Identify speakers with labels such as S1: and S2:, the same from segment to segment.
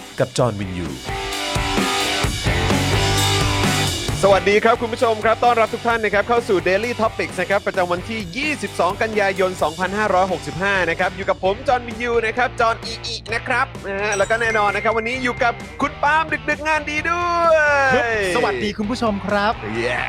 S1: กับจอห์นวินยู
S2: สวัสดีครับ คุณผู้ชมครับ ต้อนรับทุกท่านนะครับ เข้าสู่ Daily Topics นะครับ ประจำวันที่ 22 กันยายน 2565 นะครับ อยู่กับผม จอห์นวินยูนะครับ จอห์นอีอีนะครับนะฮะแล้วก็แน่นอนนะครับ วันนี้อยู่กับคุณปาล์มดึกๆ งานดีด้วย
S3: สวัสดีคุณผู้ชมครับ
S2: เย้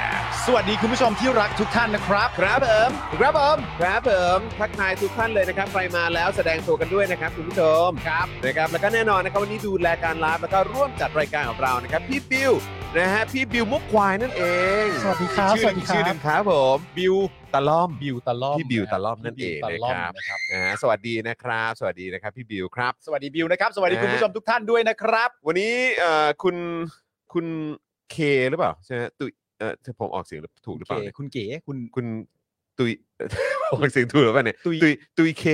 S3: สวัสดีคุณผู้ชมที่รักทุกท่านนะครับ
S2: ครับเอิมครับเอิมครับเอิมทักทายทุกท่านเลยนะครับ ใครมาแล้วแสดงตัวกันด้วยนะครับ คุณผู้ชมครับนะครับ แล้วก็แน่นอนนะครับ วันนี้ดูแลการไลฟ์แล้วก็ร่วมจัดรายการของเรานะครับ พี่บิวนะฮะ พี่บิวมุกควายนั่นเอง
S3: สวัสดีครับ
S2: ชื่
S3: ส
S2: อ
S3: วัส
S2: หนึ่
S3: ดี
S2: ง
S3: ค
S2: ชื่อห
S3: รั
S2: นึ่
S3: บ
S2: งครับผมบิวตะล่อม
S3: บิวตะล่อม
S2: พี่บิวตะล่อม
S3: พี่
S2: นั่นเอง
S3: บิ
S2: นะ
S3: วตะล่อ
S2: ค
S3: ม
S2: รับ
S3: นะครับ
S2: นะฮะสวัสดีนะครับ สวัสดีนะครับพี่บิวครับ
S3: สวัสดีบิวนะครับ สวัสดี
S2: นะฮะ
S3: คุณผู้ชมทุกท่านด้วยนะครับ
S2: วันนี้เอ่อคุณคุณเคหรือเปล่าใช่ไหมตุยเอ่อถ้าผมออกเสียงถูกหรือเปล่าเนี่ย
S3: คุณเก๋คุณ
S2: คุณตุย เอ่อออกเสียงถูกหรือเปล่าเนี่ย
S3: ตุย
S2: ตุยตุยเค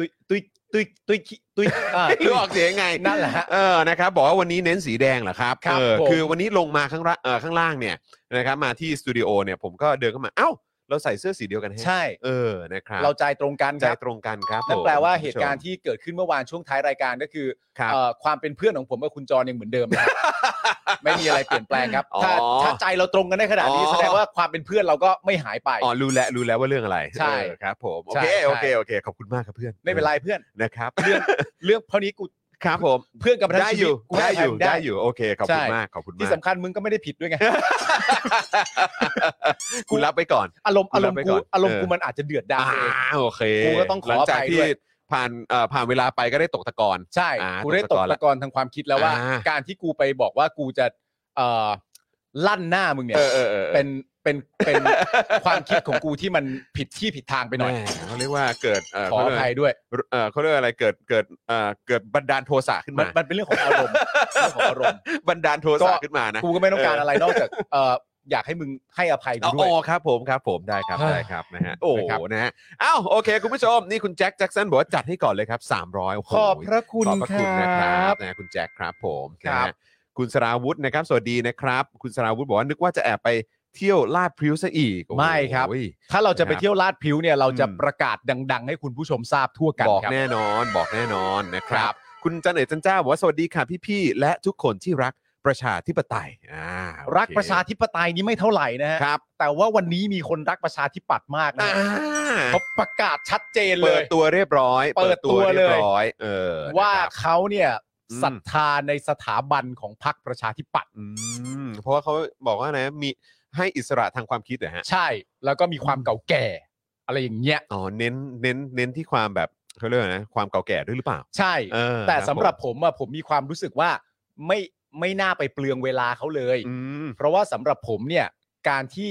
S3: ตุยตุยตุยตุยตุย อ่า
S2: ไม่
S3: ตุ
S2: รู้
S3: ย
S2: ออกเสียงยังไง
S3: นั่นแหละฮะ
S2: เออนะครับบอกว่าวันนี้เน้นสีแดงเหรอครับ
S3: ครับ
S2: เออ
S3: ผม
S2: คือวันนี้ลงมาข้างล่างเออข้างล่างเนี่ยนะครับมาที่สตูดิโอเนี่ยผมก็เดินเข้ามาเอ้า เราใส่เสื้อสีเดียวกันให้
S3: ใช่
S2: เออนะครับ
S3: เราใจตรงกัน
S2: ใจ
S3: ครับ
S2: ตรงกันครับ
S3: นั่น
S2: ผม
S3: แปลว่าเหตุการณ์ที่เกิดขึ้นเมื่อวานช่วงท้ายรายการก็คือ
S2: ครับ
S3: เอ่อความเป็นเพื่อนของผมกับคุณจรยังเหมือนเดิมนะครับ ไม่มีอะไรเปลี่ยนแปลงครับ ถ้า
S2: อ๋อ
S3: ถ้าใจเราตรงกันได้ขนาดนี้
S2: อ๋อ
S3: แสดงว่าความเป็นเพื่อนเราก็ไม่หายไป
S2: อ๋อรู้แล้วรู้แล้วว่าเรื่องอะไร
S3: ใช่
S2: เออครับผมโอ
S3: ใช่
S2: เค
S3: ใช่
S2: โอเคโอเคขอบคุณมากครับเพื่อน
S3: ไม่เป็นไรเพื่อน
S2: นะครับ
S3: เรื่องเรื่องเท่านี้กู
S2: ครับผม
S3: เพื่อนกับพนัก
S2: ได้อยู่
S3: กู
S2: ได้อยู่
S3: ให้
S2: ได้อยู่โอเคขอบคุณ
S3: ใช่
S2: มากขอบคุณ
S3: ที่
S2: มาก
S3: สำคัญมึงก็ไม่ได้ผิดด้วยไง
S2: กูรับไปก่อน
S3: อารมณ์อารม
S2: รับ
S3: ณ์
S2: ไว้
S3: กู
S2: ก่อน
S3: อารมณ์
S2: เออ
S3: กูมันอาจจะเดือดดาล
S2: อ่า
S3: เอง
S2: โอเค
S3: กูก็ต้องขอ
S2: หลังจาก
S3: อภัย
S2: ที่
S3: ด้วย
S2: ผ่านเอ่อผ่านเวลาไปก็ได้ตกตะกอน
S3: ใช่
S2: อ่า
S3: กูได้
S2: ต
S3: ต
S2: ก
S3: ก
S2: ตะ
S3: ตะ
S2: ก
S3: ก
S2: อ
S3: อน นทางความคิดแล้วว่า
S2: อ่า
S3: การที่กูไปบอกว่ากูจะเอ่อลั่นหน้ามึงเนี่ย
S2: เออเออเออ
S3: เป็นเป็นเป็นความคิดของกูที่มันผิดที่ผิดทางไปหน่อย
S2: แม่เขาเรียกว่าเกิดเ
S3: ขออภัยด้วย
S2: เอ่อเขาเรียกว่าอะไรเกิดเกิดเอ่อเกิดบันดาลโทสะขึ้น
S3: มัน
S2: มา
S3: มันเป็นเรื่องของ อารมณ์เรื่องของอารมณ์
S2: บันดาลโท
S3: ก็
S2: สะขึ้นมานะ
S3: กูก็ไม่ต้องการอะไรนอกจากเอ่ออยากให้มึงให้อภัยกู
S2: อ๋
S3: ด้วย
S2: อครับผมครับผมได้ครับ ได้ครับนะฮะโอ้โห
S3: นะครับ
S2: นะฮะอ้าวโอเค คุณผู้ชม นี่คุณแจ็คแจ็คสันบอกว่าจัดให้ก่อนเลยครับ 300โโห
S3: ขอบพระคุณ
S2: ขอบพระ
S3: ค
S2: คุณนะค
S3: รั
S2: รับบ นะคุณแจ็คครับผม
S3: ครับ
S2: นะฮะคุณสราวุธนะครับ สวัสดีนะครับ คุณสราวุธบอกว่านึกว่าจะแอบไปเที่ยวลาดพริ้วซะอีกโอ้โห
S3: ไม่ครับ ถ้าเราจะไป
S2: นะครับ
S3: เที่ยวลาดพริ้วเนี่ยเราจะ
S2: อืม
S3: ประกาศดัง ๆ ให้คุณผู้ชมทราบทั่วกัน
S2: บอก
S3: ครับ
S2: แน่นอนบอกแน่นอนนะครั
S3: ครับ บ
S2: คุณจันเอ๋จันเจ้าบอกว่าสวัสดีค่ะพี่ๆและทุกคนที่รักประชาธิปไตยอ่าโอเค
S3: รักประชาธิปไตยนี้ไม่เท่าไหร่นะฮะ
S2: ครับ
S3: แต่ว่าวันนี้มีคนรักประชาธิปัตย์มากนะ
S2: อ่า
S3: เขาประกาศชัดเจนเล
S2: เปิด
S3: ย
S2: ตัวเรียบร้อย
S3: เปิดตัว
S2: รีบ
S3: เลย
S2: ร้อยเออ
S3: ว่า
S2: นะครับ
S3: เขาเนี่ย
S2: อืม
S3: ศรัทธาในสถาบันของพรรคประชาธิปัตย์
S2: อืมเพราะว่าเขาบอกว่านะมีให้อิสระทางความคิดนะฮะ
S3: ใช่ แล้วก็มีความเก่าแก่ อะไรอย่างเงี้ย
S2: อ๋อเน้นเน้นเน้นที่ความแบบเขาเรียกว่านะความเก่าแก่ด้วยหรือเปล่า
S3: ใช่
S2: เออ
S3: แต่สำหรับ
S2: ค
S3: ผมอะผมมีความรู้สึกว่าไม่ไม่น่าไปเปลืองเวลาเขาเลย
S2: ผมอืม
S3: เพราะว่าสำหรับผมเนี่ยการที่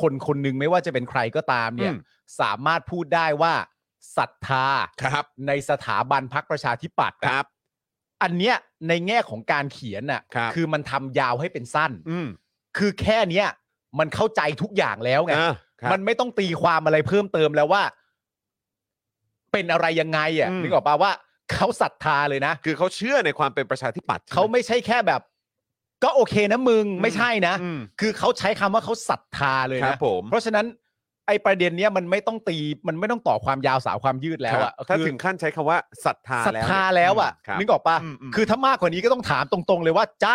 S3: คนคนหนึงไม่ว่าจะเป็นใครก็ตามเนี่ย
S2: อืม
S3: สามารถพูดได้ว่าศรัทธา
S2: ครับ
S3: ในสถาบันพักประชาธิปัตย์
S2: ค
S3: อะ
S2: รับ
S3: อันเนี้ยในแง่ของการเขียนน่ะ
S2: ครับ
S3: อมันทำยาวให้เป็นสั้น
S2: อืม
S3: คือแค่เนี้ยมันเข้าใจทุกอย่างแล้วไง
S2: อ่ะครับ
S3: มันไม่ต้องตีความอะไรเพิ่มเติมแล้วว่า เป็นอะไรยังไงอ่ะ
S2: อืม
S3: นึกออกปะว่าเขาศรัทธาเลยนะ
S2: คือเขาเชื่อในความเป็นประชาธิปัตย์ใช่ห
S3: เขาไม่ใช่แค่แบบ ก็โอเคนะมึงไม่ใช่นะ
S2: อืม
S3: คือเขาใช้คำว่าเขาศรัทธาเลย
S2: ครับ
S3: นะ
S2: ผม
S3: เพราะฉะนั้น ไอประเด็นเนี้ยมันไม่ต้องตีมันไม่ต้องต่อความยาวสาวความยืดแล้ว
S2: ครับ
S3: อ่ะ
S2: ถ้า
S3: คือ
S2: ถึงขั้นใช้คำว่าศรัทธา
S3: ศรัท
S2: แล้ว
S3: ธาแล้วอ่ะ
S2: ครับ
S3: นึกออกปะ
S2: อืมอืม
S3: คือถ้ามากกว่านี้ก็ต้องถามตรงๆเลยว่าใจ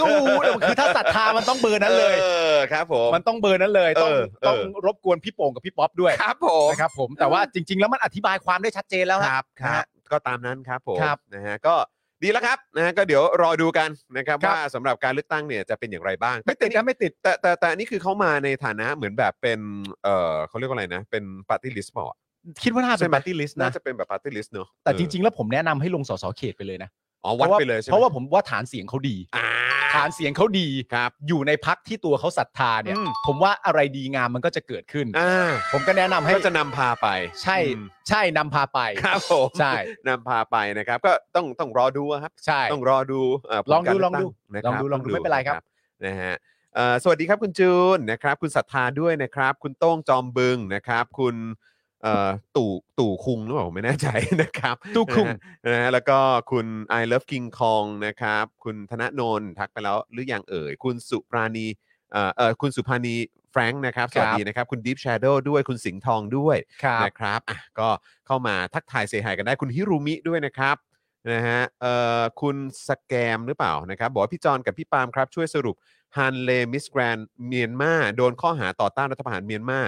S3: สู้ เนี่ยมันคือถ้าศรัทธามันต้องเบอร์นั้นเลย
S2: ออครับผม
S3: มันต้องเบอร์นั้นเลยต้อง
S2: เออเออ
S3: ต้องรบกวนพี่โป่งกับพี่ป๊อปด้วย
S2: ครับผม
S3: นะครับผมแต่ว่าจริง ๆ แล้วมันอธิบายความได้ชัดเจนแล้ว
S2: ค
S3: ฮะ
S2: รับครับก็ตามนั้นครับผม
S3: ครับ
S2: นะฮะก็ดี ดีแล้วครับนะฮะก็เดี๋ยวรอดูกันนะครับ
S3: ครับ
S2: ว่าสำหรับการเลือกตั้งเนี่ยจะเป็นอย่างไรบ้าง
S3: ไม่ติดนะไม่ติด
S2: แต่แต่แต่แต่อันนี่คือเขามาในฐานะเหมือนแบบเป็นเออเขาเรียกว่าอะไรนะ เป็นปาร์ตี้ลิสต์เปล่าอะ
S3: คิดว่าน่าเป็
S2: ใช่
S3: น
S2: ปา
S3: ปา
S2: ร์
S3: ร์
S2: ตี้
S3: ตี้
S2: ลิส
S3: ลิส
S2: ต์
S3: ต์นะ
S2: น่าจะเป็นแบบปาร์ตี้ลิสต์เนอะ
S3: แต่จริง ๆ แล้วผมแนะนำให้ลงสสเขตไปเลยนะ
S2: ๆอ๋อ
S3: เพ
S2: วัด
S3: ราะว่า
S2: ไปเลยใช่ไหม
S3: เพราะว่าผมว่าฐานเสียงเขาดี
S2: อ่า
S3: ฐานเสียงเขาดี
S2: ครับ
S3: อยู่ในพักที่ตัวเขาศรัทธาเนี่ย
S2: อืม
S3: ผมว่าอะไรดีงามมันก็จะเกิดขึ้น
S2: อ่า
S3: ผมก็แนะนำให้
S2: ก็จะนำพาไป
S3: ใช่
S2: อืม
S3: ใช่นำพาไป
S2: ครับผม
S3: ใช่
S2: นำพาไปนะครับ ก็ต้องต้องรอดูอะครับ
S3: ใช่
S2: ต้องรอดูเผล
S3: ลองดู
S2: การเก
S3: ลองดู
S2: ตั้นะครับ
S3: ลองดูลองดูไม่เป็นไรครับ
S2: นะฮะเอ่อสวัสดีครับคุณจูนนะครับ คุณศรัทธาด้วยนะครับ คุณโต้งจอมบึงนะครับ คุณเอ่อตู่ตู่คุงหรือเปล่าผมไม่แน่ใจนะครับ
S3: ตู้คุง
S2: นะฮะนะฮะแล้วก็คุณ I love King Kong นะครับ คุณธนนนท์ทักไปแล้วหรือยังเอ่ย คุณสุปราณีเอ่อเอ่อคุณสุภานีแฟรงค์นะครับ สวัสดีนะครับ คุณ Deep Shadow ด้วยคุณสิงห์ทองด้วย
S3: ครับ
S2: นะครับอ่ะก็เข้ามาทักทายเซฮายกันได้คุณฮิรุมิด้วยนะครับนะฮะเอ่อคุณสแกมหรือเปล่านะครับบอกว่าพี่จอนกับพี่ปาล์มครับ ช่วยสรุปฮันเลมิสแกรนเมียนมาโดนข้อหาต่อต้านรัฐประหารเมียนมา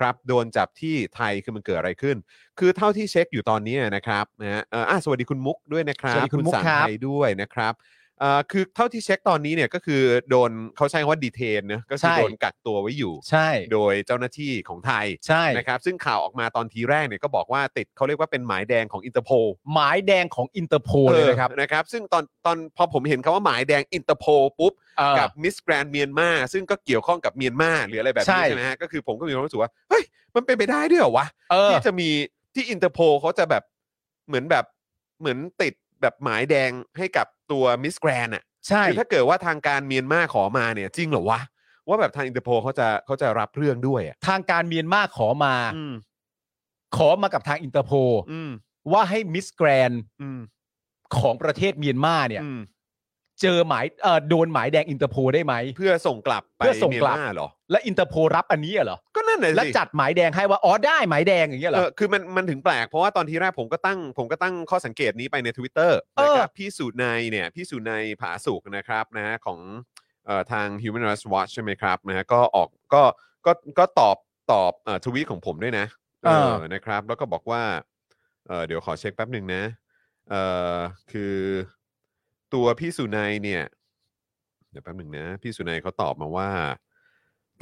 S2: ครับ โดนจับที่ไทยคือมันเกิดอะไรขึ้น คือเท่าที่เช็คอยู่ตอนนี้นะครับนะฮะเอ่ออ่ะสวัสดีคุณมุกด้วยนะครับ
S3: สวัสดีคุณมุก
S2: สาร
S3: ครับ
S2: ไทยด้วยนะครับเอ่อคือเท่าที่เช็คตอนนี้เนี่ยก็คือโดนเขาใช้คำว่าดีเทนเนะก็คือโดนกักตัวไว้อยู่
S3: ใช่
S2: โดยเจ้าหน้าที่ของไทย
S3: ใช่
S2: นะครับซึ่งข่าวออกมาตอนทีแรกเนี่ยก็บอกว่าติดเขาเรียกว่าเป็นหมายแดงของอินเตอร์โพ
S3: หมายแดงของอินเตอร์โพลเลยนะครับ
S2: นะครับซึ่งตอนตอนพอผมเห็นคาว่าหมายแดงอินเตอร์โพปุ๊บ
S3: เออ
S2: กับมิสแกรนเมียนมาซึ่งก็เกี่ยวข้องกับเมียนมาหรืออะไรแบบ
S3: ใช่
S2: นี้ใช่ไหมฮะก็คือผมก็มีความรู้สึกว่า เฮ้ย มันเป็นไปได้ด้วยเหรอวะ
S3: เออ
S2: ที่จะมีที่อินเตอร์โพเขาจะแบบเหมือนแบบเหมือนติดแบบหมายแดงให้กับตัวมิสแกรนอ่ะ
S3: ใช่
S2: คือถ้าเกิดว่าทางการเมียนมาขอมาเนี่ยจริงเหรอวะว่าแบบทางอินเตอร์โพเขาจะเขาจะรับเรื่องด้วยอ่ะ
S3: ทางการเมียนมาขอมา
S2: อืม
S3: ขอมากับทางอินเตอร์โพล
S2: อืม
S3: ว่าให้มิสแกรน
S2: อืม
S3: ของประเทศเมียนมาเนี่ย
S2: อืม
S3: เจอหมายเอ่อโดนหมายแดงอินเตอร์โพลได้ไหม
S2: เพื่อส่งกลับไป
S3: เพื่อส่งกลับ
S2: เมียนมาเหรอ
S3: และอินเตอร์โพลรับอันนี้เหรอ
S2: ก็นั่นน่ะสิ
S3: แล้วจัดหมายแดงให้ว่าอ๋อได้หมายแดงอย่างเงี้ยเหร
S2: เอ
S3: อ
S2: อคือมันมันถึงแปลก เพราะว่าตอนที่แรกผมก็ตั้งผมก็ตั้งข้อสังเกตนี้ไปใน Twitter
S3: เออ
S2: นะครับพี่สุนัยเนี่ยพี่สุนัยผาสุกนะครับนะฮะของเอ่อทาง Human Rights Watch ใช่ไหมครับนะฮะก็ออกก็ก็ก็ตอบตอบเอ่อทวีตของผมด้วยนะ
S3: เออ
S2: นะครับ แล้วก็บอกว่าเอ่อเดี๋ยวขอเช็คแป๊บหนึ่งนะเอ่อคือตัวพี่สุนัยเนี่ย เดี๋ยวแป๊บหนึ่งนะ พี่สุนัยเขาตอบมาว่า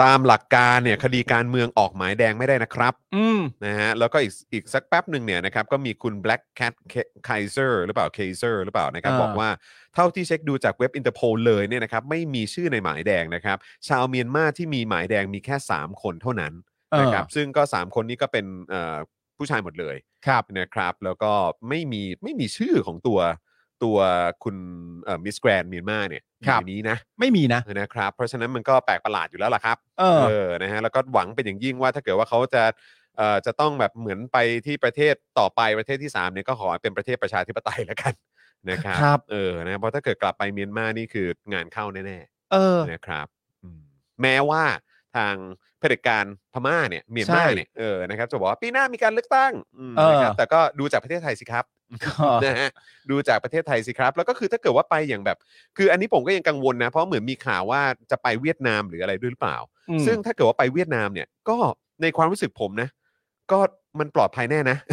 S2: ตามหลักการเนี่ยคดีการเมืองออกหมายแดงไม่ได้นะครับ
S3: อืม
S2: นะฮะแล้วก็อีกอีกสักแป๊บหนึ่งเนี่ยนะครับก็มีคุณ Black Cat Kaiser หรือเปล่า Kaiser หรือเปล่านะครับ
S3: อ่า
S2: บอกว่าเท่าที่เช็คดูจากเว็บอินเตอร์โพลเลยเนี่ยนะครับไม่มีชื่อในหมายแดงนะครับ ชาวเมียนมาที่มีหมายแดงมีแค่ 3 คนเท่านั้น
S3: เออ
S2: นะครับซึ่งก็ 3 คนนี้ก็เป็นเอ่อผู้ชายหมดเลย
S3: ครับ
S2: นะครับ แล้วก็ไม่มีไม่มีชื่อของตัวตัวคุณมิสแกรนเมียนมาเนี่ยอ
S3: ครับ
S2: ยู่ในนี้นะ
S3: ไม่มีนะ
S2: นะครับเพราะฉะนั้นมันก็แปลกประหลาดอยู่แล้วล่ะครับ
S3: เออ
S2: เออ นะฮะ แล้วก็หวังเป็นอย่างยิ่งว่าถ้าเกิดว่าเขาจะ เอ่อ จะต้องแบบเหมือนไปที่ประเทศต่อไปประเทศที่สามเนี่ยก็ขอให้เป็นประเทศประชาธิปไตยแล้วกัน นะครับ
S3: ครับ
S2: เออ นะ เพราะถ้าเกิดกลับไปเมียนมานี่คืองานเข้าแน่
S3: เออ
S2: ๆ นะครับอืมแม้ว่าทางเผด็จการพม่าเนี่ยเมียนมา
S3: ใช่
S2: เนี่ย เออ นะครับ จะบอกว่าปีหน้ามีการเลือกตั้งอืม
S3: เออ
S2: นะครับแต่ก็ดูจากประเทศไทยสิครับ
S3: ก็
S2: นะฮะดูจากประเทศไทยสิครับ แล้วก็คือถ้าเกิดว่าไปอย่างแบบ คืออันนี้ผมก็ยังกังวลนะ เพราะเหมือนมีข่าวว่าจะไปเวียดนามหรืออะไรด้วยหรือเปล่า
S3: อืม
S2: ซึ่งถ้าเกิดว่าไปเวียดนามเนี่ยก็ในความรู้สึกผมนะ ก็มันปลอดภัยแน่นะ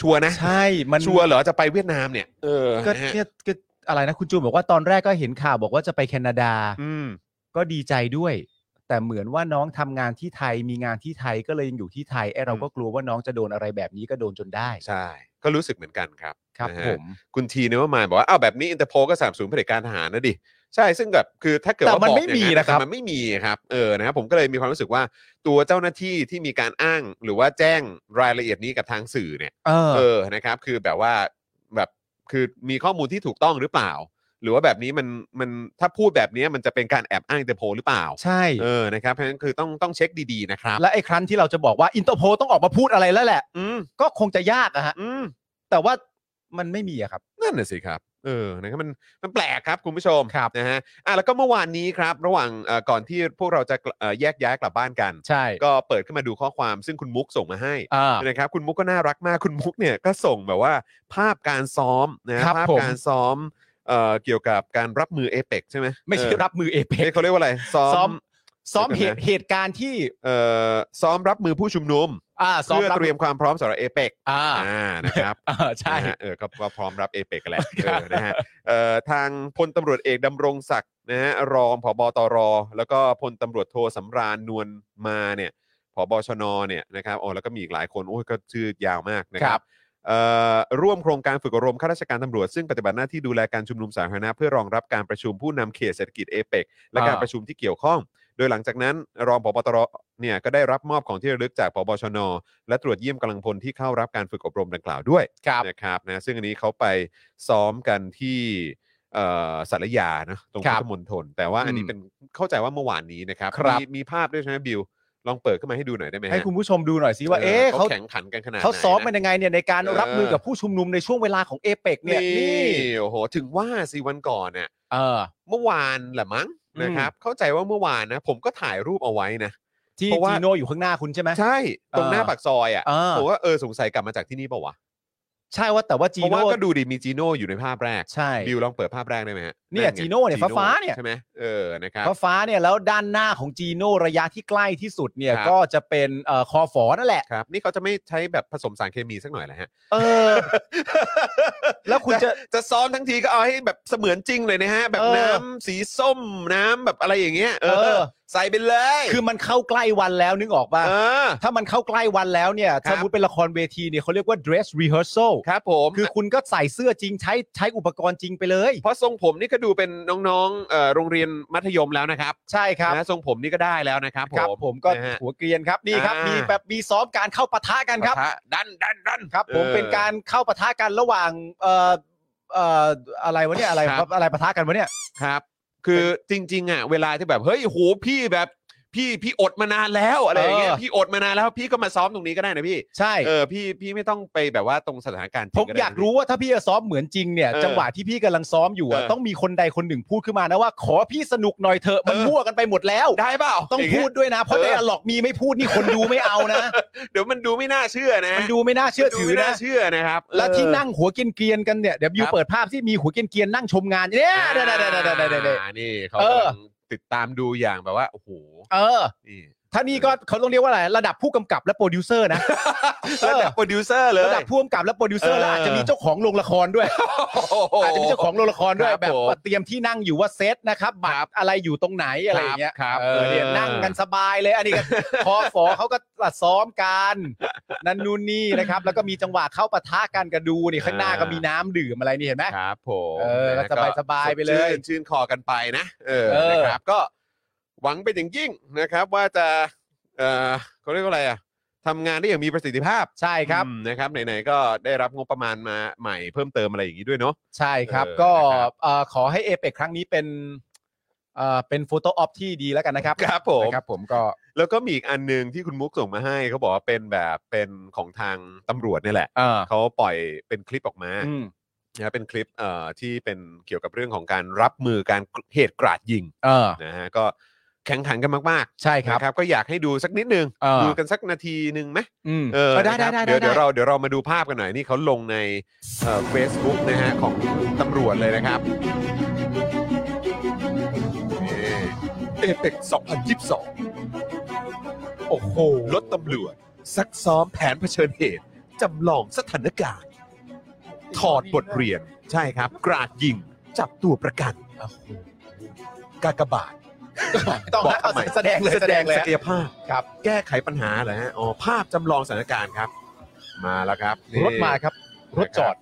S2: ชัวร์นะ
S3: ใช่มัน
S2: ชัวร์เหรอจะไปเวียดนามเนี่ยเออ
S3: ก็
S2: นะฮะ
S3: เนี่ยก็อะไรนะคุณจูนบอกว่าตอนแรกก็เห็นข่าวบอกว่าจะไปแคนาดา
S2: อืม
S3: ก็ดีใจด้วย แต่เหมือนว่าน้องทำงานที่ไทยมีงานที่ไทยก็เลยยังอยู่ที่ไทยไอ้เราก็กลัวว่าน้องจะโดนอะไรแบบนี้ก็โดนจนได้
S2: ใช่ ก็รู้สึกเหมือนกันครับ
S3: ครับ
S2: นะฮะ
S3: ผม
S2: คุณทีเนี่ยว่ามายบอกว่าอ้าวแบบนี้อินเตอร์โพก็สามสูนเผด็จการทหารนะดิใช่ซึ่งแบบคือถ้าเกิดว่า
S3: แต่มัน
S2: บอ
S3: ไม่
S2: กอย่าง
S3: มีนะครับ
S2: แต่มันไม่มีครับเออนะครับผมก็เลยมีความรู้สึกว่าตัวเจ้าหน้าที่ที่มีการอ้างหรือว่าแจ้งรายละเอียดนี้กับทางสื่อเนี่ย
S3: เออ
S2: เออ นะครับ คือแบบว่า แบบ คือมีข้อมูลที่ถูกต้องหรือเปล่า หรือว่าแบบนี้มัน มัน ถ้าพูดแบบนี้มันจะเป็นการแอบอ้างอินเตอร์โพลหรือเปล่า
S3: ใช่
S2: เออ นะครับ เพราะฉะนั้นคือต้อง ต้องเช็คดีๆ นะครับ
S3: และไอ้ครั้นที่เราจะบอกว่าอินเตอร์โพต้องออกมาพูดอะไรแล้วแหละ
S2: อืม
S3: ก็คงจะยากอะฮะ
S2: อืม
S3: แต่ว่ามันไม่มีอะครับ
S2: นั่นน่ะสิครับ เออ นะครับ มัน มันแปลกครับคุณผู้ชม
S3: ครับ
S2: นะฮะ อ่ะ แล้วก็เมื่อวานนี้ครับ ระหว่างเอ่อก่อนที่พวกเราจะกลับเอ่อแยกย้ายกลับบ้านกัน
S3: ใช่
S2: ก็เปิดขึ้นมาดูข้อความ ซึ่งคุณมุกส่งมาให้
S3: อ่า
S2: นะครับคุณมุกก็น่ารักมากคุณมุกเนี่ยก็ส่งแบบว่าภาพการซ้อมนะฮะ
S3: ครับ
S2: ภาพ
S3: ผม
S2: การซ้อมเอ่อเกี่ยวกับการรับมือเอเปกใช่ไหม
S3: ไม่ใช่
S2: เออ
S3: รับมือเอเป
S2: เอ้ยเขาเรียกว่าอะไร ซ้อม
S3: ซ้อม ซ้อมเหตุ
S2: เดี๋ยวก่อนนะ
S3: เหตุการณ์ที่
S2: เอ่อซ้อมรับมือผู้ชุมนุม
S3: อ่าซ้อม
S2: เพื่อ
S3: รับ
S2: เตรียมความพร้อมสำหรับเอเปก
S3: อ่า
S2: อ่านะครับ
S3: อ่าใช่
S2: นะฮะเออก็ก็พร้อมรับเอเปกกันแหละเออนะฮะเอ่อทางพลตำรวจเอกดำรงศักดิ์นะฮะรองผบตร แล้วก็พลตำรวจโทสำราญนวลมาเนี่ยผบชนเนี่ยนะครับโอ้แล้วก็มีอีกหลายคนโอ้ยก็ชื่อยาวมากนะค
S3: ครั
S2: รับบ เอ่อร่วมโครงการฝึกอบรมข้าราชการตำรวจ ซึ่งปฏิบัติหน้าที่ดูแลการชุมนุมสาธารณะเพื่อรองรับการประชุมผู้นำเขตเศรษฐกิจเอเปกและการประชุมที่เกี่ยวข้อง โดยหลังจากนั้นรองผบตรเนี่ยก็ได้รับมอบของที่ระลึกจากผบชน และตรวจเยี่ยมกำลังพลที่เข้ารับการฝึกอบรมดังกล่าวด้วย
S3: ครับ
S2: นะครับนะซึ่งอันนี้เขาไปซ้อมกันที่เอ่อสารยานะตรง
S3: ครั
S2: พุ
S3: บ
S2: ทธมณฑลแต่ว่าอันนี้
S3: อืม
S2: เป็นเข้าใจว่าเมื่อวานนี้นะครับ
S3: ครับ
S2: มีมีภาพด้วยใช่ไหมบิว ลองเปิดขึ้นมาให้ดูหน่อยได้ไหมฮะ
S3: ให้คุณผู้ชมดูหน่อยสิว่า เอ๊ะ
S2: เขา
S3: เขา
S2: แข่งขันกันขนาดไหน
S3: เขาซ้อมมัน
S2: นะ
S3: ยังไงเนี่ยในการ
S2: เออ
S3: รับมือกับผู้ชุมนุมในช่วงเวลาของเอเปกเนี่ย
S2: นี่
S3: นี่
S2: โอ้โหถึงว่าสิวันก่อนเนี่ย
S3: เออ
S2: เมื่อวานแหละมั้ง
S3: อืม
S2: นะครับ เข้าใจว่าเมื่อวานนะ ผมก็ถ่ายรูปเอาไว้นะ
S3: ที่
S2: เพราะว่า
S3: จีโน่อยู่ข้างหน้าคุณใช่ไหม
S2: ใช่ตรง
S3: เออ
S2: หน้าปากซอยอ่ะ
S3: เออ
S2: ผมว่าเออสงสัยกลับมาจากที่นี่ปะวะ
S3: ใช่ว่าแต่ว่าจี
S2: เพราะว่า
S3: โน่
S2: ก็ดูดิมีจีโน่อยู่ในภาพแรก
S3: ใช่
S2: บิวลองเปิดภาพแรกได้ไหมฮะ
S3: เนี่ย
S2: ไง
S3: จีโน่เนี่ยฟ้าๆเนี่ย
S2: ใช่ไหมเออนะครับ
S3: ฟ้าฟ้าเนี่ยแล้วด้านหน้าของจีโน่ระยะที่ใกล้ที่สุดเนี่ย
S2: ครับ
S3: ก็จะเป็นเอ่อคอฝอนั่นแหละ
S2: ครับ นี่เขาจะไม่ใช้แบบผสมสารเคมีสักหน่อยแหละฮะ
S3: เออ แล้วคุณจะ
S2: จะซ้อมทั้งทีก็เอาให้แบบเสมือนจริงเลยนะฮะ แบบ
S3: เออ
S2: น้ำสีส้มน้ำแบบอะไรอย่างเงี้ยเอ
S3: เอ
S2: อ
S3: อ
S2: ใส่ไปเลย
S3: คือมันเข้าใกล้วันแล้วนึกออกป่ะ
S2: เออ
S3: ถ้ามันเข้าใกล้วันแล้วเนี่ย
S2: ครับ
S3: สมมติเป็นละครเวทีเนี่ยเขาเรียกว่า dress rehearsal
S2: ครับผม
S3: คือคุณก็ใส่เสื้อจริงใช้ใช้อุปกรณ์จริงไปเลย
S2: เพราะทรงผมนี่ก็ดูเป็นน้องๆเอ่อโรงเรียนมัธยมแล้วนะครับ
S3: ใช่ครับ
S2: นะทรงผมนี่ก็ได้แล้วนะครับผม
S3: ครับ ผมก็
S2: นะฮะ
S3: หัวเกรียนครับนี่ครับ
S2: อ่ามี
S3: มีแบบมีซ้อมการเข้าปะทะกันครับ
S2: ปะทะดันดันดัน
S3: ครับผม
S2: เออ
S3: เป็นการเข้าปะทะกันระหว่างเอ่อเอ่ออะไรวะเนี่ยอะไร
S2: ครับ
S3: อะไรปะทะกันวะเนี่ย
S2: ครับ คือจริงๆอ่ะเวลาที่แบบเฮ้ยโหพี่แบบพี่พี่อดมานานแล้วอะไรอย่างเงี้ย
S3: เออ
S2: พี่อดมานานแล้วพี่ก็มาซ้อมตรงนี้ก็ได้นะพี่
S3: ใช่
S2: เออพี่พี่ไม่ต้องไปแบบว่าตรงสถานการณ์จ
S3: ผ
S2: ริ
S3: ม
S2: งได้
S3: อยาก
S2: นะพี่
S3: รู้ว่าถ้าพี่จะซ้อมเหมือนจริงเนี่ย
S2: เออ
S3: จังหวะที่พี่กำลังซ้อมอยู่อะ
S2: เออ
S3: ต้องมีคนใดคนหนึ่งพูดขึ้นมานะว่า ขอพี่สนุกหน่อยเถอะมัน
S2: เออ
S3: มั่วกันไปหมดแล้ว
S2: ได้เปล่า
S3: ต้อง
S2: ย่าเย
S3: พูดด้วยนะ เพราะ
S2: เออ
S3: ในอลอกมีไม่พูดนี่คนดูไม่เอานะ
S2: เดี๋ยวมันดูไม่น่าเชื่อนะ
S3: มันดูไม่น่าเชื่อถื
S2: ดู
S3: อ
S2: ไม่
S3: นะ
S2: น่าเชื่อนะครับ
S3: แล้วที่
S2: เออ
S3: นั่งหัวเกรียนๆกันเนี่ยเดี๋ยวยู
S2: ครับ
S3: เปิดภาพที่มีหัวเกรียนๆนั่งชมงานเนี่ยเดี๋ยวเดี๋ยวเดี๋ยวเดี๋ยวเดี๋ยวเดี๋ยว
S2: อ่านี่เขา
S3: เออ
S2: กำลังติดตามดูอย่างแบบว่าโอ้โห
S3: เออ
S2: นี่
S3: ท่านี่ก็เขาต้องเรียกว่าอะไรระดับผู้กำกับและโปรดิวเซอร์นะ เออ
S2: ระดับโปรดิวเซอร์เลย
S3: ระดับผู้กำกับและโปรดิวเซอร์แล้ว
S2: เอออ
S3: อาจจะมีเจ้าของโรงละครด้วย
S2: โอ้โห
S3: อาจจะมีเจ้าของโรงละครด้วย
S2: ครับ
S3: แบบ
S2: ผม
S3: ว่าเตรียมที่นั่งอยู่ว่าเซตนะครับบัตรอะไรอยู่ตรงไหนอะไรอย่างเงี้ย
S2: ครับ
S3: เออเนี่ย
S2: เออ
S3: นั่งกันสบายเลยอันนี้ก็ คอฝอเขาก็ซ้อมกันนั่นนู่นนี่นะครับ แล้วก็มีจังหวะเข้าปะทะกันกันดูนี่ข้างหน้าก็มีน้ำดื่มอะไรนี่เห็นไหม
S2: ครับผม
S3: เออ
S2: นะ
S3: ก็สบายๆไปเลย
S2: ชื่นชื่นคอกันไปนะเออ
S3: เออ
S2: นะครับก็หวังเป็นอย่างยิ่งนะครับว่าจะเออเขาเรียกว่าอะไรอ่ะทำงานได้อย่างมีประสิทธิภาพ
S3: ใช่ครับ
S2: อืมนะครับไหนๆก็ได้รับงบประมาณมาใหม่เพิ่มเติมอะไรอย่างนี้ด้วยเนาะ
S3: ใช่ครับ
S2: เออ
S3: ก็
S2: นะครับ
S3: เอ่อขอให้เอเปกครั้งนี้เป็นเอ่อเป็นโฟโต้ออฟที่ดีแล้วกันนะครับ
S2: ครับผม
S3: นะครับผมก็
S2: แล้วก็มีอีกอันหนึ่งที่คุณมุกส่งมาให้เขาบอกว่าเป็นแบบเป็นของทางตำรวจเนี่ยแหละ
S3: เออ
S2: เขาปล่อยเป็นคลิปออกมา
S3: อืม
S2: นะเป็นคลิปเอ่อที่เป็นเกี่ยวกับเรื่องของการรับมือการเหตุกราดยิง
S3: เออ
S2: นะฮะก็แข่งขันกันมาก
S3: ใช่
S2: ๆ
S3: ครับ
S2: นะครับก็อยากให้ดูสักนิดนึง
S3: เออ
S2: ดูกันสักนาทีหนึ่งไหม
S3: อืม
S2: เออ
S3: เออได้ได้
S2: นะค
S3: ได้
S2: รับ
S3: ได้
S2: เดี๋ยวเดี๋ยว
S3: ได้
S2: เราเดี๋ยวเรามาดูภาพกันหน่อยนี่เขาลงในเฟซบุ๊กนะฮะของตำรวจเลยนะครับเอเป็ก2022
S3: โอ้โห
S2: ลดตำรวจซักซ้อมแผนเผชิญเหตุ จำลองสถานการณ์ ถอดบทเรียนใช่ครับ กราดยิง จับตัวประกัน กากบาท
S3: ต้อง
S2: บอก
S3: นะเอา
S2: ทำไม
S3: แสดงเลยแสดงเลย
S2: ศักยภาพ
S3: ครับ
S2: แก้ไขปัญหาเหรอฮะอ๋อภาพจำลองสถานการณ์ครับ มาแล้วครับนี่
S3: รถมาครับ รถจอด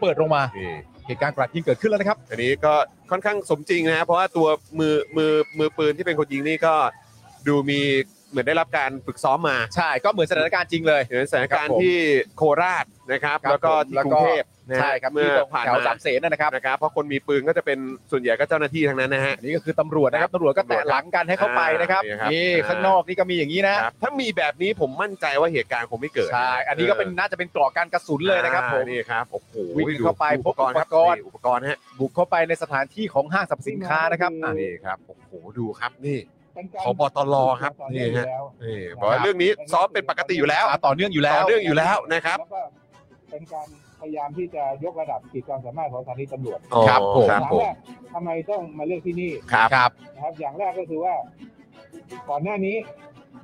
S3: เปิดลงมา
S2: นี่
S3: เหตุการณ์กราดยิงเกิดขึ้นแล้วนะครับ
S2: อันนี้ก็ค่อนข้างสมจริงนะฮะเพราะว่าตัวมือมือมือปืนที่เป็นคนยิงนี่ก็ดูมีเหมือนได้รับการฝึกซ้อมมา
S3: ใช่ก็เหมือนสถานการณ์จริงเลย
S2: เหมือนสถานการณ์
S3: ครับผม
S2: ที่โคราชนะครับ
S3: ครับ
S2: แล้วก็
S3: ผ
S2: ที่
S3: มแล้ว
S2: กรุ
S3: ก็
S2: งเทพนะฮะ
S3: ใช่ครับ
S2: เมื่อ
S3: ที่ตรง
S2: ผ่าน
S3: แถว
S2: มา
S3: สามเสนนะ
S2: ค
S3: ค
S2: รั
S3: รั
S2: บบ นะครับเพราะคนมีปืนก็จะเป็นส่วนใหญ่ก็เจ้าหน้าที่ทั้งนั้นนะฮะ
S3: อันนี่ก็คือตำรวจนะครับตำรวจก็แตะหลังกันให้เข้าไปนะครับ
S2: อ่านี่ครับ
S3: นี่
S2: อ่า
S3: ข้างนอกนี่ก็มีอย่างนี้นะครับ
S2: ถ้ามีแบบนี้ผมมั่นใจว่าเหตุการณ์คงไม่เกิด
S3: ใช่อันนี้ก็เป็นน่าจะเป็นกรอกการกระสุนเลยนะครับ
S2: อ่า
S3: ผม
S2: นี่ครับโอ้โห
S3: วิ่งเข้าไป
S2: ดูอุปกรณ์
S3: พบอุ
S2: ครั
S3: ป
S2: บ
S3: กรณ์
S2: นี่อุปกรณ์ฮะ
S3: บุกเข้าไปในสถานที่ของห้างสรรพสินค้านะครับอ่ะ
S2: นี่ครับโอ้โหดูครับนี่
S4: ข
S2: ข
S4: อ
S2: อ
S4: บบ อต
S2: ตรครับนี่ฮะนี่บอก
S3: ครั
S2: ว่า
S3: บ
S2: เรื่องนี้ซ้อมเป็นปกติอยู่แล้ว
S3: อ่ะต่อเนื่องอยู่แล้
S2: ต่อ
S3: ว
S2: เนื่องอยู่แล้วนะครับ
S5: แล้วก็เป็นการพยายามที่จะยกระดับขีดความสามารถของสถานีตำรวจ
S3: ครับผม
S2: ครับ
S5: ถาม
S2: ผม
S5: ว่าทำไมต้องมาเลือกที่นี่
S2: ครับ
S3: ครับ
S5: นะครับ อย่างแรกก็คือว่า ก่อนหน้านี้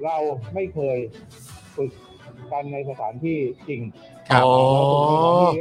S5: เราไม่เคยฝึกกันในสถานที่จริง
S3: ครับ
S2: อ๋อ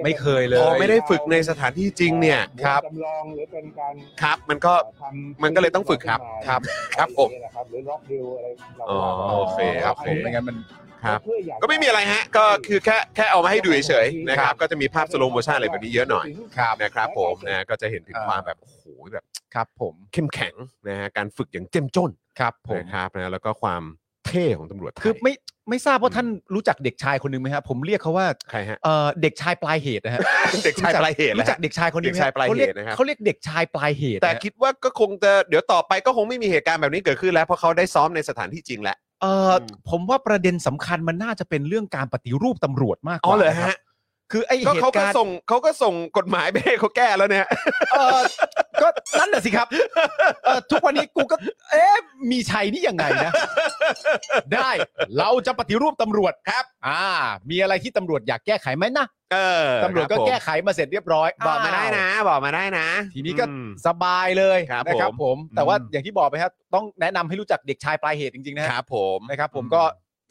S3: ไม่เคยเล
S2: อ๋อย ไม่ได้ฝึกในสถานที่จริงเนี่ย
S3: ครับ
S5: จำลองหรือเป็นการ
S2: ครับ มันก็
S5: ทำ
S2: มันก็เลยต้องฝึกครับ
S3: ครับ
S2: ครับผม
S5: นะครับหรือล็อกดิวอะไรเรา
S2: อ๋อโอเคครับ
S3: ผมไม่งั้นมัน
S2: ครับ
S5: เพื่ออยา
S2: ก็ไม่มีอะไรฮะ ก็คือแค่แค่เอามาให้ดูเฉยๆนะค
S3: ครั
S2: รับ
S3: บ
S2: ก็จะมีภาพสโลโมชันอะไรแบบนี้เยอะหน่อย
S3: ครับ
S2: นะครับผมนะก็จะเห็นถึงความแบบโอ้โหแบบ
S3: ครับผม
S2: เข้มแข็งนะฮะการฝึกอย่างเจ้มจน
S3: ครับผม
S2: นะครับนะแล้วก็ความเท่ของตำรวจไทย
S3: คือไม่ไม่ทราบว่าท่านรู้จักเด็กชายคนหนึ่งไหมครับผมเรียกเขาว่า
S2: ใครฮะ
S3: เอ่อเด็กชายปลายเหตุนะฮะ
S2: เด็กชายปลายเหตุ
S3: รู้จัก
S2: นะฮะ
S3: เด็กชายคนนี้ไหม
S2: เด็กชายปลายเหตุนะครับ
S3: เขาเรียกเด็กชายปลายเหตุนะ
S2: แต่คิดว่าก็คงจะเดี๋ยวต่อไปก็คงไม่มีเหตุการณ์แบบนี้เกิดขึ้นแล้ว เพราะเขาได้ซ้อมในสถานที่จริงแล้ว
S3: เอ่ออ
S2: ม
S3: ผมว่าประเด็นสำคัญมันน่าจะเป็นเรื่องการปฏิรูปตำรวจมากกว่านะครับคือไอ้
S2: ก็
S3: เห
S2: เขา
S3: ตุ
S2: ก็
S3: การณ์
S2: ส่งเขาก็ส่งกฎหมายไปให้เขาแก้แล้วเนี่ย
S3: เอ่อก็นั่นแหละสิครับเอ่อทุกวันนี้กูก็ เอ๊ะมีชัยนี่ยังไงนะ ได้เราจะปฏิรูปตำรวจครับ อ่า มีอะไรที่ตำรวจอยากแก้ไขไหมนะ
S2: เออ
S3: ตำรวจก็
S2: คบผม
S3: แก้ไขมาเสร็จเรียบร้อย
S2: บอกมาได้
S3: าว
S2: นะ บอกมาได้นะ
S3: ทีนี้ก็
S2: อืม
S3: สบายเลย
S2: ครับ
S3: นะครับ
S2: ผม
S3: ผม แต่ว่าอย่างที่บอกไปครับต้องแนะนำให้รู้จักเด็กชายปลายเหตุจริงๆนะฮะ
S2: ครับผม
S3: นะครับผมก็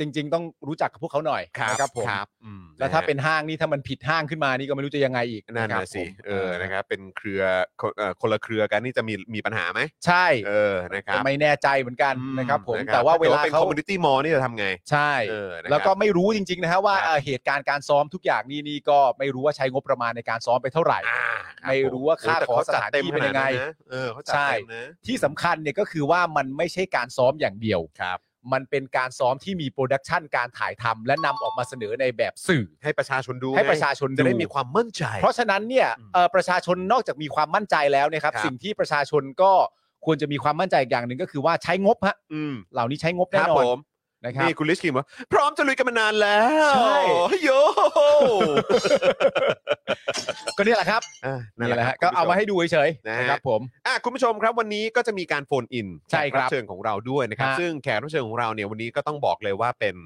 S3: จริง ๆ ต้องรู้จักกับพวกเขาหน่อย
S2: ครับ
S3: นะครับผม
S2: ครับอืม
S3: แล้วถ้า
S2: ะฮะ
S3: เป็นห้างนี่ถ้ามันผิดห้างขึ้นมานี่ก็ไม่รู้จะยังไงอีก
S2: นั่น
S3: ครับ
S2: นะสิ
S3: ผม
S2: เออนะครับเป็นเครือคนเอ่อคนละเครือกันนี่จะมีมีปัญหาไหม
S3: ใช่
S2: เออนะครับ
S3: แต่ไม่แน่ใจเหมือนกันนะครับผม
S2: อื
S3: แต่ว่าเวลา
S2: ถ้เป็น
S3: เขา
S2: คอมมูนิตี้มอลนี่จะทำไง
S3: ใช่
S2: เออนะครับ
S3: แล้วก็ไม่รู้จริง ๆ นะฮะว่า
S2: ครับ
S3: เอ่อเหตุการณ์การซ้อมทุกอย่างนี่นี่ก็ไม่รู้ว่าใช้งบประมาณในการซ้อมไปเท่าไหร่
S2: อ่าคบ
S3: ไม่รู้ว่า
S2: โย
S3: ค่า
S2: แต่
S3: ของ
S2: เจัด
S3: สถาน
S2: ต็ม
S3: ที่เป็นยังไง
S2: ขาดะเออเขาจัดเต็มนะ
S3: ที่สำคัญเนี่ยก็คือว่ามันไม่ใช่การซ้อมอย่างเดียว
S2: ครับ
S3: มันเป็นการซ้อมที่มีโปรดักชันการถ่ายทำและนำออกมาเสนอในแบบสื่อ
S2: ให้ประชาชนดู
S3: ให้ประชาชน
S2: ไง
S3: ดู
S2: จะได้มีความมั่นใจ
S3: เพราะฉะนั้นเนี่ย
S2: อืม
S3: เอ่อประชาชนนอกจากมีความมั่นใจแล้วเนะครับ
S2: ครับ
S3: สิ่งที่ประชาชนก็ควรจะมีความมั่นใจอีกอย่างหนึ่งก็คือว่าใช้งบฮะ
S2: อืม
S3: เหล่านี้ใช้งบ
S2: ค
S3: แน่
S2: รับ
S3: นอ
S2: ผ
S3: น
S2: ม
S3: นะครับ
S2: นี่คุณลิชคิมว่าพร้อมจะลุยกันมานานแล้ว
S3: ใช่
S2: โย
S3: ก็เนี่ยแหละครับ
S2: อ่ะนั่น
S3: นี่แหละฮะ
S2: ค
S3: ก็
S2: รับ
S3: เอามาให้
S2: คุณผู้ช
S3: ดูเฉย
S2: นะ
S3: ๆ
S2: ฮะ
S3: นะครับผม
S2: อ่ะคุณผู้ชมครับวันนี้ก็จะมีการโฟนอิน
S3: ใช่ครับ
S2: แขกเชิญของเราด้วยนะครับ
S3: ฮะ
S2: ซึ่งแขกรับเชิญของเราเนี่ยวันนี้ก็ต้องบอกเลยว่าเป็น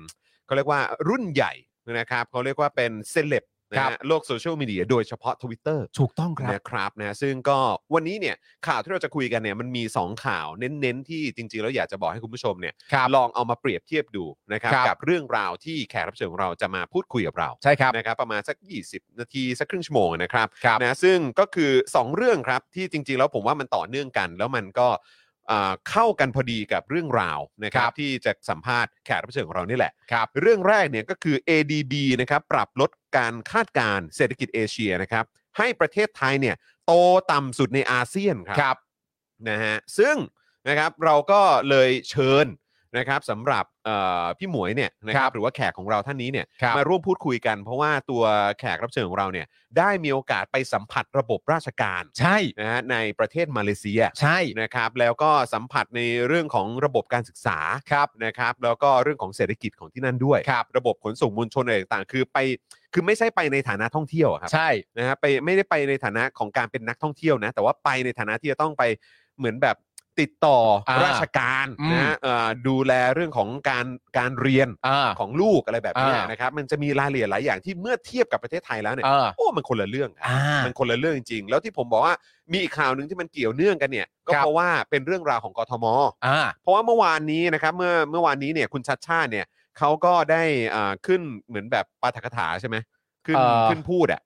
S2: เขาเรียกว่ารุ่นใหญ่นะครับเขาเรียกว่าเป็นเซเลบนะครับ ฮะโลกโซเชียลมีเดียโดยเฉพาะ Twitter
S3: ถูกต้องครับ
S2: นะครับนะซึ่งก็วันนี้เนี่ยข่าวที่เราจะคุยกันเนี่ยมันมี 2 ข่าวเน้นๆที่จริงๆแล้วอยากจะบอกให้คุณผู้ชมเนี่ย
S3: ครับ
S2: ลองเอามาเปรียบเทียบดูนะครับ
S3: ครับ
S2: กับเรื่องราวที่แขกรับเชิญของเราจะมาพูดคุยกับเรา
S3: ใช่ครับ
S2: นะครับประมาณสัก 20 นาทีสักครึ่งชั่วโมงนะครับ
S3: ครับ
S2: นะซึ่งก็คือ 2 เรื่องครับที่จริงๆ แล้วผมว่ามันต่อเนื่องกัน แล้วมันก็อ่าเข้ากันพอดีกับเรื่องราวนะครับ
S3: ครับ
S2: ที่จะสัมภาษณ์แขกรับเชิญของเรานี่แหละ
S3: ครับ
S2: เรื่องแรกเนี่ยก็คือ ADB นะครับปรับลดการคาดการณ์เศรษฐกิจเอเชียนะครับให้ประเทศไทยเนี่ยโตต่ำสุดในอาเซียนครั
S3: ครับ
S2: นะฮะซึ่งนะครับเราก็เลยเชิญนะครับสำหรับเอ่อพี่หมวยเนี่ยนะค
S3: ค
S2: รั
S3: รั
S2: บบ หรือว่าแขกของเราท่านนี้เนี่ย
S3: ครับ
S2: มาร่วมพูดคุยกัน เพราะว่าตัวแขกรับเชิญของเราเนี่ยได้มีโอกาสไปสัมผัสระบบราชการ
S3: ใช่
S2: นะฮะในประเทศมาเลเซีย
S3: ใช่
S2: นะครับแล้วก็สัมผัสในเรื่องของระบบการศึกษา
S3: ครับ
S2: นะครับแล้วก็เรื่องของเศรษฐกิจของที่นั่นด้วย
S3: ครับ
S2: ระบบขนส่งมวลชนอะไรต่างๆคือไปคือไม่ใช่ไปในฐานะท่องเที่ยวอะครับ
S3: ใช่
S2: นะฮะไปไม่ได้ไปในฐานะของการเป็นนักท่องเที่ยวนะ แต่ว่าไปในฐานะที่จะต้องไปเหมือนแบบติดต่ออาราชการ
S3: อืม
S2: นะฮะเอ่อดูแลเรื่องของการการเรียน
S3: อ่า
S2: ของลูกอะไรแบบเนี้ย
S3: อ่าน
S2: นะครับมันจะมีรายละเอียดหลายอย่างที่เมื่อเทียบกับประเทศไทยแล้วเนี่ย
S3: อ่า
S2: โอ้มันคนละเรื่องครับ
S3: อ่า
S2: มันคนละเรื่องจริงๆแล้วที่ผมบอกว่ามีอีกข่าวหนึ่งที่มันเกี่ยวเนื่องกันเนี่ยก็
S3: ครับ
S2: เพราะว่าเป็นเรื่องราวของกทม
S3: อ่า
S2: เพราะว่าเมื่อวานนี้นะครับเมื่อเมื่อวานนี้เนี่ยคุณชัดชาติเนี่ยเขาก็ได้อ่าขึ้นเหมือนแบบปาฐกถาใช่ไหมขึ้น
S3: เอ่อ
S2: ขึ้นพูดอ่ะ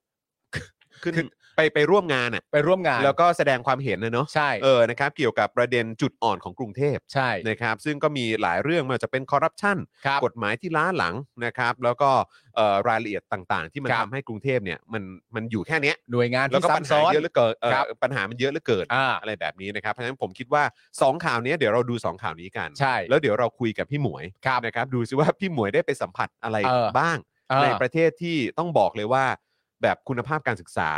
S2: ขึ้น
S3: ขึ้น
S2: ไปไปร่วมงานอ่ะ
S3: ไปร่วมงาน
S2: แล้วก็แสดงความเห็นนะเนาะ
S3: ใช่
S2: เออนะครับเกี่ยวกับประเด็นจุดอ่อนของกรุงเทพ
S3: ใช่
S2: นะครับ ซึ่งก็มีหลายเรื่องไมว่าจะเป็นคอร์รัปชัน
S3: ครับ
S2: กฎหมายที่ล้าหลังนะครับ แล้วก็เอ่อรายละเอียดต่างๆ ที่มัน
S3: ครับ
S2: ทำให้กรุงเทพเนี่ยมันมันอยู่แค่เนี้ย
S3: หน่วยงาน
S2: แล้ว
S3: ที่
S2: ก็
S3: ซั
S2: ปั
S3: บ
S2: ญ
S3: ซ้
S2: หา
S3: อน
S2: เยอะเหลือเกินเอ่อ
S3: ครับ
S2: ปัญหามันเยอะเหลือเกิน
S3: อ่า
S2: อะไรแบบนี้นะครับ เพราะฉะนั้นผมคิดว่า 2 ข่าวนี้เดี๋ยวเราดู 2 ข่าวนี้กัน
S3: ใช่
S2: แล้วเดี๋ยวเราคุยกับพี่หมวย
S3: ครับ
S2: นะครับ ดูซิว่าพี่หมวยได้ไปสัมผัสอะไร
S3: เออ
S2: บ้าง ในประเทศที่ต้องบอกเลยว่า แบบคุณภาพการศึกษา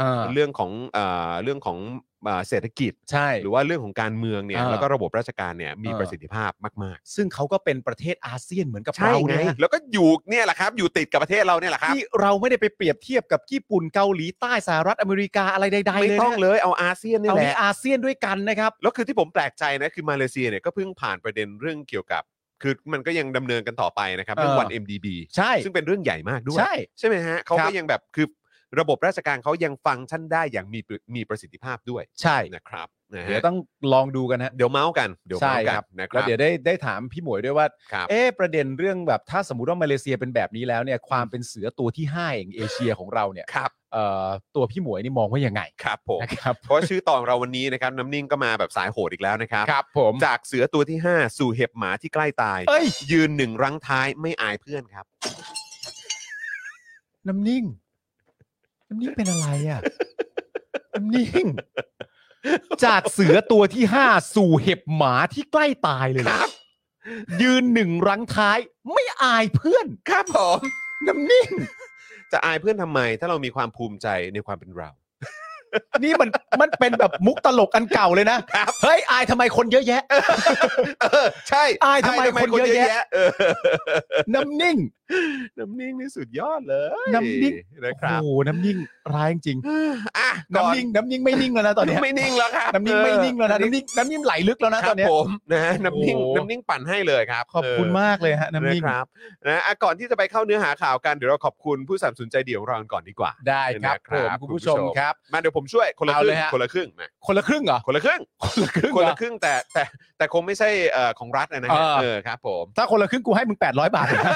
S3: อ่า
S2: เรื่องของเอ่อเรื่องของเอ่อเศรษฐกิจ
S3: ใช่
S2: หรือว่าเรื่องของการเมืองเนี่ย
S3: เออ
S2: แล้วก็ระบบราชการเนี่ยมี
S3: เออ
S2: ประสิทธิภาพมาก
S3: ซึ่งเขาก็เป็นประเทศอาเซียนเหมือนกับ
S2: ๆ
S3: เรานะ
S2: แล้วก็อยู่เนี่ยแหละครับ อยู่ติดกับประเทศเราเนี่ยแหละครับ
S3: ที่เราไม่ได้ไปเปรียบเทียบกับญี่ปุ่นเกาหลีใต้สหรัฐอเมริกาอะไรใดๆ
S2: ไม่
S3: เลย
S2: ต้อง
S3: นะ
S2: เลยเอาอาเซียนนี่
S3: เอา
S2: แห
S3: ที่
S2: ละ
S3: อาเซียนด้วยกันนะครับ
S2: แล้วคือที่ผมแปลกใจนะคือมาเลเซียเนี่ยก็เพิ่งผ่านประเด็นเรื่องเกี่ยวกับ คือมันก็ยังดำเนินกันต่อไปนะครับเรื่อง
S3: เออ
S2: วัน MDB
S3: ใช่
S2: ซึ่งเป็นเรื่องใหญ่มากด้วย
S3: ใช่
S2: ใช่ไหมฮะเขา
S3: ครั
S2: ก็
S3: บ
S2: ยังแบบคือ ระบบราชการเขายังฟังก์ชันได้อย่างมีประมีประสิทธิภาพด้วย
S3: ใช่
S2: นะครับนะฮะ
S3: เดี๋ยวต้องลองดูกันฮะ
S2: เดี๋ยวเมาส์กันเดี๋ยว
S3: ใช่
S2: เมาส์กั
S3: คน รับ
S2: นะค
S3: แล้
S2: รั
S3: ว
S2: บ
S3: เดี๋ยวได้ได้ถามพี่หมวยด้วยว่า
S2: ครับ
S3: เอ๊ะประเด็นเรื่องแบบถ้าสมมติว่ามาเลเซียเป็นแบบนี้แล้วเนี่ยความเป็นเสือตัวที่ห้าแห่งเอเชียของเราเนี่ย
S2: ครับ
S3: เอ่อตัวพี่หมวยนี่มองว่ายังไง
S2: ครับผม
S3: นะครับ
S2: เพราะชื่อตอนเราวันนี้นะครับน้ำนิ่งก็มาแบบสายโหดอีกแล้วนะครับ
S3: ครับผม
S2: จากเสือตัวที่ 5 สู่เห็บหมาที่ใกล้ตาย
S3: เอ้ย
S2: ยืนหนึ่งรั้งท้ายไม่อายเพื่อนครับ
S3: น้ำนิ่ง น้ำนิ่งเป็นอะไรอ่ะ น้ำนิ่ง จากเสือตัวที่ห้าสู่เห็บหมาที่ใกล้ตายเลยเหรอยืนหนึ่งรังท้าย ไม่อายเพื่อน
S2: ครับผม
S3: น้ำนิ่ง
S2: จะอายเพื่อนทำไม ถ้าเรามีความภูมิใจในความเป็นเรา
S3: นี่มันมันเป็นแบบมุกตลกอันเก่าเลยนะครับ เฮ้ยอายทำไมคนเยอะแยะ
S2: เออใช่
S3: อายทำไมคนเยอะแยะ
S2: เออ
S3: น้ำนิ่ง
S2: น้ำนิ่งนี่สุดยอดเลย
S3: น้ำนิ่ง
S2: นะครับ
S3: โอ้โหน้ำนิ่งร้ายจริง
S2: อ่ะ
S3: น้ำนิ่งน้ำนิ่งไม่นิ่งแล้วนะตอนเนี้ย
S2: ไม่นิ่งแล้วครับ
S3: น้ำนิ่งไม่นิ่งแล้วนะน้ำนิ่งน้ำนิ่งไหลลึกแล้วนะครับ ตอนเนี้ย
S2: ผมนะฮะน้ำนิ่ง
S3: โอ้โห
S2: น้ำนิ่งปั่นให้เลยครับ
S3: ขอบคุณ
S2: เ
S3: มากเลยฮะน้ำนิ่ง
S2: นะครับนะอ่ะก่อนที่จะไปเข้าเนื้อหาข่าวกันเดี๋ยวเราขอบคุณผู้สนับสนุนใจเดียวเรากันก่อนดีกว่า
S3: ได้ครับ
S2: นะค
S3: ผ
S2: รับ
S3: มคุณผู้ชม
S2: คุณผู้ชม
S3: ครับ
S2: มาเดี๋ยวผมช่วยคนละครึ่
S3: เอาเลย
S2: ง
S3: ฮะ
S2: คนละครึ่งนะ
S3: คนละครึ่งเหรอ
S2: คนละครึ่ง
S3: คนละครึ่ง
S2: คน
S3: เหร
S2: ละ
S3: อ
S2: ครึ่งแต่แต่แต่คงไม่ใช่เอ่อของรัฐนะฮะ
S3: เออ
S2: เออครับผม
S3: ถ้าคนละครึ่งกูให้มึง 800 บาทเลยนะ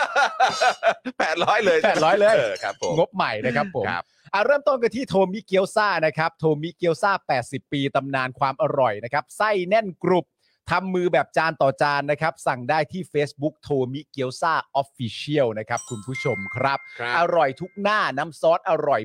S2: 800 เลยใช่ไหม
S3: 800เลย
S2: ออครับผม
S3: งบใหม่นะครับผม
S2: ครับ
S3: อ่ะเริ่มต้นกันที่โทมิเกียวซานะครับโทมิเกียวซา80 ปีตำนานความอร่อยนะครับไส้แน่นกรุบทำมือแบบจานต่อจานนะครับ สั่งได้ที่ Facebook โทมิเกียวซาออฟฟิเชียลนะครับคุณผู้ชมครับ
S2: ครับ
S3: อร่อยทุกหน้าน้ำซอสอร่อย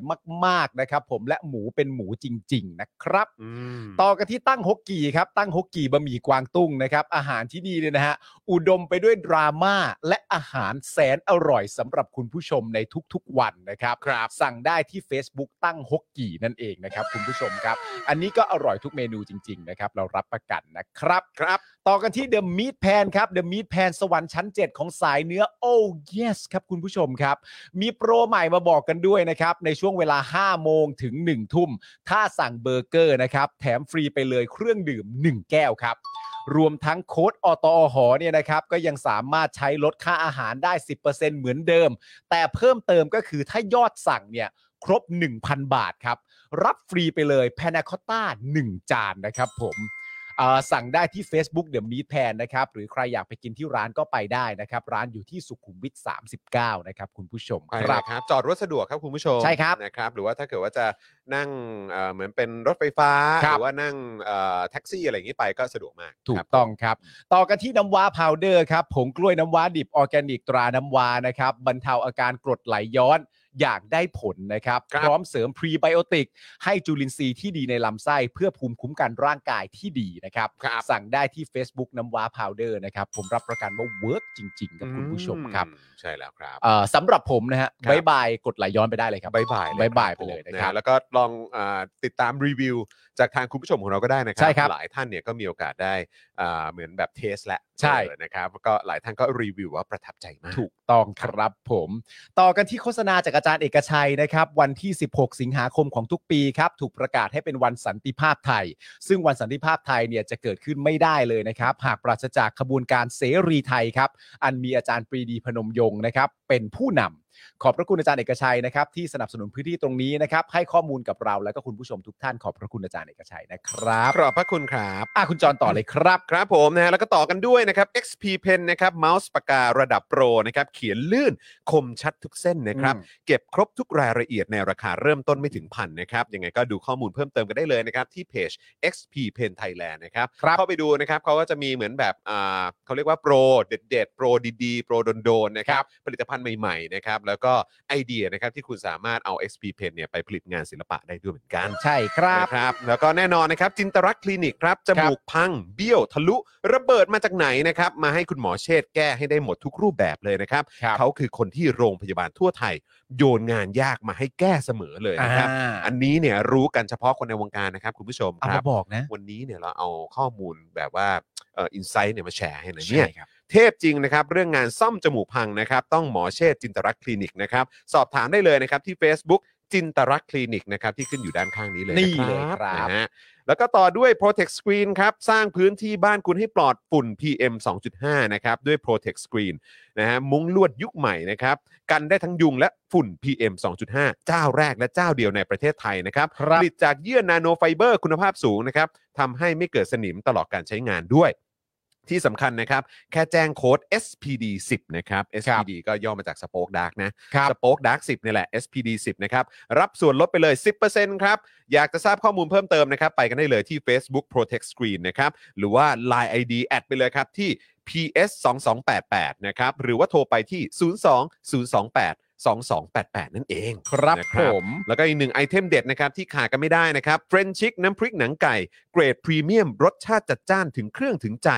S3: มาก ๆ นะครับผมและหมูเป็นหมูจริง ๆ นะครับ
S2: อืม
S3: ต่อกันที่ตั้งฮกกีครับ ตั้งฮกกีบะหมี่กวางตุ้งนะครับ อาหารที่นี่เนี่ยนะฮะ อุดมไปด้วยดราม่าและอาหารแสนอร่อยสำหรับคุณผู้ชมในทุกๆวันนะครับ
S2: ครับ
S3: สั่งได้ที่ Facebook ตั้งฮกกีนั่นเองนะครับ คุณผู้ชมครับ อันนี้ก็อร่อยทุกเมนูจริง ๆ นะครับ เรารับประกันนะครับ
S2: ครับ
S3: ต่อกันที่ The Meat Pan ครับ The Meat Pan สวรรค์ชั้น 7 ของสายเนื้อ Oh yes ครับคุณผู้ชมครับ มีโปรใหม่มาบอกกันด้วยนะครับ ในช่วงเวลา 5 โมงถึง 1 ทุ่ม ถ้าสั่งเบอร์เกอร์นะครับ แถมฟรีไปเลยเครื่องดื่ม 1 แก้วครับ รวมทั้งโค้ดอตอหอเนี่ยนะครับ ก็ยังสามารถใช้ลดค่าอาหารได้ 10%เหมือนเดิม แต่เพิ่มเติมก็คือถ้ายอดสั่งเนี่ยครบ 1,000 บาทครับ รับฟรีไปเลยแพนาคอต้า 1 จานนะครับผม เอ่อสั่งได้ที่ Facebook The Meat Pan นะครับ หรือใครอยากไปกินที่ร้านก็ไปได้นะครับ ร้านอยู่ที่สุขุมวิท 39 นะครับ คุณผู้ชม
S2: ไป
S3: ค
S2: เลย
S3: รับ
S2: ครับ จอดรถสะดวกครับคุณผู้ชม
S3: ใช่ครับ
S2: นะครับ หรือว่าถ้าเกิดว่าจะนั่งเอ่อเหมือนเป็นรถไฟฟ้า
S3: ครั
S2: ห
S3: บ
S2: รือว่านั่งเอ่อแท็กซี่อะไรอย่างนี้ไปก็สะดวกมาก
S3: ถู
S2: ครั
S3: ก
S2: บ
S3: ต้องครับ ต่อกันที่น้ำว้าพาวเดอร์ครับผงกล้วยน้ำว้าดิบออร์แกนิกตราน้ำว้านะครับ บรรเทาอาการกรดไหลย้อนอย่างได้ผลนะครับ
S2: ครับ
S3: พร้อมเสริมพรีไบโอติก ให้จุลินทรีย์ที่ดีในลำไส้ เพื่อภูมิคุ้มกันร่างกายที่ดีนะครับ
S2: ครับ
S3: สั่งได้ที่ Facebook น้ำว้าพาวเดอร์นะครับ ผมรับประกันว่าเวิร์กจริง ๆ กับคุณผู้ชมครับ
S2: อืใช่แล้วครับ
S3: เอ่อสำหรับผมนะฮะ
S2: ครับ
S3: บายบายกดไหลย้อนไปได้เลยครับ
S2: บายบายเลย
S3: บายบาย
S2: ค
S3: ไป
S2: รับ
S3: เลย
S2: ผม
S3: นะครั
S2: ฮ
S3: บ
S2: แล้วก็ลองอาติดตามรีวิว จากทางคุณผู้ชมของเราก็ได้นะครั
S3: ใช่ครับ
S2: หลายท่านเนี่ยก็มีโอกาสได้อ่าเหมือนแบบเทสและ
S3: ใช่
S2: เออนะครับแล้วก็หลายท่านก็รีวิวว่าประทับใจมาก
S3: ถูกต้องครับผม ต่อกันที่โฆษณาจากอาจารย์เอกชัยนะครับ วันที่ 16 สิงหาคมของทุกปีครับ ถูกประกาศให้เป็นวันสันติภาพไทย ซึ่งวันสันติภาพไทยเนี่ยจะเกิดขึ้นไม่ได้เลยนะครับ หากปราศจากขบวนการเสรีไทยครับ อันมีอาจารย์ปรีดีพนมยงค์นะครับ เป็นผู้นำขอบพระคุณอาจารย์เอกชัยนะครับ ที่สนับสนุนพื้นที่ตรงนี้นะครับ ให้ข้อมูลกับเราและก็คุณผู้ชมทุกท่านขอบพระคุณอาจารย์เอกชัยนะครับ
S2: ขอบพระคุณครับ
S3: อ่ะคุณจรต่อเลยครับ
S2: ครับผมนะฮะแล้วก็ต่อกันด้วยนะครับ XP Pen นะครับเมาส์ปากการะดับโปรนะครับเขียนลื่นคมชัดทุกเส้นนะครับ
S3: อืม
S2: เก็บครบทุกรายละเอียดในราคาเริ่มต้นไม่ถึงพันนะครับยังไงก็ดูข้อมูลเพิ่มเติมกันได้เลยนะครับ ที่เพจ XP Pen Thailand นะครับ
S3: ครับ
S2: เข้าไปดูนะครับเขาก็จะมีเหมือนแบบอ่าเขาเรียกว่าโปรเด็ดๆโปรดีๆ โปรโดนๆนะครับผลิตภัณฑ์ใหม่ๆนะครับแล้วก็ไอเดียนะครับที่คุณสามารถเอา XP Pen เนี่ยไปผลิตงานศิลปะได้ด้วยเหมือนกัน
S3: ใช่ครับ
S2: นะครับแล้วก็แน่นอนนะครับจินตรักษณ์คลินิกครับจมูกพัง เบี้ยวทะลุ ระเบิดมาจากไหนนะครับ มาให้คุณหมอเชษฐ์แก้ให้ได้หมดทุกรูปแบบเลยนะครับ
S3: ครับ
S2: เขาคือคนที่โรงพยาบาลทั่วไทย โยนงานยากมาให้แก้เสมอเลยนะครับ
S3: อ่า
S2: อันนี้เนี่ยรู้กันเฉพาะคนในวงการนะครับคุณผู้ชม
S3: เอา
S2: ครั
S3: มา
S2: บ
S3: บอกนะ
S2: วันนี้เนี่ยเราเอาข้อมูลแบบว่าเอินไซต์เนี่ยมาแชร์ให้นะเนี่ย
S3: ใช่ครับ
S2: เทพจริงนะครับเรื่องงานซ่อมจมูกพังนะครับต้องหมอเชษจินตรักษณ์คลินิกนะครับสอบถามได้เลยนะครับที่ Facebook จินตรักษณ์คลินิกนะครับที่ขึ้นอยู่ด้านข้างนี้เลยะ
S3: นี่เลยครับ
S2: นะฮะ แล้วก็ต่อด้วย Protect Screen ครับ สร้างพื้นที่บ้านคุณให้ปลอดฝุ่น PM 2.5 นะครับ ด้วย Protect Screen นะฮะมุ้งลวดยุคใหม่นะครับ กันได้ทั้งยุงและฝุ่น PM 2.5 เจ้าแรกและเจ้าเดียวในประเทศไทยนะครับ
S3: ครับ
S2: ผลิตจากเยื่อนาโนไฟเบอร์คุณภาพสูงนะครับทำให้ไม่เกิดสนิมตลอดการใช้งานด้วย ที่สำคัญนะครับ แค่แจ้งโค้ด SPD 10นะครับ SPD ก็ย่อมาจาก Spoke Dark นะ
S3: ครับ
S2: สป็อคดักสิบนี่แหละ SPD 10นะครับ รับส่วนลดไปเลย 10%ครับ อยากจะทราบข้อมูลเพิ่มเติมนะครับ ไปกันได้เลยที่ Facebook Protect Screen นะครับ หรือว่า Line ID แอดไปเลยครับ ที่ PS 2 2 8 8นะครับ หรือว่าโทรไปที่ 02 028 2288 นั่นเอง
S3: ครับ
S2: นะ
S3: ผม
S2: แล้วก็อีกหนึ่งไอเทมเด็ดนะครับ ที่ขาดกันไม่ได้นะครับเฟรนชิกน้ำพริกหนังไก่ เกรดพรีเมียม รสชาติจัดจ้านถึงเครื่องถึงใจ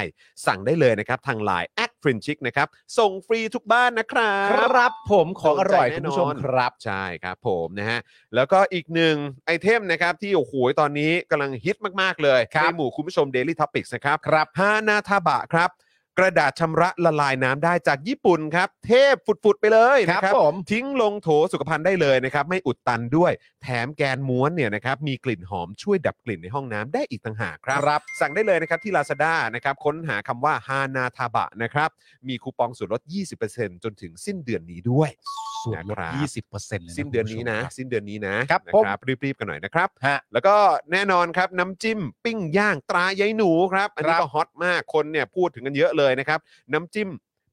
S2: สั่งได้เลยนะครับ ทางไลน์แอดเฟรนชิกนะครับ ส่งฟรีทุกบ้านนะครับ
S3: ครับผมของอร่อย
S2: โดนใจ
S3: คุณผู้ชม
S2: แน่นอน
S3: ครับ
S2: ใช่ครับผมนะฮะ แล้วก็อีกหนึ่งไอเทมนะครับ ที่โอ้โหตอนนี้กำลังฮิตมาก ๆ เลย
S3: ครับ
S2: ในหมู่คุณผู้ชม Daily Topics นะครับ
S3: ครับ
S2: ฮานาทาบะครับ กระดาษชำระละลายน้ำได้จากญี่ปุ่นครับ เทพฝุด ๆ ไปเลย
S3: ค
S2: นะ
S3: รับ
S2: ครับ
S3: ผม
S2: ทิ้งลงโถสุขภัณฑ์ได้เลยนะครับ ไม่อุดตันด้วย แถมแกนม้วนเนี่ยนะครับมีกลิ่นหอมช่วยดับกลิ่นในห้องน้ำได้อีกต่างหากครับ
S3: ครับ
S2: สั่งได้เลยนะครับที่ Lazada นะครับ ค้นหาคำว่าฮานาทาบะนะครับ มีคูปองส่วนลด 20%จนถึงสิ้นเดือนนี้ด้วย
S3: ส่วนล
S2: นะค
S3: ด
S2: รับ
S3: 20%เลยะ
S2: สิ้นเดือนนี้นะ
S3: คุณผู้ชมครับ
S2: สิ้นเดือนนี้นะครับ นะ
S3: ผม
S2: รีบๆกันหน่อยนะครับ
S3: ฮะ
S2: แล้วก็แน่นอนครับน้ำจิ้มปิ้งย่างตรายายหนูครับ อันนี้
S3: ครับ
S2: ก็ฮอตมากคนเนี่ยพูดถึงกันเยอะเลยนะครับ น้ำจิ้ม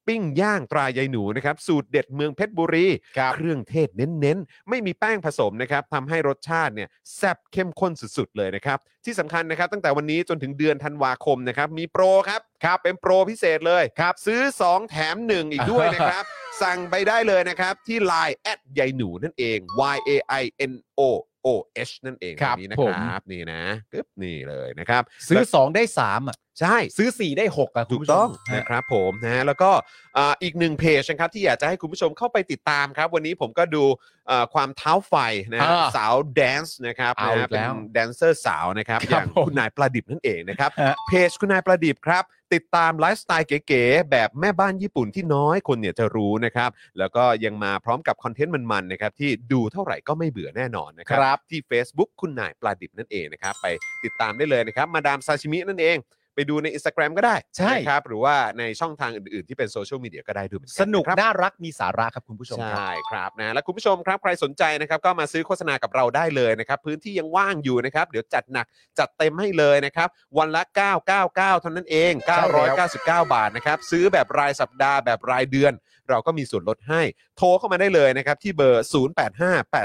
S2: ปิ้งย่างตรายายหนูนะครับ สูตรเด็ดเมืองเพชรบุรี
S3: ครับ
S2: เครื่องเทศเน้นๆ ไม่มีแป้งผสมนะครับทำให้รสชาติเนี่ยแซ่บเข้มข้นสุดๆเลยนะครับ ที่สำคัญนะครับตั้งแต่วันนี้จนถึงเดือนธันวาคมนะครับ มีโปรครับครับ เป็นโปรพิเศษเลยครับ ซื้อ 2 แถม 1 อีกด้วยนะครับ สั่งไปได้เลยนะครับที่ Line แอดยายหนูนั่นเอง y a i n o o h นั่นเอง
S3: ครับ
S2: อันนี้นะ
S3: ผม
S2: ครับนี่นะกึ๊บนี่เลยนะครับ
S3: ซื้
S2: แล้
S3: อ
S2: ว
S3: 2 ได้ 3 อ่ะ
S2: ใช่
S3: ซื้อ 4 ได้ 6 อ่ะ คุ
S2: ถู
S3: ณ
S2: ก
S3: ผู้ชม
S2: ต้อง
S3: ฮะ
S2: นะครับผมนะฮะแล้วก็อ่าอีกหนึ่งเพจนะครับที่อยากจะให้คุณผู้ชมเข้าไปติดตามครับ วันนี้ผมก็ดูอ่าความเท้าไฟนะฮะ
S3: อ่า
S2: สาวแดนซ์นะครับ
S3: เอา
S2: นะ
S3: อี
S2: ฮะ
S3: ก
S2: เป็
S3: แล้
S2: น
S3: ว
S2: แดนเซอร์สาวนะครับ
S3: ครับ
S2: อย่าง
S3: ผม
S2: คุณนายประดิษฐ์นั่นเองนะครับ
S3: ฮะ
S2: เพจคุณนายประดิษฐ์ครับ ติดตามไลฟ์สไตล์เก๋ๆแบบแม่บ้านญี่ปุ่นที่น้อยคนเนี่ยจะรู้นะครับ แล้วก็ยังมาพร้อมกับคอนเทนต์มันๆนะครับที่ดูเท่าไหร่ก็ไม่เบื่อแน่นอนนะครั
S3: ครับ
S2: ที่ Facebook คุณนายปลาดิบนั่นเองนะครับไปติดตามได้เลยนะครับ มาดามซาชิมินั่นเอง ไปดูใน Instagram ก็ได้
S3: ใช่
S2: นะครับหรือว่าในช่องทางอื่นๆ ที่เป็นโซเชียลมีเดียก็ได้ดูเหมือกั
S3: สนุก
S2: ะครับ
S3: น่ารักมีสาระครับคุณผู้ชมครับ
S2: ใช่ครับนะและคุณผู้ชมครับใครสนใจนะครับก็มาซื้อโฆษณากับเราได้เลยนะครับ พื้นที่ยังว่างอยู่นะครับ เดี๋ยวจัดหนักจัดเต็มให้เลยนะครับ วันละ 999 เท่านั้นเอง
S3: ใช่แล้ว
S2: 999 บาทนะครับ ซื้อแบบรายสัปดาห์แบบรายเดือน เราก็มีส่วนลดให้ โทรเข้ามาได้เลยนะครับ ที่เบอร์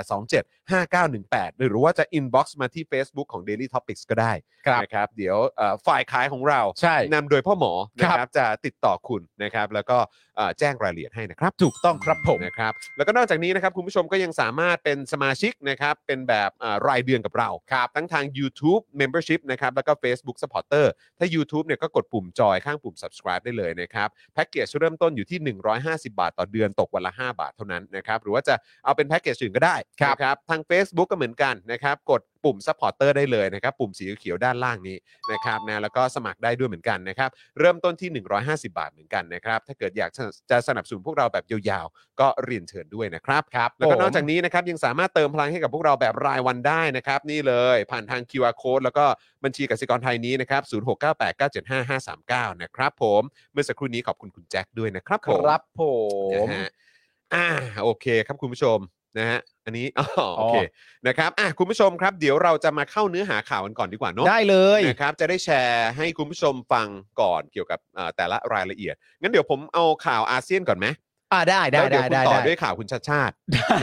S2: 0858275918 หรือว่าจะ inbox มาที่ Facebook ของ Daily Topics ก็ได้
S3: ครับ
S2: นะครับ เดี๋ยวเอ่อฝ่ายขายของเรา
S3: ใช่
S2: นำโดยพ่อหมอนะค
S3: ครั
S2: รับบ จะติดต่อคุณนะครับ แล้วก็เอ่อแจ้งรายละเอียดให้นะครับ
S3: ถูกต้องครับผม
S2: นะครับแล้วก็นอกจากนี้นะครับคุณผู้ชมก็ยังสามารถเป็นสมาชิกนะครับเป็นแบบอ่ารายเดือนกับเราครับทั้งทาง YouTube Membership นะครับแล้วก็ Facebook Supporter ถ้า YouTube เนี่ยก็กดปุ่มจอยข้างปุ่ม subscribe ได้เลยนะครับแพ็กเกจเริ่มต้นอยู่ที่ 150 บาทต่อเดือนตกวันละ 5 บาทเท่านั้นนะครับหรือว่าจะเอาเป็นแพ็กเกจอื่นก็ได้
S3: ครับ
S2: นะครับทาง Facebook ก็เหมือนกันนะครับกดปุ่ม supporter ได้เลยนะครับปุ่มสีเขียวๆด้านล่างนี้นะครับนะแล้วก็สมัครได้ด้วยเหมือนกันนะครับ เริ่มต้นที่ 150 บาทเหมือนกันนะครับ ถ้าเกิดอยากจะจะสนับสนุนพวกเราแบบยาวๆ ก็เรียนเชิญด้วยนะครับ
S3: ครับ
S2: แล้วก็นอก
S3: ผม
S2: จากนี้นะครับยังสามารถเติมพลังให้กับพวกเราแบบรายวันได้นะครับ นี่เลยผ่านทาง QR code แล้วก็บัญชีกสิกรไทยนี้นะครับ 0698975539 นะครับผม เมื่อสักครู่นี้ขอบคุณคุณแจ็คด้วยนะครับผม
S3: ครับผม
S2: นะฮะอ่าโอเคครับคุณผู้ชมนะฮะอันนี้ อ๋อโอเคนะครับอ่ะคุณผู้ชมครับเดี๋ยวเราจะมาเข้าเนื้อหาข่าวกันก่อนดีกว่าเนอะ
S3: ได้เลย
S2: นะครับจะได้แชร์ให้คุณผู้ชมฟังก่อนเกี่ยวกับเอ่อแต่ละรายละเอียด งั้นเดี๋ยวผมเอาข่าวอาเซียนก่อนไหม
S3: อ่าได้ได้
S2: แล้วเดี๋ย
S3: ได้
S2: วคุณต่
S3: ได้
S2: อ
S3: ได้
S2: ด้วยข่าวคุณชาติชาติ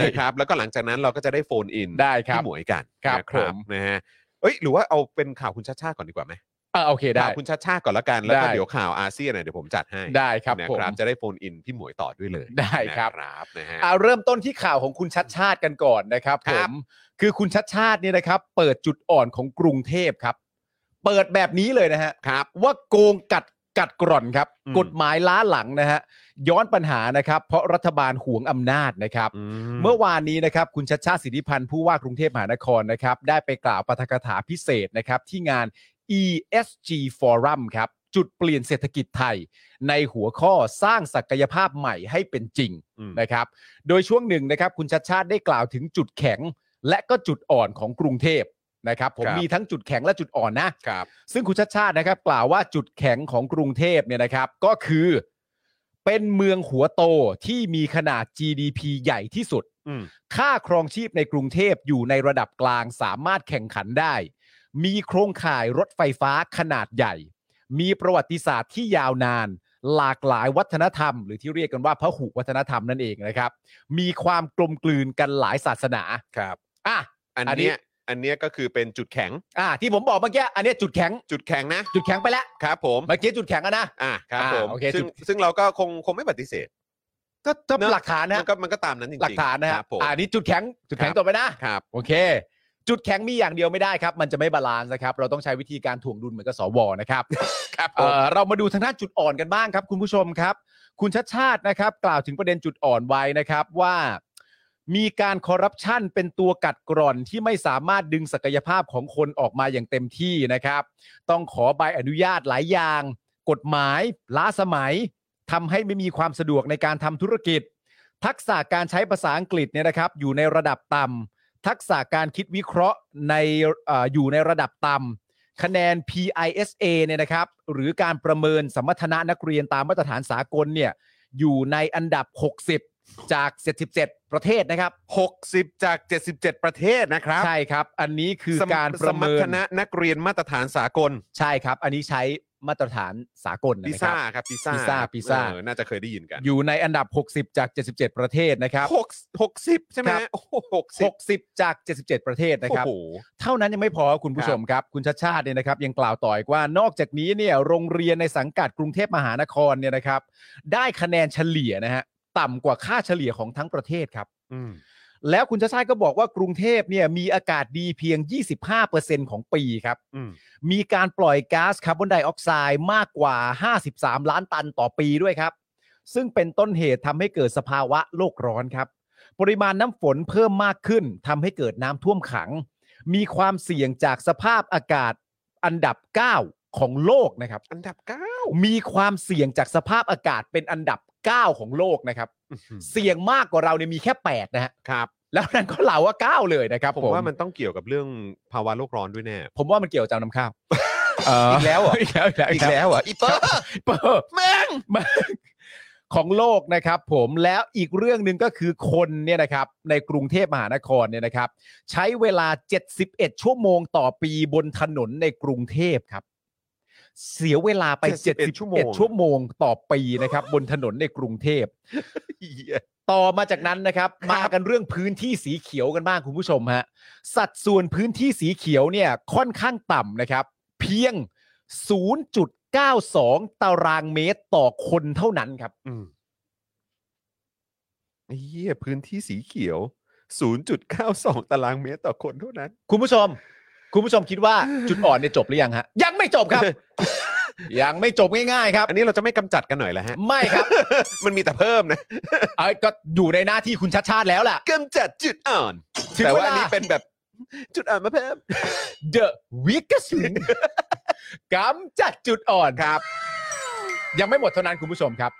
S2: นะครับแล้วก็หลังจากนั้นเราก็จะได้โฟนอิน
S3: ได้ครับ
S2: พี่หมวยกัน
S3: ครับ
S2: นะ
S3: ผม
S2: นะฮะเอ้ยหรือว่าเอาเป็นข่าวคุณชาติชาติก่อนดีกว่าไหม
S3: อ่าโอเคได้
S2: ข่าวคุณชาติชาติก่อนละกันแล้วก็
S3: ได้
S2: เดี๋ยวข่าวอาเซียนเนี่ยเดี๋ยวผมจัดให้
S3: ได้ครับ
S2: นะ
S3: ผม
S2: จะได้โฟนอินพี่หมวยต่อด้วยเลย
S3: ได้ครับ
S2: นะนะฮะ
S3: อ่าเริ่มต้นที่ข่าวของคุณชัดชาติกันก่อนนะครับ
S2: ค
S3: ผ
S2: รับ
S3: มคือคุณชัดชาติเนี่ยนะครับ เปิดจุดอ่อนของกรุงเทพครับ เปิดแบบนี้เลยนะฮะ
S2: ครับ
S3: ว่าโกงกัดกัดกร่อนครับ
S2: อืม
S3: กฎหมายล้าหลังนะฮะย้อนปัญหานะครับ เพราะรัฐบาลหวงอำนาจนะครับ เมื่อวานนี้นะครับคุณชัชชาติสิทธิพันธ์ผู้ว่ากรุงเทพมหานครนะครับ ได้ไปกล่าวปาฐกถาพิเศษนะครับ ที่งาน ESG Forum ครับ จุดเปลี่ยนเศรษฐกิจไทย ในหัวข้อสร้างศักยภาพใหม่ให้เป็นจริง
S2: อืม
S3: นะครับ โดยช่วงหนึ่งนะครับ คุณชัชชาติได้กล่าวถึงจุดแข็ง และก็จุดอ่อนของกรุงเทพ นะครับผม
S2: ครับ
S3: มีทั้งจุดแข็งและจุดอ่อนนะ
S2: ครับ
S3: ซึ่งคุณชัดชาตินะครับ กล่าวว่าจุดแข็งของกรุงเทพเนี่ยนะครับ ก็คือ เป็นเมืองหัวโตที่มีขนาด GDP ใหญ่ที่สุด
S2: อืม
S3: ค่าครองชีพในกรุงเทพอยู่ในระดับกลางสามารถแข่งขันได้ มีโครงข่ายรถไฟฟ้าขนาดใหญ่ มีประวัติศาสตร์ที่ยาวนาน หลากหลายวัฒนธรรม หรือที่เรียกกันว่าพหุวัฒนธรรมนั่นเองนะครับ มีความกลมกลืนกันหลายศาสนา
S2: ครับ
S3: อ่ะ
S2: อัน
S3: อันนี้
S2: เนี้ยอันเนี้ยก็คือเป็นจุดแข็ง
S3: อ่ะที่ผมบอกเมื่อกี้อันเนี้ยจุดแข็ง
S2: จุดแข็งนะ
S3: จุดแข็งไปแล้ว
S2: ครับผม
S3: เมื่อกี้จุดแข็งอะนะ
S2: อ่าครับ
S3: อ่า
S2: ผม
S3: โอเค
S2: ซึ่ง
S3: จุด
S2: ซึ่งเราก็คงคงไม่ปฏิเสธ
S3: ก็ก็
S2: เนอะ
S3: หลักฐานนะ
S2: มันก็มันก็ตามนั้นจริงๆ
S3: หลักฐานนะ
S2: ค
S3: ฮะ
S2: รับผม
S3: อ่านี่จุดแข็งจุดแข็ง
S2: ครับ
S3: ต่อไปนะ
S2: ครับ
S3: โอเค จุดแข็งมีอย่างเดียวไม่ได้ครับ มันจะไม่บาลานซ์นะครับ เราต้องใช้วิธีการถ่วงดุลเหมือนกับสวนะครับ
S2: ครับผ
S3: เอ่
S2: ม
S3: อเรามาดูทางด้านจุดอ่อนกันบ้างครับ คุณผู้ชมครับ คุณชัดชาตินะครับ กล่าวถึงประเด็นจุดอ่อนไว้นะครับว่า มีการคอร์รัปชันเป็นตัวกัดกร่อนที่ไม่สามารถดึงศักยภาพของคนออกมาอย่างเต็มที่นะครับ ต้องขอใบอนุญาตหลายอย่าง กฎหมายล้าสมัยทำให้ไม่มีความสะดวกในการทำธุรกิจ ทักษะการใช้ภาษาอังกฤษเนี่ยนะครับ อยู่ในระดับต่ำทักษะการคิดวิเคราะห์ในเอออยู่ในระดับต่ำ คะแนน PISA เนี่ยนะครับ หรือการประเมินสมรรถนะนักเรียนตามมาตรฐานสากลเนี่ยอยู่ในอันดับ 60 จาก 77 ประเทศนะครับ
S2: 60 จาก 77 ประเทศนะครับ
S3: ใช่ครับ อันนี้คือ
S2: สม
S3: การประ
S2: ส
S3: เมิ
S2: มรร
S3: น
S2: ถนะนักเรียนมาตรฐานสากล
S3: ใช่ครับ อันนี้ใช้มาตรฐานสากลนะ
S2: พิ
S3: ค
S2: ซ่า
S3: รับ
S2: ครับพิซ่า
S3: PISA PISA
S2: น่าจะเคยได้ยินกัน
S3: อยู่ในอันดับ 60 จาก 77 ประเทศนะครับ
S2: หกหกสิบใช่ไหม
S3: ครับ
S2: โอ้โหหกสิบ
S3: 60 จาก 77 ประเทศนะครับ
S2: โอ้โห
S3: เท่านั้นยังไม่พอคุณผู้ชมครับ คุณชาชาติเนี่ยนะครับ ยังกล่าวต่ออีกว่านอกจากนี้เนี่ยโรงเรียนในสังกัดกรุงเทพมหานครเนี่ยนะครับ ได้คะแนนเฉลี่ยนะฮะต่ำกว่าค่าเฉลี่ยของทั้งประเทศครับ
S2: อืม
S3: แล้วคุณชาชาติก็บอกว่ากรุงเทพเนี่ยมีอากาศดีเพียง 25%ของปีครับ
S2: อืม
S3: มีการปล่อยก๊าซคาร์บอนไดออกไซด์มากกว่า 53 ล้านตันต่อปีด้วยครับ ซึ่งเป็นต้นเหตุทำให้เกิดสภาวะโลกร้อนครับ ปริมาณน้ำฝนเพิ่มมากขึ้นทำให้เกิดน้ำท่วมขัง มีความเสี่ยงจากสภาพอากาศอันดับ 9 ของโลกนะครับ
S2: อันดับเก้า
S3: มีความเสี่ยงจากสภาพอากาศเป็นอันดับ 9 ของโลกนะครับ เสี่ยงมากกว่าเราเนี่ยมีแค่ 8 นะฮะ
S2: ครับ
S3: แล้วนั้นก็เราว่าเก้า9เลยนะครับ
S2: ผม
S3: ผม
S2: ว่ามันต้องเกี่ยวกับเรื่องภาวะโลกร้อนด้วยแน่
S3: ผมว่ามันเกี่ยวกับจำนำข้าว
S2: อีกแล้วเหรอ
S3: อีกแล้วอีกแล้ว
S2: อีกแล้วเหรอ่ะอีเปอร์
S3: เปิด
S2: แม่ง
S3: มาก ของโลกนะครับผมแล้วอีกเรื่องหนึ่งก็คือคนเนี่ยนะครับในกรุงเทพมหานครเนี่ยนะครับ ใช้เวลา 71 ชั่วโมงต่อปีบนถนนในกรุงเทพครับ เสียเวลาไป
S2: 71
S3: 71
S2: ชั่วโมง
S3: ชั่วโมงต่อปีนะครับ บนถนนในกรุงเทพ ต่อมาจากนั้นนะครับ มากันเรื่องพื้นที่สีเขียวกันบ้างคุณผู้ชมฮะสัดส่วนพื้นที่สีเขียวเนี่ยค่อนข้างต่ำนะครับ เพียง 0.92 ตารางเมตรต่อคนเท่านั้นครับ
S2: อืมไอ้เหี้ยพื้นที่สีเขียว 0.92 ตารางเมตรต่อคนเท่านั้น
S3: คุณผู้ชม คุณผู้ชมคิดว่า จุดอ่อนเนี่ยจบหรือยังฮะ ยังไม่จบครับ ยังไม่จบง่ายๆครับ
S2: อันนี้เราจะไม่กำจัดกันหน่อยแล้วฮะ
S3: ไม่ครับ
S2: มันมีแต่เพิ่มนะ
S3: เอ้ยก็อยู่ในหน้าที่คุณชัดชาติแล้วล่ะ
S2: กำจัดจุดอ่อน
S3: ถึง
S2: แต่
S3: เว
S2: ว่าอั
S3: ลา
S2: นนี้เป็นแบบจุดอ่อนมาเพิ่ม
S3: The weakest link กำจัดจุดอ่อนครับ ยังไม่หมดเท่านั้นคุณผู้ชมครับ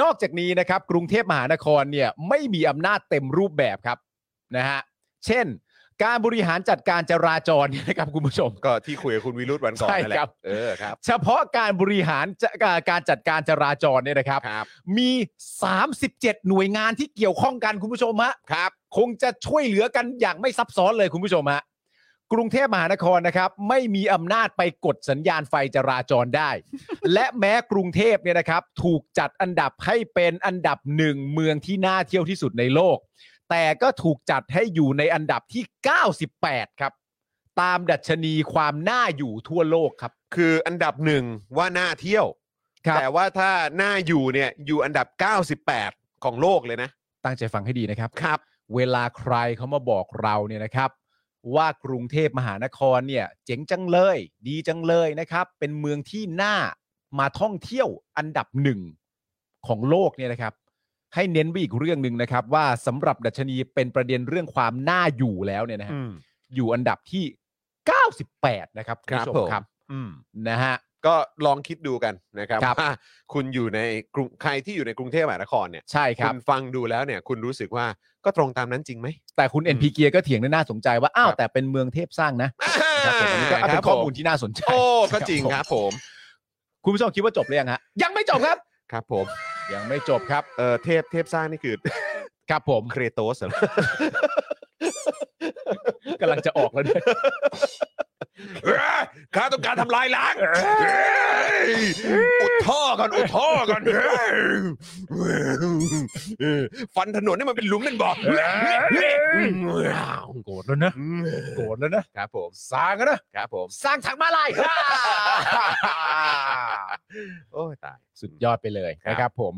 S3: นอกจากนี้นะครับ กรุงเทพมหานครเนี่ยไม่มีอำนาจเต็มรูปแบบครับนะฮะเช่น การบริหารจัดการจราจรเนี่ยนะครับคุณผู้ชม
S2: ก็ที่คุยกับคุณวิรุธวันก่อน
S3: ใช่
S2: นั่นแหละ
S3: ครับ
S2: เออครับ
S3: เฉพาะการบริหารจะการจัดการจราจรเนี่ยนะครับ
S2: ครับ
S3: มี 37 หน่วยงานที่เกี่ยวข้องกันคุณผู้ชมฮะครับ คงจะช่วยเหลือกันอย่างไม่ซับซ้อนเลยคุณผู้ชมฮะกรุงเทพมหานครนะครับ ไม่มีอำนาจไปกดสัญญาณไฟจราจรได้ และแม้กรุงเทพเนี่ยนะครับ ถูกจัดอันดับให้เป็นอันดับหนึ่งเมืองที่น่าเที่ยวที่สุดในโลก แต่ก็ถูกจัดให้อยู่ในอันดับที่ 98 ครับ ตามดัชนีความน่าอยู่ทั่วโลกครับ
S2: คืออันดับหนึ่งว่าน่าเที่ยว
S3: ครับ
S2: แต่ว่าถ้าน่าอยู่เนี่ยอยู่อันดับ 98 ของโลกเลยนะ
S3: ตั้งใจฟังให้ดีนะครับ
S2: ครับ
S3: เวลาใครเขามาบอกเราเนี่ยนะครับ ว่ากรุงเทพมหานครเนี่ย เจ๋งจังเลย ดีจังเลยนะครับ เป็นเมืองที่น่ามาท่องเที่ยวอันดับหนึ่งของโลกเนี่ยนะครับ ให้เน้นไปอีกเรื่องหนึ่งนะครับ ว่าสำหรับดัชนีเป็นประเด็นเรื่องความน่าอยู่แล้วเนี่ยนะฮะ
S2: อืม
S3: อยู่อันดับที่ 98 นะครับณ
S2: ครับ
S3: ผู้ช
S2: ผม ม
S3: ครับ
S2: อืม
S3: นะฮะ
S2: ก็ลองคิดดูกันนะครับ
S3: ครับ
S2: ว่าคุณอยู่ในกรุงใครที่อยู่ในกรุงเทพมหานครเนี่ย
S3: ใช่ครับ
S2: ณฟังดูแล้วเนี่ย คุณรู้สึกว่าก็ตรงตามนั้นจริงไหม
S3: แต่คุณ
S2: อืม
S3: NP เกียร์ก็เถียงได้น่าสนใจว่า อ้าว แต่เป็นเมืองเทพสร้างนะค
S2: ค
S3: รั
S2: รั
S3: บบ ผมอันนี้ก็เป็น
S2: ผ
S3: ข้อ
S2: ม
S3: มูลที่น่าสนใจ
S2: โอ้ก็จริงครับผม
S3: คุณผู้ชมคิดว่าจบหรือยังฮะยังไม่จบครับ
S2: ครับผม
S3: ยังไม่จบครับ
S2: เออเทพเทพสร้างนี่คือ
S3: ครับผม
S2: เครโตสเหรอก
S3: ำลังจะออกแล้วด้วย
S2: เอ้ยข้าต้องการทำลายล้างเอ้ยอุดท่อก่อนอุดท่อก่อนเอ้ยเอ้ยฟันถนนนี่มันเป็นหลุมเป็นบ่อ
S3: โกรธแล้วนะโกรธแล้วนะครับ
S2: ผม
S3: สร้างแล้วนะครับ
S2: ผม
S3: สร้างทางมาลาย
S2: โอ้ยตาย
S3: สุดยอดไปเลย
S2: ครับ
S3: นะครับผม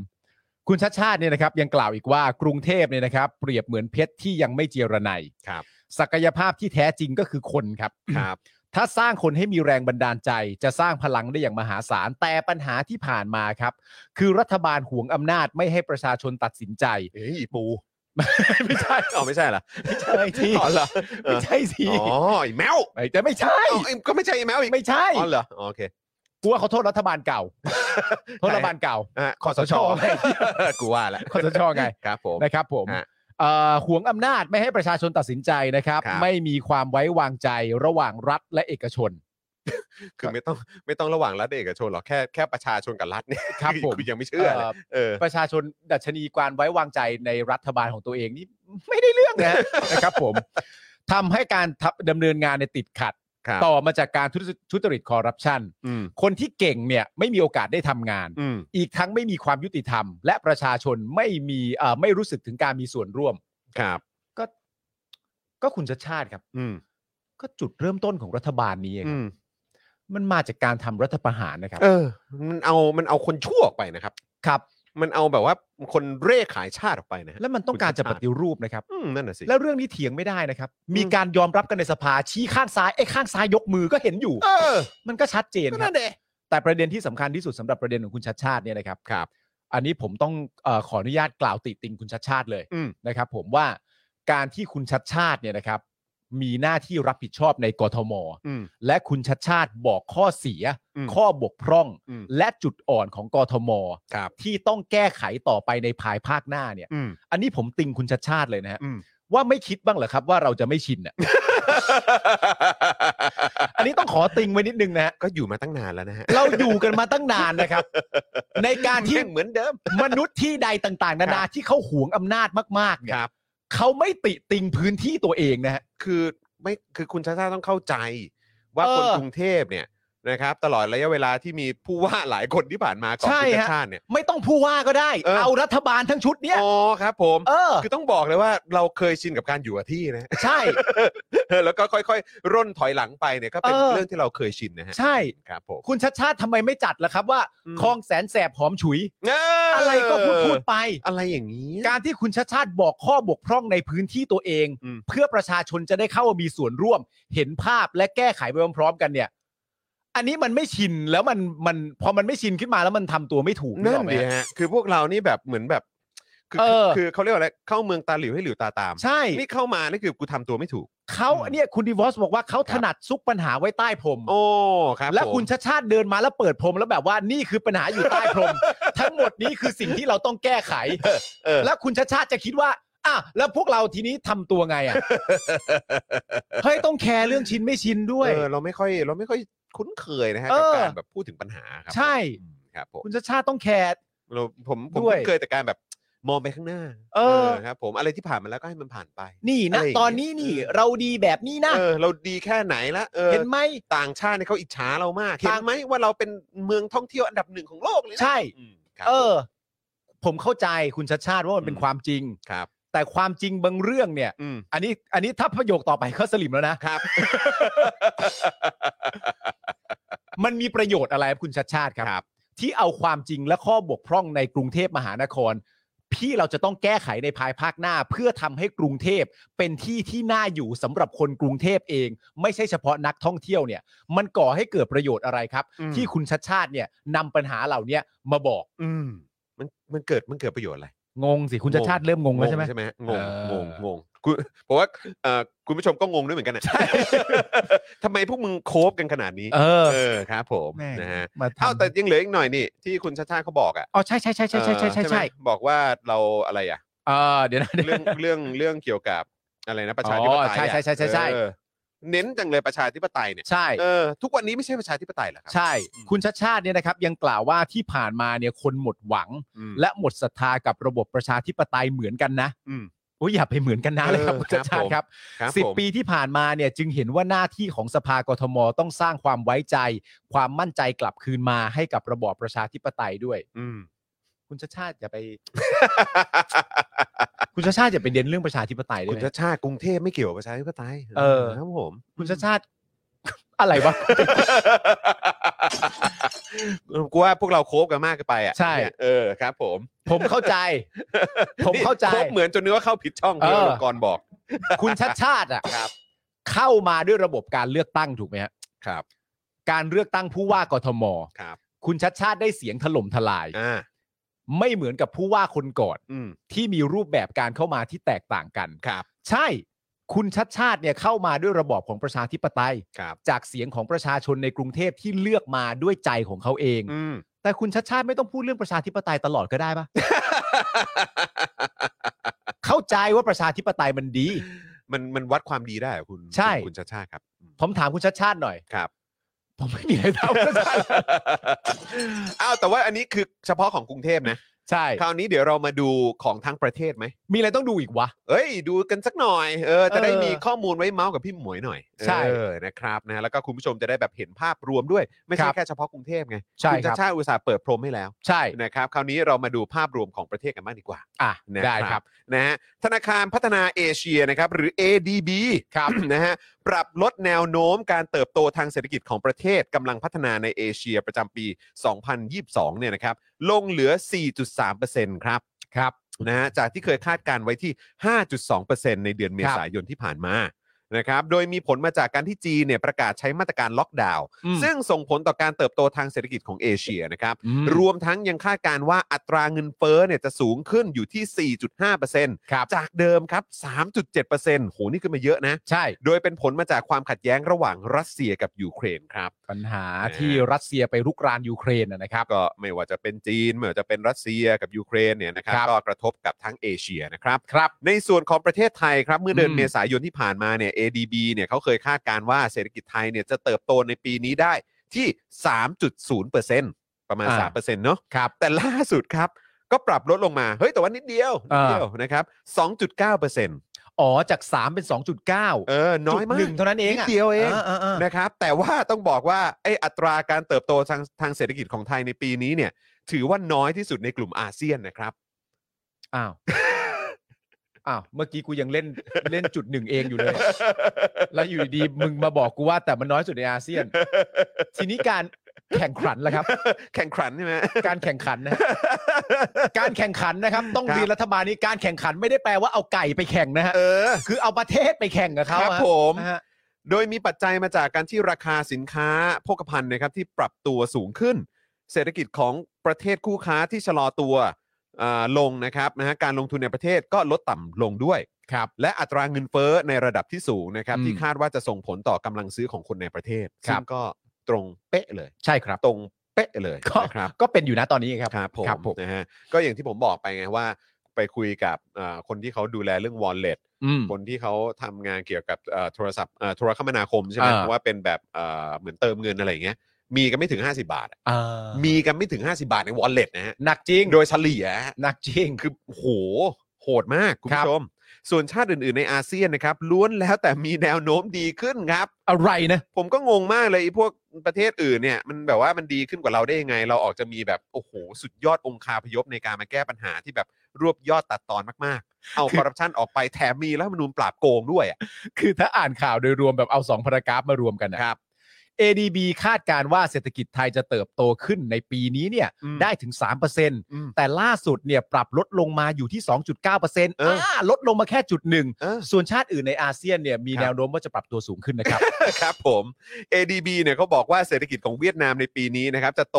S3: คุณชัดชาติเนี่ยนะครับ ยังกล่าวอีกว่ากรุงเทพเนี่ยนะครับ เปรียบเหมือนเพชรที่ยังไม่เจียรนัย
S2: ครับ
S3: ศักยภาพที่แท้จริงก็คือคนครับ
S2: ครับ
S3: ถ้าสร้างคนให้มีแรงบันดาลใจ จะสร้างพลังได้อย่างมหาศาล แต่ปัญหาที่ผ่านมาครับ คือรัฐบาลหวงอำนาจไม่ให้ประชาชนตัดสินใจ
S2: เอ้ยอีปู
S3: ไม่ใช่
S2: อ๋อไม่ใช่เหรอ
S3: ไม่ใช่ที
S2: อ๋อเหรอเอ
S3: ไม่
S2: อ
S3: ใช่ที
S2: อ๋อไอ้แมว
S3: แต่ไม่ใช่
S2: อ๋อไอ้ก็ไม่ใช่ไอ้แมวอีก
S3: ไม่ใช่
S2: อ๋อเหรออ๋อโอเค
S3: กูว่าเขาโทษรัฐบาล เก่าโทษรัฐบาลเก่า
S2: อ่ะ
S3: คส ช
S2: ไงกูว่าแหละ
S3: คอสชไง
S2: ครับผม
S3: นะครับผม
S2: ฮะ
S3: เอ่อหวงอำนาจไม่ให้ประชาชนตัดสินใจนะครับ
S2: ครับ
S3: ไม่มีความไว้วางใจระหว่างรัฐและเอกชน
S2: คือไม่ต้องไม่ต้องระหว่างรัฐเอกชนหรอกแค่แค่ประชาชน กับรัฐเนี่ย
S3: ครับผม
S2: อยังไม่เชื่อเลยเออ
S3: ประชาชนดัชนีการไว้วางใจในรัฐบาลของตัวเองนี่ไม่ได้เรื่องนะ นะครับผมทำให้การทับดำเนินงานในยติดขัด
S2: ครับ
S3: ต่อมาจากการทุจริตทุจริตคอร์รัปชัน
S2: อืม
S3: คนที่เก่งเนี่ยไม่มีโอกาสได้ทำงาน
S2: อืม
S3: อีกทั้งไม่มีความยุติธรรม และประชาชนไม่มีเอ่อไม่รู้สึกถึงการมีส่วนร่วม
S2: ครับ
S3: ก็ก็คุณชาติชาติครับ
S2: อืม
S3: ก็จุดเริ่มต้นของรัฐบาลนี้เอง
S2: อืม
S3: มันมาจากการทำรัฐประหารนะครับ
S2: เออ มันเอามันเอาคนชั่วออกไปนะครับ
S3: ครับ
S2: มันเอาแบบว่าคนเร่ขายชาติออกไปนะฮะ
S3: แล้วมันต้องการจะปฏิรูปนะครับ
S2: อืมนั่นน่ะสิ
S3: แล้วเรื่องนี้เถียงไม่ได้นะครับ มีการยอมรับกันในสภาชี้ข้างซ้ายไอ้ข้างซ้ายยกมือก็เห็นอยู่
S2: เออ
S3: มันก็ชัดเจน
S2: ก็
S3: ครั
S2: นั่
S3: บ
S2: นเด
S3: แต่ประเด็นที่สำคัญที่สุดสำหรับประเด็นของคุณชัดชาติเนี่ยนะครับ
S2: ครับ
S3: อันนี้ผมต้องเออขออนุญาตกล่าวติติงคุณชัดชาติเลย
S2: อืม
S3: นะครับ ผมว่าการที่คุณชัดชาติเนี่ยนะครับ มีหน้าที่รับผิดชอบในกทม
S2: อืม
S3: และคุณชัดชาติบอกข้อเสีย
S2: อืม
S3: ข้อบกพร่อง
S2: อืม
S3: และจุดอ่อนของกทม
S2: ครับ
S3: ที่ต้องแก้ไขต่อไปในภายภาคหน้าเนี่ย
S2: อืม
S3: อันนี้ผมติงคุณชัดชาติเลยนะฮะ
S2: อืม
S3: ว่าไม่คิดบ้างเหรอครับว่าเราจะไม่ชิน อ่ะ อันนี้ต้องขอติงไว้นิดนึงนะฮะ
S2: ก็อยู่มาตั้งนานแล้วนะฮะ
S3: เราอยู่กันมาตั้งนานนะครับ ในการที่
S2: แม่งเหมือนเดิม
S3: มนุษย์ที่ใดต่างๆ นานาที่เขาหวงอำนาจมากๆเนี่
S2: ค
S3: ย
S2: รับ
S3: เขาไม่ติติงพื้นที่ตัวเองนะฮะ
S2: คือไม่คือคุณชาชาติต้องเข้าใจ ว่า
S3: เออ
S2: คนกรุงเทพเนี่ยนะครับ ตลอดระยะเวลาที่มีผู้ว่าหลายคนที่ผ่านมาก่อน
S3: ใช่
S2: คุณชา
S3: ฮะ
S2: ชาติเนี่ย
S3: ไม่ต้องผู้ว่าก็ได้
S2: เออ
S3: เอารัฐบาลทั้งชุดเนี้ย
S2: อ๋อครับ ผม
S3: เออ
S2: คือต้องบอกเลยว่าเราเคยชินกับการอยู่กับที่นะ
S3: ใช่
S2: แล้วก็ค่อยๆ ร่นถอยหลังไปเนี่ยก็เป็น
S3: เออ
S2: เรื่องที่เราเคยชินนะฮะ
S3: ใช่
S2: ครับผม
S3: คุณชัดชาติทำไมไม่จัดล่ะครับว่า
S2: อืม
S3: คลองแสนแสบหอมฉุย
S2: เ
S3: อะไรก็พูดพูดไป
S2: อะไรอย่างนี้
S3: การที่คุณชาติชาติบอกข้อบกพร่องในพื้นที่ตัวเอง
S2: อืม
S3: เพื่อประชาชนจะได้เข้ามามีส่วนร่วม เห็นภาพและแก้ไขไปพร้อมๆกันเนี่ย อันนี้มันไม่ชินแล้วมันมันพอมันไม่ชินขึ้นมาแล้วมันทำตัวไม่ถูก
S2: นั่
S3: กอน อกไหม
S2: ดิ
S3: ฮะ
S2: ฮะคือพวกเรานี่แบบเหมือนแบบ คือ
S3: เออ
S2: คือเขาเรียกว่าอะไรเข้าเมืองตาหลิวให้หลิวตาตาม
S3: ใช่
S2: นี่เข้ามานี่คือกูทำตัวไม่ถูก
S3: เขาเนี่ยคุณดีวอสบอกว่าเขา
S2: ค
S3: ถ
S2: รับ
S3: นัดซุกปัญหาไว้ใต้พรม
S2: โอ้ครับ
S3: และ
S2: ผม
S3: คุณชาติชาติเดินมาแล้วเปิดพรมแล้วแบบว่านี่คือปัญหาอยู่ใต้พร ม ทั้งหมดนี้คือสิ่งที่เราต้องแก้ไข
S2: เออ
S3: แล้วคุณชาติชาติจะคิดว่าอ่ะแล้วพวกเราทีนี้ทำตัวไง อ่ะ เฮ้ยต้องแคร์เรื่องชินไม่ชินด้วย
S2: เออเราไม่ค่อยเราไม่ค่อยคุ้นเคยนะฮะ
S3: เอ
S2: กับ
S3: อ
S2: การแบบพูดถึงปัญหาครับ
S3: ใช่
S2: อืมครับผม
S3: คุณชาติชาติต้องแคร์
S2: เราผมผม
S3: ด้วย
S2: คุ้นเคยแต่การแบบมองไปข้างหน้า
S3: เออ
S2: ครับ ผมอะไรที่ผ่านมาแล้วก็ให้มันผ่านไป
S3: นี่
S2: อะไรอ
S3: นะ
S2: ย่างเงี้ย
S3: ตอนนี้นี่
S2: เออ
S3: เราดีแบบนี้นะ
S2: เออ เราดีแค่ไหนละเออ
S3: เห็นไหม
S2: ต่างชาติเนี่ยเขาอิจฉาเรามากเห็น
S3: ต่าง
S2: ไหมว่าเราเป็นเมืองท่องเที่ยวอันดับหนึ่งของโลกเลยนะ
S3: ใช่
S2: อืมครับ
S3: เออ
S2: ผม
S3: ผมเข้าใจคุณชาติชาติว่ามันเป็น
S2: อืม
S3: ความจริง
S2: ครับ
S3: แต่ความจริงบางเรื่องเนี่ย
S2: อืม
S3: อันนี้อันนี้ถ้าประโยคต่อไปก็สลิมแล้วนะ
S2: ครับ
S3: มันมีประโยชน์อะไรครับคุณชาติชาติครับ
S2: ครับ
S3: ที่เอาความจริงและข้อบกพร่องในกรุงเทพมหานคร พี่เราจะต้องแก้ไขในภายภาคหน้า เพื่อทำให้กรุงเทพเป็นที่ที่น่าอยู่สำหรับคนกรุงเทพเอง ไม่ใช่เฉพาะนักท่องเที่ยวเนี่ย มันก่อให้เกิดประโยชน์อะไรครับ
S2: อืม
S3: ที่คุณชัดชาติเนี่ยนำปัญหาเหล่าเนี้ยมาบอก
S2: อืมมันมันเกิดมันเกิดประโยชน์อะไร
S3: งงสิคุณจะชาติเริ่มงงแล้วใช่ไหม
S2: ใช่ไหมฮะงง
S3: เออ
S2: งงงงคุณผมว่าเอ่อคุณผู้ชมก็งงด้วยเหมือนกันนะใช่ ทำไมพวกมึงโคบกันขนาดนี้
S3: เออ
S2: เออครับผม
S3: แม่ง
S2: นะฮะ
S3: มา
S2: เอ้า
S3: ทำ
S2: แต่ยังเหลืออีกหน่อยนี่ ที่คุณชาชาติเขาบอกอ่ะ
S3: อ๋อใช่ใช่ใช่ใช่ใช่ใช่
S2: เออ
S3: ใช่ใช่
S2: ไหมบอกว่าเราอะไรอ่ะ
S3: เออเดี๋ยวนะเดี๋ยว
S2: เรื่อง
S3: นะ
S2: เรื่องเรื่องเกี่ยวกับอะไรนะประชาธิปไตย
S3: อ๋อใช่ใช่ใช่ใช่ใช่
S2: เออเน้นจังเลยประชาธิปไตยเนี่ย
S3: ใช่
S2: เออทุกวันนี้ไม่ใช่ประชาธิปไตยเหรอครั
S3: ใช่ คุณชาติชาติเนี่ยนะครับ ยังกล่าวว่าที่ผ่านมาเนี่ยคนหมดหวัง
S2: อืม
S3: และหมดศรัทธากับระบบประชาธิปไตยเหมือนกันนะ
S2: อืม
S3: โอ้ยอย่าไปเหมือนกันนะเลยครับ
S2: เออ
S3: คุณชาติชาติ
S2: ค
S3: ค
S2: รั
S3: รับ บ
S2: ครับ
S3: สิบ
S2: ผม
S3: ปีที่ผ่านมาเนี่ยจึงเห็นว่าหน้าที่ของสภากทมต้องสร้างความไว้ใจ ความมั่นใจกลับคืนมาให้กับระบอบประชาธิปไตยด้วย
S2: อืม
S3: คุณชาติชาติอย่าไป คุณชาติชาติอย่าไปเด่นเรื่องประชาธิปไตยได้
S2: คุณ
S3: ไหม
S2: ชาติชาติกรุงเทพไม่เกี่ยวกับประชาธิปไตย
S3: เออ
S2: ครับผม
S3: คุณชาติชาติ อะไรวะ
S2: กูว่าพวกเราโคบกันมากเกินไปอ่ะ
S3: ใช่
S2: เนี่ยเออครับ ผม
S3: ผมเข้าใจ ผมเข้าใจ
S2: นี่โคบเหมือนจนนึกว่าเข้าผิดช่อง
S3: เอ
S2: ที่
S3: อ
S2: กรณ์บอก
S3: คุณชาติชาติอ่ะ
S2: ครับ
S3: เข้ามาด้วยระบบการเลือกตั้งถูกไหมฮะ
S2: ครับ
S3: การเลือกตั้งผู้ว่ากทม
S2: ครับ
S3: คุณชัดชาติได้เสียงถล่มทลาย
S2: อ่า
S3: ไม่เหมือนกับผู้ว่าคนก่อน
S2: อืม
S3: ที่มีรูปแบบการเข้ามาที่แตกต่างกัน
S2: ครับ
S3: ใช่ คุณชัดชาติเนี่ยเข้ามาด้วยระบอบของประชาธิปไตย
S2: ครับ
S3: จากเสียงของประชาชนในกรุงเทพที่เลือกมาด้วยใจของเขาเอง
S2: อืม
S3: แต่คุณชัดชาติไม่ต้องพูดเรื่องประชาธิปไตยตลอดก็ได้ปะ เข้าใจว่าประชาธิปไตยมันดี
S2: มันมันวัดความดีได้เหรอคุณ
S3: ใช่
S2: คุณชาติชาติครับอืม
S3: ผมถามคุณชัดชาติหน่อย
S2: ครับ
S3: ผมไม่มีอะไรเล่าชัดชาติ
S2: อ้าวแต่ว่าอันนี้คือเฉพาะของกรุงเทพนะ
S3: ใช่
S2: คราวนี้เดี๋ยวเรามาดูของทั้งประเทศไหม
S3: มีอะไรต้องดูอีกวะ
S2: เอ้ย ดูกันสักหน่อย เออ จะได้
S3: เออ
S2: มีข้อมูลไว้เมาส์กับพี่หมวยหน่อย
S3: ใช่
S2: เออนะครับนะแล้วก็คุณผู้ชมจะได้แบบเห็นภาพรวมด้วย ไม่ใช่
S3: ครับ
S2: แค่เฉพาะกรุงเทพไง
S3: ใช่
S2: คุณ
S3: ค
S2: ชา
S3: รับ
S2: ติชาติอุตสาห์เปิดพรมให้แล้ว
S3: ใช่
S2: นะครับ คราวนี้เรามาดูภาพรวมของประเทศกันบ้างดีกว่า
S3: อ่ะ
S2: นะ
S3: ได้ครับ
S2: นะฮะธนาคารพัฒนาเอเชียนะครับหรือ ADB ครับ นะฮะปรับลดแนวโน้มการเติบโตทางเศรษฐกิจของประเทศกำลังพัฒนาในเอเชียประจำปี 2022 เนี่ยนะครับลงเหลือ 4.3%ครับครับนะฮะจากที่เคยคาดการณ์ไว้ที่ 5.2%ในเดือนเมษายนที่ผ่านมานะครับโดยมีผลมาจากการที่จีนเนี่ยประกาศใช้มาตรการล็อกดาวน์
S3: อืม
S2: ซึ่งส่งผลต่อการเติบโตทางเศรษฐกิจของเอเชียนะครับ
S3: อืม
S2: รวมทั้งยังคาดการณ์ว่าอัตราเงินเฟ้อเนี่ยจะสูงขึ้นอยู่ที่ 4.5%
S3: ครับ
S2: จากเดิมครับ 3.7%โหนี่ขึ้นมาเยอะนะ
S3: ใช่
S2: โดยเป็นผลมาจากความขัดแย้งระหว่างรัสเซียกับยูเครนครับ
S3: ปัญหา
S2: นะฮะ
S3: ที่รัสเซียไปรุกรานยูเครนนะนะครับ
S2: ก็ไม่ว่าจะเป็นจีน ไม่ว่าจะเป็นรัสเซียกับยูเครนเนี่ยนะครับ
S3: ครับ
S2: ก็กระทบกับทั้งเอเชียนะครับ
S3: ครับ
S2: ในส่วนของประเทศไทยครับเมื่อเดือน
S3: อืม
S2: เมษายนที่ผ่านมาเนี่ย ADB เนี่ยเขาเคยคาดการณ์ว่าเศรษฐกิจไทยเนี่ยจะเติบโตในปีนี้ได้ที่ 3.0%ประมาณ 3%เนาะ
S3: ครับ
S2: แต่ล่าสุดครับก็ปรับลดลงมา เฮ้ย แต่ว่านิดเดียวนิดเดียวนะครับ 2.9%เ
S3: อ๋อจาก 3 เป็น 2.9
S2: ออ น้อยมาก
S3: จุดหนึ่งเท่านั้นเอง
S2: นิ
S3: อะ
S2: ดเดียวเอง
S3: าาอ่า
S2: นะครับ แต่ว่าต้องบอกว่าไออัตราการเติบโตทางทางเศรษฐกิจของไทยในปีนี้เนี่ย ถือว่าน้อยที่สุดในกลุ่มอาเซียนนะครับ
S3: อ้าวอ้าวเมื่อกี้กูยังเล่น เล่นจุดหนึ่งเองอยู่เลย แล้วอยู่ดีๆมึงมาบอกกูว่าแต่มันน้อยสุดในอาเซียน ทีนี้การแข่งขันละครับ
S2: แข่งขันใช่ไหม
S3: การแข่งขันนะฮะการแข่งขันนะครับ ต้อง
S2: ครับ
S3: เรียนรัฐบาลนี้การแข่งขันไม่ได้แปลว่าเอาไก่ไปแข่งนะฮะ
S2: เออ
S3: คือเอาประเทศไปแข่งกับเขา
S2: ครับ
S3: อะ
S2: ผม
S3: นะฮะ
S2: โดยมีปัจจัยมาจากการที่ราคาสินค้าโภคภัณฑ์นะครับที่ปรับตัวสูงขึ้น เศรษฐกิจของประเทศคู่ค้าที่ชะลอตัวเอ่อลงนะครับนะฮะการลงทุนในประเทศก็ลดต่ำลงด้วยครับและอัตราเงินเฟ้อในระดับที่สูงนะครับ
S3: อืม
S2: ที่คาดว่าจะส่งผลต่อกำลังซื้อของคนในประเทศ
S3: ครั
S2: ซึ่
S3: บ
S2: งก็ตรงเป๊ะเลย
S3: ใช่ครับ
S2: ตรงเป๊ะเลย
S3: ก็
S2: นะครับ
S3: ก็เป็นอยู่นะตอนนี้ครับ
S2: ครับผม
S3: ครับผม
S2: นะฮะก็อย่างที่ผมบอกไปไงว่า ไปคุยกับเอ่อคนที่เขาดูแลเรื่อง wallet
S3: อืม
S2: คนที่เขาทำงานเกี่ยวกับเอ่อโทรศัพท์เอ่อโทรคมนาคมใช่ไหม
S3: อ่า
S2: ว่าเป็นแบบเอ่อเหมือนเติมเงินอะไรอย่างเงี้ยมีกันไม่ถึง 50 บาทอะ
S3: อ่า
S2: มีกันไม่ถึง 50 บาทในวอลเล็ตนะฮะ
S3: หนักจริง
S2: โดยเฉลี่ยฮะ
S3: หนักจริง
S2: คือโหโหดมาก คุณ
S3: ครับ
S2: ผู้ชม ส่วนชาติอื่น ๆ ในอาเซียนนะครับล้วนแล้วแต่มีแนวโน้มดีขึ้นครับ
S3: อะไรนะ
S2: ผมก็งงมากเลยไอ้พวกประเทศอื่นเนี่ยมันแบบว่ามันดีขึ้นกว่าเราได้ยังไง เราออกจะมีแบบโอ้โหสุดยอดองคาพยพในการมาแก้ปัญหาที่แบบรวบยอดตัดตอนมากๆ เอาคอร์รัปชันออกไปแถมมีแล้วมนูญปราบโกงด้วยอะ
S3: คือถ้าอ่านข่าวโดยรวมแบบเอาสองพารากราฟมารวมกันนะครับ ADB คาดการณ์ว่าเศรษฐกิจไทยจะเติบโตขึ้นในปีนี้เนี่ย
S2: อืม
S3: ได้ถึง 3%
S2: อืม
S3: แต่ล่าสุดเนี่ยปรับลดลงมาอยู่ที่ 2.9%
S2: เอออ่
S3: อ่าลดลงมาแค่จุดหนึ่ง
S2: เออ
S3: ส่วนชาติอื่นในอาเซียนเนี่ยมี
S2: ครับ
S3: แนวโน้มว่าจะปรับตัวสูงขึ้นนะครับ
S2: ครับผม ADB เนี่ยเขาบอกว่าเศรษฐกิจของเวียดนามในปีนี้นะครับ จะโต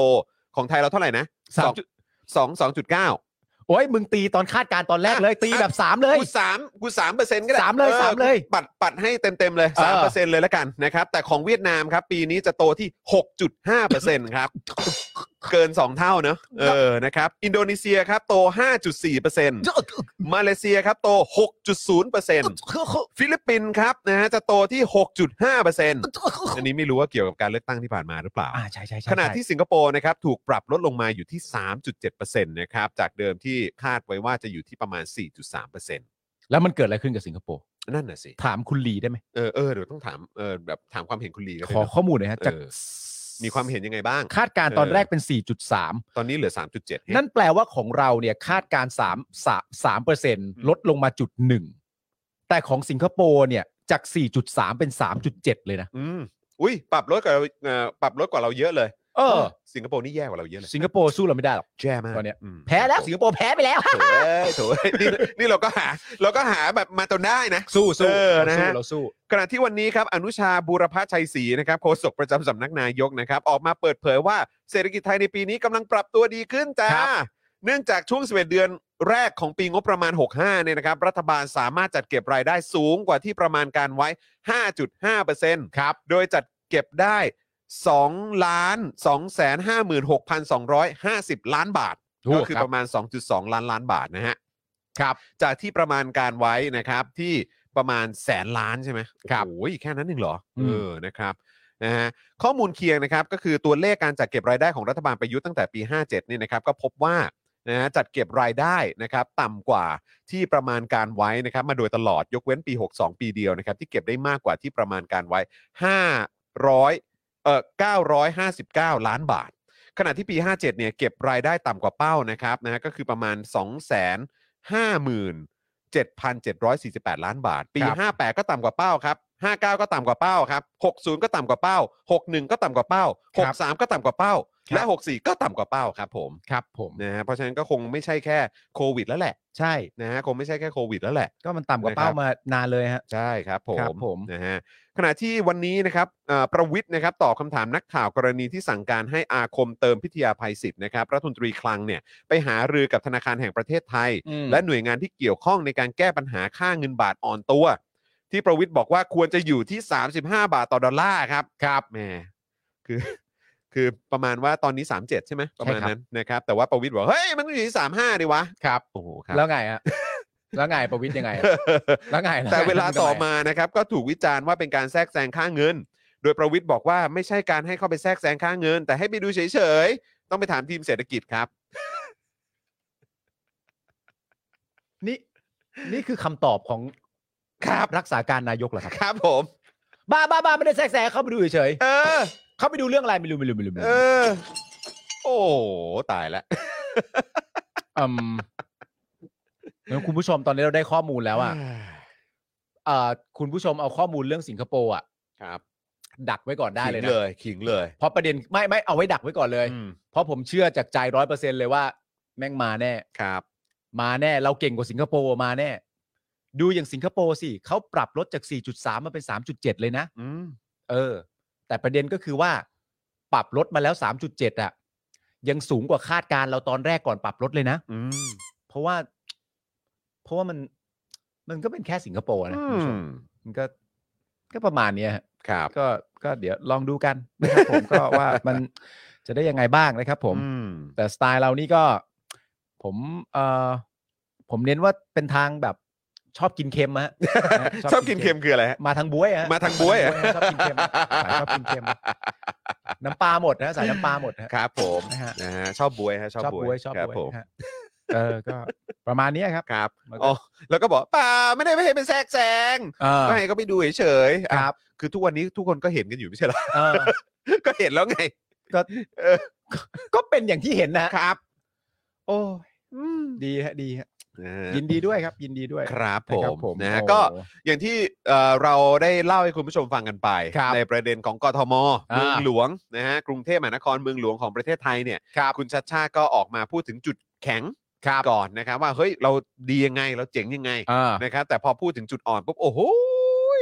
S2: ของไทยเราเท่าไหร่นะ
S3: สามจุด
S2: สองสองจุดเก้า
S3: โอ้ยมึงตีตอนคาดการณ์ตอนแรกเลย ตีแบบสามเลย
S2: กูสามกูสามเปอร์เซ็นต์ก็ได้
S3: สามเลย
S2: ออ
S3: สามเลย
S2: ปัดปัดให้เต็มเต็มๆเลย
S3: เออ
S2: สามเปอร์เซ็นต์เลยละกันนะครับ แต่ของเวียดนามครับ ปีนี้จะโตที่หกจุดห้าเปอร์เซ็นต์ครับ เกินสองเท่าเนอะเออนะครับ อินโดนีเซียครับโตห้าจุดสี่เปอร์เซ็นต์มาเลเซียครับโตหกจุดศูนย์เปอร์เซ็นต์ฟิลิปปินส์ครับนะฮะจะโตที่หกจุดห้าเปอร์เซ็นต์อันนี้ไม่รู้ว่าเกี่ยวกับการเลือกตั้งที่ผ่านมาหรือเปล่า
S3: อ่าใช่ใช่ใช่
S2: ขณะที่สิงคโปร์นะครับถูกปรับลดลงมาอยู่ที่ 3.7%นะครับจากเดิมที่คาดไว้ว่าจะอยู่ที่ประมาณ 4.3%
S3: แล้วมันเกิดอะไรขึ้นกับสิงคโปร์
S2: นั่นน่ะสิ
S3: ถามคุณลีได้ไหม
S2: เออเออเดี๋ยวต้องถามเออแบบถามความเห็นคุณลีก็
S3: ข
S2: ได้
S3: อ
S2: นะ
S3: ข้อมูลหน่อยฮะจาก
S2: เออ มีความเห็นยังไงบ้าง
S3: คาดการณ์ตอน
S2: เออ
S3: แรกเป็น 4.3
S2: ตอนนี้เหลือ 3.7เห็
S3: นั่นแปลว่าของเราเนี่ยคาดการณ์3 3เปอร์เซ็นต์ลดลงมาจุดหนึ่งแต่ของสิงคโปร์เนี่ยจาก 4.3 เป็น 3.7 เลยนะ
S2: อืมอุ้ยปรับลดกว่าเราเอ่อปรับลดกว่าเราเยอะเลย
S3: เออ
S2: สิงคโปร์นี่แย่กว่าเราเยอะเลย
S3: สิงคโปร์สู้เราไม่ได้หรอก
S2: แย่มาก
S3: ตอนเนี้ย
S2: ม
S3: แพ้แล้วสิงคโปร์แพ้ไปแล้ว
S2: โถ่เอ้ยโถเอ้ยนี่นี่เราก็หา เราก็หาแบบมาจนได้นะ
S3: สู้สู้
S2: เออนะฮะ
S3: เราสู้
S2: ขณะที่วันนี้ครับอนุชาบูรพชัยศรีนะครับโฆษกประจำสำนักนายกนะครับออกมาเปิดเผยว่าเศรษฐกิจไทยในปีนี้กำลังปรับตัวดีขึ้นจ้า
S3: ครับ
S2: เนื่องจากช่วง 11 เดือนแรกของปีงบประมาณ 65เนี่ยนะครับรัฐบาลสามารถจัดเก็บรายได้สูงกว่าที่ประมาณการไว้ 5.5%ครับโดยจัดเก็บได้2ล้าน2 5 6 2 5 0 ล้านบาท
S3: ถู
S2: ก็
S3: ก
S2: คือ
S3: ครั
S2: ป
S3: บ
S2: ระมาณ 2.2 ล้านล้านบาทนะฮะ
S3: ครับ
S2: จากที่ประมาณการไว้นะครับที่ประมาณแสนล้านใช่ไหม
S3: ครับ
S2: โอ้ยแค่นั้นเองเหรอ
S3: อื
S2: เอ
S3: ม
S2: อนะครับนะฮะข้อมูลเคียงนะครับก็คือตัวเลขการจัดเก็บรายได้ของรัฐบาลประยุทธ์ตั้งแต่ปี 57เนี่ยนะครับก็พบว่านะฮะจัดเก็บรายได้นะครับต่ำกว่าที่ประมาณการไว้นะครับมาโดยตลอดยกเว้นปี 62 ปีเดียวนะครับที่เก็บได้มากกว่าที่ประมาณการไว้ 500เอ่อ959 ล้านบาท ขณะที่ปี 57เนี่ยเก็บรายได้ต่ำกว่าเป้านะครับนะฮะก็คือประมาณ 2 0 0 0 0 7,748 ล้านบาท ปี
S3: ครับ
S2: 58 ก็ต่ำกว่าเป้าครับ 59 ก็ต่ำกว่าเป้าครับ 60 ก็ต่ำกว่าเป้า 61 ก็ต่ำกว่าเป้า 63 ก็ต่ำกว่าเป้า และ 64 ก็ต่ำกว่าเป้าครับผม
S3: ครับผม
S2: นะฮะเพราะฉะนั้นก็คงไม่ใช่แค่โควิดแล้วแหละ
S3: ใช่
S2: นะฮะคงไม่ใช่แค่โควิดแล้วแหละ
S3: ก็มันต่ำกว่าเป้า
S2: นะครับ
S3: มานานเลยฮะ
S2: ใช่ครับผม
S3: ครับผม
S2: นะฮะขณะที่วันนี้นะครับเอ่อประวิทย์นะครับตอบคำถามนักข่าวกรณีที่สั่งการให้อาคมเติมพิทยาภัยศิษย์นะครับรัฐมนตรีคลังเนี่ยไปหารือกับธนาคารแห่งประเทศไทย
S3: อืม
S2: และหน่วยงานที่เกี่ยวข้องในการแก้ปัญหาค่าเงินบาทอ่อนตัว ที่ประวิทย์บอกว่าควรจะอยู่ที่ 35 บาทต่อดอลลาร์ครับครับแหมคือ คือประมาณว่าตอนนี้ 37 ใช่ไหมประมาณนั้นนะครับแต่ว่าประวิทย์บอกเฮ้ยมันต้องอยู่ที่ 35ดีวะ
S3: ครับ
S2: โอ้โหครับ
S3: แล้วไงฮะ แล้วไงประวิทย์ยังไงอะแล้วไง
S2: แต่
S3: ไง
S2: เวลา
S3: ทำไ
S2: ต่อ มานะครับก็ถูกวิจารณ์ว่าเป็นการแทรกแซงค่าเงิน โดยประวิทย์บอกว่าไม่ใช่การให้เข้าไปแทรกแซงค่าเงิน แต่ให้ไปดูเฉยๆ ต้องไปถามทีมเศรษฐกิจครับ
S3: นี่นี่คือคำตอบของ
S2: ครับ
S3: รักษาการนายกเหรอครับ
S2: ครับผม
S3: บ้าบ้าบ้าไม่ได้แทรกแซงเข้าไปดูเฉย
S2: เออ
S3: ๆเข้าไปดูเรื่องอะไรไม่รู้ไม่รู้ไม่รู้ไม่
S2: เอ
S3: รู้
S2: อ โอ้ตายแล้ว
S3: อืมงั้นคุณผู้ชมตอนนี้เราได้ข้อมูลแล้วอ่ะเอ่อคุณผู้ชมเอาข้อมูลเรื่องสิงคโปร์อ่ะ
S2: ครับ
S3: ดักไว้ก่อนได้เลย
S2: ขิง
S3: นะ
S2: เลยขิงเลย
S3: เพราะประเด็นไม่ไม่เอาไว้ดักไว้ก่อนเลย
S2: อืม
S3: เพราะผมเชื่อจากใจร้อยเปอร์เซ็นเลยว่า แม่งมาแน่
S2: ครับ
S3: มาแน่ เราเก่งกว่าสิงคโปร์มาแน่ ดูอย่างสิงคโปร์สิเขาปรับลดจาก 4.3 มาเป็น 3.7 เลยนะ
S2: อืม
S3: เออ แต่ประเด็นก็คือว่า ปรับลดมาแล้ว 3.7 อ่ะ ยังสูงกว่าคาดการณ์เราตอนแรกก่อนปรับลดเลยนะ
S2: อืม
S3: เพราะว่า เพราะว่ามัน มันก็เป็นแค่สิงคโปร์นะคุณผู้ชมมันก็ ก็ประมาณเนี้ยฮะ
S2: ครับ
S3: ก็ ก็เดี๋ยวลองดูกันนะครับผม ก็ว่ามันจะได้ยังไงบ้างนะครับผม
S2: อืม
S3: แต่สไตล์เรานี่ก็ผมเอ่อผมเน้นว่าเป็นทางแบบชอบกินเค็มอะ ฮะ นะฮะ
S2: ชอบกินเค็มคืออะไรฮะ
S3: มาทางบวยอะฮะ
S2: มาทางบ๊วยอะ
S3: ชอบกินเค็มอะสายชอบกินเค็มอะน้ำปลาหมด นะฮะสายน้ำปลาหมดฮะ
S2: ครับผม
S3: นะฮะ
S2: นะฮะชอบบวยฮะชอบบ บบ ว
S3: วย ยชอบ
S2: ครับ
S3: วย
S2: ผม
S3: ฮะเออก็ประมาณเนี้ยครับ
S2: ครับ
S3: มันก็
S2: อ๋อแล้วก็บอกเปล่าไม่ได้ไม่ให้เป็นแทรกแซง
S3: เออ
S2: ไม่ให้ก็ไปดูเฉยๆ
S3: ค
S2: อ่ะ
S3: รับ
S2: คือทุกวันนี้ทุกคนก็เห็นกันอยู่ไม่ใช่เหรอ
S3: เออ
S2: ก็เห็นแล้วไง
S3: ก็
S2: เออ
S3: ก็เป็นอย่างที่เห็นนะฮะ
S2: ครับ
S3: โอ้ยดีฮะดีฮะ
S2: นะฮะ
S3: ยินดีด้วยครับ ยินดีด้วย
S2: ครับ
S3: นะบ
S2: ผมนะฮะ
S3: โอ้
S2: ก็อย่างที่เอ่อเราได้เล่าให้คุณผู้ชมฟังกันไป
S3: ครับ
S2: ในประเด็นของกทม
S3: อ่า
S2: เมืองหลวงนะฮะกรุงเทพมหานครเมืองหลวงของประเทศไทยเนี่ย
S3: ครับ
S2: คุณชัดชาติก็ออกมาพูดถึงจุดแข็ง
S3: ครับ
S2: ก่อนนะครับ ว่าเฮ้ยเราดียังไงเราเจ๋งยังไง
S3: อ่า
S2: นะครับแต่พอพูดถึงจุดอ่อนปุ๊บโอ้โห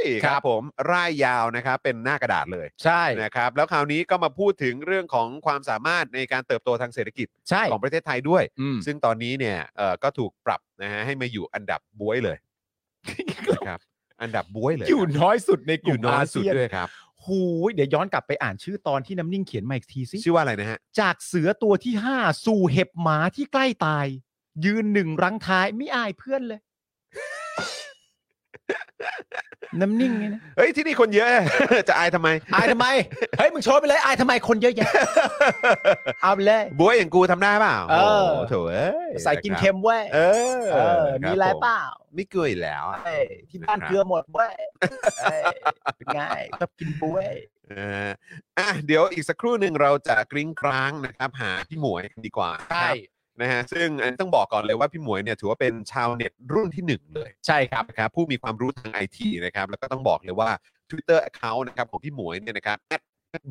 S2: ย ย
S3: ครับ
S2: ผมร่ายยาวนะครับเป็นหน้ากระดาษเลย
S3: ใช่
S2: นะครับแล้วคราวนี้ก็มาพูดถึงเรื่องของความสามารถในการเติบโตทางเศรษฐกิจ
S3: ใช่
S2: ของประเทศไทยด้วย
S3: อืม
S2: ซึ่งตอนนี้เนี่ยเอ่อก็ถูกปรับนะฮะให้มาอยู่อันดับบ้วย เลยนะครับอันดับบ้วยเลย
S3: อยู่
S2: ครับ
S3: น้อยสุดในก
S2: อ
S3: ลุ่
S2: ยู่
S3: ม
S2: น้อย
S3: อา
S2: สุด
S3: เซียน
S2: ด้วยครับ
S3: หูยเดี๋ยวย้อนกลับไปอ่านชื่อตอนที่น้ำนิ่งเขียนมาอีกทีสิ
S2: ชื่อว่าอะไรนะฮะ
S3: จากเสือตัวที่ห้าสู่เห็บหมาที่ใกล้ตาย ยืนหนึ่งรังท้ายไม่อายเพื่อนเลย น้ำนิ่งไงนะ
S2: เฮ้ยที่นี่คนเยอะ จะอายทำไม
S3: อายทำไม เฮ้ย มึงโชว์ไปเลย อายทำไมคนเยอะ แยะ เอาไปเลย
S2: บ้วยอย่างกูทำได้เปล่า
S3: เออ
S2: โโถเอ้ย
S3: ใส่กินเค็มเว้ย
S2: เออ
S3: เออ
S2: คบ
S3: มีอะไร
S2: ผ
S3: เปล่า
S2: ไม่เกลืออีกแล้วอะ
S3: เอ้ยที่บ้าน
S2: นะครับ
S3: เกลือหมดเว้ยเอ้ยเป็นไงชอบกินปุ้ย
S2: เอออ่ะเดี๋ยวอีกสักครู่หนึ่งเราจะกริ้งกร้างนะครับหาพี่หมวยดีกว่าครับนะฮะซึ่งอันนี้ต้องบอกก่อนเลยว่าพี่หมวยเนี่ยถือว่าเป็นชาวเน็ตรุ่นที่หนึ่งเลย
S3: ใช่ครับ
S2: นะครับผู้มีความรู้ทางไอทีนะครับแล้วก็ต้องบอกเลยว่า Twitter Account นะครับของพี่หมวยเนี่ยนะครับ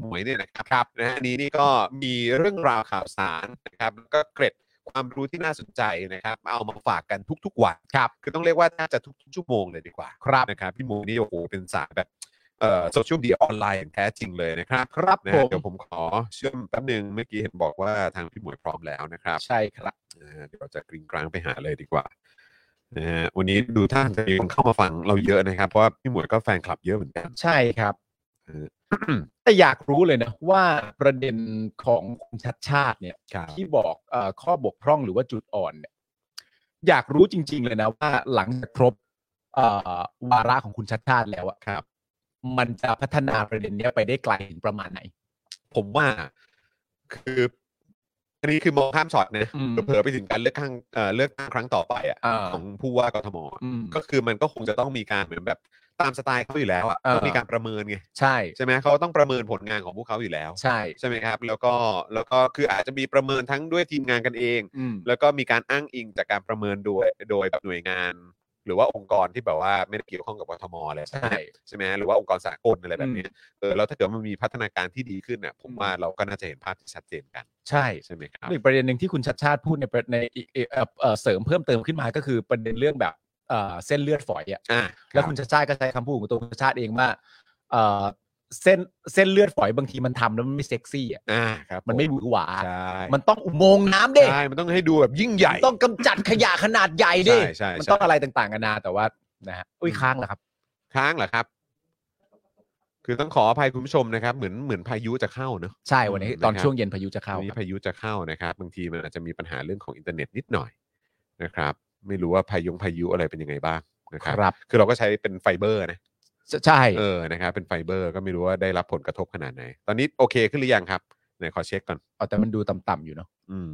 S2: หมวยเนี่ยนะครับครับนะฮะอันนี้นี่ก็มีเรื่องราวข่าวสารนะครับแล้วก็เกร็ดความรู้ที่น่าสนใจนะครับ เอามาฝากกันทุกๆวันครับคือต้องเรียกว่าน่าจะทุกๆชั่วโมงเลยดีกว่าครับนะครับพี่หมวยนี่โอ้โหเป็นสายแบบเอ่อโซเชียลมีเดียออนไลน์อย่างแท้จริงเลยนะครับครับนะ
S3: ผ
S2: ฮะ
S3: ม
S2: เดี๋ยวผมขอเชื่อมแป๊บหนึงเมื่อกี้เห็นบอกว่าทางพี่หมวยพร้อมแล้วนะครับ
S3: ใช่ครับ
S2: นะฮะเดี๋ยวเราจะกริ้งกลางไปหาเลยดีกว่านะฮะวันนี้ดูท่าจะมีคนเข้ามาฟังเราเยอะนะครับเพราะว่าพี่หมวยก็แฟนคลับเยอะเหมือนกัน
S3: ใช่ครับ
S2: เออ
S3: แต่อยากรู้เลยนะ ว่าประเด็นของคุณชัดชาติเนี่ย
S2: ครับ
S3: ที่บอกเออข้อบกพร่องหรือว่าจุดอ่อนเนี่ยอยากรู้จริง ๆ เลยนะว่าหลังจากครบเอ่อวาระของคุณชัดชาติแล้วอะ
S2: ครับ
S3: มันจะพัฒนาประเด็นเนี้ยไปได้ไกลถึงประมาณไหน
S2: ผมว่าคืออันนี้คือมองข้ามช็อตนะ
S3: อืม
S2: เผลอๆไปถึงการเลือกข้างเอ่อเลือกตั้งครั้งต่อไปอ่ะ
S3: อ่า
S2: ของผู้ว่ากทมอะ
S3: อืม
S2: ก็คือมันก็คงจะต้องมีการเหมือนแบบตามสไตล์เขาอยู่แล้วอ่ะ
S3: เออ
S2: ต้องมีการประเมินไง
S3: ใช่
S2: ใช่ไหมเขาต้องประเมินผลงานของพวกเขาอยู่แล้ว
S3: ใช่
S2: ใช่ไหมครับ แล้วก็แล้วก็คืออาจจะมีประเมินทั้งด้วยทีมงานกันเอง
S3: อืม
S2: แล้วก็มีการอ้างอิงจากการประเมินโดยโดยแบบหน่วยงาน หรือว่าองค์กรที่แบบว่าไม่ได้เกี่ยวข้องกับกทมอะไร
S3: ใช่
S2: ใช่ไหมหรือว่าองค์กรสากลอะไรแบบเนี้ยเออแล้วถ้าเกิดมันมีพัฒนาการที่ดีขึ้นเนี่ยผมว่าเราก็น่าจะเห็นภาพที่ชัดเจนกัน
S3: ใช่
S2: ใช่ไหมครับ
S3: หรือประเด็นหนึ่งที่คุณชัดชาติพูดในประในอีกเอ่อเอ่อเสริมเพิ่มเติมขึ้นมาก็คือประเด็นเรื่องแบบเอ่อเส้นเลือดฝอยอ่ะ
S2: อ่า
S3: แล้วคุณชาติชาติก็ใช้คำพูดของตัวคุณชาติชาติเองว่าเอ่อเส้นเส้นเลือดฝอยบางทีมันทำแล้วมันไม่เซ็กซี่อ่ะ
S2: อ่าครับ
S3: มันไม่ห
S2: ผ
S3: วือหวา
S2: ใช่
S3: มันต้องอุโมงค์น้ำเด้
S2: ใช่มันต้องให้ดูแบบยิ่งใหญ่
S3: ต้องกำจัดขยะขนาดใหญ่เด้
S2: ใช่ใช่ใช่
S3: มันต้องอะไรต่างๆกันานาแต่ว่านะฮะอุ้ยค้างเหรอครับ
S2: ค้างเหรอครับ คือต้องขออภัยคุณผู้ชมนะครับ เหมือนเหมือนพายุจะเข้าเนอะ
S3: ใช่วันนี้
S2: อืม
S3: ตอน
S2: นะครับ
S3: ช่วงเย็นพายุจะเข้า
S2: วันนี้
S3: ครับ
S2: พายุจะเข้านะครับ บางทีมันอาจจะมีปัญหาเรื่องของอินเทอร์เน็ตนิดหน่อยนะครับ ไม่รู้ว่าพายุพายุอะไรเป็นยังไงบ้างนะครับ
S3: ครับ
S2: คือเราก็ใช้เป็นไฟเบอร์นะ
S3: ใช่ใช่
S2: เออนะครับ เป็นไฟเบอร์ก็ไม่รู้ว่าได้รับผลกระทบขนาดไหน ตอนนี้โอเคขึ้นหรือยังครับไหนขอเช็คก่อน
S3: เอาแต่มันดูต่ำๆอยู่เนาะ
S2: อืม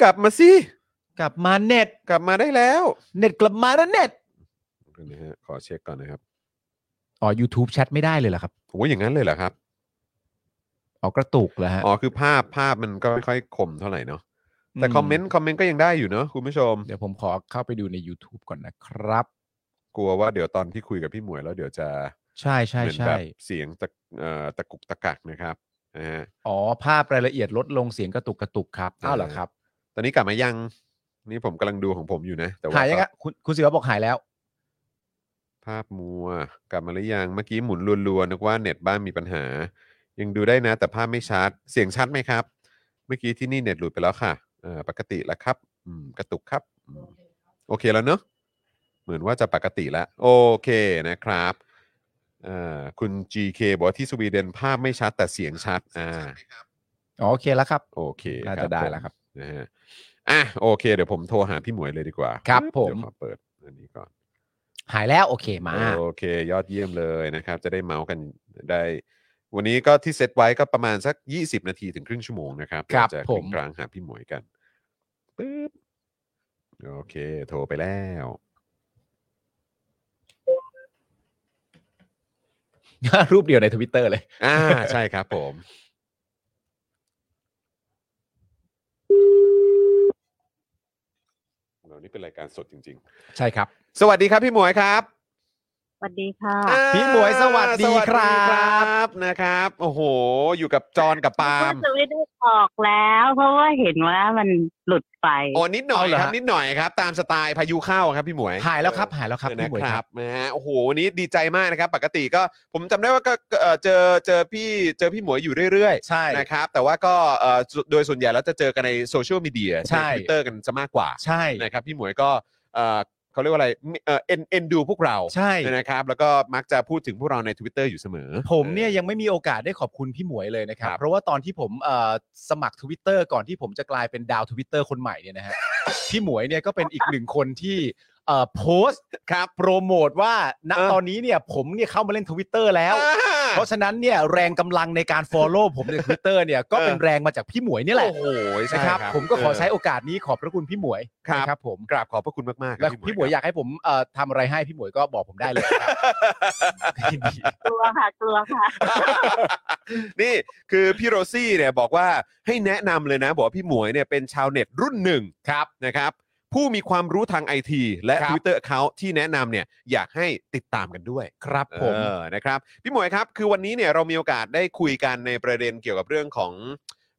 S2: กลับมาสิ
S3: กลับมาเน็ต
S2: กลับมาได้แล้ว
S3: เน็ตกลับมาแล้วเน็ต
S2: นะฮะขอเช็คก่อนนะครับ
S3: อ๋อ YouTube แชทไม่ได้เลยเหรอครับ
S2: โอ้ยอย่างนั้นเลยเหรอครับ
S3: อ๋อกระตุกเหรอฮะ
S2: อ๋อคือภาพภาพมันก็ไม่ค่อยคมเท่าไหร่เนาะแต่คอมเมนต์คอมเมนต์ก็ยังได้อยู่เนาะคุณผู้ชม
S3: เดี๋ยวผมขอเข้าไปดูใน YouTube ก่อนนะครับ
S2: กลัวว่าเดี๋ยวตอนที่คุยกับพี่หมวยแล้วเดี๋ยวจะ
S3: ใช่ใช่
S2: เหมือน
S3: ใช่
S2: แบบเสียงตะเอ่อตะกุกตะกักนะครับนะฮะ
S3: อ๋อ ภาพรายละเอียดลดลงเสียงกระตุกกระตุกครับ อ้าวเหรอครับ
S2: ตอนนี้กลับมายัง นี่ผมกำลังดูของผมอยู่นะแต่ว่า
S3: หายยัง
S2: ก็
S3: อะคุณคุณศิวะบอกหายแล้ว
S2: ภาพมัว กลับมาหรือยังเมื่อกี้หมุนรัวๆนึกว่าเน็ตบ้านมีปัญหา ยังดูได้นะ แต่ภาพไม่ชัดเสียงชัดไหมครับ เมื่อกี้ที่นี่เน็ตหลุดไปแล้วค่ะเอ่อปกติแล้วครับอืมกระตุกครับอืมโอเคแล้วเนอะเหมือนว่าจะปกติแล้วโอเคนะครับเอ่อคุณ GK บอกว่าที่สวีเดนภาพไม่ชัดแต่เสียงชัดอ่า
S3: อ๋อโอเคแล้วครับ
S2: โอเค
S3: น่า
S2: ครั
S3: จะ
S2: บ
S3: ได้
S2: ผม
S3: แล้วครับ
S2: นะฮะอ่ะโอเค เดี๋ยวผมโทรหาพี่หมวยเลยดีกว่า
S3: ครับผม
S2: เดี๋ยวขอเปิดอันนี้ก่อน
S3: หายแล้วโอเคมา
S2: โอเค ยอดเยี่ยมเลยนะครับ จะได้เมาส์กันได้ วันนี้ก็ที่เซตไว้ก็ประมาณสัก 20 นาทีถึงครึ่งชั่วโมงนะครับ
S3: ครับ
S2: เดี๋ยวจะ
S3: ผม
S2: กลางหาพี่หมวยกันปึ๊บโอเค โทรไปแล้ว
S3: รูปเดียวในทวิตเตอร์เลย
S2: อ่า ใช่ครับผม เรานี่เป็นรายการสดจริง
S3: ใช่ครับ
S2: ๆ สวัสดีครับพี่หมวยครับ
S6: ส วัสดีค่ะ
S2: อ่า
S3: พี่หมวยสวัสดี
S2: วั
S3: ครับ
S2: บนะครับ โอ้โห อยู่กับจอนกับปาล์ม
S6: จะไม่ได้ออกแล้ว เพราะว่าเห็นว่ามันหลุดไป
S2: อ๋อนิดหน่อย
S3: เอาเหรอ
S2: ครับ
S3: ฮะ
S2: นิดหน่อยครับ ตามสไตล์พายุเข้าครับพี่หมวย
S3: หายแล้วครับหายแล้วครับ
S2: เออ
S3: พี่
S2: นะ
S3: หมวย
S2: ค
S3: ค
S2: รั
S3: รั
S2: บบ นะฮะโอ้โหวันนี้ดีใจมากนะครับ ปกติก็ผมจำได้ว่าก็เอ่อเจอเจอพี่เจอพี่หมวยอยู่เรื่อย
S3: ใช่
S2: ๆนะครับ แต่ว่าก็เอ่อโดยส่วนใหญ่แล้วจะเจอกันในโซเชียลมีเดีย
S3: ใช่
S2: ทวิตเตอร์กันจะมากกว่า
S3: ใช่
S2: นะครับพี่หมวยก็เอ่อเขาเรียกว่าอะไรเอ่อเอ็นเอ็นดูพวกเรา
S3: ใช่
S2: นะครับ แล้วก็มักจะพูดถึงพวกเราใน Twitter อยู่เสมอ
S3: ผมเนี่ยยังไม่มีโอกาสได้ขอบคุณพี่หมวยเลยนะครับ
S2: ครับ
S3: เพราะว่าตอนที่ผมเอ่อสมัคร Twitter ก่อนที่ผมจะกลายเป็นดาวทวิตเตอร์คนใหม่เนี่ยนะฮะ พี่หมวยเนี่ยก็เป็นอีกหนึ่งคนที่เอ่อโพสต์ครับโปรโมทว่าณ
S2: เออ
S3: ตอนนี้เนี่ยผมเนี่ยเข้ามาเล่น Twitter แล้ว
S2: อ่า
S3: เพราะฉะนั้นเนี่ยแรงกำลังในการ Follow ผมใน Twitter เนี่ยก็เป็น
S2: เออ
S3: แรงมาจากพี่หมวยเนี่ยแหละ
S2: โอ้โหใช่
S3: นะครับ ผมก็ขอใช้
S2: เ
S3: โอกาสนี้ขอบพระคุณพี่หมวย
S2: ครับ
S3: นะครับผม
S2: กราบขอบพระคุณมากๆค
S3: แล้
S2: รั
S3: ว
S2: บ
S3: พี่หมวยอยากให้ผมเอ่อทำอะไรให้พี่หมวยก็บอกผมได้เลยนะครับยินดี
S6: กลัวค่ะ กลัวค่ะ
S2: นี่คือพี่โรซี่เนี่ยบอกว่าให้แนะนำเลยนะ บอกว่าพี่หมวยเนี่ยเป็นชาวเน็ตรุ่นหนึ่งครับนะครับ ผู้มีความรู้ทางไอทีและ
S3: ครับ
S2: Twitter เขาที่แนะนำเนี่ยอยากให้ติดตามกันด้วย
S3: ครับผม
S2: เออนะครับพี่หมวยครับ คือวันนี้เนี่ยเรามีโอกาสได้คุยกันในประเด็นเกี่ยวกับเรื่องของ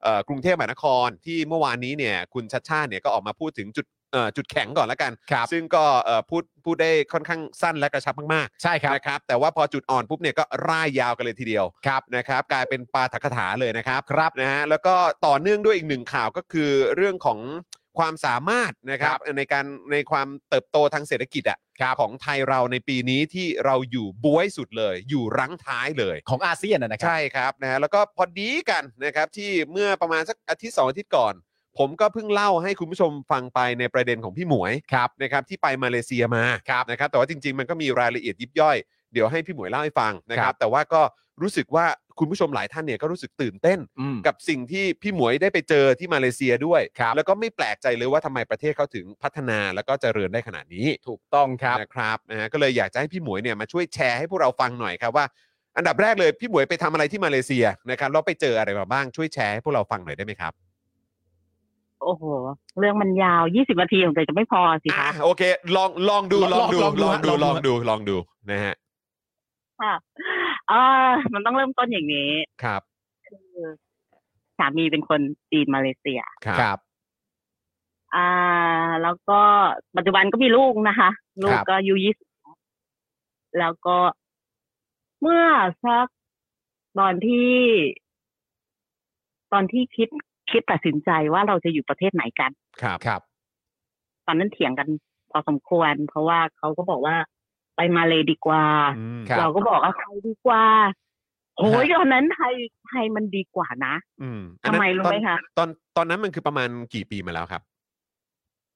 S2: เอ่อกรุงเทพมหานครที่เมื่อวานนี้เนี่ยคุณชัดชาติเนี่ยก็ออกมาพูดถึงจุดเอ่อจุดแข็งก่อนละกัน
S3: ครับ
S2: ซึ่งก็เอ่อพูดพูดได้ค่อนข้างสั้นและกระชับมาก
S3: ใช่
S2: ๆ
S3: ครับ
S2: นะครับแต่ว่าพอจุดอ่อนปุ๊บเนี่ยก็ร่ายยาวกันเลยทีเดียว
S3: ครับ
S2: นะครับกลายเป็นปาฐกถาเลยนะครับ
S3: ครับ
S2: นะฮะแล้วก็ต่อเนื่องด้วยอีกหนึ่งข่าวก็คือเรื่องของความสามารถนะครับในการในความเติบโตทางเศรษฐกิจอะ
S3: ครับ
S2: ของไทยเราในปีนี้ที่เราอยู่บวยสุดเลย อยู่รั้งท้ายเลย
S3: ของอาเซียนนะนะครั
S2: ใช่ครับนะแล้วก็พอดีกันนะครับที่เมื่อประมาณสักอาทิตย์สองอาทิตย์ก่อน ผมก็เพิ่งเล่าให้คุณผู้ชมฟังไปในประเด็นของพี่หมวย
S3: ครับ
S2: นะครับที่ไปมาเลเซียมา
S3: ครับ
S2: นะครับแต่ว่าจริง ๆ มันก็มีรายละเอียดยิบย่อย เดี๋ยวให้พี่หมวยเล่าให้ฟังนะค
S3: ค
S2: รั
S3: รับ บ
S2: แต่ว่าก็รู้สึกว่าคุณผู้ชมหลายท่านเนี่ยก็รู้สึกตื่นเต้น
S3: อืม
S2: กับสิ่งที่พี่หมวยได้ไปเจอที่มาเลเซียด้วย
S3: ครับ
S2: แล้วก็ไม่แปลกใจเลยว่าทำไมประเทศเขาถึงพัฒนาแล้วก็เจริญได้ขนาดนี้
S3: ถูกต้องครับ
S2: นะครับนะฮะก็เลยอยากจะให้พี่หมวยเนี่ยมาช่วยแชร์ให้พวกเราฟังหน่อยครับว่า อันดับแรกเลยพี่หมวยไปทำอะไรที่มาเลเซียนะครับแล้วไปเจออะไรมาบ้างช่วยแชร์ให้พวกเราฟังหน่อยได้ไหมครับ
S6: โอ้โห เรื่องมันยาว 20นาทีของแต่จะไม่พอสิ
S2: อ่ะ
S6: คะ
S2: โอเค ลองลองดูล
S3: ล
S2: อ
S3: อง ง
S2: ดูล
S3: ล
S2: อ
S3: อง ง
S2: ดู
S3: ดูฮะ
S2: ล
S3: ล
S2: อ
S3: อง งดู
S2: ดูลองดูนะฮะ
S6: ค่ะเออมันต้องเริ่มต้นอย่างนี้
S2: ครับ
S6: คือสามีเป็นคนจีนมาเลเซีย
S2: ครับ
S3: ครับ
S6: อ่า แล้วก็ปัจจุบันก็มีลูกนะคะ ลูกก็อายุยี่สิบแล้วก็เมื่อสักตอนที่ ตอนที่คิดคิดตัดสินใจว่าเราจะอยู่ประเทศไหนกัน
S2: ครับ
S3: ครับ
S6: ตอนนั้นเถียงกันพอสมควร เพราะว่าเขาก็บอกว่าไปมาเลยดีกว่า
S2: อืม
S3: ครับ
S6: เราก็บอกว่าไทยดีกว่าโอ้ยตอนนั้นไทยไทยมันดีกว่านะ
S2: อืม
S6: ทำไมรู้ไห
S2: ต
S6: ม
S2: อน
S6: คะ
S2: ตอนตอนนั้นมันคือประมาณกี่ปีมาแล้วครับ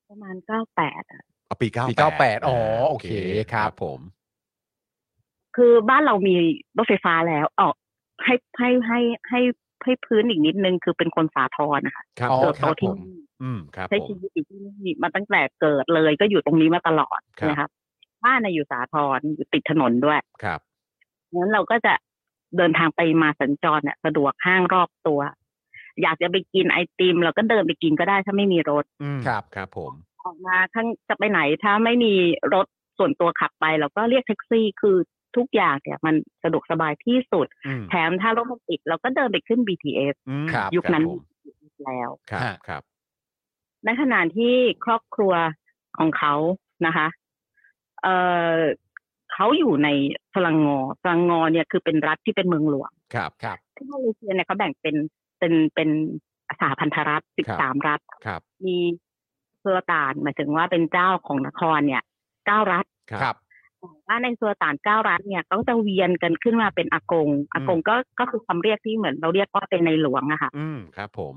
S6: ประมาณเก้าแปดอะ
S2: เอาปีเก้า
S3: ปี98อ๋อโอเคครับ
S2: ผม
S6: คือบ้านเรามีรถไฟฟ้าแล้วออกให้ให้ให้ให้ให้พื้นอีกนิดนึง คือเป็นคนสาทรนะคะ
S2: ครับ
S3: อ๋อ
S6: เติบ
S2: ค
S6: โต
S2: รับผ
S6: ที่
S2: ม
S6: นี่
S2: อืมครับ
S6: ใช้
S2: ผม
S6: ชีวิตอยู่ที่นี่มาตั้งแต่เกิดเลยก็อยู่ตรงนี้มาตลอด
S2: ครับ
S6: นะครับ บ้านน่ะอยู่สาทรอยู่ติดถนนด้วย
S2: ครับ
S6: งั้นเราก็จะเดินทางไปมาสัญจรเนี่ยสะดวกห้างรอบตัว อยากจะไปกินไอติม เราก็เดินไปกินก็ได้ถ้าไม่มีรถ
S2: อืม
S3: ครับ
S2: ครับผม
S6: ออกมาข้างจะไปไหน ถ้าไม่มีรถส่วนตัวขับไป เราก็เรียกแท็กซี่คือทุกอย่างเนี่ยมันสะดวกสบายที่สุด
S2: อืม
S6: แถมถ้ารถมันติดเราก็เดินไปขึ้น BTS
S2: อืม
S3: ครับ
S6: ยุคนั้น
S2: ผม
S6: แล้ว
S2: ครับครับ
S6: ในขณะที่ครอบครัวของเขานะคะ เอ่อเขาอยู่ในพลังงอพลังงอเนี่ยคือเป็นรัฐที่เป็นเมืองหลวง
S2: ครับ
S3: ครับ
S6: ที่มาเลเซียเนี่ยเขาแบ่งเป็นเป็นเป็นสหพันธรัฐสิบสามรัฐ
S2: ครับ
S6: มีสุลต่านหมายถึงว่าเป็นเจ้าของนครเนี่ยเก้ารัฐ
S3: ครับ
S6: แต่ว่าในสุลต่านเก้ารัฐเนี่ยเขาจะเวียนกันขึ้นมาเป็นอากงอากงก็ก็คือคำเรียกที่เหมือนเราเรียกว่าเป็นในหลวงอะค่ะ
S2: อืมครับผม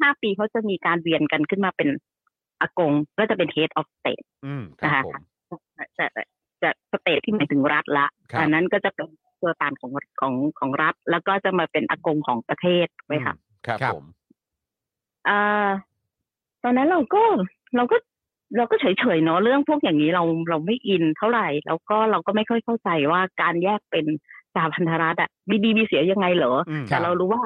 S6: ห้าปีเขาจะมีการเวียนกันขึ้นมาเป็นอากงก็จะเป็น head of state
S2: อืมครับ
S6: นะคะ
S2: ผม
S6: จะจะจะสเตทที่หมายถึงรัฐละ
S2: ครับ
S6: อันนั้นก็จะเป็นสุลต่านของของของรัฐ แล้วก็จะมาเป็นอากงของประเทศถูกไหมคะ
S2: อืมครับ
S3: ครับ
S2: ผม
S6: เอ่อตอนนั้นเราก็เราก็เราก็เฉยๆเนาะเรื่องพวกอย่างนี้เราเราไม่อินเท่าไหร่ แล้วก็เราก็ไม่ค่อยเข้าใจว่าการแยกเป็นสหพันธรัฐอะมีดีมีเสียยังไงเหรอ
S2: อืม
S3: ค
S6: แต่
S3: บ
S6: เรารู้ว่า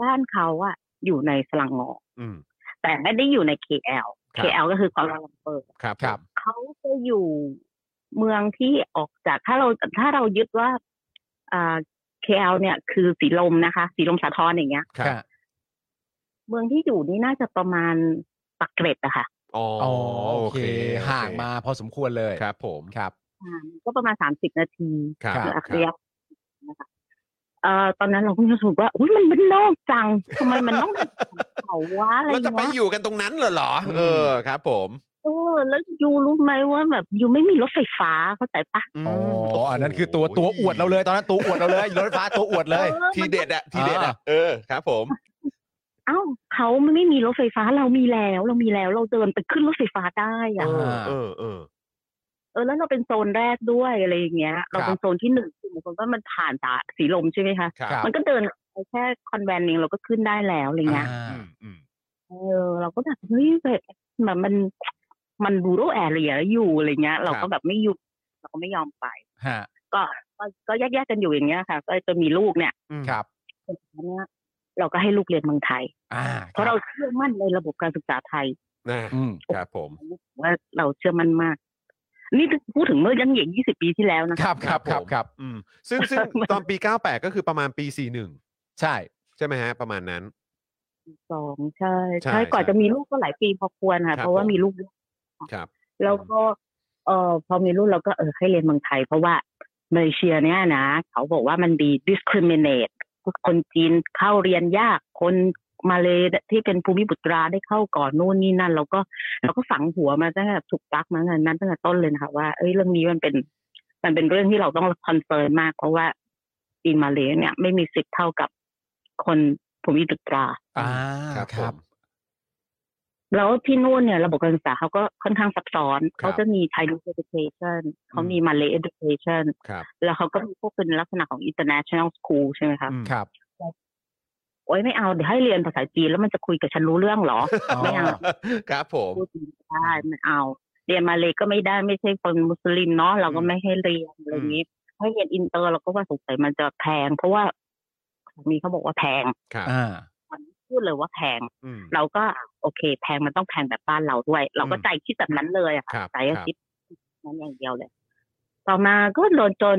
S6: บ้านเขาอะอยู่ในสลังงอ
S2: อืม
S6: แต่ไม่ได้อยู่ใน KL
S2: ครับ
S6: KL ก็คือความรังเปิด
S2: ครับ
S3: ครับ
S2: ผม
S6: เขาจะอยู่ เมืองที่ออกจากถ้าเราถ้าเรายึดว่าอ่า KL เนี่ย คือสีลมนะคะ สีลมสาทรอย่างเงี้ย
S2: ครับ
S3: ค่ะ
S6: เมืองที่อยู่นี่น่าจะประมาณปักเกร็ดอะค่ะ
S2: อ๋อ
S3: อ๋อ
S2: โอ
S3: โอ
S2: เค
S3: เค ห่างมาพอสมควรเลย
S2: ครับผม
S3: ครับ
S6: อ่าก็ประมาณสามสิบนาที
S2: ครับ
S3: ครับ
S6: อักเรียบนะคะเอ่อตอนนั้นเราก็รู้สึกว่าอุ้ยมันมันนอกจังทำไมมันต้องเป็นเขาวะอะไร
S2: แล้วจะไป
S6: วะ
S2: อยู่กันตรงนั้นเหรอเหรอเออครับผม
S6: เออแล้วยูรู้ไหมว่าแบบยูไม่มีรถไฟฟ้าเข้าใจปะ
S3: อ๋อ
S2: โ
S3: อันนั้นคือตัวตัวอวดเราเลยตอนนั้นตัวอวดเราเลยรถไฟฟ้าตัวอวดเลย
S6: ออ
S2: ทีเด็ดอะทีเด็ดอะ
S3: อ่า
S2: เออครับผม
S6: เอ้าเขาไม่มีรถไฟฟ้าเรามีแล้ว เรามีแล้วเราเดินไปขึ้นรถไฟฟ้าได้อะ
S3: อ่า
S2: เออเออ
S6: เออแล้วเราเป็นโซนแรกด้วยอะไรอย่างเงี้ย เราเป็นโซนที่หนึ่งคือหมายความว่ามันผ่านตาสีลมใช่ไหมคะ
S2: ครับ
S3: ครับ
S6: มันก็เดินไปแค่คอนแวนต์เองเราก็ขึ้นได้แล้วอะไรเงี้ย
S3: อ่า
S2: อืมอืม
S6: เออเราก็แบบเฮ้ยแบบแบบมันมันบูโรแอเรียอยู่อะไรเงี้ย เราก็แบบไม่อยู่ เราก็ไม่ยอมไป
S3: ฮะ
S6: ก็ก็ก็แยกๆกันอยู่อย่างเงี้ยค่ะ ก็จะมีลูกเนี่ย
S3: ครับ
S6: คนนี้ยเราก็ให้ลูกเรียนเมืองไทย
S3: อ่า
S6: เพราะเราเชื่อมั่นในระบบการศึกษาไทย
S2: นะ
S3: อืม
S2: ครับผม
S6: ว่าเราเชื่อมั่นมาก นี่พูดถึงเมื่อยังเหยียด20 ปีที่แล้วนะ
S3: ครับครับครับครับ
S2: อืมซึ่งซึ่ง ตอนปี 98 ก็คือประมาณปี 41
S3: ใช่
S2: ใช่ไหมฮะ ประมาณนั้น
S6: สองใช่
S2: ใช่
S6: ใช่กว่า
S2: ใช่
S6: จะมีลูกก็หลายปีพอควรค่ะ
S2: ครับ
S6: เพราะว่า
S2: ผม
S6: มีลูกเยอะ
S2: ครับ
S6: แล้วก็ เออพอมีลูกเราก็เออให้เรียนเมืองไทย เพราะว่ามาเลเซียเนี่ยนะ เขาบอกว่ามันมี discriminate คนจีนเข้าเรียนยาก คนมาเลยที่เป็นภูมิบุตราได้เข้าก่อนนู่นนี่นั่น เราก็เราก็ฝังหัวมาตั้งแต่ถูกตักมาตั้งแต่นั้นตั้งแต่ต้นเลยนะคะว่าเอ้ยเรื่องนี้มันเป็น มันเป็นเรื่องที่เราต้องคอนเซิร์นมาก เพราะว่าจีนมาเลยเนี่ย ไม่มีสิทธิ์เท่ากับคนภูมิบุตรา
S3: อ่า
S2: ครับ
S3: ครับ
S2: ผม
S6: แล้วที่นู่นเนี่ย ระบบการศึกษาเขาก็ค่อนข้างซับซ้อน
S2: ครับ
S6: เขาจะมี Chinese education เขามี Malay education
S2: ครับ
S6: แล้วเขาก็มีพวกเป็นลักษณะของ international school ใช่ไหมคะ
S2: อืม
S3: ครับ
S6: โอ้ยไม่เอา เดี๋ยวให้เรียนภาษาจีนแล้วมันจะคุยกับฉันรู้เรื่องเหรอ ไม่เอา
S2: ครับผม
S6: พูดจีนไม่ได้ไม่เอา เรียนมาเลยก็ไม่ได้ไม่ใช่คนมุสลิมเนาะเราก็ไม่ให้เรียนอะไรอย่างนี้ให้เรียนอินเตอร์เราก็ว่าสงสัยมันจะแพง เพราะว่าสามีเขาบอกว่าแพง
S2: ครับ
S3: อ่า
S6: พูดเลยว่าแพง
S2: อืม
S6: เราก็โอเค แพงมันต้องแพงแบบบ้านเราด้วย เราก็
S2: อืม
S6: ใจคิดแบบนั้นเลยอะ
S2: ครั
S6: ค่ะ
S2: บ
S6: ใจ
S2: ครับ
S6: คิดนั้นอย่างเดียวเลย ต่อมาก็โดนจน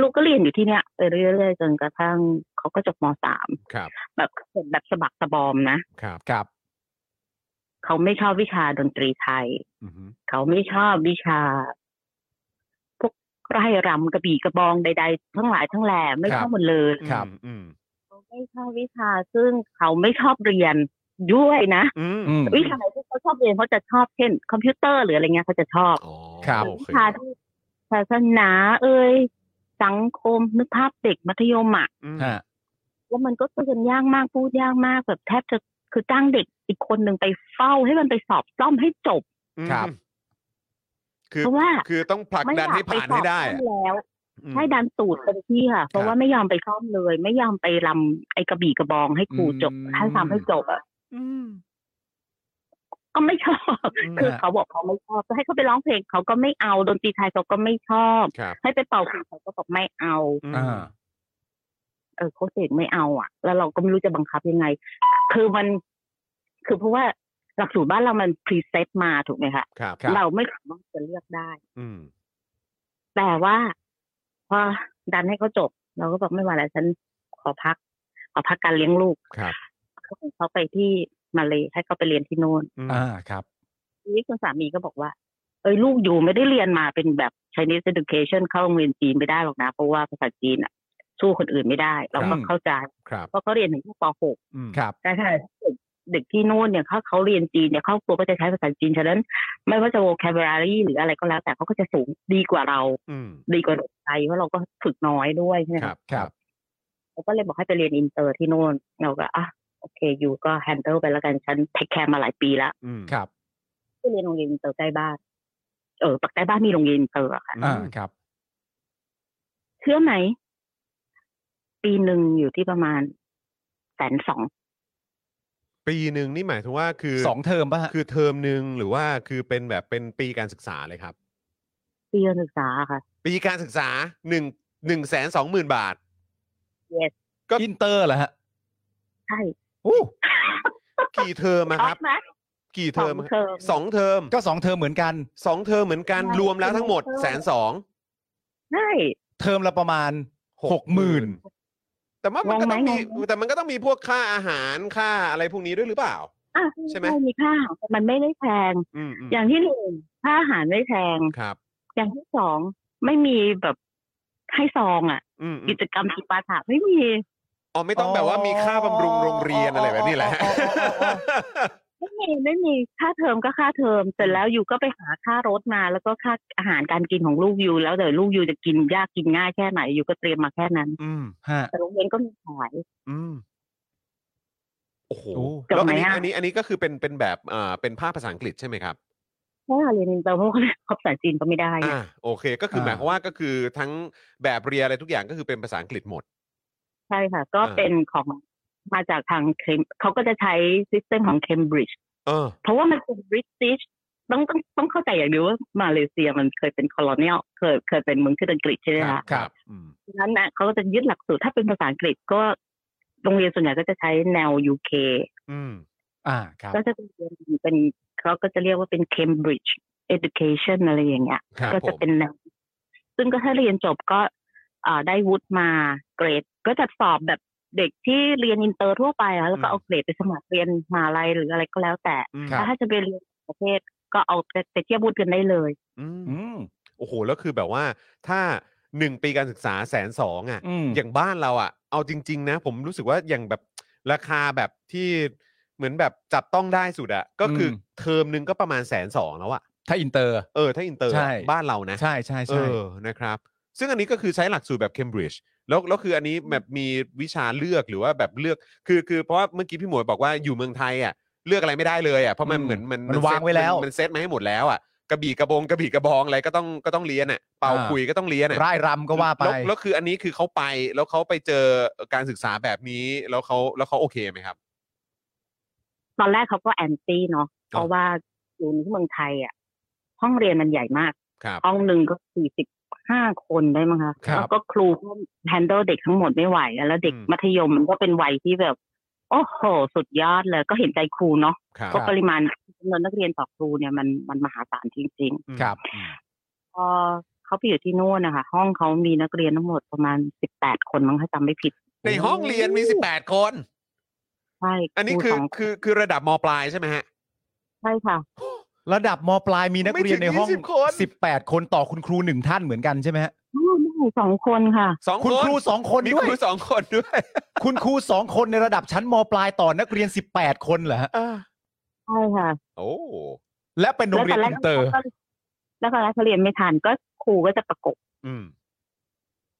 S6: ลูกก็เรียนอยู่ที่เนี้ยไปเรื่อยๆจนกระทั่งเขาก็จบมสาม
S2: ครับ
S6: แบบแบบสะบักสะบอมนะครับ
S3: ครับ
S6: เขาไม่ชอบวิชาดนตรีไทย
S2: อือฮึ
S6: เขาไม่ชอบวิชา พวกไร่รำกระบี่กระบองใดๆ ทั้งหลายทั้งแหล่ไม่ชอบหมดเลย
S3: ครับ
S2: อืม
S6: เขาไม่ชอบวิชาซึ่งเขาไม่ชอบเรียนด้วยนะ
S2: อืม
S3: อืม
S6: วิชาไหนที่เขาชอบเรียนเขาจะชอบเช่น คอมพิวเตอร์หรืออะไรเงี้ยเขาจะชอบ
S2: อ๋อ
S3: ครับ
S2: โอ
S6: วิ
S2: เค
S6: ชาที่ศาสนาเอ่ยสังคมนึกภาพเด็กมัธยมอ่ะ
S2: อืม
S3: ฮะ
S6: แล้วมันก็เป็นยากมากพูดยากมากแบบแทบจะคือจ้างเด็กอีกคนหนึ่งไปเฝ้าให้มันไปสอบซ่อมให้จบ
S3: ครับ
S2: คือ
S6: เพราะว่า
S2: คือต้องผลัก
S6: ไม่อ
S2: ดัน
S6: ยาก
S2: ให้
S6: ไป
S2: ผ่าน
S6: สอ
S2: ให้
S6: บ
S2: ได้
S6: ซ่อ
S2: อะ
S6: มแล้ว
S2: อืม
S6: ให้ดันตูดเต็มที่ค่ะ
S2: ค
S6: เพ
S2: รั
S6: ราะ
S2: บ
S6: ว่าไม่ยอมไปซ่อมเลย ไม่ยอมไปรำไอ้กระบี่กระบองให้ครูจบ
S2: อืม
S6: ให้ทำให้จบอ่ะก็ไม่ชอบ คือเขาบอกเขาไม่ชอบให้เขาไปร้องเพลงเขาก็ไม่เอาดนตรีไทยเขาก็ไม่ชอบ
S2: ครับ
S6: ให้ไปเป่าปีเขาก็บอกไม่เอา
S2: อืม
S3: อ่า
S6: เออโค้ชเอกไม่เอาอ่ะ แล้วเราก็ไม่รู้จะบังคับยังไง คือมัน คือเพราะว่าหลักสูตรบ้านเรามันพรีเซตมาถูกไหมคะ
S2: ครับ
S3: ครับ
S6: เราไม่สามารถจะเลือกได้
S2: อืม
S6: แต่ว่าพอดันให้เขาจบ เราก็บอกไม่ไหวแล้วฉันขอพัก ขอพักการเลี้ยงลูก
S2: ครับ
S6: เขาให้เขาไปที่มาเลยให้เขาไปเรียนที่โน่น
S2: อืม
S3: อ่าครับ
S6: ทีนี้คุณสามีก็บอกว่า เอ้ยลูกอยู่ไม่ได้เรียนมาเป็นแบบ Chinese education เข้าโรงเรียนจีนไม่ได้หรอกนะ เพราะว่าภาษาจีนอ่ะ สู้คนอื่นไม่ได้ เรา
S3: ค
S6: ก็
S3: รับ
S6: เข้าใจ
S2: ครับ
S6: เพราะเขาเรียนถึงแค่ป .6
S2: อืม
S3: ครับ
S6: ใช่ใช่เด็กที่นู่นเนี่ยเขาเขาเรียนจีนเนี่ยครอบครัวก็จะใช้ภาษาจีนฉะนั้น ไม่ว่าจะ vocabulary หรืออะไรก็แล้ว แต่เขาก็จะสูงดีกว่าเรา
S2: อืม
S6: ดีกว่าเราไทยเพราะเราก็ฝึกน้อยด้วยใช่ไหม
S2: ค
S6: ค
S2: รั
S6: รับบ
S3: ครับ
S6: เขาก็เลยบอกให้ไปเรียนอินเตอร์ที่นู่นเราก็อ่ะโอเคอยู่ก็ handle ไปแล้วกันฉัน take care มาหลายปีละ
S2: อืม
S3: ครับ
S6: ก็เรียนโรงเรียนอินเตอร์ใกล้บ้านเออปักใกล้บ้านมีโรงเรียนอินเตอร์อะค่ะ
S3: อ่าครับ
S6: เชื่อไหมปีหนึ่งอยู่ที่ประมาณแสนสอง
S2: ปีหนึ่งนี่หมายถึงว่าคือ
S3: สองเทอมป่ะฮะ
S2: คือเทอมหนึ่งหรือว่าคือเป็นแบบเป็นปีการศึกษาเลยครับ
S6: ปีการศึกษาอะค่ะ
S2: ปีการศึกษาหนึ่งหนึ่งแสนสองหมื่นบาท
S6: yes
S3: อินเตอร์เหรอฮะ
S6: ใช่
S3: โอ้
S2: กี่เทอมอะ
S6: ช็
S2: ค
S6: อ
S2: รับ
S6: กไหม
S2: กี่
S6: ส
S2: เท
S6: อ
S2: อม
S6: งเทอม
S2: สองเทอม
S3: ก็สองเทอมเหมือนกัน
S2: สองเทอมเหมือนกัน
S6: ใช่
S2: รวมแล้วทั้งหมด
S6: เทอม
S2: แสนสอง
S6: ใช่
S3: เทอมละประมาณหกหมื่น
S2: แต่ว่ามันก็ต้องมี
S6: งงไหม
S2: แต่มันก็ต้องมีพวกค่าอาหารค่าอะไรพวกนี้ด้วยหรือเปล่า
S6: อ่ะ
S2: ใช่ไหม
S6: มีค่าอาหารแต่มันไม่ได้แพง
S2: อืมอืม
S6: อย่างที่หนึ่งค่าอาหารไม่แพง
S2: ครับ
S6: อย่างที่สองไม่มีแบบให้ซองอ่ะ
S2: อืมอื
S6: กิ
S2: ม
S6: จกรรมจิปาถะไม่มี
S2: อ๋อไม่ต้องแบบว่ามีค่าบำรุงโรงเรียนอะไรแบบนี้แหละ
S3: อ๋ออ๋ออ๋ออ๋อ
S6: ไม่มีไม่มีค่าเทอมก็ค่าเทอมเสร็จแล้วอยู่ก็ไปหาค่ารถมา แล้วก็ค่าอาหารการกินของลูกอยู่แล้วเดี๋ยวลูกอยู่จะกินยากกินง่ายแค่ไหนอยู่ก็เตรียมมาแค่นั้น
S2: อืม
S3: ฮะ
S6: แต่โรงเรียนก็มีขาย
S2: อืมโอ้โห
S3: โอ้
S2: แล้วอันนี้
S6: จบไหมอะ
S2: อันนี้อันนี้ก็คือเป็นเป็นแบบอ่าเป็นภาพภาษาอังกฤษใช่ไหมครับ
S6: เพราะว่าเรียนอินเตอร์เพราะว่าภาษาจีนก็ไม่ได้ไง
S2: อ่าโอเคก็คืออา หมายความว่าก็คือทั้งแบบเรียนอะไรทุกอย่างก็คือเป็นภาษาอังกฤษหมด
S6: ใช่ค่ะ ก็
S2: อ่า
S6: เป็นของมาจากทางเคมเขาก็จะใช้ซิสเต็มของเคมบริดจ์
S2: เออ
S6: เพราะว่ามันเป็นบริติชต้องต้องต้องเข้าใจอย่างเดียวว่ามาเลเซียมันเคยเป็นคอลเนียลเคยเคยเป็นเมืองขึ้นอังกฤษใช่ไหมคะ
S3: ครับ
S2: อืม
S6: ดังนั้นนะเขาก็จะยึดหลักสูตรถ้าเป็นภาษาอังกฤษก็โรงเรียนส่วนใหญ่ก็จะใช้แนว UK
S2: อืม
S3: อ่าครับ
S6: ก็จะเป็นเรียนเป็นเขาก็จะเรียกว่าเป็น Cambridge Education อะไรอย่างเงี้ย
S2: ครับ
S6: ก็จะ
S2: ผม
S6: เป็นแนวซึ่งก็ถ้าเรียนจบก็อ่าได้วุฒิมาเกรด ก็จัดสอบแบบเด็กที่เรียนอินเตอร์ทั่วไปอะแล้วก็เอาเกรดไปสมัครเรียนมหาลัยหรืออะไรก็แล้วแต่
S2: อืม
S3: ครับ
S6: ถ้าจะไปเรียนต่างประเทศก็เอาไปเทียบวุฒิกันได้เลย
S2: อืม
S3: อืม
S2: โอ้โหแล้วคือแบบว่าถ้าหนึ่งปีการศึกษาแสนสองอ่ะ
S3: อืม
S2: อย่างบ้านเราอ่ะ เอาจริง ๆ นะ ผมรู้สึกว่าอย่างแบบราคาแบบที่เหมือนแบบจับต้องได้สุดอ่ะ ก็คืออ
S3: ม
S2: เทอมหนึงก็ประมาณแสนสองแล้วอ่ะ
S3: ถ้าอินเตอร์
S2: เออ ถ้าอินเตอร์
S3: ใช่
S2: บ้านเรานะ
S3: ใช่ใช่
S2: เอ
S3: ใช่
S2: อ นะครับ ซึ่งอันนี้ก็คือใช้หลักสูตรแบบเคมบริดจ์แล้วแล้วคืออันนี้แบบมีวิชาเลือกหรือว่าแบบเลือก คือคือเพราะว่าเมื่อกี้พี่หมวยบอกว่าอยู่เมืองไทยอ่ะเลือกอะไรไม่ได้เลยอ่ะ เพราะมันเหมือนมัน
S3: มัน
S2: เซ็ต
S3: วางไว้แล้ว
S2: มันมันเซตมาให้หมดแล้วอ่ะ กระบี่กระบงกระบี่กระบองอะไรก็ต้องก็ต้องเรียนอ่ะ เป่า
S3: อ่า
S2: คุยก็ต้องเรียนอ่ะ
S3: ร่ายรำก็ว่าไป
S2: แล้วแล้วคืออันนี้คือเขาไปแล้วเขาไปเจอการศึกษาแบบนี้ แล้วเขาแล้วเขาโอเคไหมครับ
S6: ตอนแรกเขาก็แอนตี้เนาะ
S2: ครับ
S6: เพราะว่าอยู่ที่เมืองไทยอ่ะ ห้องเรียนมันใหญ่มาก
S2: ครับ
S6: ห้องหนึ่งก็สี่สิบห้าคนได้มั้งคะ
S2: ครับ
S6: แล้วก็ครูก็แฮนเดิลเด็กทั้งหมดไม่ไหวอะแล้วเด็ก
S2: อืม
S6: มัธยมมันก็เป็นวัยที่แบบ โอ้โห สุดยอดเลย ก็เห็นใจครูเนาะ
S2: ครับ
S6: ก็ปริมาณจำนวนนักเรียนต่อครูเนี่ยมันมันมหาศาลจริง
S2: อืม
S3: ครับ
S2: อืม
S6: ๆ พอเขาไปอยู่ที่นู่นนะคะห้องเขามีนักเรียนทั้งหมดประมาณสิบแปดคนมั้งถ้าจำไม่ผิด
S2: ในห้องเรียนมีสิบแปดคน
S6: ใช่
S2: อันนี้
S6: รู
S2: คือ
S6: สง
S2: คือคือระดับมปลายใช่ไหมฮะ
S6: ใช่ค่ะ
S3: ระดับมปลายมีนัก
S2: ไม่
S3: เรียนในห้อง
S2: ถึง20คน
S3: สิบแปดคนต่อคุณครูหนึ่งท่านเหมือนกันใช่ไหมฮะ
S6: ไม่ได้สองคนค่ะ
S2: สอง
S3: คุณ
S2: น
S3: ครูสองคน
S2: มี
S3: ด้ว
S2: ค
S3: ย
S2: รูสองคนด้วย
S3: คุณครูสองคนในระดับชั้นมปลายต่อนักเรียนสิบแปดคนเหรอฮะ
S6: ใช่ค่ะ
S2: โอ้
S3: และเป็นโรงเรียน
S6: แล้ว
S3: อิน
S6: ต
S3: เตอ
S6: อน
S3: ร์
S6: แรกแล้วตอนแรกเขาเรียนไม่ทันก็ครูก็จะประกบ
S2: อืม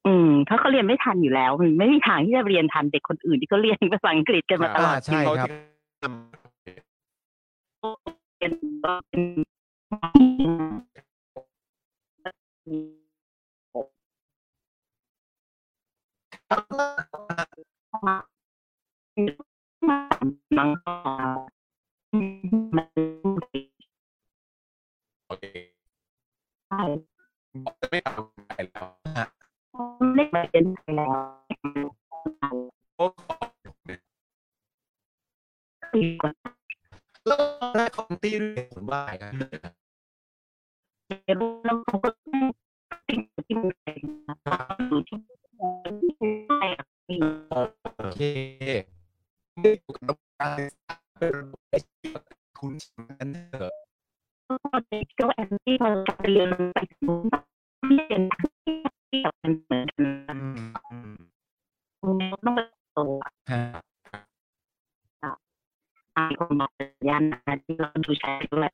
S6: อืมเพราะเขาเรียนไม่ทันอยู่แล้วมันไม่มีทางที่จะเรียนทันเด็กคนอื่นที่เขาเรียนภาษาอังกฤษกันมาตลอด
S3: อ่าใช่ครับ
S6: เรียนก็เป็นมัง
S2: โอเค
S6: ใช่
S2: ไม่ทำอะไรแล้ว
S6: ไม่ได้เรียนไทยแล้ว
S2: โอ้
S3: แล้วแรกคอมตี้ด้วยผลว่าไงฮะ
S6: เรียนรู้แล้วเขาก็ติดที่มันเป็นนะครับอยู่ที่ที่ไม่ได้อะมี
S3: โอเคไม่ได้อยู่กับระบบการศึกษาเป็นระบบที่คุณนั้นเถอะ
S6: ก็เด็กก็แอนตี้พอกลับไปเรียนไปถึงไม่เรียนที่แบบมันเหมือนกันนะต้องไปโตอ่ะ
S3: ฮะ
S6: อ่ะคนบอกสัญญาณนะที่เราดูใช้ด้วย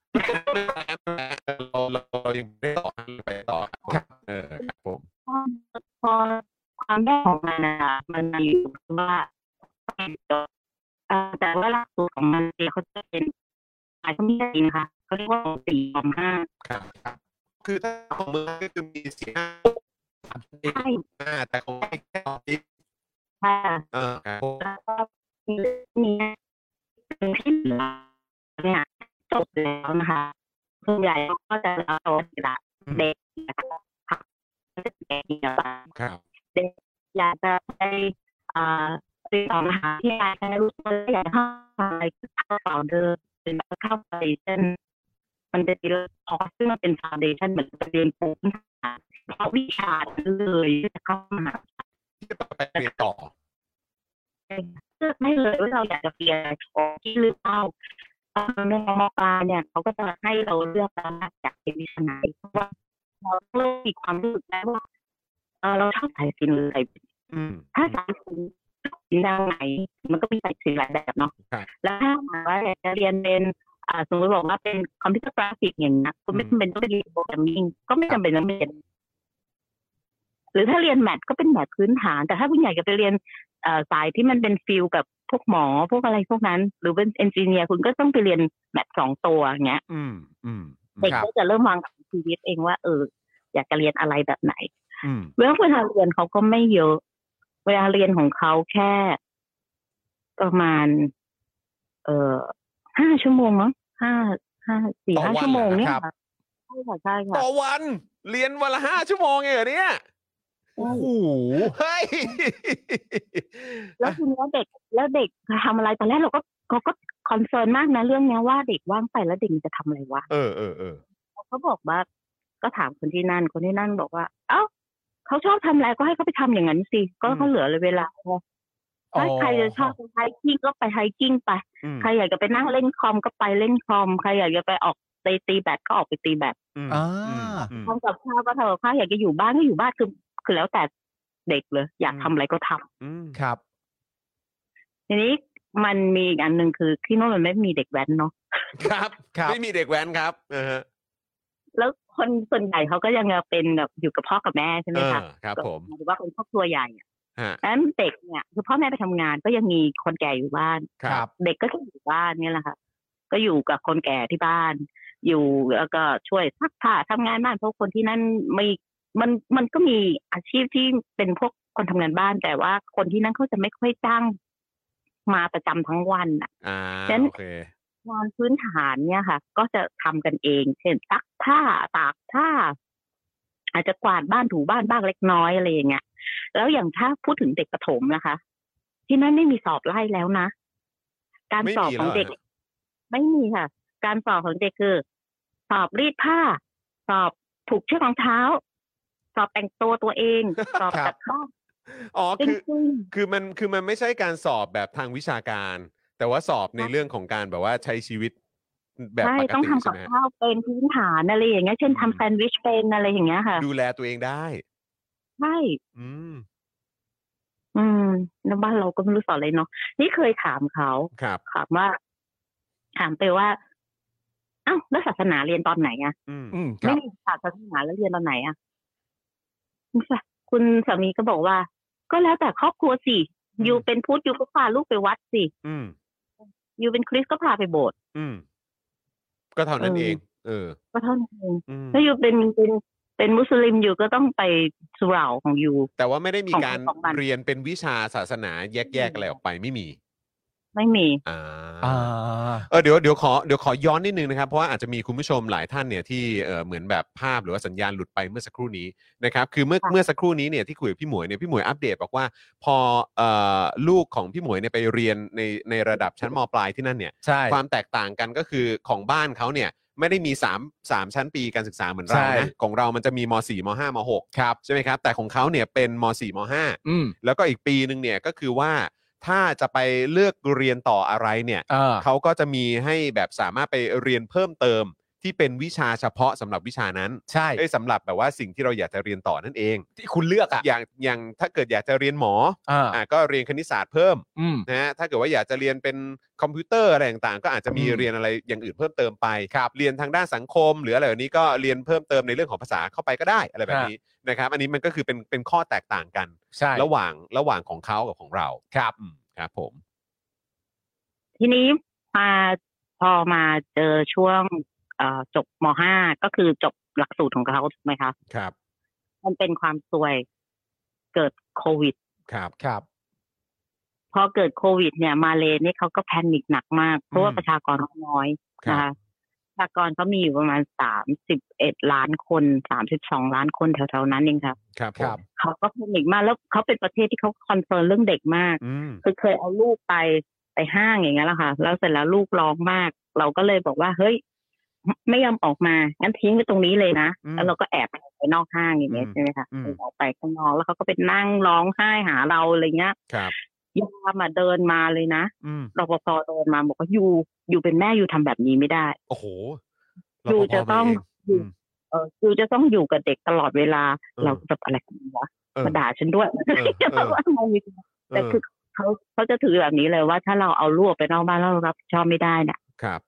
S2: เราเรายังไม่ได้ต่อไปต่อครับเออครับผม
S6: พอพอความแย่ของมันนะคะมันมาอยู่ที่ว่าเอ่อแต่ว่าหลักสูตรของมันเนี่ยเขาจะเป็นอาจจะไม่ได้นะคะเขาเรียกว่าสี่สองห้า
S2: ครับครับ คือถ้าของมึงก็คือมีสี่ห้า
S6: ใช่
S2: ห้าแต่ของไม่แค่ตอนนี้
S6: ค่ะ
S2: เออครับผม
S6: แล้วก็มีเรื่องนี้เป็นที่เหลือเนี่ยจบแล้วนะคะส่วนใหญ่ก็จะเอาละเด็กนะคะเด็กเนี่ย
S2: ครับ
S6: อยากจะไปเอ่อติดต่อมหาวิทยาลัยแต่รู้สึกว่าอยากเข้าไปเข้าต่อเดิมไป เป็นข้าวฟาวเดชันมันจะมีคอร์สซึ่งมันเป็นฟาวเดชันเหมือนเรียนปูพื้นฐานเพราะวิชานั้นเลยจะเข้ามหา
S2: ที่ต้องไปเรียนต่อ
S6: เลือกไม่เลยว่าเราอยากจะเปลี่ยนของที่หรือเปล่าตอนแม่มปลาเนี่ยเขาก็จะให้เราเลือกแล้วว่าอยากเป็นวิชาไหนเพราะว่าเราเริ่มมีความรู้สึกแล้วว่าเออเราชอบสายศิลป์หรือสายถ้าสายศิลป์ศิลป์แนวไหน มันก็มีสายศิลป์หลายแบบเนาะ
S2: ครับ
S6: แล้วถ้าหากว่าอยากจะเรียนเป็นอ่าสมมติบอกว่าเป็นคอมพิวเตอร์กราฟิกอย่างเงี้ยก็ไม่จำเป็นต้องไปเรียนโปรแกรมมิ่งก็ไม่จำเป็นต้องเรียน หรือถ้าเรียนแมทก็เป็นแมทพื้นฐาน แต่ถ้าคุณอยากจะไปเรียน เอ่อสายที่มันเป็นฟิลแบบพวกหมอพวกอะไรพวกนั้น หรือเป็นเอนจิเนียร์คุณก็ต้องไปเรียนแมทสองตัวอย่างเงี้ย
S2: อืมอืม
S6: เด็กก็จะเริ่มวางแผนชีวิตเองว่าเอออยากจะเรียนอะไรแบบไหน
S2: อืม
S6: เวลาเวลาเรียนเขาก็ไม่เยอะ เวลาเรียนของเขาแค่ ประมาณ เอ่อห้าชั่วโมงมั้งห้าห้าสี่
S2: ต่อวัน
S6: ห้าชั่วโมงเนี่ย
S2: เหรอครับ
S6: ค่ะใช่ค่ะใช่ค่ะ
S2: ต่อวันเรียนวันละห้าชั่วโมงเองเหรอเนี่ย
S6: โอ้โห
S2: เฮ้ย
S6: แล้วทีเนี้ยเด็กแล้วเด็กจะทำอะไรตอนแรกเราก็เขาก็คอนเซิร์นมากนะเรื่องเนี้ยว่าเด็กว่างไปแล้วเด็กมันจะทำอะไรวะ
S2: เออเออเออ
S6: เขาบอกว่าก็ถามคนที่นั่น คนที่นั่นบอกว่า เอ้าเขาชอบทำอะไรก็ให้เขาไปทำอย่างนั้นสิ ก็เขาเหลือเลยเวลาถ้าใครจะชอบไปไฮกิ้งก็ไปไฮกิ้งไป
S2: อืม
S6: ใครอยากจะไปนั่งเล่นคอมก็ไปเล่นคอม ใครอยากจะไปออกไปตีแบดก็ออกไปตีแบด
S2: อืม
S3: อ่า
S2: อืม
S6: ทำกับข้าวก็ทำกับข้าวอยากจะอยู่บ้านก็อยู่บ้านคือคือแล้วแต่เด็กเลย อยากทำอะไรก็ทำ
S2: อืม
S3: ครับ
S6: ทีนี้มันมีอีกอันหนึ่งคือที่โน่นมันไม่มีเด็กแว้นเนาะ
S2: ครับ
S3: ครับ
S2: ไม่มีเด็กแว้นครับเออฮะ
S6: แล้วคนส่วนใหญ่เขาก็ยังเป็นแบบอยู่กับพ่อกับแม่ใช่ไหม
S2: เออ
S6: คะ
S2: ครับผม
S6: หรือว่าเป็นครอบครัวใหญ่
S2: ฮะ
S6: ดังนั้นเด็กเนี่ยคือพ่อแม่ไปทำงานก็ยังมีคนแก่อยู่บ้าน
S2: ครับ
S6: เด็กก็จะอยู่บ้านเนี่ยแหละค่ะ ก็อยู่กับคนแก่ที่บ้าน อยู่แล้วก็ช่วยซักผ้าทำงานบ้านเพราะคนที่นั่นไม่มันมันก็มีอาชีพที่เป็นพวกคนทำงานบ้าน แต่ว่าคนที่นั่นเขาจะไม่ค่อยจ้างมาประจำทั้งวันน่ะ
S2: อ่า
S6: งั้น
S2: โอเค
S6: งานพื้นฐานเนี่ยค่ะ ก็จะทำกันเอง เช่นซักผ้าตากผ้า อาจจะกวาดบ้านถูบ้านบ้างเล็กน้อยอะไรอย่างเงี้ยแล้วอย่างถ้าพูดถึงเด็กประถมนะคะ ที่นั่นไม่มีสอบไล่แล้วนะ การ
S2: ไม่
S6: สอบ
S2: มีแล้
S6: ขอ
S2: ว
S6: งเด็ก
S2: หรฮะ
S6: ไม่มีค่ะ การสอบของเด็กคือ สอบรีดผ้า สอบผูกเชือกรองเท้า สอบแต่งตัวตัวเอง สอบ
S3: ครับ
S6: จัดบ้าน
S2: อ๋อ
S6: จ
S2: คือ
S6: ริงๆ
S2: คือมันคือมันไม่ใช่การสอบแบบทางวิชาการ แต่ว่าสอบในเรื่องของการแบบว่าใช้ชีวิตแบบ
S6: ใช่
S2: ปก
S6: ต้อง
S2: ติ
S6: ทำ
S2: ใช่
S6: กับ
S2: ไหมฮะ
S6: ข้าวเป็นพื้นฐานอะไรอย่างเงี้ยเช่น
S2: อืม
S6: ทำแซนด์วิชเป็นอะไรอย่างเงี้ยค่ะ
S2: ดูแลตัวเองได้
S6: ใช่
S2: อืม
S6: อืมแล้วบ้านเราก็ไม่รู้สอนอะไรเนาะนี่เคยถามเขา
S2: ครับ
S6: ถามว่า ถามไปว่าอ้าวแล้วศาสนาเรียนตอนไหนอะ
S2: อืม
S3: อืมค
S6: ไม่
S3: รับ
S6: มีศาสนาแล้วเรียนตอนไหนอะคุณสามีก็บอกว่า ก็แล้วแต่ครอบครัวสิอยู่เป็นพุทธอยู่ก็พาลูกไปวัดสิ
S2: อืม
S6: อยู่เป็นคริสต์ก็พาไปโบสถ์
S2: อืมก็เท่านั้น
S6: เออ
S2: เอง เออ
S6: ก็เท่านั้นเอง
S2: อืม
S6: ถ้าอยู่เป็นเป็นเป็นมุสลิมอยู่ก็ต้องไปสุเหร่าของอยู่
S2: แต่ว่าไม่ได้มี
S6: ของ
S2: การ
S6: ของมัน
S2: เรียนเป็นวิชาศาสนาแยกๆอะไรออกไปไม่มี
S6: ไม่มี
S2: อ่า
S3: อ่า
S2: เออเดี๋ยวเดี๋ยวขอเดี๋ยวขอย้อนนิดนึงนะครับ เพราะว่าอาจจะมีคุณผู้ชมหลายท่านเนี่ยที่เออเหมือนแบบภาพหรือว่าสัญญาณหลุดไปเมื่อสักครู่นี้นะครับคือเมื่อเมื่อสักครู่นี้เนี่ยที่คุยกับพี่หมวยเนี่ยพี่หมวยอัปเดตบอกว่า พอเอ่อลูกของพี่หมวยเนี่ยไปเรียนในในระดับชั้นมปลายที่นั่นเนี่ย
S3: ใช่
S2: ความแตกต่างกันก็คือของบ้านเขาเนี่ยไม่ได้มี3 3ชั้นปีการศึกษาเหมือนเรา
S3: ใช่
S2: นะของเรามันจะมีม .4 ม .5 ม .6 ครับใช่ไหมครับแต่ของเขาเนี่ยเป็นม .4 ม .5
S3: อืม
S2: แล้วก็อีกปีหนึ่งเนี่ยก็คือว่าถ้าจะไปเลือกเรียนต่ออะไรเนี่ย
S3: อ่า
S2: เขาก็จะมีให้แบบสามารถไปเรียนเพิ่มเติมที่เป็นวิชาเฉพาะสำหรับวิชานั้น
S3: ใช่
S2: เอ้ยสำหรับแบบว่าสิ่งที่เราอยากจะเรียนต่อนั่นเอง
S3: ที่คุณเลือกอ่ะ
S2: อย่างอย่างถ้าเกิดอยากจะเรียนหมอ
S3: อ่า
S2: อ่ะก็เรียนคณิตศาสตร์เพิ่ม
S3: อืม
S2: นะฮะถ้าเกิดว่าอยากจะเรียนเป็นคอมพิวเตอร์อะไรต่างๆ ก็อาจจะมี
S3: อืม
S2: เรียนอะไรอย่างอื่นเพิ่มเติมไปครับเรียนทางด้านสังคม หรืออะไรแบบนี้ก็เรียนเพิ่มเติมในเรื่องของภาษาเข้าไปก็ได้อะไรแบบนี้นะครับ อันนี้มันก็คือเป็นเป็นข้อแตกต่างกัน
S3: ใช่
S2: ระหว่างระหว่างของเขากับของเราครับครับ ผม
S6: ทีนี้มาพอมาเจอช่วงเอ่อจบมห้าก็คือจบหลักสูตรของเขาถูกไหมคะ
S2: ครับ
S6: มันเป็นความซวยเกิดโควิด
S2: ครับ
S3: ครับ
S6: พอเกิดโควิด เนี่ย มาเลเนี่ยเขาก็แพนิคหนักมาก เพราะว่าประชากรเขาน้อย
S2: ครับ
S6: นะคะประชากรเขามีอยู่ประมาณสามสิบเอ็ดล้านคนสามสิบสองล้านคนแถวๆนั้นเองค่ะ
S2: ครับผ
S3: ครั
S2: ม
S3: บ
S6: เขาก็แพนิคมากแล้วเขาเป็นประเทศที่เขาคอนเซิร์นเรื่องเด็กมาก
S2: อืม
S6: คือเคยเอาลูกไป ไปห้างอย่างเงี้ยแหละค่ะ แล้วเสร็จแล้วลูกร้องมาก เราก็เลยบอกว่าเฮ้ย ไม่ยอมออกมางั้นทิ้งไว้ตรงนี้เลยนะ
S3: อืม
S6: แล้วเราก็แอบไปนอกห้างอย่างเงี้ย
S3: อืม
S6: ใช่ไหมคะ
S3: อืม
S6: ออกไปข้างนอกแล้วเขาก็ไปนั่งร้องไห้หาเราอะไรเงี้ย
S3: ครับ
S6: ยามมาเดินมาเลยนะ
S3: อืม
S6: รปภเดินมาบอกว่าอยู่อยู่เป็นแม่อยู่ทำแบบนี้ไม่ได้
S3: โอ้โห
S6: ยูจะต้อง
S3: อื
S6: ยู
S3: ม
S6: เออยูจะต้องอยู่กับเด็กตลอดเวลา
S3: เออ
S6: เราจะอะไรกันวะ
S3: เออ
S6: มาด่าฉันด้วย
S3: เออ
S6: จะแบบว่างงอยู่แต่คือเขาเขาจะถือแบบนี้เลยว่าถ้าเราเอาลูกออกไปนอกบ้านแล้วเรารับผิดชอบไม่ได้เนี่ย
S3: ครับ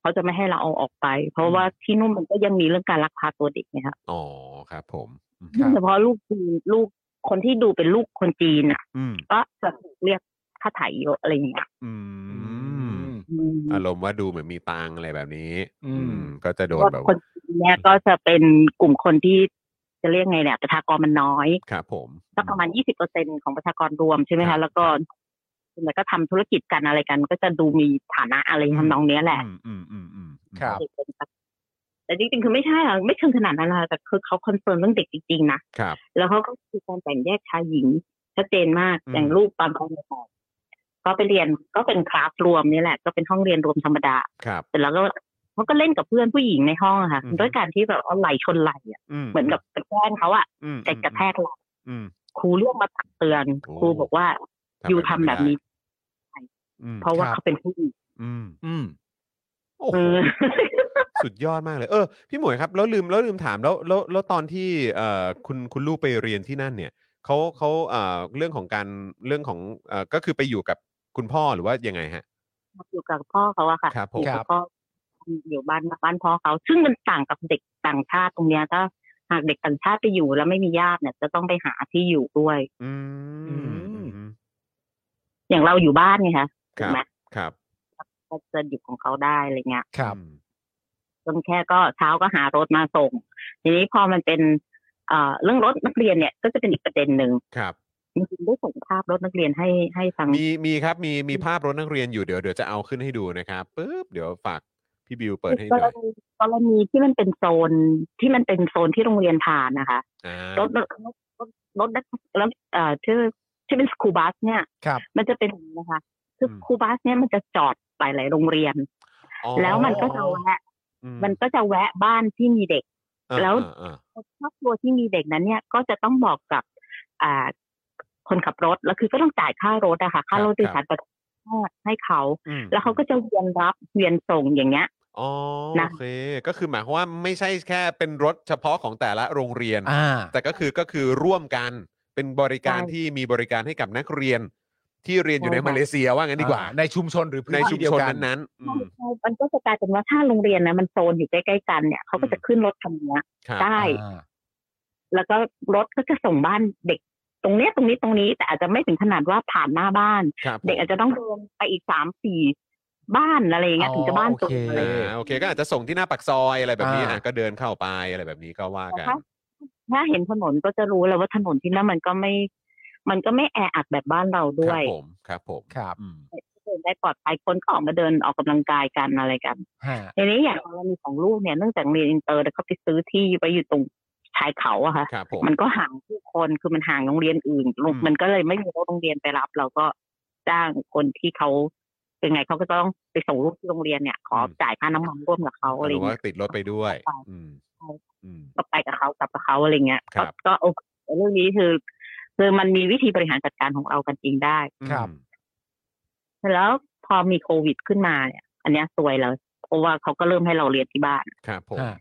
S6: เขาจะไม่ให้เราเอาออกไป เพราะว่าที่นู่นมันก็ยังมีเรื่องการลักพาตัวเด็กนะครับ
S3: อ๋อครับผมอืม
S6: โดยเฉพาะลูกจีนลูกคนที่ดูเป็นลูกคนจีนอ่ะ
S3: อืม
S6: ก็จะถูกเรียกค่าไถ่เยอะอะไรอย่างเงี้ย
S3: อื
S2: อื
S3: ม
S2: ม
S6: อืม
S2: อารมณ์ว่าดูเหมือนมีตังค์อะไรแบบนี้
S3: อื
S2: อืม
S3: ม
S2: ก็จะโดนแบบ
S6: ค
S2: ว่าน
S6: จีนเนี่ยก็จะเป็นกลุ่มคนที่จะเรียกไงเนี่ยประชากรมันน้อย
S2: ครับผม
S6: สักประมาณ 20%ของประชากรรวมใช่ไหม
S2: ครั
S6: คะ
S2: บ
S6: แล้วก็ส่วนใหญ่ก็ทำธุรกิจกันอะไรกัน ก็จะดูมีฐานะอะไรทำนองเนี้ยแหละ
S2: อืมอืมอืมอืมอืม
S3: ครับ
S6: แต่จริงๆ คือไม่ใช่หรอกไม่เชิงขนาดนั้นหรอกแต่คือเขาคอนเฟิร์มเรื่องเด็กจริงๆนะ
S2: ครับ
S6: แล้วเขาก็คือการแบ่งแยกชายหญิงชัดเจนมาก
S2: อืม
S6: อย่างลูกตอนเขาเรียนก็ไปเรียนก็เป็นคลาสรวมนี่แหละ ก็เป็นห้องเรียนรวมธรรมดา
S2: ครับ
S6: เสร็จแล้วก็เขาก็เล่นกับเพื่อนผู้หญิงในห้องอะค่ะ
S2: อืม
S6: ด้วยการที่แบบเอาไหลชนไหลอะเหมือนกับไปแกล้งเขาอะ
S2: อืม
S6: แต่กระแทกไหล
S2: อืม
S6: ครูเรียกมาตักเตือน
S2: โอ้
S6: ครูบอกว่า
S2: อืม
S6: ยูทำแบบนี้
S2: อืม
S6: เพราะว่า
S3: ครับ
S6: เขาเป็นผู้หญิง
S2: อืม
S3: อืม
S2: โอ้โห
S6: เออ
S2: สุดยอดมากเลย เออ พี่หมวยครับ แล้วลืมแล้วลืมถามแล้วแล้วแล้วตอนที่เอ่อคุณคุณลูกไปเรียนที่นั่นเนี่ยเขาเขาเอ่อเรื่องของการเรื่องของเอ่อก็คือไปอยู่กับคุณพ่อหรือว่ายังไงฮะ
S6: อยู่กับพ่อเขาอะค่ะ
S2: ครับผม
S6: อยู่
S3: ครั
S6: กับบ พ่ออยู่บ้านบ้านพ่อเขา ซึ่งมันต่างกับเด็กต่างชาติตรงเนี้ยถ้าหากเด็กต่างชาติไปอยู่แล้วไม่มีญาติเนี่ยจะต้องไปหาที่อยู่ด้วย
S2: อืมอืมอืม
S6: อย่างเราอยู่บ้านไงคะ
S2: ค
S6: ถูก
S2: รับ
S6: ไหม
S2: ครับ
S6: ก็จะอยู่ของเขาได้อะไรเงี้ย
S3: ครับ
S2: อืม
S6: จนแค่ก็เช้าก็หารถมาส่ง ทีนี้พอมันเป็นเอ่อเรื่องรถนักเรียนเนี่ยก็จะเป็นอีกประเด็นหนึ่ง
S2: ครับ
S6: จริงๆได้ส่งภาพรถนักเรียนให้ให้ทาง
S2: มีมีครับมีมีภาพรถนักเรียนอยู่เดี๋ยวเดี๋ยวจะเอาขึ้นให้ดูนะครับปึ๊บเดี๋ยวฝากพี่บิวเปิดให้
S6: ก
S2: ดู
S6: รณีกรณีที่มันเป็นโซนที่มันเป็นโซนที่โรงเรียนผ่านนะคะ
S2: อ่าร
S6: ถรถรถรถนักแล้วเอ่อที่ที่เป็นสคูบัสเนี่ย
S3: ครับ
S6: มันจะเป็นอย่างนี้นะคะคือสคูบัสเนี่ยมันจะจอดหลายๆโรงเรียน
S2: อ๋อ
S6: แล้วมันก็จะแวะ
S2: อื
S6: มันก็จะแวะบ้านที่มีเด็ก
S2: อ่า
S6: แล้ว
S2: อ่าอ่า
S6: ครอบครัวที่มีเด็กนั้นเนี่ยก็จะต้องบอกกับ อ่า คนขับรถแล้วคือก็ต้องจ่ายค่ารถอะค่ะค่ารถโดยสารประจำให้เขา
S2: อืม
S6: แล้วเขาก็จะเวียนรับเวียนส่งอย่างเงี้ย
S2: อ๋อ
S6: นะ
S2: โอเคก็คือหมายความว่าไม่ใช่แค่เป็นรถเฉพาะของแต่ละโรงเรียน
S3: อ่า
S2: แต่ก็คือก็คือร่วมกันเป็นบริการ
S6: ใช่
S2: ที่มีบริการให้กับนักเรียน ที่เรียนอยู่ใน
S6: ใช่ค่ะ
S2: มาเลเซียว่างั้นดีกว่า
S3: อ่ในชุมชนหรือพื้น
S2: ใน
S3: ที่
S2: ชุม
S3: เดีย
S2: ช
S3: วน กัน
S2: นั้นๆอืม
S6: มันก็จะกลายเป็นว่าถ้าโรงเรียนนะมันโซนอยู่ใกล้ๆกันเนี่ยเขาก็จะขึ้นรถคันเนี้ย
S2: ครับ
S6: ได้
S3: อ่า
S6: แล้วก็รถก็จะส่งบ้านเด็ก ตรงเนี้ยตรงนี้ตรงนี้ แต่อาจจะไม่ถึงขนาดว่าผ่านหน้าบ้าน
S2: ครับ
S6: เด็กอาจจะต้องเดินไปอีกสามสี่บ้านอะไรอย่างเงี้ย
S3: อ๋อ
S6: ถึงจะบ้านตัว
S3: โอเค
S6: อะไร
S2: อ่าโอเคก็อาจจะส่งที่หน้าปากซอยอะไรแบบนี้
S3: อ่า
S2: อ่ะก็เดินเข้าไปอะไรแบบนี้ก็ว่า
S6: แต่
S2: กัน
S6: ถ้าถ้าเห็นถนนก็จะรู้แล้วว่าถนนที่นั่นมันก็ไม่ มันก็ไม่แออัดแบบบ้านเรา
S2: คว
S6: ด้
S2: รับ
S6: ย
S2: ผมครับผม
S3: ครับ
S2: อืม
S6: เดินได้ปลอดภัยคนก็ออกมาเดินออกกำลังกายกันอะไรกัน
S3: ฮะ
S6: ทีนี้อย่างกรณีของลูกเนี่ยเนื่องจากเรียนอินเตอร์แล้วเขาไปซื้อที่ไปอยู่ตรงชายเขาอะค่ะ
S2: ครับผม
S6: มันก็ห่างผู้คนคือมันห่างโรงเรียนอื่นโรง
S2: อืม
S6: มันก็เลยไม่มีรถโรงเรียนไปรับ เราก็จ้างคนที่เขาเป็นไงเขาก็ต้องไปส่งลูกที่โรงเรียนเนี่ย ขอจ่ายค่าน้ำมันร่วมกับเขาอะไร
S2: หรือ
S6: เงี้
S2: ว่าย ติดรถไปด้วย
S6: ไป
S2: อืม
S6: ใช่
S2: อืม
S6: ก็ไปกับเขากลับกับเขาอะไรเงี้ย
S2: ครับ
S6: ก็ก็โอเคเรื่องนี้คือคือมันมีวิธีบริหารจัดการของเรากันเองได้
S3: ครับ
S6: แล้วพอมีโควิดขึ้นมาเนี่ย อันเนี้ยซวยเลยเพราะว่าเขาก็เริ่มให้เราเรียนที่บ้าน
S2: ครับผม
S3: ฮะ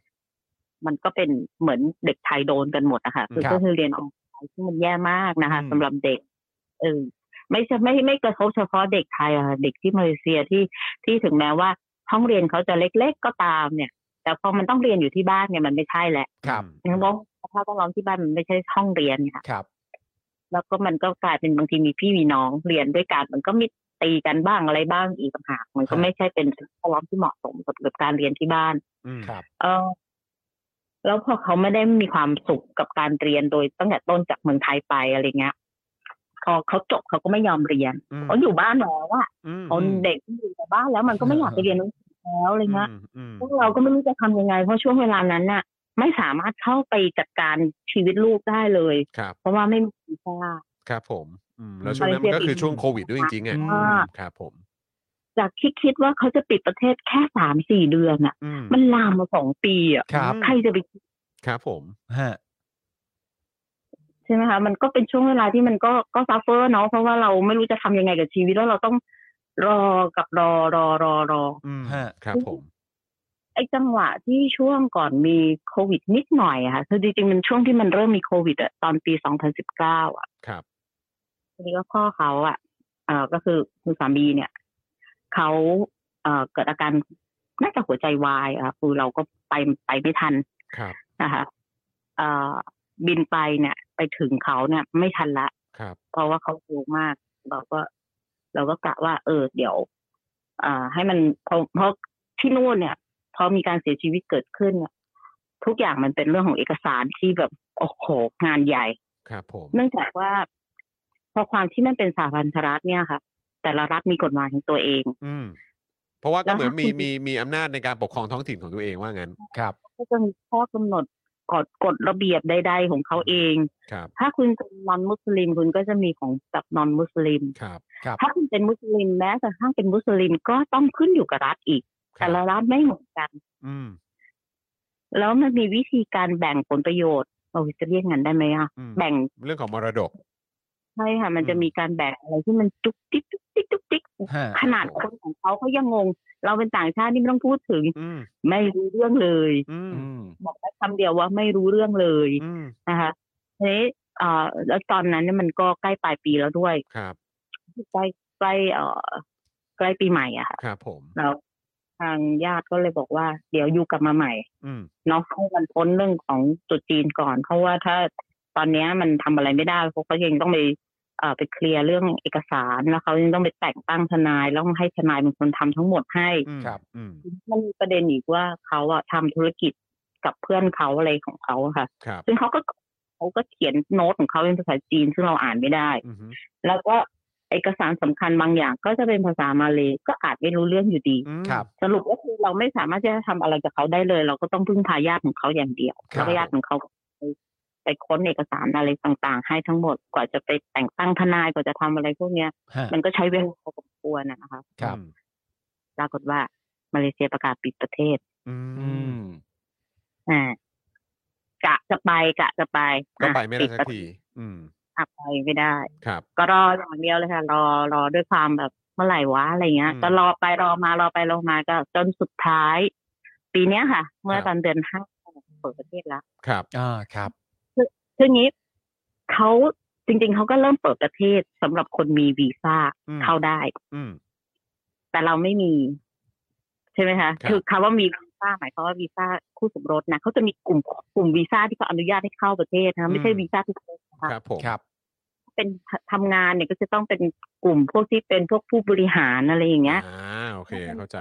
S6: มันก็เป็นเหมือนเด็กไทยโดนกันหมดนะคะคือ
S3: ครับ
S6: ก็คือเรียนออนไลน์ซึ่งมันแย่มากนะคะ
S3: อืม
S6: สำหรับเด็ก เออไม่ใช่ไม่ไม่กระทบเฉพาะเด็กไทยอะค่ะเด็กที่มาเลเซียที่ที่ถึงแม้ว่าห้องเรียนเขาจะเล็กๆก็ตามเนี่ย แต่พอมันต้องเรียนอยู่ที่บ้านเนี่ยมันไม่ใช่แหละ
S3: ครับ
S6: ยังบอกถ้าต้องร้องที่บ้านมันไม่ใช่ห้องเรียนค่ะ
S3: ครับ
S6: แล้วก็มันก็กลายเป็นบางทีมีพี่มีน้องเรียนด้วยกัน มันก็มีตีกันบ้างอะไรบ้างอีกต่างหากมัน
S3: ค
S6: ก็
S3: รับ
S6: ไม่ใช่เป็นสิ่งแวดล้อมที่เหมาะสมสำหรับการเรียนที่บ้าน
S3: ครับ
S6: เออแล้วพอเขาไม่ได้มีความสุขกับการเรียนโดยตั้งแต่ต้นจากเมืองไทยไปอะไรเงี้ยพอเขาจบเขาก็ไม่ยอมเรียน
S2: อืม
S6: เขาอยู่บ้านแล้วอะ
S2: อืม
S6: เอาเด็กที่อยู่แต่บ้านแล้วมันก็ไม่อยากไปเรียนหนังสือแล้วอะไรเงี้ย
S2: อืมอืม
S6: พวกเราก็ไม่รู้จะทำยังไง เพราะช่วงเวลานั้นน่ะ ไม่สามารถเข้าไปจัดการชีวิตลูกได้เลย
S2: ครับ
S6: เพราะว่าไม่มีวีซ่า
S2: ครับผม อืมแล้วช่วงนั้นมันก็คือช่วงโควิดด้วยจริงๆอ่ะ
S6: อ่า
S2: อืมครับผม
S6: จากที่คิดว่าเขาจะปิดประเทศแค่สามสี่เดือนอ่ะ
S2: อืม
S6: มันลามมาสองปีอ่ะ
S2: ครับ
S6: ใครจะไปคิด
S2: ครับผม
S3: ฮะ
S6: ใช่ไหมคะมันก็เป็นช่วงเวลาที่มันก็ก็ซัฟเฟอร์เนาะเพราะว่าเราไม่รู้จะทำยังไงกับชีวิตแล้วเราต้องรอกับรอรอรอรอ
S2: อืม
S3: ฮะ
S2: ครับผม
S6: ไอ้จังหวะที่ช่วงก่อนมีโควิดนิดหน่อยอะค่ะคือจริงๆมันช่วงที่มันเริ่มมีโควิดอะตอนปี 2019อะ
S2: ครับ
S6: ทีนี้ก็พ่อเขาอะเอ่อก็คือคุณสามีเนี่ยเขาเอ่อเกิดอาการน่าจะหัวใจวายอะค่ะคือเราก็ไปไปไม่ทัน
S2: ครับ
S6: นะคะเอ่อบินไปเนี่ย ไปถึงเขาเนี่ยไม่ทันละ
S2: ครับ
S6: เพราะว่าเขาสูงมากเราก็ เราก็กะว่า เออ เดี๋ยว อ่า ให้มันเพราะเพราะที่นู่นเนี่ยพอมีการเสียชีวิตเกิดขึ้นเนี่ยทุกอย่างมันเป็นเรื่องของเอกสารที่แบบโอ้โหงานใหญ่
S2: ครับผม
S6: เนื่องจากว่า พอความที่มันเป็นสาธารณรัฐเนี่ยค่ะ แต่ละรัฐมีกฎหมายของตัวเอง
S2: อืม เพราะว่า
S6: แล้
S2: ก็
S6: ว
S2: เหมือน
S6: ถ้ามี
S2: มีมีมีอำนาจในการปกครองท้องถิ่นของตัวเองว่างั้น
S3: ครับ
S6: ก็จะมีข้อกำหนดกฎกฎระเบียบใด ๆ ของเขาเอง
S2: ครับ
S6: ถ้าคุณเป็นนอนมุสลิมคุณก็จะมีของแบบนอนมุสลิม
S2: ครับ
S6: ถ้าคุณเป็นมุสลิมแม้กระทั่งเป็นมุสลิมก็ต้องขึ้นอยู่กับรัฐอีก
S2: ครั
S6: แต่
S2: บ
S6: ละรัฐไม่เหมือนกัน
S2: อืม
S6: แล้วมันมีวิธีการแบ่งผลประโยชน์เราจะเรียกงั้นได้ไหมคะ
S2: อืม
S6: แบ่ง
S2: เรื่องของมรดก
S6: ใช่ค่ะ มันจะ
S2: อืม
S6: มีการแบ่งอะไรที่มันจุกติ๊กจุกติ๊กจุกติ๊ก
S3: ฮะ
S6: ขนาดคนของเขาเขายังงง เราเป็นต่างชาตินี่ไม่ต้องพูดถึง
S2: อืม
S6: ไม่รู้เรื่องเลย
S2: อืม
S3: อืม
S6: บอกได้คำเดียวว่าไม่รู้เรื่องเลย
S2: อืม
S6: นะคะทีนี้เอ่อแล้วตอนนั้นเนี่ยมันก็ใกล้ปลายปีแล้วด้วย
S2: ครับ
S6: ใกล้ใกล้เอ่อใกล้ปีใหม่อะค่ะ
S2: ครับผม
S6: แล้วทางญาติก็เลยบอกว่า เดี๋ยวอยู่กลับมาใหม่
S2: อืม
S6: เนาะให้มันพ้นเรื่องของตรุษจีนก่อน เพราะว่าถ้าตอนเนี้ยมันทำอะไรไม่ได้เพราะเขายังต้องไปเอ่อไปเคลียร์เรื่องเอกสารแล้วเขายังต้องไปแต่งตั้งทนายแล้วให้ทนายเป็นคนทำทั้งหมดให้
S2: อืม
S3: ครับ
S2: อืม
S6: มันมีประเด็นอีกว่าเขาอะทำธุรกิจกับเพื่อนเขาอะไรของเขาอะค่ะ
S2: ครับ
S6: ซึ่งเขาก็เขาก็เขียนโน้ตของเขาเป็นภาษาจีน ซึ่งเราอ่านไม่ได้
S2: อืม
S6: แล้วก็เอกสารสำคัญบางอย่าง ก็จะเป็นภาษามาเลยก็อ่านไม่รู้เรื่องอยู่ดี
S2: อืม
S3: ครับ
S6: สรุปก็คือเราไม่สามารถจะทำอะไรกับเขาได้เลย เราก็ต้องพึ่งพาญาติของเขาอย่างเดียว
S2: ครับ
S6: แล้วก็ญาติของเขาไปไปค้นเอกสารอะไรต่างๆ ให้ทั้งหมดกว่าจะไปแต่งตั้งทนายกว่าจะทำอะไรพวกเนี้ย
S3: ฮะ
S6: มันก็ใช้เวลาพอสมควรนะนะคะ
S3: ครับ
S6: ปรากฏว่ามาเลเซียประกาศปิดประเทศ
S2: อืม
S3: อืม
S6: อ่ากะจะไปกะจะไป
S2: ก็
S6: อ่ะ
S2: ไปไม่ได้สัก
S6: ปิประเทศ
S2: ที อืม
S6: อ่ะไปไม่ได้
S2: ครับ
S6: ก็รออย่างเดียวเลยค่ะรอรอด้วยความแบบเมื่อไหร่วะอะไรเงี้ย
S2: อืม
S6: ก็รอไปรอมารอไปรอมาก็จนสุดท้าย ปีเนี้ยค่ะ เมื่
S2: ค
S6: อ
S2: รับ
S6: ตอนเดือนห้าเปิดประเทศแล้ว
S2: ครับ
S3: อ่า ครับ
S6: ซึ่งนี้เขาจริง ๆเขาก็เริ่มเปิดประเทศสำหรับคนมีวีซ่า
S2: อืม
S6: เข้าได้
S2: อืม
S6: แต่เราไม่มี ใช่ไหมคะ
S2: ครับ
S6: อคำว่ามีวีซ่าหมายความว่าวีซ่าคู่สมรสนะเขาจะมีกลุ่มกลุ่มวีซ่าที่เขาอนุญาตให้เข้าประเทศนะคะไม่ใช่วีซ่าทุกคนนะ
S2: ค
S6: คะ
S2: รับผม
S3: ครับ
S6: เป็นทำงานเนี่ยก็จะต้องเป็นกลุ่มพวกที่เป็นพวกผู้บริหารอะไรอย่างเงี้ย
S2: อ่า โอเค เข้าใจ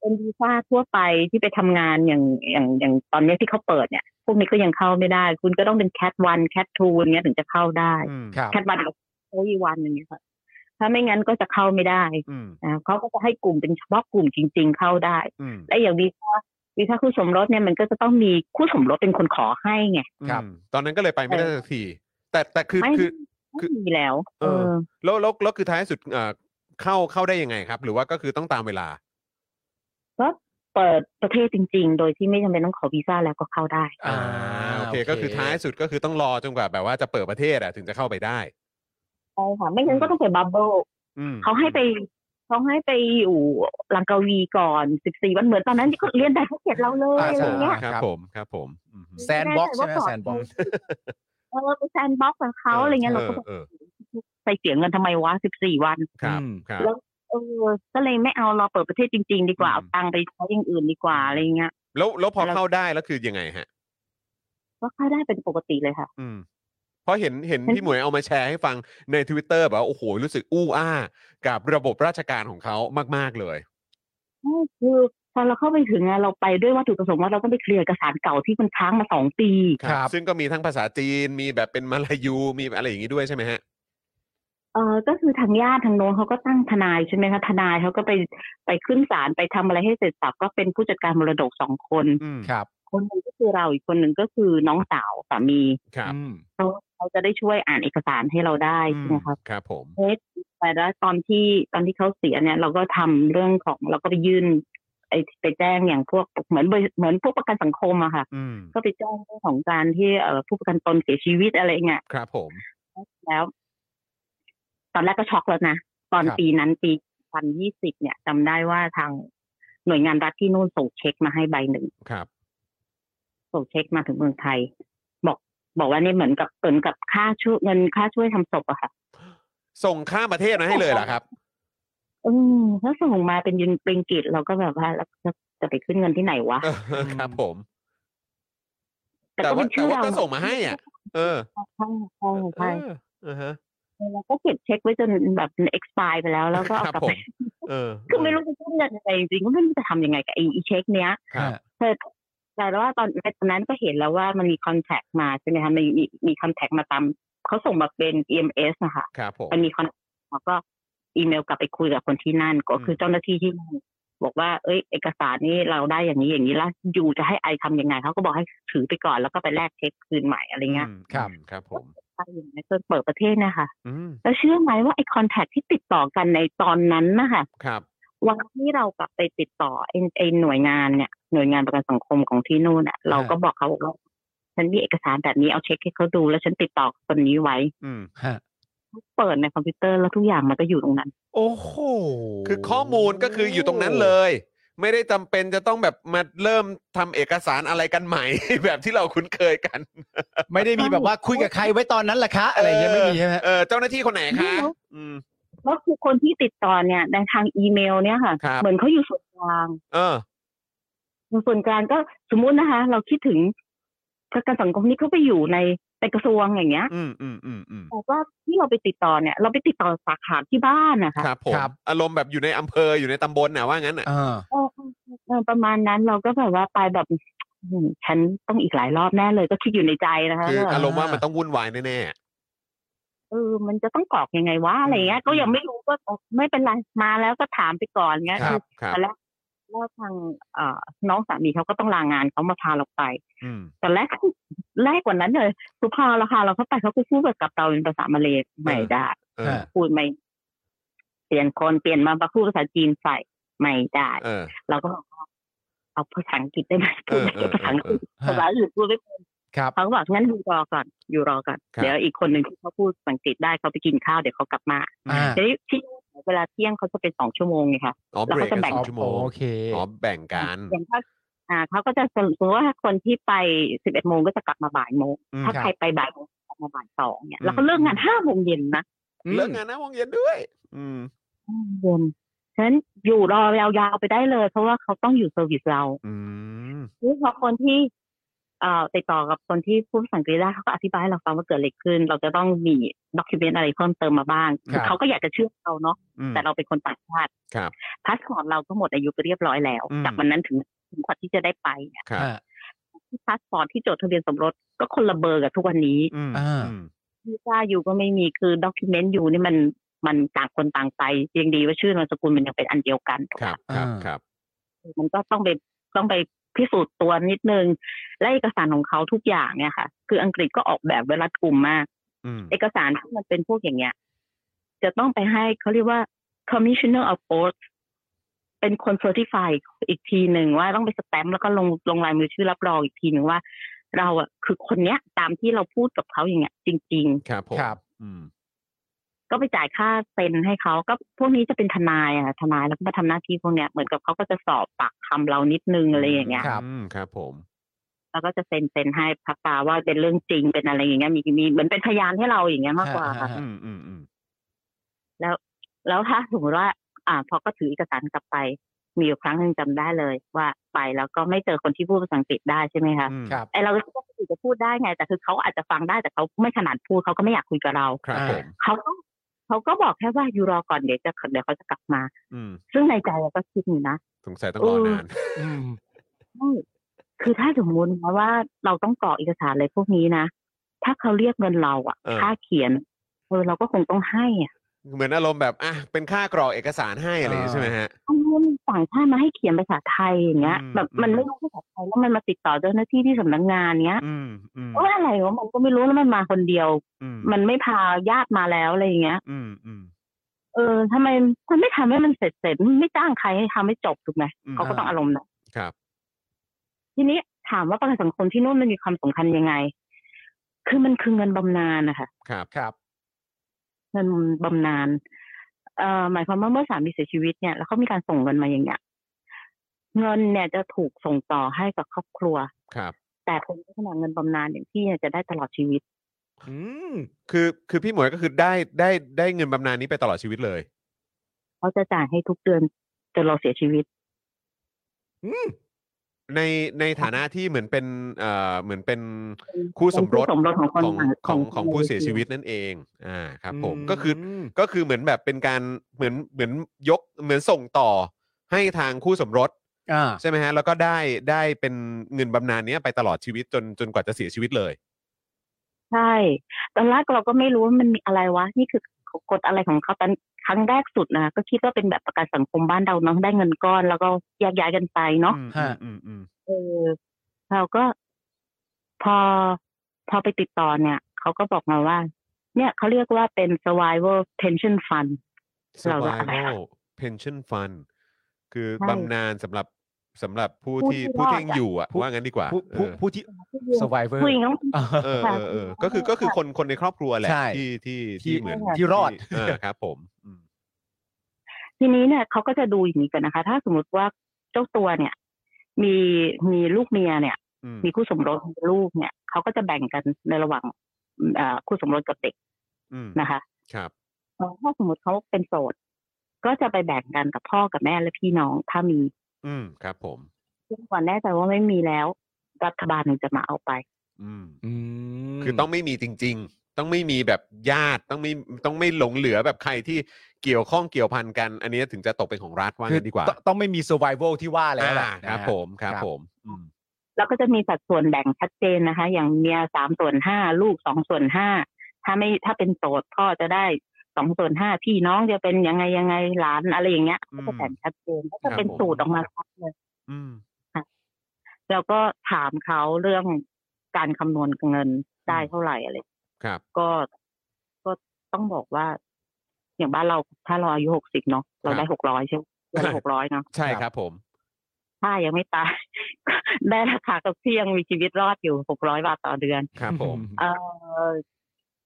S6: เป็นวีซ่าทั่วไปที่ไปทำงานอย่างอย่างอย่างตอนเนี้ยที่เขาเปิดเนี่ย พวกนี้ก็ยังเข้าไม่ได้ คุณก็ต้องเป็นแคทวันแคททูเงี้ยถึงจะเข้าได้
S2: อืม
S3: ครับ
S6: แคทวันกับโอวีวันอย่างเงี้ยค่ะถ้าไม่งั้นก็จะเข้าไม่ได้
S2: อืม
S6: นะเขาก็จะให้กลุ่มเป็นเฉพาะกลุ่มจริง ๆ เข้าได้
S2: อืม
S6: และอย่างวีซ่าวีซ่าคู่สมรสเนี่ยมันก็จะต้องมีคู่สมรสเป็นคนขอให้ไง
S3: ครับ
S2: อืมตอนนั้นก็เลยไปไม่ได้สักที แต่แต่คือ
S6: ไม่
S2: คือ
S6: ไม่มีแล้ว
S2: เออ แล้วแล้วแล้วคือท้ายสุดเอ่อเข้าเข้าได้ยังไงครับ หรือว่าก็คือต้องตามเวลา
S6: เปิดประเทศจริง ๆ โดยที่ไม่จำเป็นต้องขอวีซ่าแล้วก็เข้าได้
S3: อ่า
S2: อ่าโอเคก็คือท้ายสุดก็คือต้องรอจนกว่าแบบว่าจะเปิดประเทศอะถึงจะเข้าไปได้
S6: ใช่ค่ะ ไม่งั้นก็ต้องไปบับเบิล
S2: อืม
S6: เขาให้ไปเขาให้ไปอยู่ลังกาวีก่อนสิบสี่วันเหมือนตอนนั้นที่เขาเรียนแบบเขาเก็ตเราเลย
S3: อ่า
S6: อะ
S3: ใช่
S6: ไรเงี้ย
S2: ครับผมครับผมอืม
S3: แซนบ็อกใช่ไหมแซนบ็อก
S6: เออไปแซนบ็อกกับเขาอะไรเงี้ยเราก็แบบ
S2: เออเออ
S6: ไปเสียเงินทำไมวะสิบสี่วัน
S2: ครับ
S3: อืม
S2: ครับ
S6: แล้ว เออก็เลยไม่เอาเราเปิดประเทศจริง ๆ ดีกว่า
S2: อืม
S6: เอาตังค์ไปใช้อย่างอื่นดีกว่าอะไรเงี้ย
S2: แล้วแล้วพอ
S6: แล้ว
S2: เข้าได้แล้วคือยังไงฮะ
S6: ก็เข้าได้เป็นปกติเลยค่ะ
S2: อืมเพราะเห็นเห็น
S6: มัน
S2: พี่หมวยเอามาแชร์ให้ฟังใน Twitter แบบว่าโอ้โหรู้สึกอู้อ้า กับระบบราชการของเขามาก ๆเลย
S6: ใช่คือพอเราเข้าไปถึงอะเราไปด้วยวัตถุประสงค์ว่าเราต้องไปเคลียร์เอกสารเก่าที่มันค้างมาสองปี
S3: ครับ
S2: ซึ่งก็มีทั้งภาษาจีนมีแบบเป็นมาลายูมีอะไรอย่างนี้ด้วยใช่ไหมฮะ
S6: เออก็คือทางญาติทางโน้นเขาก็ตั้งทนายใช่ไหมคะทนายเขาก็ไปไปขึ้นศาลไปทำอะไรให้เสร็จสับก็เป็นผู้จัดการมรดกสองคน
S2: อืม
S3: ครับ
S6: คนหนึ่งก็คือเราอีกคนหนึ่งก็คือน้องสาวสามี
S2: ครับ
S3: อืม
S6: เขาเขา เขาจะได้ช่วยอ่านเอกสารให้เราได้ใช่ไหมคะ
S2: ครับผม
S6: แต่แล้วตอนที่ตอนที่เขาเสียเนี่ย เราก็ทำเรื่องของเราก็ไปยื่นไอไปแจ้งอย่างพวกเหมือนบริเหมือนพวกประกันสังคมอะค่ะ
S2: อืม
S6: ก็ไปแจ้งเรื่องของการที่เอ่อผู้ประกันตนเสียชีวิตอะไรเงี้ย
S2: ครับผม
S6: แล้ว ตอนแรกก็ช็อกแล้วนะ ตอน
S2: ครับ
S6: ปีนั้นปีพันยี่สิบเนี่ยจำได้ว่าทางหน่วยงานรัฐที่นู่นส่งเช็คมาให้ใบหนึ่ง
S2: ครับ
S6: ส่งเช็คมาถึงเมืองไทย บอกบอกว่านี่เหมือนกับเหมือนกับค่าช่วยเงินค่าช่วยทำศพอะค่ะ
S2: ส่งข้ามประเทศมาให้เลยเหร อครับ
S6: อืมถ้าส่งมาเป็นยืนเป็นกิจเราก็แบบว่าแล้วจะจะไปขึ้นเงินที่ไหนวะ
S2: ครับผม
S6: แต่
S2: แต่
S6: ก็เป็
S2: ว่านแต่
S6: ชื่อ
S2: ว่า
S6: เรา
S2: ก็ส่งมาให้อ่ะ เออ
S6: ใช่ใช่ใช่
S2: เอออ่าฮะ
S6: เราก็เก็บเช็คไว้จนแบบเอ็กซ์ปายไปแล้วแล้วก็เอา
S2: ครับ
S6: กลับ
S2: ผม
S6: ไป
S2: เออ
S6: คือไม่รู้จะขึ้นเงินยังไงจริงๆก็ไม่รู้จะทำยังไงกับไอ้ไอ้เช็คเนี้ย
S2: ครับ
S6: เออแต่ว่าตอนในตอนนั้นก็เห็นแล้วว่ามันมีคอนแทคมาใช่ไหมคะมีมีมีคอนแทคมาตามเขาส่งมาเป็น EMS นะคะ
S2: ครับผม
S6: มันมีคอนแล้วก็อีเมลกลับไปคุยกับคนที่นั่นก็คือเจ้าหน้าที่ที่นั่นบอกว่าเอ้ย เอกสารนี่เราได้อย่างนี้อย่างนี้แล้วอยู่จะให้ไอทำยังไงเขาก็บอกให้ถือไปก่อนแล้วก็ไปแลกเช็คคืนใหม่อะไรเงี้ย
S2: อืมครับครับผม
S6: ไปอย่างนี้ยจนเปิดประเทศนะคะ
S2: อืม
S6: แล้วเชื่อไหมว่าไอคอนแทคที่ติดต่อกันในตอนนั้นนะคะ
S2: ครับ
S6: วันที่เรากลับไปติดต่อไอ้ไอหน่วยงานเนี่ยหน่วยงานประกันสังคมของที่นู่นอ่ะ เราก็บอกเขาบอกว่าฉันมีเอกสารแบบนี้เอาเช็คให้เขาดู แล้วฉันติดต่อคนนี้ไว้
S2: อืม
S3: ฮะ
S6: เปิดในคอมพิวเตอร์แล้วทุกอย่างมันก็อยู่ตรงนั้น
S3: โอ้โห
S2: คือข้อมูลก็คืออยู่ตรงนั้นเลย ไม่ได้จำเป็นจะต้องแบบมาเริ่มทำเอกสารอะไรกันใหม่ แบบที่เราคุ้นเคยกัน
S3: ไม่ได้มีแบบว่า คุยกับใครไว้ตอนนั้นล่ะคะอะไรอย่างเงี้ยไม่มีใช่ไหม
S2: เออเจ้าหน้าที่คนไหน
S6: ไม่
S2: คะ
S6: รู้
S2: อืม
S6: ก็คือคนที่ติดต่อเนี่ยในทางอีเมลเนี่ยค่ะ
S2: ครับ
S6: เหมือนเขาอยู่ส่วนกลาง
S2: เออ
S6: อยู่ส่วนกลางก็สมมุตินะคะ เราคิดถึงประกันสังคมนี่เขาไปอยู่ในในกระทรวงอย่างเงี้ย
S2: อืมอืมอืมอืม
S6: แต่ว่าที่เราไปติดต่อเนี่ย เราไปติดต่อสาขาที่บ้านนะคะ
S2: ครับผม อารมณ์แบบอยู่ในอำเภออยู่ในตำบลน่ะว่างั้นน่ะ
S3: อ่า
S6: เออเออประมาณนั้นเราก็แบบว่าไปแบบอืมฉันต้องอีกหลายรอบแน่เลยก็คิดอยู่ในใจนะคะ
S2: คืออารมณ์ว่า
S6: เ
S2: มันต้องวุ่นวายแน่
S6: เออมันจะต้องกรอกยังไงวะอะไรเงี้ย ก็ยังไม่รู้ก็เออไม่เป็นไรมาแล้วก็ถามไปก่อนเงี้ย
S2: ๆค
S6: คื
S2: รั
S6: อ
S2: บครับ
S6: ตอนแรกว่าทางเอ่อน้องสามีเขาก็ต้องลางานเขามาพาเราไป
S2: อืม
S6: ตอนแรกแรกกว่านั้นเลยคือพาเราพาเราเข้าไปเขาก็พูดกับเราเป็นภาษามาเลย์ไม่ได้
S2: เออ
S6: พูดไม่เปลี่ยนคนเปลี่ยนมาพูดภาษาจีนใส่ไม่ได้
S2: เออ
S6: เราก็บอกว่าเอาภาษาอังกฤษได้ไหมพูดได้
S2: เออเออ
S6: ภาษาอังกฤษ
S3: ฮะ
S6: ภาษาอื่นพูดไม่เป็น
S3: ครับ
S6: เขาก็บอกงั้นอยู่รอก่อนอยู่รอก่อน
S2: ครับ
S6: เดี๋ยวอีกคนหนึ่งที่เขาพูดภาษาอังกฤษได้เขาไปกินข้าวเดี๋ยวเขากลับมา
S3: อ่า
S6: ทีนี้ที่เวลาเที่ยงเขาจะเป็นสองชั่วโมงไงคะ
S2: อ๋อเบรกกันสองชั่วโมง
S3: โอเค
S2: อ๋อแบ่งกัน
S6: อย่างถ้าอ่าเขาก็จะสรุปว่าคนที่ไปสิบเอ็ดโมงก็จะกลับมาบ่ายโมง
S2: อืม
S6: ถ้า
S3: ครับ
S6: ใครไปบ่ายโมงกลับมาบ่ายสองเนี่ย
S2: อืม
S6: แล้วก็เลิกงานห้าโมงเย็นนะ
S2: เลิกงานนะวงเย็นด้วย อืม
S6: ห้าโมงเย็นฉะนั้นอยู่รอยาวๆไปได้เลย เพราะว่าเขาต้องอยู่เซอร์วิสเรา
S2: อืม
S6: นี่พอคนที่เอ่อติดต่อกับคนที่พูดภาษาอังกฤษได้เขาก็อธิบายให้เราฟังว่าเกิดอะไรขึ้น เราจะต้องมีด็อกิเมนต์อะไรเพิ่มเติมมาบ้าง
S3: ครับ
S6: เขาก็อยากจะเชื่อเราเนาะ
S2: อืม
S6: แต่เราเป็นคนต่างชาติ
S2: ครับ
S6: พาสปอร์ตเราก็หมดอายุไปเรียบร้อยแล้ว
S2: อืม
S6: จากวันนั้นถึงถึงกว่าที่จะได้ไปเนี่ย
S2: ครับ
S3: อ่า
S6: พาสปอร์ตที่จดทะเบียนสมรสก็คนละเบอร์กับทุกวันนี้
S2: อืม
S3: อ่า
S2: อืม
S6: วีซ่าอยู่ก็ไม่มีคือด็อกิเมนต์อยู่นี่มันมันต่างคนต่างไปยังดีว่าชื่อนามสกุลมันยังเป็นอันเดียวกัน
S2: ครับครับ
S3: อ่า
S2: ครับ
S6: มันก็ต้องไปต้องไปพิสูจน์ตัวนิดนึง และเอกสารของเขาทุกอย่างเนี่ยค่ะ คืออังกฤษก็ออกแบบเวลารัดกลุ่มมาก
S2: อืม
S6: เอกสารที่มันเป็นพวกอย่างเงี้ย จะต้องไปให้เขาเรียกว่า commissioner of board เป็นคน certify อีกทีหนึ่งว่าต้องไปสแตมป์แล้วก็ลงลงลายมือชื่อรับรองอีกทีหนึ่งว่า เราอะคือคนเนี้ย ตามที่เราพูดกับเขาอย่างเงี้ย จริง
S2: ครับผม
S3: ครับ
S2: อืม
S6: ๆ ก็ไปจ่ายค่าเซ็นให้เขาก็พวกนี้จะเป็นทนายอะค่ะทนายแล้วก็มาทำหน้าที่พวกเนี้ยเหมือนกับเขาก็จะสอบปากคำเรานิดนึงอะไรอย่างเงี้ย
S3: ครับ
S2: อืมครับผม
S6: แล้วก็จะเซ็นเซ็นให้พักตาว่าเป็นเรื่องจริงเป็นอะไรอย่างเงี้ยมีมีเหมือนเป็นพยานให้เราอย่างเงี้ยมากกว่าค่ะ
S2: อืมอืมอืม
S6: แล้วถ้าสมมติว่า อ่าพอก็ถือเอกสารกลับไป มีอยู่ครั้งหนึ่งจำได้เลย ว่าไปแล้วก็ไม่เจอคนที่พูดภาษาอังกฤษได้ใช่ไหมคะ
S2: อืม
S3: ครับ
S6: ไอเราก็คิดว่าคนอื่นจะพูดได้ไง แต่คือเขาอาจจะฟังได้แต่เขาไม่ถนัดพูดเขาก็ไม่อยากคุยกับเรา
S2: ครับ
S3: อ่า
S2: ผม
S6: เขาก็เขาก็บอกแค่ว่าอยู่รอก่อนเดี๋ยวจะเดี๋ยวเขาจะกลับมา
S2: อืม
S6: ซึ่งในใจเราก็คิดอยู่นะ
S2: สงสัยต้องรอ
S6: เออ
S2: นาน
S3: อืม
S6: ใช่คือถ้าสมมตินะว่าเราต้องกรอกเอกสารอะไรพวกนี้นะถ้าเขาเรียกเงินเราอะค่าเขียนเออเราก็คงต้องให้อะ
S2: เหมือนอารมณ์แบบอ่ะเป็นค่ากรอกเอกสารให้อะไรอย่างงี้
S3: อ่า
S2: ใช่ไหมฮะ
S6: อันนี้มันต่างชาติมาให้เขียนภาษาไทยอย่างเงี้ย
S2: อืม
S6: แบบ
S2: อืม
S6: มันไม่รู้ภาษา ไปแล้วมันมาติดต่อเจ้าหน้าที่ที่สำนักงานเนี้ย
S7: อืมอืม
S6: ว่าอะไรวะมันก็ไม่รู้แล้วมันมาคนเดียว
S7: อืม
S6: มันไม่พาญาติมาแล้วอะไรอย่างเงี้ย
S7: อืมอืม
S6: เออทำไมมันไม่ทำให้มันเสร็จเสร็จๆไม่จ้างใครให้ทำให้จบถูกไหม
S7: อืม
S6: เขาก็ต้องอารมณ์นะครับ ทีนี้ถามว่าประกันสังคมที่นู่นมันมีความสำคัญยังไง คือมันคือเงินบำนาญนะคะ
S2: ครับ
S3: ครับ
S6: เงินบำนาญเอ่อหมายความว่าเมื่อสามีเสียชีวิตเนี่ยแล้วเขามีการส่งเงินมาอย่างเงี้ยเงินเนี่ยจะถูกส่งต่อให้กับครอบครัว
S2: ครับ
S6: แต่คนที่ขนาดเงินบำนาญอย่างพี่เนี่ยจะได้ตลอดชีวิต
S2: อืมคือคือพี่หมวยก็คือได้ได้ได้เงินบำนาญนี้ไปตลอดชีวิตเลย
S6: เขาจะจ่ายให้ทุกเดือนจนเราเสียชีวิต
S2: ในในฐานะที่เหมือนเป็นเอ่อเหมือนเป็นคู่สมรส
S6: เป็นคู่สมรสของคน
S2: ของ
S6: ขอ
S2: ของ
S6: งคน
S2: ของผู้เสีย
S6: ในทีม
S2: ชีวิตนั่นเองอ่าครับผมก็คือก็คือเหมือนแบบเป็นการเหมือนเหมือนยกเหมือนส่งต่อให้ทางคู่สมรส
S3: อ่า
S2: ใช่ไหมฮะแล้วก็ได้ได้เป็นเงินบำนาญเนี้ยไปตลอดชีวิตจนจนกว่าจะเสียชีวิตเลย
S6: ใช่ ตอนแรกเราก็ไม่รู้ว่ามันมีอะไรวะ นี่คือกฎอะไรของเขาตอนครั้งแรกสุดนะ ก็คิดว่าเป็นแบบประกันสังคมบ้านเราเนาะได้เงินก้อน แล้วก็แยกย้ายกันไปเนาะ
S7: อืมอืมอืมอืม
S6: เออเราก็พอพอไปติดต่อเนี่ย เขาก็บอกมาว่า เนี่ยเขาเรียกว่าเป็น survivor pension fund เราจะอะไร
S2: survival pension fund คือบำนาญสำหรับสำหรับผู้
S6: ผู้
S2: ที่ผู้
S6: ที่รอด
S2: ที่ยัง
S6: อะ
S2: อยู่อ่ะว่างั้นดีกว่า
S3: ผู้ผู้
S2: เออ
S3: ผู้ที่ survivor
S6: คุยกัน
S3: อ่า
S2: เออ
S6: ค่ะ
S2: เออเออก็คือก็คือคนคนในครอบครัวแหละ
S3: ใช่
S2: ที่ที่
S3: ที่
S2: ที่เหมือน
S3: ที่รอด
S2: เอ อครับ ผมอืม
S6: ทีนี้เนี่ยเขาก็จะดูอย่างนี้กันนะคะ ถ้าสมมติว่าเจ้าตัวเนี่ย มีมีลูกเมียเนี่ย
S2: อืม
S6: มีคู่สมรสมีลูกเนี่ยเขาก็จะแบ่งกันในระหว่างเอ่อคู่สมรสกับเด็ก
S2: อืม
S6: นะคะ
S2: ครับ
S6: เอ่อถ้าสมมติเขาเป็นโสด ก็จะไปแบ่งกันกับพ่อกับแม่และพี่น้องถ้ามี
S2: อืมครับผม
S6: ซึ่งก่อนแน่ใจว่าไม่มีแล้ว รัฐบาลถึงจะมาเอาไป
S2: อืม
S3: อืม
S2: คือต้องไม่มีจริง ๆ ต้องไม่มีแบบญาติต้องไม่ต้องไม่หลงเหลือแบบใครที่เกี่ยวข้องเกี่ยวพันกัน อันนี้ถึงจะตกเป็นของรัฐว่า
S3: คือ
S2: งั้นดีกว่า
S3: ต้องต้องไม่มี survival ที่ว่าแล้วแหละ
S2: อ่าครับ
S3: นะฮะ
S2: ผมครับ
S3: ครับ
S2: ผมอืม
S6: แล้วก็จะมีสัดส่วนแบ่งชัดเจนนะคะ อย่างเมียสามส่วนห้าลูกสองส่วนห้าถ้าไม่ถ้าเป็นโสดพ่อจะได้สองส่วนห้าพี่น้องจะเป็นยังไงยังไงหลานอะไรอย่างเงี้ยก็จะแบ่งชัดเจนก็จะเป็นสูตรออกมาชัดเลย
S2: อืม
S6: แล้วก็ถามเขาเรื่องการคำนวณเงินได้เท่าไหร่อะไร
S2: ครับ
S6: ก็ก็ต้องบอกว่า อย่างบ้านเราถ้าเราอายุหกสิบเนาะเราได้หกร้อยใช่ไหมเราหกร้อยเนาะ
S2: ใช่ครับผม
S6: ถ้ายังไม่ตาย ได้ราคากับที่ยังมีชีวิตรอดอยู่หกร้อยบาทต่อเดือน
S2: ครับผม
S6: เอ่อ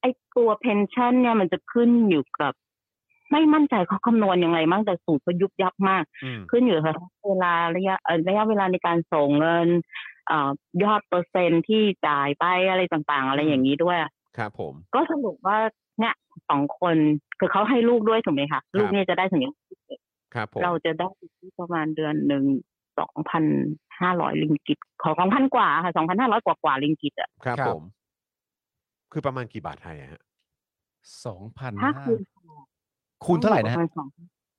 S6: ไอตัวเพนชั่นเนี่ยมันจะขึ้นอยู่กับ ไม่มั่นใจเขาคำนวณยังไงมั่งแต่สูตรเขายุบยับมาก
S2: อืม
S6: ขึ้นอยู่กับเวลาระยะเอ่อระยะเวลาในการส่งเงินเออยอดเปอร์เซ็นต์ที่จ่ายไปอะไรต่างๆ อะไรอย่างนี้ด้วย
S2: ครับผม
S6: ก็สรุปว่าเนี่ยสองคนคือเขาให้ลูกด้วยถูกไหมคะลูกเนี่ยจะได้ถึงอย่าง
S2: ครับผม
S6: เราจะได้อยู่ที่ประมาณเดือนหนึ่งสองพันห้าร้อยลิงกิตขอสองพันกว่าค่ะสองพันห้าร้อยกว่ากว่าลิงกิตอะ
S2: ครับ
S3: ครับ
S2: ผม คือประมาณกี่บาทไทยอะฮะ
S3: สองพัน
S6: ถ้า
S3: ห้า
S6: คูณ
S3: คูณเท่าไหร่นะฮะ
S6: ปมณสอง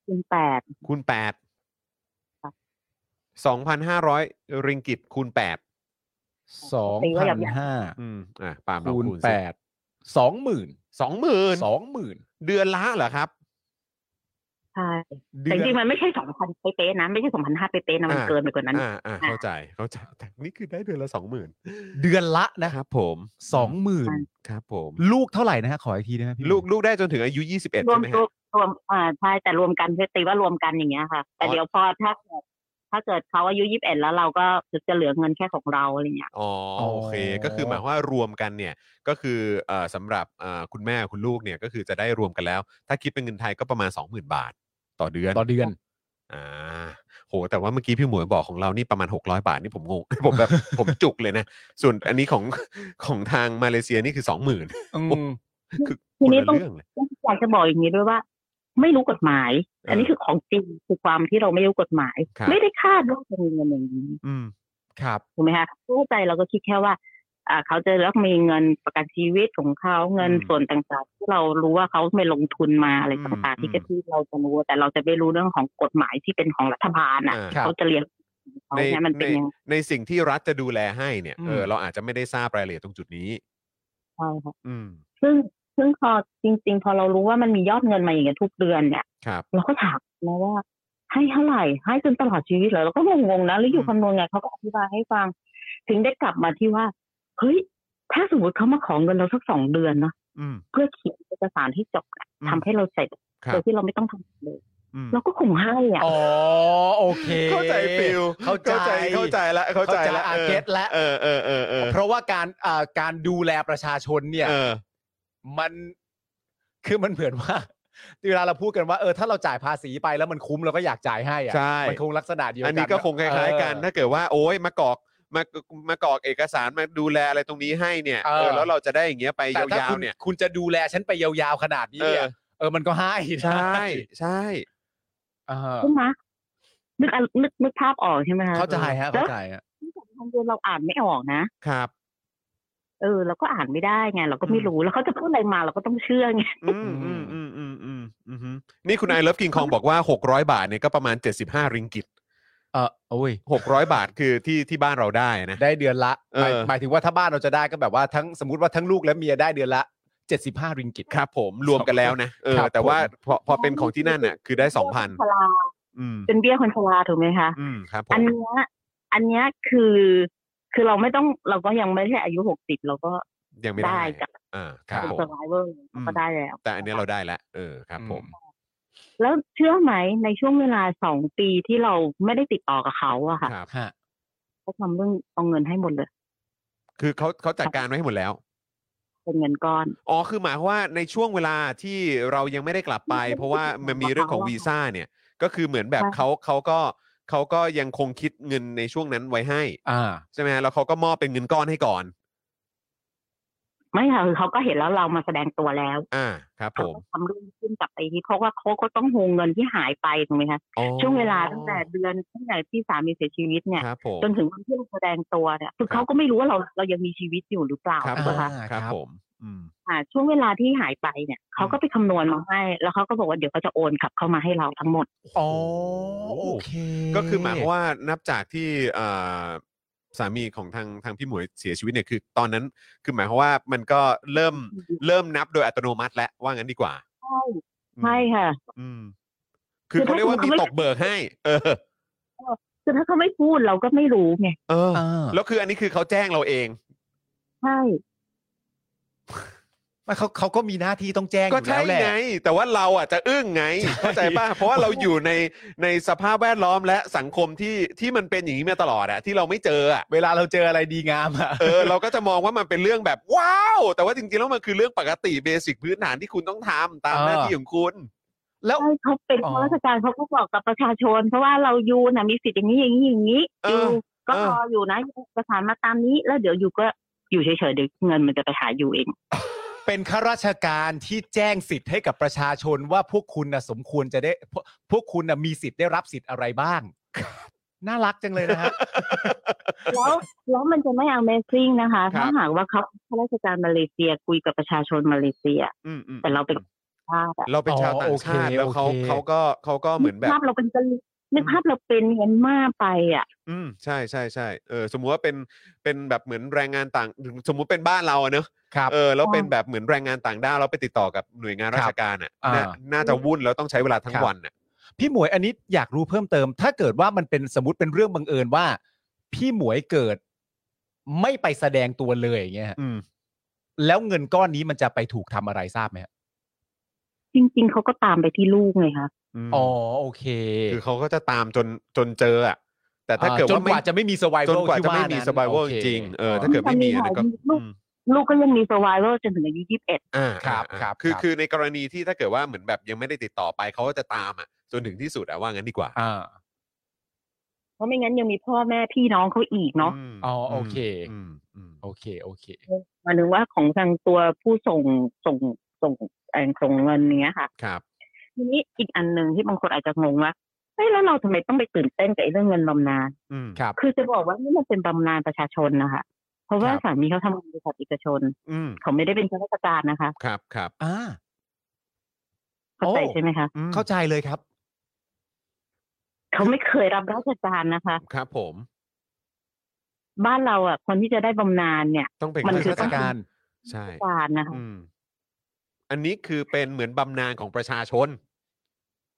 S6: คูณแปด
S2: คูณแปด
S6: ครับ
S2: สองพันห้าร้อยริงกิตคูณแปด
S3: สองพันห้า
S2: อืมอ่ะปาล์มลอง
S3: คูณ
S2: คูณ
S3: แป
S2: สิ
S3: ดสองหมื่น
S2: สองหมื่น
S3: สองหมื่น
S2: เดือนละเหรอครับ
S6: ใช่
S3: เดื
S6: แต่
S3: อ
S6: จ
S3: น
S6: ริงๆมันไม่ใช่สองพันเป๊ะๆนะ ไม่ใช่สองพันห้าเป๊ะๆนะมัน
S2: อ่า
S6: เกินไปกว่านั้น
S2: อ่าอ่าเข้าใจเข้าใจแต่นี่คือได้เดือนละสองหมื่น
S3: เดือนละนะครับ
S2: ผม
S3: สองหมื่น
S2: ครับผม
S3: ลูกเท่าไหร่นะฮะขออีกทีนะฮะพี่
S2: ลูกลูกได้จนถึงอายุยี่สิบเอ็ด
S6: รว
S2: ใช่
S6: ม
S2: ไหม
S6: รว
S2: ฮะ
S6: มรวมอ่าใช่แต่รวมกันคือตีว่ารวมกันอย่างเงี้ยค่ะ แต่
S2: อ๋อ
S6: เดี๋ยวพอถ้าเกิดถ้าเกิดเขาอายุยี่สิบเอ็ดแล้วเราก็จะเหลือเงินแค่ของเราอะไรเงี้ย
S2: อ๋อโอเค ก็คือหมายความว่ารวมกันเนี่ยก็คือเอ่อสำหรับเอ่อคุณแม่คุณลูกเนี่ยก็คือจะได้รวมกันแล้ว ถ้าคิดเป็นเงินไทยก็ประมาณ 20,000 บาท ต่อเดือน
S3: ต่อเดือน
S2: อ่าโหแต่ว่าเมื่อกี้พี่หมวยบอกของเรานี่ประมาณ 600 บาทนี่ผมงง ผมแบบผมจุกเลยนะ ส่วนอันนี้ของ ของทางมาเลเซียนี่ คือ 20,000
S3: อืม
S2: คือค
S6: ที
S2: น
S6: นี้
S2: ละ
S6: ต้อง
S2: เรื่องเลย
S6: อยากจะบอกอย่างนี้ด้วยว่า ไม่รู้กฎหมาย อันนี้คือของจริงคือความที่เราไม่รู้กฎหมาย
S2: ครับ
S6: ไม่ได้คาดว่าจะมีเงินอย่างนี้
S2: อืม
S3: ครับ
S6: ถูกไหมคะเข้าใจเราก็คิดแค่ว่า อ่าเขาจะรับมีเงินประกันชีวิตของเขาเงิน
S2: อืม
S6: ส่วนต่างๆ ที่เรารู้ว่าเขาไม่ลงทุนมาอะไร
S2: อืม
S6: ต่างๆ ที่
S2: อืม
S6: ก็ที่เราจะรู้แต่เราจะไม่รู้เรื่องของกฎหมายที่เป็นของรัฐบาลอ่ะ
S2: อ่า
S3: ครับ
S6: เขาจะเลี้ยงของเขา
S2: ใน
S6: เนี่ยมันเป็น
S2: ใน
S6: ยังไง
S2: ในสิ่งที่รัฐจะดูแลให้เนี่ย
S3: อืม
S2: เออเราอาจจะไม่ได้ทราบรายละเอียดตรงจุดนี้
S6: ใช่ค่ะ
S2: อืม
S6: ซึ่งซึ่งพอจริง ๆ พอเรารู้ว่ามันมียอดเงินมาอย่างเงี้ยทุกเดือนเนี่ย
S2: ครับ
S6: เราก็ถามนะว่า ให้เท่าไหร่ ให้จนตลอดชีวิตเหรอเราก็งงๆนะแล้วอยู่คำนวณไงเขาก็อธิบายให้ฟัง ถึงได้กลับมาที่ว่า เฮ้ย ถ้าสมมติเขามาของเงินเราสักสองเดือนเนาะ
S3: อืม
S6: เพื่อเขียนเอกสารที่จบ
S3: อืม
S6: ทำให้เราเสร็จ
S3: ครับ
S6: โดยที่เราไม่ต้องทำเลย
S3: อืม
S6: เราก็คงให้อ่ะ
S3: อ๋อโอเค
S2: เข้าใจฟิล
S3: เข้าใจ
S2: เข้าใจละเข้าใจละ
S3: เข้าใจอาเก็ตละ
S2: เออเออเออเออ
S3: เพราะว่าการอ่าการดูแลประชาชนเนี่ย
S2: เออ
S3: มัน คือมันเหมือนว่า เวลาเราพูดกันว่าเออถ้าเราจ่ายภาษีไปแล้วมันคุ้มเราก็อยากจ่ายให้อะ
S2: ใช่
S3: มันคงลักษณะเดียวกั
S2: อั
S3: น
S2: นนี้ก็คงคล้ายๆกัน
S3: เออ
S2: ถ้าเกิดว่าโอ้ยมากรอกมามากรอกเอกสารมาดูแลอะไรตรงนี้ให้เนี่ย
S3: เออ
S2: เออแล้วเราจะได้อย่างเงี้ยไป
S3: แต่
S2: ยา
S3: ถ้าว คุณ
S2: ๆเนี่ย
S3: คุณจะดูแลฉันไปยาวๆขนาดนี้เนี่
S2: เอ
S3: ย
S2: อ
S3: เออมันก็ให้
S2: ใช่ใช่
S3: เออ
S6: ใช่ไหมนึกอ่ะนึกนึกภาพออกใช่ไหมคะ
S3: เข้าใจฮะเข้าใจฮะ
S6: บางเดือนเราอ่านไม่ออกนะ
S2: ครับ
S6: เออเราก็อ่านไม่ได้ไงเราก็ไม่
S2: อืม
S6: รู้แล้วเขาจะพูดอะไรมาเราก็ต้องเชื่อไง
S2: อืมอืมอืมอืมอืมอืมนี่คุณไอเลิฟกิงคองบอกว่า 600 บาทเนี่ยก็ประมาณ 75 ริงกิต
S3: เออโอ้ย
S2: 600 บาทคือที่ที่บ้านเราได้นะ
S3: ได้เดือนละ
S2: เออ
S3: หมายหมายถึงว่าถ้าบ้านเราจะได้ก็แบบว่าทั้งสมมติว่าทั้งลูกและเมียได้เดือนละ 75 ริงกิต
S2: ครับผมรวมกันแล้วนะเออ
S3: ครับ
S2: แต่ว่าพอพอเป็นของที่นั่นน่ะคือได้
S6: ช
S2: 2,000
S6: รา
S2: อืม
S6: เป็นเบี้ยคนชราถูกไหมคะ
S2: อืมครับผ
S6: อั
S2: ม
S6: นเนี้ยอันเนี้ยคือคือเราไม่ต้องเราก็ยังไม่ใช่อายุหกสิบเราก็
S2: ยังไม่
S6: ได้
S2: ได้
S6: จาก
S2: อ่าครับผม
S6: เซอร์ไวเวอร์
S2: อืม
S6: ก็ได้แล้ว
S2: แต่อันเนี้ยเราได้แล้วเออครับผม
S6: แล้วเชื่อไหมในช่วงเวลาสองปีที่เราไม่ได้ติดต่อกับเขาอะค่ะ
S2: ครับ
S3: ฮะ
S6: เขาทำเรื่องเอาเงินให้หมดเลย
S2: คือเขาเขาจัดการไว้ให้หมดแล้ว
S6: เป็นเงินก้อน
S2: อ๋อ คือหมายความว่าในช่วงเวลาที่เรายังไม่ได้กลับ ไป เพราะว่ามันมีเรื่องของวีซ่าเนี่ย ก็คือเหมือนแบบ
S6: ใช่
S2: เขาเขาก็เขาก็ยังคงคิดเงินในช่วงนั้นไว้ให้
S3: อ่า
S2: ใช่ไหมฮะแล้วเขาก็มอบเป็นเงินก้อนให้ก่อน
S6: ไม่ค่ะคือเขาก็เห็นแล้วเรามาแสดงตัวแล้ว
S2: อ่า ครับผ
S6: เขา
S2: ม
S6: ก็ทำเรื่องขึ้นกลับไปที่เพราะว่าเขาก็ต้องโฮงเงินที่หายไปถูกไหมคะ
S2: อ๋อ
S6: ช่วงเวลาตั้งแต่เดือนตั้งแต่ที่สามีเสียชีวิตเนี่ย
S2: ครับผม
S6: จนถึงวันที่เราแสดงตัวเนี่ยคือ
S2: ครั
S6: เขา
S2: บ
S6: ก็ไม่รู้ว่าเราเรายังมีชีวิตอยู่หรือเปล่า
S2: ครับ
S6: ถูก
S2: ผ
S6: ปะ
S2: ม
S6: คะ
S2: ครับ
S3: ครับ
S2: ผม อืม
S6: อ่า ช่วงเวลาที่หายไปเนี่ยเขาก็ไปคำนวณมาให้ แล้วเขาก็บอกว่าเดี๋ยวเขาจะโอนกลับเข้ามาให้เราทั้งหมด
S3: อ๋อ
S2: โอ้
S3: โอเค
S2: ก็คือหมายความว่านับจากที่เอ่อสามีของทางทางพี่หมวยเสียชีวิตเนี่ยคือ ตอนนั้น คือหมายความว่ามันก็เริ่มเริ่มนับโดยอัตโนมัติ แล้วว่างั้นดีกว่า
S6: ใช่
S2: อืม
S6: ใช่ค่ะ
S2: อืม คือเขาเรียกว่ามีตกเบิกให้ เออ
S6: คือถ้าเขาไม่พูดเราก็ไม่รู้ไง
S2: เออ
S3: อ่า
S2: แล้วคืออันนี้คือเขาแจ้งเราเอง
S6: ใช่
S3: ไม่เขาเขาก็มีหน้าที่ต้องแจ้งอ
S2: ก็
S3: ยู่
S2: ใช่
S3: แล้วแหละ
S2: ไง แต่ว่าเราอ่ะจะอึ้งไง เข้าใจป่ะ เพราะว่าเราอยู่ในในสภาพแวดล้อมและสังคมที่ที่มันเป็นอย่างนี้มาตลอดอะที่เราไม่เจออะ
S3: เวลาเราเจออะไรดีงามอะ
S2: เออ เราก็จะมองว่ามันเป็นเรื่องแบบว้าว แต่ว่าจริงๆแล้วมันคือเรื่องปกติเบสิกพื้นฐานที่คุณต้องทำตามหน้าที่ของคุณ
S3: แล้ว
S6: ใช่เขาเป็น
S3: อ๋อ
S6: ข้าราชการเขาก็บอกกับประชาชน เพราะว่าเราอยู่นะมีสิทธิ์อย่างนี้อย่างนี้อย่างนี้
S2: เออ
S6: อยู่ก็
S2: เออ
S6: รออยู่นะเอกสารมาตามนี้ แล้วเดี๋ยวอยู่ก็อยู่เฉยๆเดี๋ยวเงินมันจะไปหาอยู่เอง
S3: เป็นข้าราชการที่แจ้งสิทธิ์ให้กับประชาชนว่าพวกคุณนะสมควรจะได้พวกพวกคุณนะมีสิทธิ์ได้รับสิทธิ์อะไรบ้าง น่ารักจังเลยนะฮะ
S6: แล้วแล้วมันจะไม่ Amazing นะคะ
S2: ครับ
S6: ถ้าหากว่าเขาข้าราชการมาเลเซียคุยกับประชาชนมาเลเซีย
S2: อืมอืม
S6: แต่เราเป็นภาพอะ
S2: เราเป็นชาวต่า
S3: อ๋อโอง เค
S2: ชาติแล้วเขา
S3: โอเค
S2: เขาก็เขาก็เหมือนแบบ
S6: ภาพเราเป็นกะลินึกภาพเราเป็นเมียนมาไปอ่ะ
S2: อืมใช่ใช่ใช่เออสมมุติว่าเป็นเป็นแบบเหมือนแรงงานต่างสมมุติเป็นบ้านเราอะเนอะ
S3: ครับ
S2: เออแล้วเป็นแบบเหมือนแรงงานต่างด้าวเราไปติดต่อกับหน่วยงานราชการอ่ะ
S3: อ่า
S2: น่าน่าจะวุ่นแล้วต้องใช้เวลาทั้งวันอ่ะ
S3: พี่หมวยอันนี้อยากรู้เพิ่มเติม ถ้าเกิดว่ามันเป็นสมมติเป็นเรื่องบังเอิญว่า พี่หมวยเกิด ไม่ไปแสดงตัวเลยอย่างเงี้ยฮะ
S2: อืม
S3: แล้วเงินก้อนนี้มันจะไปถูกทำอะไรทราบไหมฮะ
S6: จริง ๆเขาก็ตามไปที่ลูกเลยค่ะ
S2: ม
S3: อ๋อโอเค
S2: คือเขาก็จะตามจนจจนเจออ่ะแต่ถ้าเกิด
S3: อ่จ
S2: ว่าน
S3: กว่าจะไม่มี survival
S2: จนกว่า
S3: ที่
S2: จะ
S3: ว่า
S2: ไม่มี
S3: นั้น
S2: survival
S3: โอ
S2: จ
S3: เค
S2: ริงๆเออ
S3: อ๋อ
S2: ถ้าเกิดไม่มีอันนั้นก็
S6: ลูก
S2: อืม
S6: ลูกก็ยังมี survival จนถึงอายุยี่สิบเอ็ด
S2: อ่า
S3: ครับ
S2: อ่า
S3: ครับ
S2: คือ
S3: ครับ
S2: คือในกรณีที่ถ้าเกิดว่าเหมือนแบบยังไม่ได้ติดต่อไปเขาก็จะตามอ่ะจนถึงที่สุดอ่ะว่างั้นดีกว่า
S3: อ่า
S6: เพราะไม่งั้นยังมีพ่อแม่พี่น้องเขาอีกเนาะ
S2: อืม
S3: อ๋อโอเค
S2: อืมอืม
S3: โอเคโอเค
S6: หมายถึงว่าของทางตัวผู้ส่งส่งส่งเอ่อส่งเงินเนี้ยค่ะ
S2: ครับ
S6: ทีนี้อีกอันหนึ่งที่บางคนอาจจะงงว่าเฮ้ยแล้วเราทำไมต้องไปตื่นเต้นกับไอ้เรื่องเงินบำนาญ
S2: อืม
S3: ครับ
S6: คือจะบอกว่านี่มันเป็นบำนาญประชาชนนะคะ เพราะว่า
S3: ครับ
S6: สามีเขาทำงานบริษัทเอกชน
S2: อืม
S6: เขาไม่ได้เป็นข้าราชการนะคะ
S2: ครับครับ
S3: อ่า
S6: เข้าใจ
S3: โอ้
S6: ใช่ไหมคะ
S2: อืม
S3: เข้าใจเลยครับ
S6: เขาไม่เคยรับราชการนะคะ
S2: ครับผม
S6: บ้านเราอ่ะ คนที่จะได้บำนาญเนี่ย
S2: ต้องเป็น
S6: มัน
S2: ข้า
S6: คือ
S2: ราชการใช่
S6: การนะคะ
S2: อืมอันนี้คือเป็นเหมือนบำนาญของประชาชน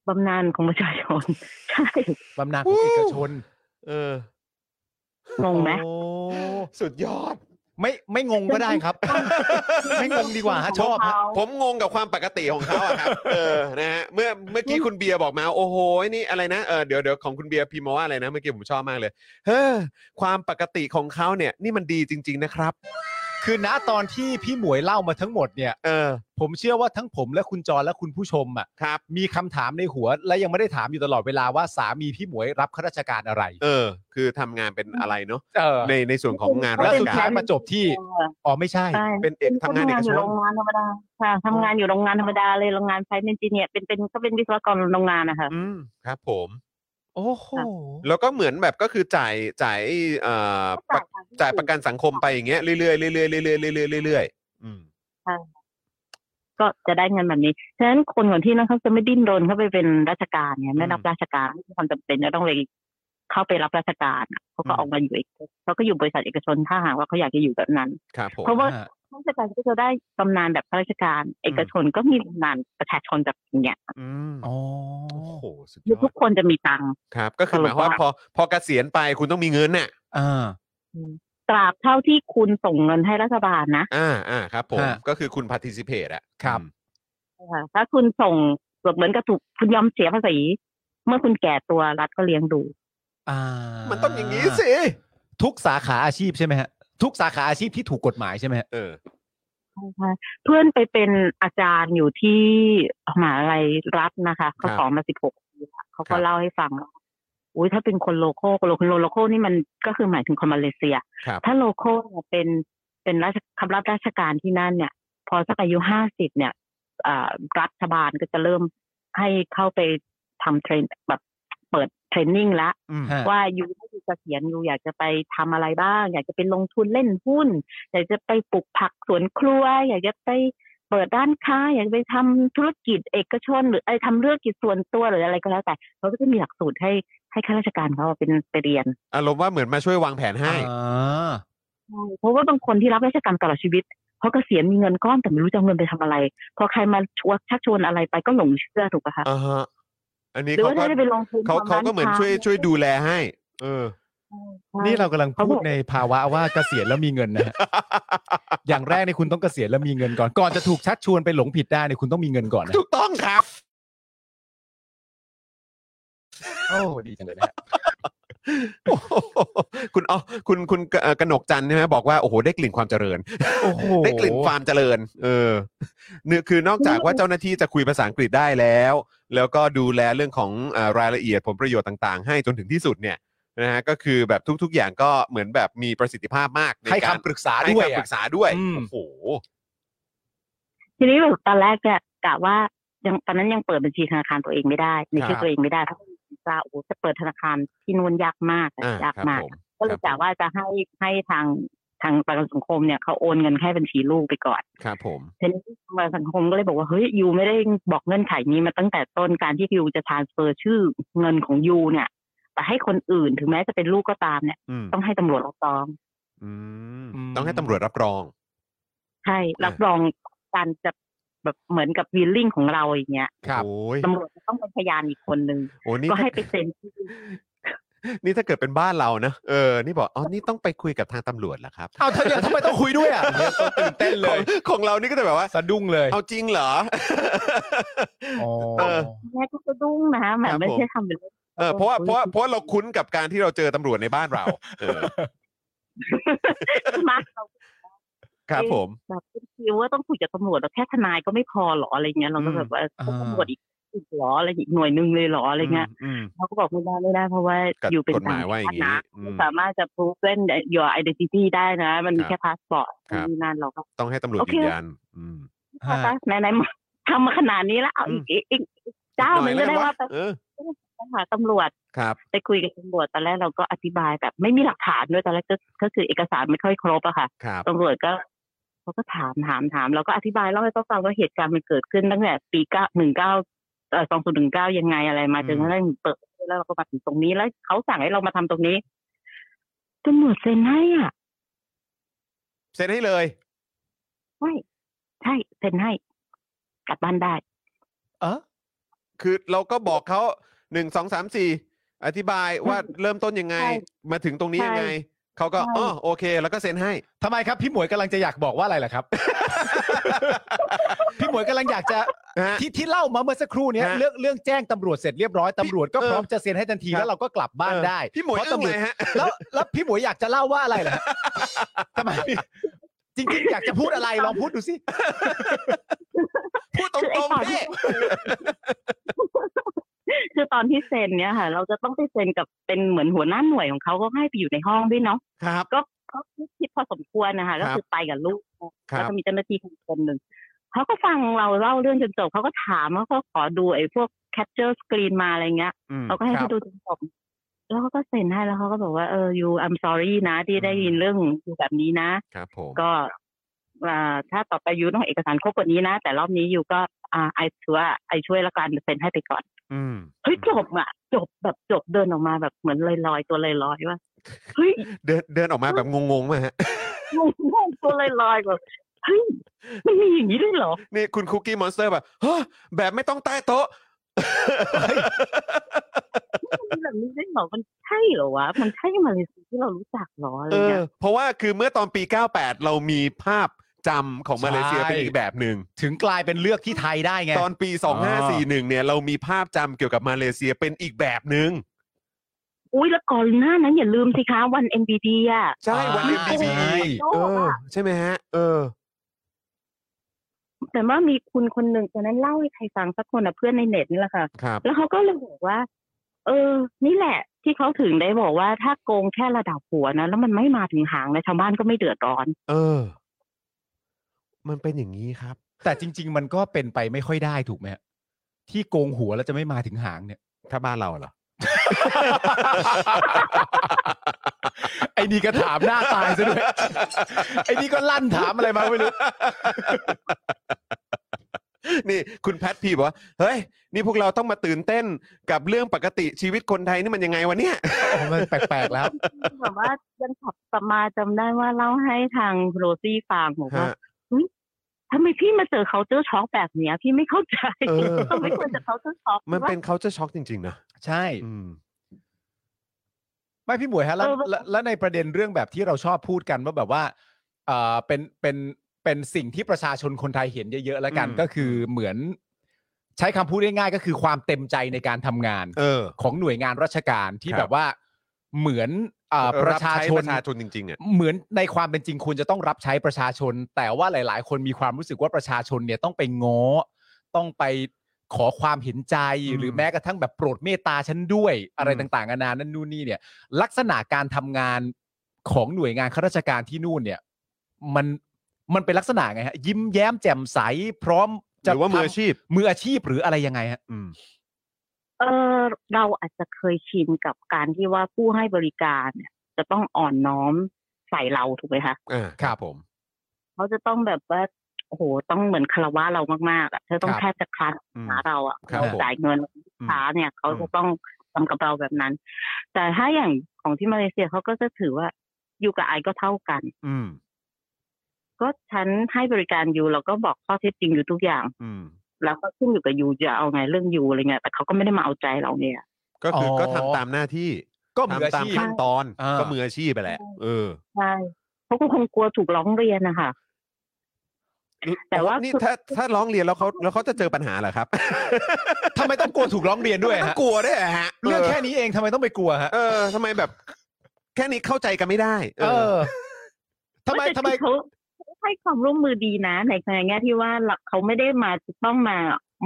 S6: บำนาญของประชาชน ใช่
S3: บำนาญของเอกชน
S2: เออง
S6: งไหม
S3: โอ้
S2: สุดยอด
S3: ไม่ไม่งงก็ได้ครับ ไม่งงดีกว่าฮะชอบฮะ
S2: ผมงงกับความปกติของเขาอะครับ เออ นะฮะ เมื่อเมื่อกี้คุณเบียร์บอกมา โอ้โห นี่อะไรนะ เออ เดี๋ยวเดี๋ยวของคุณเบียร์พิมพ์มาว่าอะไรนะ เมื่อกี้ผมชอบมากเลย เฮ้อ ความปกติของเขาเนี่ย นี่มันดีจริง ๆ นะครับ
S3: คือณตอนที่พี่หมวยเล่ามาทั้งหมดเนี่ย
S2: เออ
S3: ผมเชื่อว่าทั้งผมและคุณจรและคุณผู้ชมอ่ะ
S2: ครับ
S3: มีคำถามในหัว และยังไม่ได้ถามอยู่ตลอดเวลาว่าสามีพี่หมวยรับข้าราชการอะไร
S2: เออ คือทำงานเป็นอะไรเนาะ
S3: เออ
S2: ในในส่วนของงาน
S3: และ
S2: ราช
S3: สุด
S2: กา
S3: ท้าร ยมาจบที่ อ๋อไม่ใช่
S6: ใช่
S2: เป็นเอกทำงานเอกช
S6: ยู่
S2: น
S6: โรงงานธรรมดาค่ะทำงานอยู่โรงงานธรรมดาเลยโรงงานไฟเอนจิเนียเป็นเป็นก็เป็นวิศวกรโรงงานนะคะ
S2: อืม ครับ ผม
S3: โอ้โห
S2: แล้วก็เหมือนแบบก็คือจ่ายจ่ายเอ่อประจ่ายประกันสังคมไปอย่างเงี้ยเรื่อยๆเรื่อยๆเรื่อยๆเรื่อยๆเรื่อยๆอืม
S6: ก็จะได้เงินแบบนี้ ฉะนั้นคนของที่นั่นเขาจะไม่ดิ้นรนเข้าไปเป็นราชการเนี่ยไม่รับ
S2: อืม
S6: ราชการไม่มีความจำเป็นจะต้องไปเข้าไปรับราชการอะเขาก็
S3: อืม
S6: ออกมาอยู่เอกเขาก็อยู่บริษัทเอกชนถ้าหากว่าเขาอยากจะอยู่แบบนั้น
S2: ครับผม
S6: เพราะว่า
S3: อ่า
S6: ราชการก็จะได้บำนาญแบบข้าราชการ เอกชนก็มีบำนาญประชาชนแบบอย่างเงี้ย
S2: อืม
S3: อ๋อ
S2: โอ้โห สุดย
S6: คือ
S2: อ
S6: ทุ
S2: ด
S6: กคนจะมีตังค์
S2: ครับ ก็คือ
S6: ส
S2: ห
S6: รุป
S2: มายความว่า
S6: ว่า
S2: พอพอเกษียณไปคุณต้องมีเงินน่ะ
S3: อ่า
S6: ตราบเท่าที่คุณส่งเงินให้รัฐบาลนะ
S2: อ่าอ่าครับผม
S3: ฮะ
S2: ก็คือคุณ participate อะ
S3: ครับ
S2: อืม
S6: ค่ะถ้าคุณส่งแบบเหมือนกับถูกคุณยอมเสียภาษี เมื่อคุณแก่ตัวรัฐก็เลี้ยงดู
S3: อ่ามั
S2: มันต้องอย่างนี้สิ
S3: ทุกสาขาอาชีพใช่ไหมฮะ ทุกสาขาอาชีพที่ถูกกฎหมายใช่ไหมฮะ
S2: เออ
S6: เพื่อนไปเป็นอาจารย์อยู่ที่มหาลัยรัฐนะคะเขา
S2: ครับ
S6: สอนมาสิบหกปีละเขา
S2: ครั
S6: ก็
S2: บ
S6: เล่าให้ฟังอุ้ยถ้าเป็นคนโลโก้คนโลคนโลโก้นี่มันก็คือหมายถึงคนมาเลเซีย
S2: ครับ
S6: ถ้าโลโก้เนี่ยเป็นเป็นราชคำรับราชการที่นั่นเนี่ย พอสักอายุห้าสิบเนี่ยอ่ารัฐบาลก็จะเริ่มให้เข้าไปทำเทรนแบบเปิดเทรนนิ่งละ
S2: อืม
S3: ฮะ
S6: ว่ายูถ้ายูเกษียณยูอยากจะไปทำอะไรบ้าง อยากจะไปลงทุนเล่นหุ้น อยากจะไปปลูกผักสวนครัว อยากจะไปเปิดร้านค้า อยากจะไปทำธุรกิจเอกชน หรือไอ้ยทำธุรกิจส่วนตัวหรืออะไรก็แล้วแต่เขาก็จะมีหลักสูตรให้ให้ข้าราชการเขาเป็นไปเรียน
S2: อารมณ์ว่าเหมือนมาช่วยวางแผนให้
S3: อ่า
S6: เพราะว่าบางคนที่รับราชการตลอดชีวิตเขาเกษียณมีเงินก้อนแต่ไม่รู้จะเอาเงินไปทำอะไร พอใครมาชวนชักชวนอะไรไปก็หลงเชื่อถูกปะคะ
S2: อ่าฮะ อันนี้
S6: หรือ
S2: เขาก็
S6: ว่าถ้าจะไปลงทุน
S2: เขา
S6: ทำ
S2: เขา
S6: ร้
S2: ก็เหมือน
S6: ค้า
S2: ช่วยช่วยดูแลให้ เออ
S6: ใช่
S3: นี่เรากำลัง
S6: เขา
S3: พู
S6: บ
S3: ด
S6: อก
S3: ในภาวะว่าเกษียณแล้วมีเงินนะ ฮะ อย่างแรกในยคุณต้องเกษียณแล้วมีเงินก่อน ก่อนจะถูกชักชวนไปหลงผิดได้เนี่ยคุณต้องมีเงินก่อนนะ
S2: ถูกต้องครับ
S3: โอ้ดีจังเลยนะฮะ
S2: โอ้โหคุณอ๋อคุณคุณเอ่อกนกจันทร์ใช่ไหมบอกว่า โอ้โห ได้กลิ่นความเจริญ
S3: โอ้โห
S2: ได้กลิ่นความเจริญ เออ เนี่ยคือนอกจากว่าเจ้าหน้าที่จะคุยภาษาอังกฤษได้แล้ว แล้วก็ดูแลเรื่องของเออรายละเอียดผลประโยชน์ต่างๆ ให้จนถึงที่สุดเนี่ยนะฮะก็คือแบบทุก ๆ อย่างก็เหมือนแบบมีประสิทธิภาพมากใน
S3: ให้
S2: การ
S3: คำปรึกษา
S2: ให้
S3: ด้วย
S2: คำป
S3: อะ
S2: รึกษาด้วย
S3: อืม
S2: โอ้โห
S6: ทีนี้แบบตอนแรกเนี่ยกะว่ายังตอนนั้นยังเปิดบัญชีธนาคารตัวเองไม่ได้ในชื่อตัวเองไม่ได้เพราะว่าวีซ่าโอ้โหจะเปิดธนาคารที่นู่นยากมากอะ
S2: อ่าย
S6: าก
S2: ครับ
S6: มาก
S2: ผม
S6: ก็เลย
S2: ครั
S6: กะ
S2: บ
S6: ว่าจะให้ให้ทางทางประกันสังคมเนี่ยเขาโอนเงินให้บัญชีลูกไปก่อน
S2: ครับผม
S6: ทีนี้ประกันสังคมก็เลยบอกว่าเฮ้ยยูไม่ได้บอกเงื่อนไขนี้มาตั้งแต่ต้นการที่ยูจะทานเฟอร์ชื่อเงินของยูเนี่ยไปให้คนอื่นถึงแม้จะเป็นลูกก็ตามเนี่ย
S2: อืม
S6: ต้องให้ตำรวจรับรอง
S2: อืม
S3: อืม
S2: ต้องให้ตำรวจรับรอง
S6: ใช่รับรองการจะแบบเหมือนกับวีลลิ่งของเราอย่างเงี้ย
S3: ครับ
S2: โอ้ย
S6: ตำรวจจะต้องเป็นพยานอีกคนนึง
S2: โอ้นี่
S6: ก็ให้
S2: ถ้า
S6: ไปเซ็นที่
S2: นี่ถ้าเกิดเป็นบ้านเรานะเออนี่บอกอ๋อนี่ต้องไปคุยกับทางตำรวจเหรอครับ
S3: เอาทำไมทำไม ต้องคุยด้วยอ่ะตื่นเต้นเล
S2: ของ
S3: ย
S2: ของเรานี่ก็จะแบบว่า
S3: สะดุ้งเลย
S2: เอาจริงเหรอ
S3: อ๋อ
S2: เออ
S6: แม่ก็สะดุ้งนะแหม
S2: ครับ
S6: ไม่
S2: ผม
S6: ใช่ทำเป็นเล่น
S2: เออเพราะว่า
S6: โอ้
S2: เพ
S6: ย
S2: ราะว่าเพราะเราคุ้นกับการที่เราเจอตำรวจในบ้านเรา เออ
S6: มากเรา
S2: ครับผม
S6: แบบคิดว่าต้องคุยกับตำรวจเราแค่ทนายก็ไม่พอหรออะไรเงี้ยเราก็
S2: อืม
S6: แบบว่า
S3: อ่า
S6: ต้องตำรวจอีกอีกหรออะไรอีกหน่วยหนึงเลยหรออะไรเงี้ย
S2: อืม
S6: เขาก็บอกไม่ได้ไม่ได้เพราะว่า
S2: กับ
S6: อยู่เป็น
S2: กฎหมายว่าอย่างงี้
S6: นี้นะ
S2: อืม
S6: ไม่สามารถจะ prove เ your identity ได้นะ มัน
S2: ค
S6: มี
S2: รับ
S6: แค่พาสปอร์ต
S2: ครับ
S6: นี่นั่นเราก็
S2: ต้องให้ตำรวจ
S6: โอเค
S2: ยืนยันอืม
S3: ฮะ
S6: ไหนไหนๆมาทำมาขนาดนี้แล้วเอา
S2: อื
S6: อี
S2: ม
S6: กอีกอีกอีกเจ้าหนึ่งก็ได้ว่าไป
S2: เออ
S6: หาตำรวจ
S2: ครับ
S6: ไปคุยกับตำรวจตอนแรกเราก็อธิบายแบบไม่มีหลักฐานด้วยตอนแรกก็ก็คือเอกสารไม่ค่อยครบอะค่ะ
S2: ครับ
S6: ตำรวจก็เขาก็ถามถามถามเราก็อธิบายเล่าให้เขาฟังว่าเหตุการณ์มันเกิดขึ้นตั้งแต่ปีเก้าหนึ่งเก้าเอ่อสองศูนย์หนึ่งเก้ายังไงอะไรมาจนกระทั่งเปิดแล้วเราก็มาถึงตรงนี้แล้วเขาสั่งให้เรามาทำตรงนี้ตำรวจเซ็นให้อ่ะ
S2: เซ็นให้เลย
S6: ใช่ใช่เซ็นให้กลับบ้านได้
S2: คือเราก็บอกเขาหนึ่งสองสามสี่อธิบายว่าเริ่มต้นยังไง
S6: ใช่
S2: มาถึงตรงนี้ยังไง เขาก็
S6: ใช่
S2: อ๋อโอเค แล้วก็เซ็นให้
S3: ทำไมครับ พี่หมวยกำลังจะอยากบอกว่าอะไรล่ะครับ พี่หมวยกำลังอยากจะ
S2: นะฮะ
S3: ที่ที่เล่ามาเมื่อสักครู่เนี้ย
S2: ฮะ
S3: เรื่องเรื่องแจ้งตำรวจเสร็จเรียบร้อยตำรวจก็
S2: เออ
S3: พร้อมจะเซ็นให้ทันที
S2: ครับ
S3: แล้วเราก็กลับบ้าน
S2: เออ
S3: ได้
S2: พี่หมวย
S3: เพราะ
S2: อึ้ง
S3: ตำรว
S2: เล
S3: จ
S2: ยฮะ
S3: แล้วแล้วพี่หมวยอยากจะเล่าว่าอะไรล่ะทำไมจริงๆ อยากจะพูดอะไรลองพูดดูสิ
S2: พูดต
S6: คือไอ้
S2: รง
S6: ตอน
S2: ๆ
S6: ที่
S2: พี่
S6: คือตอนที่เซ็นเนี่ยค่ะ เราจะต้องไปเซ็นกับเป็นเหมือนหัวหน้าหน่วยของเขาก็ให้ไปอยู่ในห้องด้วยเนาะ
S2: ครับ
S6: ก็ก็คิดพอสมควรนะคะ
S2: ค
S6: ก็
S2: รับ
S6: คือไปกับลูก
S2: ครับ
S6: ก็จะมีเจ้าหน้าที่คนหนึ่งเขาก็ฟังเราเล่าเรื่องจนจบเขาก็ถามแล้วก็ขอดูไอ้พวกแคปเจอร์สกรีนมาอะไรเงี้ย
S2: อืม
S6: เขาก็ให้
S3: ครั
S6: เขา
S3: บ
S6: ดูจนจบแล้วเขาก็เซ็นให้แล้วเขาก็บอกว่าเออ you I'm sorry นะ ที่ได้ยินเรื่องอยู่แบบนี้นะ
S2: ครับผม
S6: ก็อ่าถ้าต่อไปยูต้องเอกสารครบกว่านี้นะ แต่รอบนี้ยูก็อ่าไอช่วยไอช่วยละกันเซ็นให้ไปก่อน
S2: อืม
S6: เฮ้ยจบอ่ะ จบแบบจบเดินออกมาแบบเหมือนลอยลอยๆตัวลอยลอยๆว่าเฮ้ย
S2: เดินเดินออกมาแบบงงๆมาฮะ
S6: งงงงตัวลอยลอยๆแบบเฮ้ยมันมีอย่างนี้ด้วยเหรอ
S2: นี่คุณคุกกี้มอนสเตอร์แบบเฮ้อแบบไม่ต้องใต้โต๊ะ
S6: มันมีแบบนี้ด้วยเหรอมันใช่เหรอวะมันใช่มาเลเซียที่เรารู้จักเหรออะไร
S2: เออ
S6: เงี้ย
S2: เพราะว่าคือเมื่อตอนปี 98 เรามีภาพจำของมาเลเซีย
S3: ใช่
S2: เป็นอีกแบบหนึ่ง
S3: ถึงกลายเป็นเลือกที่ไทยได้ไง
S2: ตอนปี 2541 เนี่ย เรามีภาพจำเกี่ยวกับมาเลเซียเป็นอีกแบบหนึ่ง
S6: อุ้ยแล้วก่อนหน้านั้นอย่าลืมสิคะวัน NBD อ่ะ
S2: ใช่วัน
S3: อ่า
S2: MDB
S3: ใช่
S2: เออ ใช่ไหมฮะ เออ
S6: แต่ว่ามีคุณคนหนึ่งตอนนั้นเล่าให้ใครฟังสักคนอ่ะเพื่อนในเน็ตนี่แหละค่ะ
S2: ครับ
S6: แล้วเขาก็เลยบอกว่า เออ นี่แหละ ที่เขาถึงได้บอกว่าถ้าโกงแค่ระดับหัวนะ แล้วมันไม่มาถึงหางเลยชาวบ้านก็ไม่เดือดร้อน
S2: เออ มันเป็นอย่างนี้ครับ
S3: แต่จริง ๆ มันก็เป็นไปไม่ค่อยได้ถูกไหมฮะที่โกงหัวแล้วจะไม่มาถึงหางเนี่ย
S2: ถ้าบ้านเรา เหรอ
S3: ไอ้นี่ก็ถามหน้าตายซะด้วย ไอ้นี่ก็ลั่นถามอะไรมาไม่รู้
S2: นี่คุณแพทพีบอกว่า เฮ้ย นี่พวกเราต้องมาตื่นเต้นกับเรื่องปกติชีวิตคนไทยนี่มันยังไงวะเนี่ย
S3: โอ้มันแปลกๆแล้ว
S6: แบบว่ายังขับสมาจำได้ว่าเล่าให้ทางโรซี่ฟังบอกว่า
S2: ฮะ
S6: เฮ้ยทำไมพี่มาเจอเขาเจอช็อกแบบเนี้ย พี่ไม่เข้าใจ
S2: เออ
S6: ต้องไม่ควรจะเขาเจอช็อก
S2: มันเป็น culture shock จริงๆนะ
S3: ใช่
S2: อืม
S3: ไม่พี่หมวยฮะแล้วแล้วแล้วในประเด็นเรื่องแบบที่เราชอบพูดกันว่าแบบว่าเออเป็นเป็นเป็นสิ่งที่ประชาชนคนไทยเห็นเยอะๆแล้วกัน
S2: อืม
S3: ก็คือเหมือน ใช้คำพูดง่ายๆก็คือความเต็มใจในการทำงาน
S2: เออ
S3: ของหน่วยงานราชการที่
S2: ครับ
S3: แบบว่าเหมือนเอ่อประชาช
S2: บใป
S3: น
S2: ระชาชนจริงๆอ่ะ
S3: เหมือนในความเป็นจริงควรจะต้องรับใช้ประชาชน แต่ว่าหลาย ๆ คนมีความรู้สึกว่าประชาชนเนี่ยต้องไปง้อ ต้องไปขอความเห็นใจ
S2: อืม
S3: หรือแม้กระทั่งแบบโปรดเมตตาฉันด้วยอะไร
S2: อืม
S3: ต่างๆนานานั่นนู่นนี่เนี่ย ลักษณะการทำงานของหน่วยงานข้าราชการที่นู่นเนี่ย มันมันเป็นลักษณะไงฮะ ยิ้มแย้มแจ่มใส พร้อม
S2: ห
S3: จะ
S2: รือว่ามืออา
S3: ท
S2: ชีพ
S3: ำมืออาชีพหรืออะไรยังไงฮะ
S2: อืม
S6: เออ เราอาจจะเคยชินกับการที่ว่าผู้ให้บริการเนี่ยจะต้องอ่อนน้อมใส่เราถูกไหมคะ
S2: อ่า
S3: ครับ
S2: ผม
S6: เขาจะต้องแบบว่าโอ้โหต้องเหมือนคารวะเรามากๆอ่ะเธอต้อง
S3: ครับ
S6: แทบจะคลาน
S2: อืม
S6: หาเราอ่ะ
S2: ครับ
S6: เรา
S2: ผม
S6: จ่ายเงินลูกค้าเนี่ยเขา
S2: อืม
S6: จะต้องทำกับเราแบบนั้น แต่ถ้าอย่างของที่มาเลเซียเขาก็จะถือว่าอยู่กับไอก็เท่ากัน
S2: อืม
S6: ก็ฉันให้บริการอยู่เราก็บอกข้อเท็จจริงอยู่ทุกอย่าง
S2: อืม
S6: แล้วก็ขึ้นอยู่กับยูจะเอาไงเรื่องยูอะไรเงี้ยแต่เขาก็ไม่ได้มาเอาใจเราเนี่ย
S2: ก็คืออ
S3: อ
S2: ก็ทำตามหน้าที่
S3: ก็มืออา
S2: ทำตาม
S3: ชีพ
S2: ขั้นตอน
S3: อ่า
S2: ก็มืออาชีพไปแหละ เออ
S6: ใช่เขาก็คงกลัวถูกร้องเรียนนะคะ แต่ว่า
S2: นี่
S6: คือ
S2: ถ้าถ้าร้องเรียนแล้วเขาแล้วเขาจะเจอปัญหาเหรอครับ
S3: ทำไมต้องกลัวถูกร้องเรียนด้วย
S2: ทำไมต้อ
S3: ฮะ
S2: งกลัวด้วยเหรอฮะ
S3: เรื่องแค่นี้เองทำไมต้องไปกลัวฮะ
S2: เออทำไมแบบ แค่นี้เข้าใจกันไม่ได้
S3: เออทำไม
S6: แต่
S3: ทำไม
S6: เขาให้ความร่วมมือดีนะในแง่ที่ว่าเราเขาไม่ได้มาต้องมา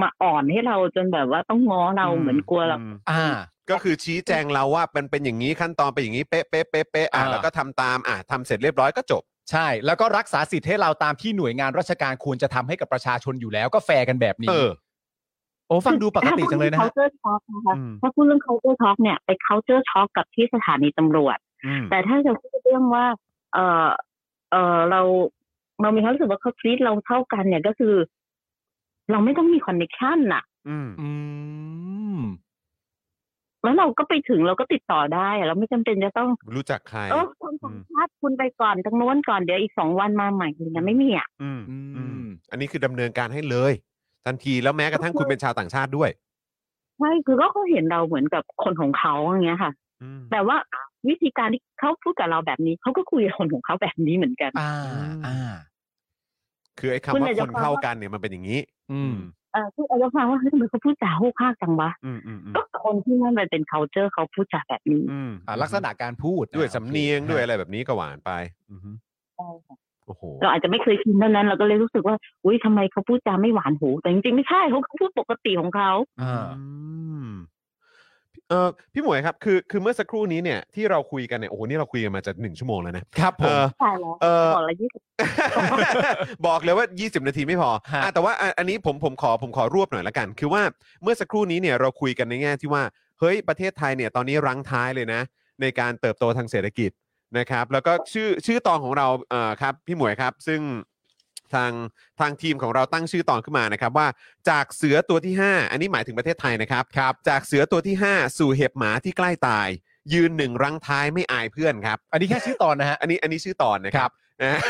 S6: มาอ่อนให้เราจนแบบว่าต้องง้อเรา
S2: อืม
S6: เหมือนกลัวเรา
S2: อืม
S3: อ่า
S2: ก็คือชี้แจงเราว่าเป็นเป็นอย่างนี้ขั้นตอนเป็นอย่างนี้เป๊ะเป๊ะเป๊ะเป๊ะอ่ะ
S3: อ่า
S2: แล้วก็ทำตามอ่ะทำเสร็จเรียบร้อยก็จบ
S3: ใช่ แล้วก็รักษาสิทธิ์ให้เราตามที่หน่วยงานราชการควรจะทำให้กับประชาชนอยู่แล้วก็แฟร์กันแบบนี้
S2: เออ
S3: โอ้ฟังดูปกติจังเลยนะ
S6: ถ้า
S3: ฮะ
S6: พูดเรื่อง culture shock นะคะ
S2: อืม
S6: ถ้าพูดเรื่อง culture shock เนี่ยไป culture shock กับที่สถานีตำรวจ
S2: อืม
S6: แต่ถ้าจะพูดเรื่องว่า เออเออเราเรามีความรู้สึกว่าเขาฟีดเราเท่ากันเนี่ยก็คือ เราไม่ต้องมีคอนเนคชันน่ะ
S2: อืม
S3: อืม
S6: แล้วเราก็ไปถึงเราก็ติดต่อได้อะเราไม่จำเป็นจะต้อง
S2: รู้จักใคร
S6: เออคนสองชาติคุณไปก่อนตรงโน้นก่อนเดี๋ยวอีกสองวันมาใหม่อะไรเงี้ยไม่มีอ่ะ
S2: อืม
S3: อืม
S2: อืมอันนี้คือดำเนินการให้เลย ทันทีแล้วแม้กระทั่งคุณเป็นชาวต่างชาติด้วย
S6: ใช่คือก็เขาเห็นเราเหมือนกับคนของเขาอย่างเงี้ยค่ะ
S2: อืม
S6: แต่ว่าวิธีการที่เขาพูดกับเราแบบนี้ เขาก็คุยกับคนของเขาแบบนี้เหมือนกัน
S3: อ่าอ่า
S2: คือไอ้คำ
S6: คุณ
S2: ว่า
S6: อยา
S2: ค
S6: ก
S2: น
S6: จะฟัง
S2: เข้ากันเนี่ยมันเป็นอย่างนี้
S3: อืม
S6: เออคืออาจจะฟังว่าเฮ้ยทำไมเขาพูดจาโหกห้ากจังวะ
S2: อืมอืมอืม
S6: ก็คนที่นั่นมันเป็น c u เจอร์เขาพูดจาแบบนี้
S2: อืม
S3: อ่าลักษณะการพูดนะ
S2: ด้วยสำเนียง
S3: โอค
S2: ด้วยอะไรแบบนี้ก็หวานไปอือฮึ
S6: ใช่ค่ะ
S2: โอ้โห
S6: เราอาจจะไม่เคยชินเท่านั้นเราก็เลยรู้สึกว่าอุ้ยทำไมเขาพูดจาไม่หวานหู แต่จริงๆไม่ใช่เขาพูดปกติของเขา
S3: อ่า
S2: อืมเออพี่หมวยครับคือคือเมื่อสักครู่นี้เนี่ยที่เราคุยกันเนี่ยโอ้โหนี่เราคุยกันมาจะหนึ่งชั่วโมงแล้วนะครับ
S3: ผ
S2: เอ
S3: ม
S2: อ
S6: ใช่แล้ว
S2: เอ่อ
S6: ก่อนละยี่สิบ
S2: บอกเลยว่า 20 นาทีไม่พอ
S3: ฮะ
S2: อ่ะแต่ว่าอ่ะอันนี้ผมผมขอผมขอรวบหน่อยละกัน คือว่าเมื่อสักครู่นี้เนี่ยเราคุยกันในแง่ที่ว่าเฮ้ยประเทศไทยเนี่ยตอนนี้รั้งท้ายเลยนะ ในการเติบโตทางเศรษฐกิจนะครับ แล้วก็ชื่อชื่อตอนของเราเอ่อครับพี่หมวยครับ ซึ่งทางทางทีมของเราตั้งชื่อตอนขึ้นมานะครับว่าจากเสือตัวที่ 5 อันนี้หมายถึงประเทศไทยนะครับครับ จากเสือตัวที่ 5 สู่เห็บหมาที่ใกล้ตาย ยืนหนึ่งรั้งท้ายไม่อายเพื่อนครับ
S3: อันนี้แค่ชื่อตอน นะฮะ
S2: อันนี้อันนี้ชื่อตอนนะครับนะ ฮะ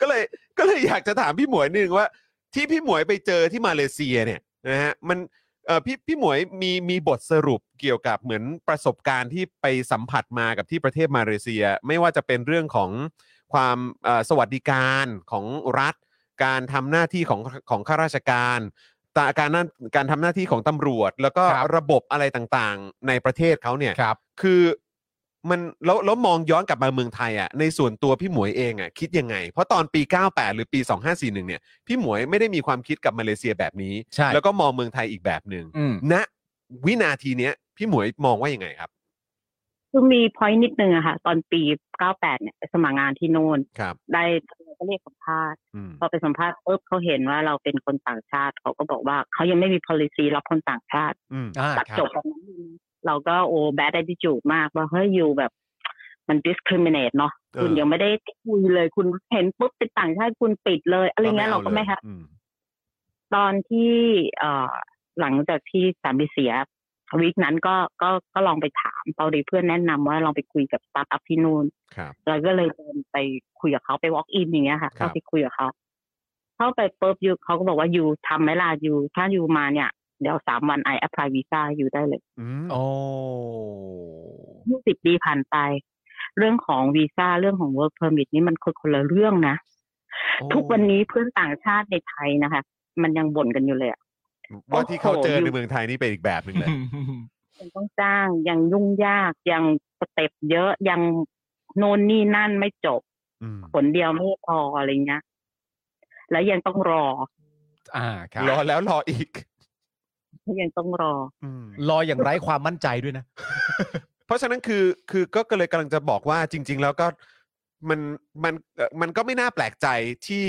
S2: ก็เลยก็เลยอยากจะถามพี่หมวยนิดนึงว่า ที่พี่หมวยไปเจอที่มาเลเซียเนี่ยนะฮะมันเออพี่พี่หมวยมีมีบทสรุปเกี่ยวกับเหมือนประสบการณ์ที่ไปสัมผัสมากับที่ประเทศมาเลเซีย ไม่ว่าจะเป็นเรื่องของความเอ่อสวัสดิการของรัฐ การทำหน้าที่ของของข้าราชการตาการนั่นการทำหน้าที่ของตำรวจ แล้วก็
S3: ครับ
S2: ระบบอะไรต่างๆ ในประเทศเขาเนี่ย
S3: ครับ
S2: คือมันแล้วแล้วมองย้อนกลับมาเมืองไทยอ่ะในส่วนตัวพี่หมวยเองอ่ะคิดยังไง เพราะตอนปี 98 หรือปี 2541 เนี่ย พี่หมวยไม่ได้มีความคิดกับมาเลเซียแบบนี้
S3: ใช่
S2: แล้วก็มองเมืองไทยอีกแบบหนึง่
S3: อืม
S2: งณวินาทีเนี้ยพี่หมวยมองว่ายังไงครับ
S6: คือมี point นิดนึงอะค่ะ ตอนปี 98 เนี่ยไปสมัครงานที่โน่น
S2: ครับ
S6: ได้ก็เรียกสัมภาษณ์
S2: อืม
S6: พอไปสัมภาษณ์ปุ๊บเขาเห็นว่าเราเป็นคนต่างชาติ เขาก็บอกว่าเขายังไม่มี policy รับคนต่างชาติ
S2: อืม
S3: อ่า
S6: ตัด
S3: ครับ
S6: จบตอนนั้นเราก็โอ้ bad attitude มากว่าเฮ้ยอยู่แบบมัน discriminate เนาะ
S2: เออ
S6: คุณยังไม่ได้คุยเลย คุณเห็นปุ๊บเป็นต่างชาติคุณปิดเลย อะไรเงี้ยเราก็ไม่
S2: อลย
S6: แฮป
S2: อืม
S6: ตอนที่เอ่อหลังจากที่สามีเสียวีคนั้นก็ก็ก็ลองไปถามเปาดีเพื่อนแนะนำว่าลองไปคุยกับสตาร์ทอัพที่นู่น
S2: ครับ
S6: เราก็เลยเดินไปคุยกับเขาไป walk in อย่างเงี้ยค่ะ
S2: ครับ
S6: เข้าไปคุยกับเขาเข้าไปปุ๊บยูเขาก็บอกว่ายูทำไหมล่ะยูถ้ายูมาเนี่ยเดี๋ยวสามวันไอ apply visa ยูได้เลย
S2: อืม
S3: โอ้
S6: ยี่สิบปีผ่านไป เรื่องของวีซ่าเรื่องของ work permit นี่มันคนคนละเรื่องนะ ทุกวันนี้เพื่อนต่างชาติในไทยนะคะ มันยังบ่นกันอยู่เลยอะ
S2: ว่าที่เขาเจอ
S6: โอ้โห
S2: ในเมืองไทยนี่เป็นอีกแบบหนึ่งเลย
S6: ยังต้องจ้างยังยุ่งยากยังสเต็ปเยอะยังโน่นนี่นั่นไม่จบ
S2: อืม
S6: ผลเดียวไม่พออะไรเงี้ยแล้วยังต้องรอ
S3: อ่าครับ
S2: รอแล้วรออีก
S6: ยังต้องรอ
S2: อืม
S3: รออย่างไร้ความมั่นใจด้วยนะ
S2: เพราะฉะนั้นคือคือก็ก็เลยกำลังจะบอกว่าจริง ๆ แล้วก็มันมันเอ่อมันก็ไม่น่าแปลกใจที่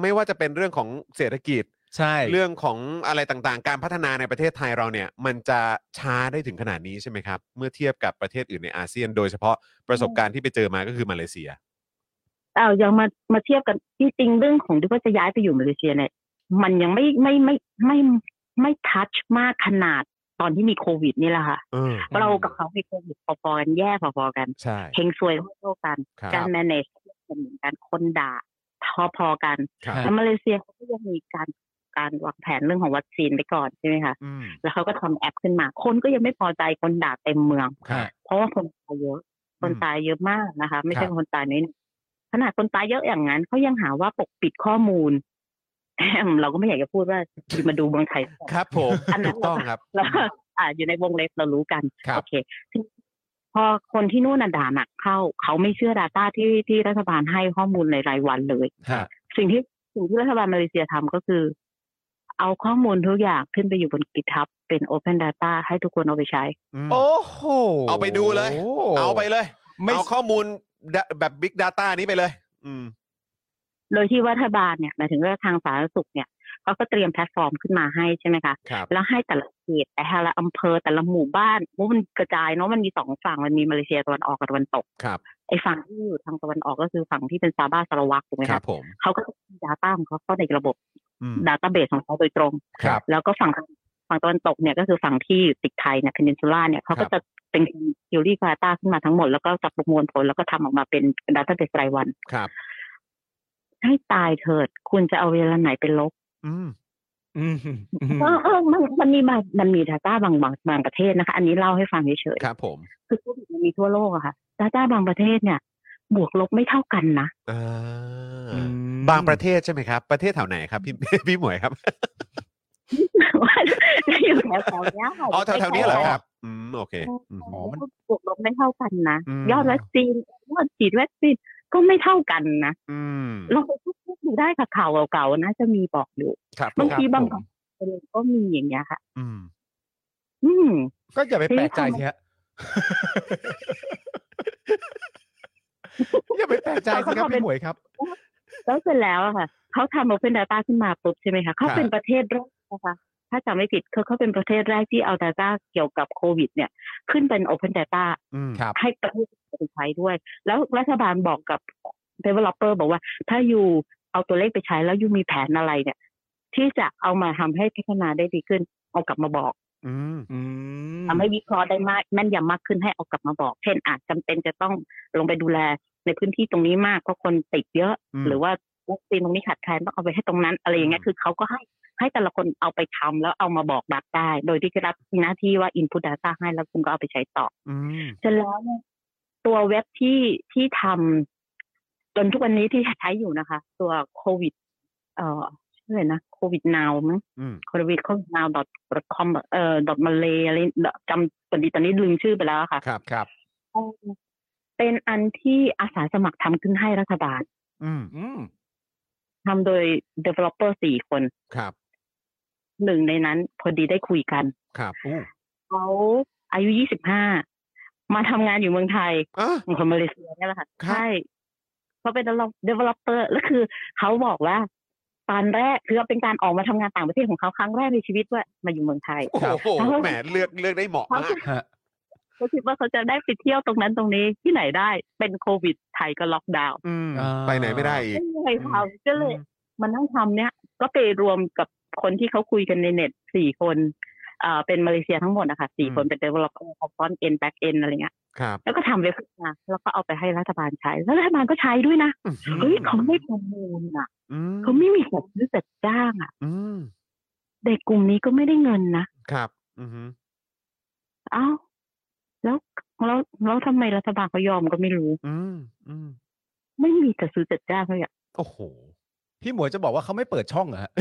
S2: ไม่ว่าจะเป็นเรื่องของเศรษฐกิจ
S3: ใช่
S2: เรื่องของอะไรต่างๆ การพัฒนาในประเทศไทยเราเนี่ย มันจะช้าได้ถึงขนาดนี้ใช่ไหมครับ เมื่อเทียบกับประเทศอื่นในอาเซียน โดยเฉพาะประสบการณ์ที่ไปเจอมาก็คือมาเลเซีย
S6: เอายังมามาเทียบกันที่จริงเรื่องของที่ว่าจะย้ายไปอยู่มาเลเซียเนี่ยมันยังไม่ไม่ไม่ไม่ไม่ไม่ทัชมากขนาดตอนที่มีโควิดนี่แหละค่ะ
S2: เออ
S6: เรากับเขามีโควิดพอๆกันแย่พอๆกัน
S2: ใช่
S6: เฮงซวยเท่าๆกัน
S2: ครับ
S6: การ manage เหมือนกันคนด่าพอๆกัน
S2: ครับ
S6: แล้วมาเลเซียเขาก็ยังมีการการวางแผนเรื่องของวัคซีนไปก่อนใช่ไหมคะ
S2: อืม
S6: แล้วเขาก็ทำแอปขึ้นมา คนก็ยังไม่พอใจคนด่าเต็มเมือง
S2: ครับ
S6: เพราะว่าคนตายเยอะ คน
S2: อืม
S6: ตายเยอะมากนะคะ ไม่
S2: ค
S6: ใช่
S2: รับ
S6: คนตายน้อยๆขนาดคนตายเยอะอย่างนั้นเขายังหาว่าปกปิดข้อมูล เราก็ไม่อยากจะพูดว่าอยู่มาดูเมืองไทย
S2: ครับผม
S6: อันนั้
S2: ถู
S6: น
S2: กต้องครับ
S6: แล้วอ่าอยู่ในวงเล็บเรารู้กัน
S2: ครับ
S6: โอเคทีนี้พอคนที่นู่นน่ะด่าหนักเข้า เขาไม่เชื่อ Data ที่ที่รัฐบาลให้ข้อมูลในรายวันเลย
S3: ฮะ
S6: สิ่งที่สิ่งที่รัฐบาลมาเลเซียทำก็คือ เอาข้อมูลทุกอย่างขึ้นไปอยู่บน GitHub เป็น Open Data ให้ทุกคนเอาไปใช้
S2: อืม
S3: โอ้โห
S2: เอาไปดูเลย เอาไปเลย
S3: ไม่
S2: เอาข้อมูลดะแบบ Big Data นี้ไปเลย อืม
S6: โดยที่รัฐบาลเนี่ยหมายถึงว่าทางสาธารณสุขเนี่ยเขาก็เตรียมแพลตฟอร์มขึ้นมาให้ใช่ไหมคะ
S2: ครับ
S6: แล้วให้แต่ละเขตแต่ละอำเภอแต่ละหมู่บ้านว่ามันกระจายเนาะมันมีสองฝั่งมันมีมาเลเซียตะวันออกกับตะวันตก
S2: ครับ
S6: ไอ้ฝั่งที่อยู่ทางตะวันออกก็คือฝั่งที่เป็นซาบ้าสารวักถูกไหม
S2: ครั
S6: คะ
S2: บผม
S6: เขาก็จะมี Data ของเขาเข้าในระบบ
S2: อืม
S6: Data Base ของเขาโดยตรง
S2: ครับ
S6: แล้วก็ฝั่งฝั่งตะวันตกเนี่ยก็คือฝั่งที่ติดไทยเนี่ยเพนินซูล่าเนี่ยเขา
S2: ครั
S6: ก็
S2: บ
S6: จะเป็นคิวรี่คาตาขึ้นมาทั้งหมด แล้วก็จะประมวลผลแล้วก็ทำออกมาเป็นดัตต้าเบสรายวัน
S2: ครับ
S6: ให้ตายเถิด คุณจะเอาเวลาไหนไปลบ
S2: อืม
S8: อืมอืม
S6: เออเออมันมันมีบางมันมีดาต้าบางบางบางประเทศนะคะ อันนี้เล่าให้ฟังเฉย
S2: ครับผม
S6: ๆคือโควิดมันมีทั่วโลกอะค่ะดาต้าบางประเทศเนี่ย บวกลบไม่เท่ากันนะ
S2: อ่า
S8: อืม
S2: บางประเทศใช่ไหมครับ ประเทศแถวไหนครับพี่ พี่หมวยครับ
S6: ว่าอยู่แถวแถวๆเนี้ยค่ะ
S2: อ๋อแถวแถวๆนี้เหรอครับ อืมโอเค
S3: อ๋อมัน
S6: บวกลบไม่เท่ากันนะ
S2: อืม
S6: ยอดวัคซีนยอดฉีดวัคซีนก็ไม่เท่ากันนะ
S2: อืม
S6: ลองไปคุกดูได้ค่ะข่าวเก่าๆนะจะมีบอกอยู่
S2: ครับ
S6: บางที
S3: ครับ
S6: บาง
S3: ผม
S6: คนก็มีอย่างเงี้ยค่ะ
S2: อืม
S6: อืม
S3: ก็อย่าไปแปลกใจสิฮะ อย่าไปแปลกใจสิครับพี่หมวยครับ
S6: แล้วเสร็จแล้วอะค่ะเขาทำ Open Data ขึ้นมาปุ๊บใช่ไหมคะเขา
S2: ครับ
S6: เป็นประเทศแรกนะคะถ้าจำไม่ผิดเขาเขาเป็นประเทศแรกที่เอา Data เกี่ยวกับโควิด เนี่ย ขึ้นเป็น Open Data
S2: อืม
S3: ครับ
S6: ให้ประเทศอื่นไปใช้ด้วย แล้วรัฐบาลบอกกับ developer บอกว่า ถ้าอยู่เอาตัวเลขไปใช้แล้วอยู่มีแผนอะไรเนี่ย ที่จะเอามาทำให้พัฒนาได้ดีขึ้น เอากลับมาบอก
S2: อืม
S8: อืม
S6: ทำให้วิเคราะห์ได้มากแม่นยำมากขึ้นให้เอากลับมาบอก เช่นอาจจำเป็นจะต้องลงไปดูแลในพื้นที่ตรงนี้มากเพราะคนติดเยอะ
S2: อืม
S6: หรือว่าวัคซีนตรงนี้ขาดแคลนต้องเอาไปให้ตรงนั้น อะไรอย่างเงี้ยคือเขาก็ให้ให้แต่ละคนเอาไปทำแล้วเอามาบอกบัตรได้ โดยที่รับหน้าที่ว่า input data ให้แล้วคุณก็เอาไปใช้ต่อ
S2: อืม
S6: จนแล้วเนี่ยตัวเว็บที่ที่ทำจนทุกวันนี้ที่ใช้อยู่นะคะ ตัวโควิด เอ่อชื่ออะไรนะโควิดนาวมั้ง
S2: อืม
S6: โควิดโควิดนาว .com เอ่อ .malay อะไรจำตอนนี้ตอนนี้ลืมชื่อไปแล้วอะค่ะ
S2: ครับครับ
S6: เออเป็นอันที่อาสาสมัครทำขึ้นให้รัฐบาล
S2: อืม
S3: อืม
S6: ทำโดย developer สี่คน
S2: ครับ
S6: หนึ่งในนั้นพอดีได้คุยกัน
S2: ครับอู้
S6: เขาอายุ 25 มาทำงานอยู่เมืองไทย
S2: อ่ะ
S6: เป็นคนมาเลเซียเนี่ยแหละค่ะ
S2: ครับ
S6: ใช่เขาเป็น developer แล้วคือเขาบอกว่าตอนแรกคือเป็นการออกมาทำงานต่างประเทศของเขาครั้งแรกในชีวิตว่ามาอยู่เมืองไทย
S2: โอ้โหแหมเลือกเลือกได้เหมาะมาก
S3: ฮะ
S6: เขาคิดว่าเขาจะได้ไปเที่ยวตรงนั้นตรงนี้ที่ไหนได้เป็นโควิดไทยก็ล็อกดาวน์
S2: อืม
S3: อ่า
S2: ไปไหนไม่ได้อีก
S6: ไม่มีใครทำก็เลยมานั่งทำเนี่ย ก็ไปรวมกับคนที่เขาคุยกันในเน็ตสี่คนอ่าเป็นมาเลเซียทั้งหมดนะคะสี่คนเป็น developer ของ front end back end อะไรเงี้ย
S2: ครับ
S6: แล้วก็ทำเว็บขึ้นมาแล้วก็เอาไปให้รัฐบาลใช้ แล้วรัฐบาลก็ใช้ด้วยนะ เฮ้ยเขาไม่ประมูลอ่ะ
S2: อืม
S6: เขาไม่มีจัดซื้อจัดจ้างอ่ะ
S2: อืม
S6: เด็กกลุ่มนี้ก็ไม่ได้เงินนะครับ
S2: อือหือ
S6: เอ้าแล้วแล้วแล้วทำไมรัฐบาลเขายอมก็ไม่รู้
S2: อืมอืม
S6: ไม่มีจัดซื้อจัดจ้างเลยอ่ะ
S2: โอ้โห
S3: พี่หมวยจะบอกว่าเขาไม่เปิดช่องเหรอฮะ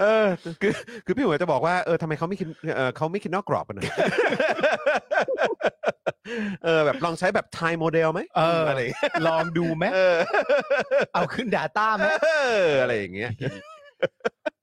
S2: เออคือคือพี่หมวยจะบอกว่าเออทำไมเขาไม่คิดเออเขาไม่คิดนอกกรอบกันหน่อย เออแบบลองใช้แบบไทยโมเดลไหม
S3: เออ
S2: อะไรอย่างเงี้ย
S3: ลองดูไหม
S2: เออ
S3: เอาขึ้น Data ไหม
S2: เออ อะไรอย่างเงี้ย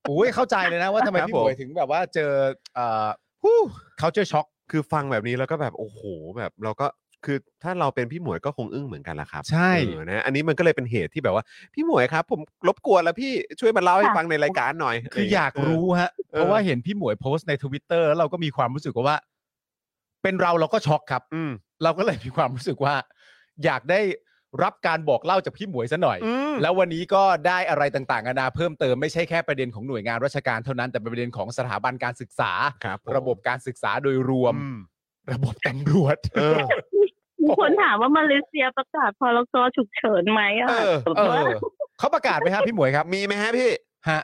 S3: โอ้ยเข้าใจเลยนะว่าทำไม
S2: ครับ
S3: พี่หมว
S2: ผ
S3: ย
S2: ม
S3: ถึงแบบว่าเจอเอ่อ
S2: ฮู้
S3: culture shock
S2: คือฟังแบบนี้แล้วก็แบบโอ้โหแบบเราก็คือถ้าเราเป็นพี่หมวยก็คงอึ้งเหมือนกันละครับ
S3: ใช่
S2: เออนะอันนี้มันก็เลยเป็นเหตุที่แบบว่า พี่หมวยครับ ผมรบกวนแล้วพี่ช่วยมาเล่าให้ฟังในรายการหน่อย
S3: คืออยากรู้ฮะ เพราะว่าเห็นพี่หมวยโพสต์ในทวิตเตอร์เราก็มีความรู้สึกว่า เป็นเราเราก็ช็อกครับ
S2: อืม
S3: เราก็เลยมีความรู้สึกว่า อยากได้รับการบอกเล่าจากพี่หมวยซะหน่อย
S2: อืม
S3: แล้ววันนี้ก็ได้อะไรต่างๆนานาเพิ่มเติมไม่ใช่แค่ประเด็นของหน่วยงานราชการเท่านั้นแต่เป็นประเด็นของสถาบันการศึกษา
S2: ครับผม
S3: ระบบการศึกษาโดยรวม
S2: อืม
S3: ระบบตำรวจ
S2: เออ
S6: มีคนถามว่ามาเลเซียประกาศพรกฉุกเฉินไหมอ่ะ
S2: เออ
S6: ผม
S3: เอ
S6: ว่า
S3: อเขาประกาศไหมครับพี่หมวยครับ
S2: มีไหมฮะพี่
S3: ฮะ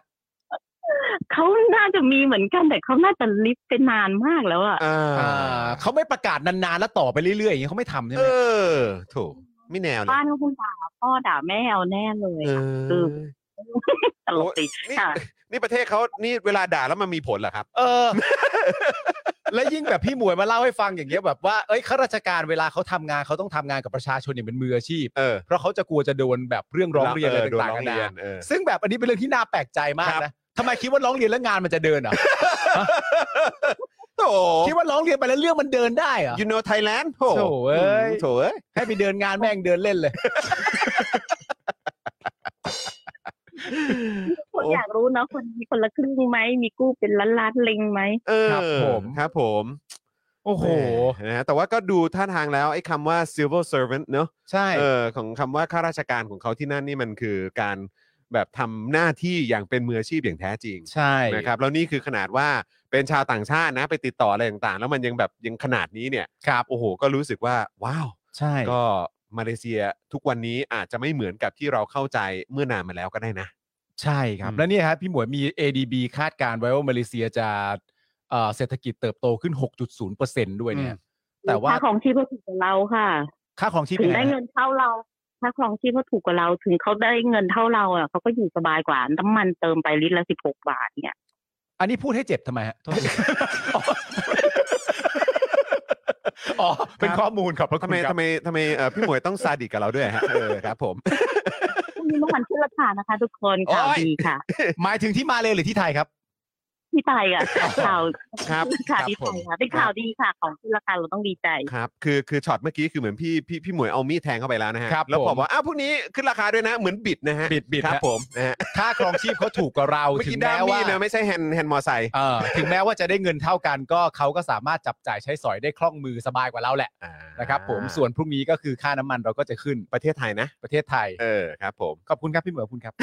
S6: เขาน่าจะมีเหมือนกันแต่เขาน่าจะลิฟต์ไปนานมากแล้วอ่ะ
S2: อ่า
S3: อ่าเขาไม่ประกาศนานๆแล้วต่อไปเรื่อยๆอย่างนี้เขาไม่ทำใช่ไห
S2: เอ
S3: ม
S2: อถูกไม่แนวเลย
S6: บ้านก็คงด่าพ่อด่าแม่เอาแน่เลย
S2: เออ
S6: ตลกติ
S2: นี่
S6: ค่ะ
S2: นี่ประเทศเขานี่เวลาด่าแล้วมันมีผลเหรอครับ
S3: เออ และยิ่งแบบพี่หมวยมาเล่าให้ฟังอย่างเงี้ยแบบว่าเอ้ยข้าราชการเวลาเขาทำงานเขาต้องทำงานกับประชาชนอย่างเป็นมืออาชีพ
S2: เออ
S3: เพราะเขาจะกลัวจะโดนแบบเรื่องร้องเรียนอะไร
S2: โดน
S3: ต่าง
S2: ร้อ
S3: ๆกั
S2: ง
S3: น
S2: เรีย
S3: นะ
S2: นเออ
S3: ซึ่งแบบอันนี้เป็นเรื่องที่น่าแปลกใจมาก
S2: ครับ
S3: นะทำไมคิดว่าร้องเรียนแล้วงานมันจะเดินเหรอ่ะ
S2: โถ
S3: คิดว่าร้องเรียนไปแล้วเรื่องมันเดินได้เหรอ
S2: you know Thailand โถ
S3: โถ่เอ้ย
S2: โถเอ้ย
S3: ให้ไปเดินงานแม่งเดินเล่นเลย
S6: คนอยากรู้เนอะคนมีคนละครึ่งไหมมีกู้เป็นล้านล้านๆเล็งไหม
S2: เออ
S3: ครับผม
S2: ครับผม
S3: โอ้โห
S2: แหมนะฮะแต่ว่าก็ดูท่าทางแล้วไอ้คำว่า civil servant เนอะ
S3: ใช่
S2: เออของคำว่าข้าราชการของเขาที่นั่นนี่มันคือการแบบทำหน้าที่อย่างเป็นมืออาชีพอย่างแท้จริง
S3: ใช่
S2: นะครับแล้วนี่คือขนาดว่าเป็นชาวต่างชาตินะ ไปติดต่ออะไรต่างๆ แล้วมันยังแบบยังขนาดนี้เนี่ย
S3: ครับ
S2: โอ้โห ก็รู้สึกว่า ว้าว
S3: ใช่
S2: ก็ มาเลเซียทุกวันนี้อาจจะไม่เหมือนกับที่เราเข้าใจเมื่อนานมาแล้วก็ได้นะ
S3: ใช่ครับ
S2: อืม
S3: แล้วเนี่ยครับพี่หมวยมี ADB คาดการณ์ไว้ว่ามาเลเซียจะเอ่อเศรษฐกิจเติบโตขึ้น 6.0%ด้วยเนี่ย แต่ว่า
S6: ค่าของชีพเขาถูกกว่าเราค่ะ
S3: ค่าของชีพ
S6: ถึ
S3: ป็
S6: ง
S3: น
S6: ได้
S3: ฮะ
S6: เงินเท่าเรา ค่าของชีพเขาถูกกว่าเรา ถึงเขาได้เงินเท่าเราอ่ะเขาก็อยู่สบายกว่าน้ำมันเติมไปลิตรละสิบหกบาทเนี่ย
S3: อันนี้พูดให้เจ็บทำไมฮะโทษที อ๋อ เป็นข้อมูลขอบพระคุ
S2: ทำ
S3: ณ
S2: ไม
S3: ครับ
S2: ทำไมทำไมเอ่อพี่หมวยต้องซาดิสกับเราด้วยฮะเออครับผม
S6: พรุ่งนี้น้ำมันขึ้นราคานะคะ ทุกคนข่าว
S2: โอ้ย
S6: ดีค่ะ
S3: หมายถึงที่มาเลยหรือที่ไทยครับ
S6: ที่ไทยอ่ะข่าว
S2: ครับ ค
S6: ข่าว
S2: รับ
S6: ดี
S2: ผม
S6: ไทยค่ะเป็นข่าวดีค่ะ ของขึ้นราคาเราต้องดี ใจ
S2: ครับคือคือช็อตเมื่อกี้คือเหมือนพี่พี่พี่หมวยเอามีดแทงเข้าไปแล้วนะฮะ
S3: ครับ
S2: แล้ว
S3: ผ
S2: ผม มว่าอ้าวพรุ่งนี้ขึ้นราคาด้วยนะ เหมือนบิดนะฮะ
S3: บิดบิด
S2: ครับ
S3: ฮะ
S2: ผมนะฮะ
S3: ค่าครองชีพเขาถูกกว่า เรา
S2: เมื่อ
S3: ถึ
S2: กี้
S3: ง
S2: ด้า
S3: แม้
S2: มมี
S3: ว่า
S2: ดนะไม่ใช่แฮนด์แฮนด์มอไซค์
S3: เออถึงแม้ว่าจะได้เงินเท่ากันก็เขาก็สามารถจับจ่ายใช้สอยได้คล่องมือสบายกว่าเราแหละ
S2: อ่า
S3: นะครับ ผมส่วนพรุ่งนี้ก็คือค่าน้ำมันเราก็จะขึ้น
S2: ประเทศไทยนะ
S3: ประเทศไทย
S2: เออครับผม
S3: ขอบคุณครับพี่เหมือขอบคุณครับ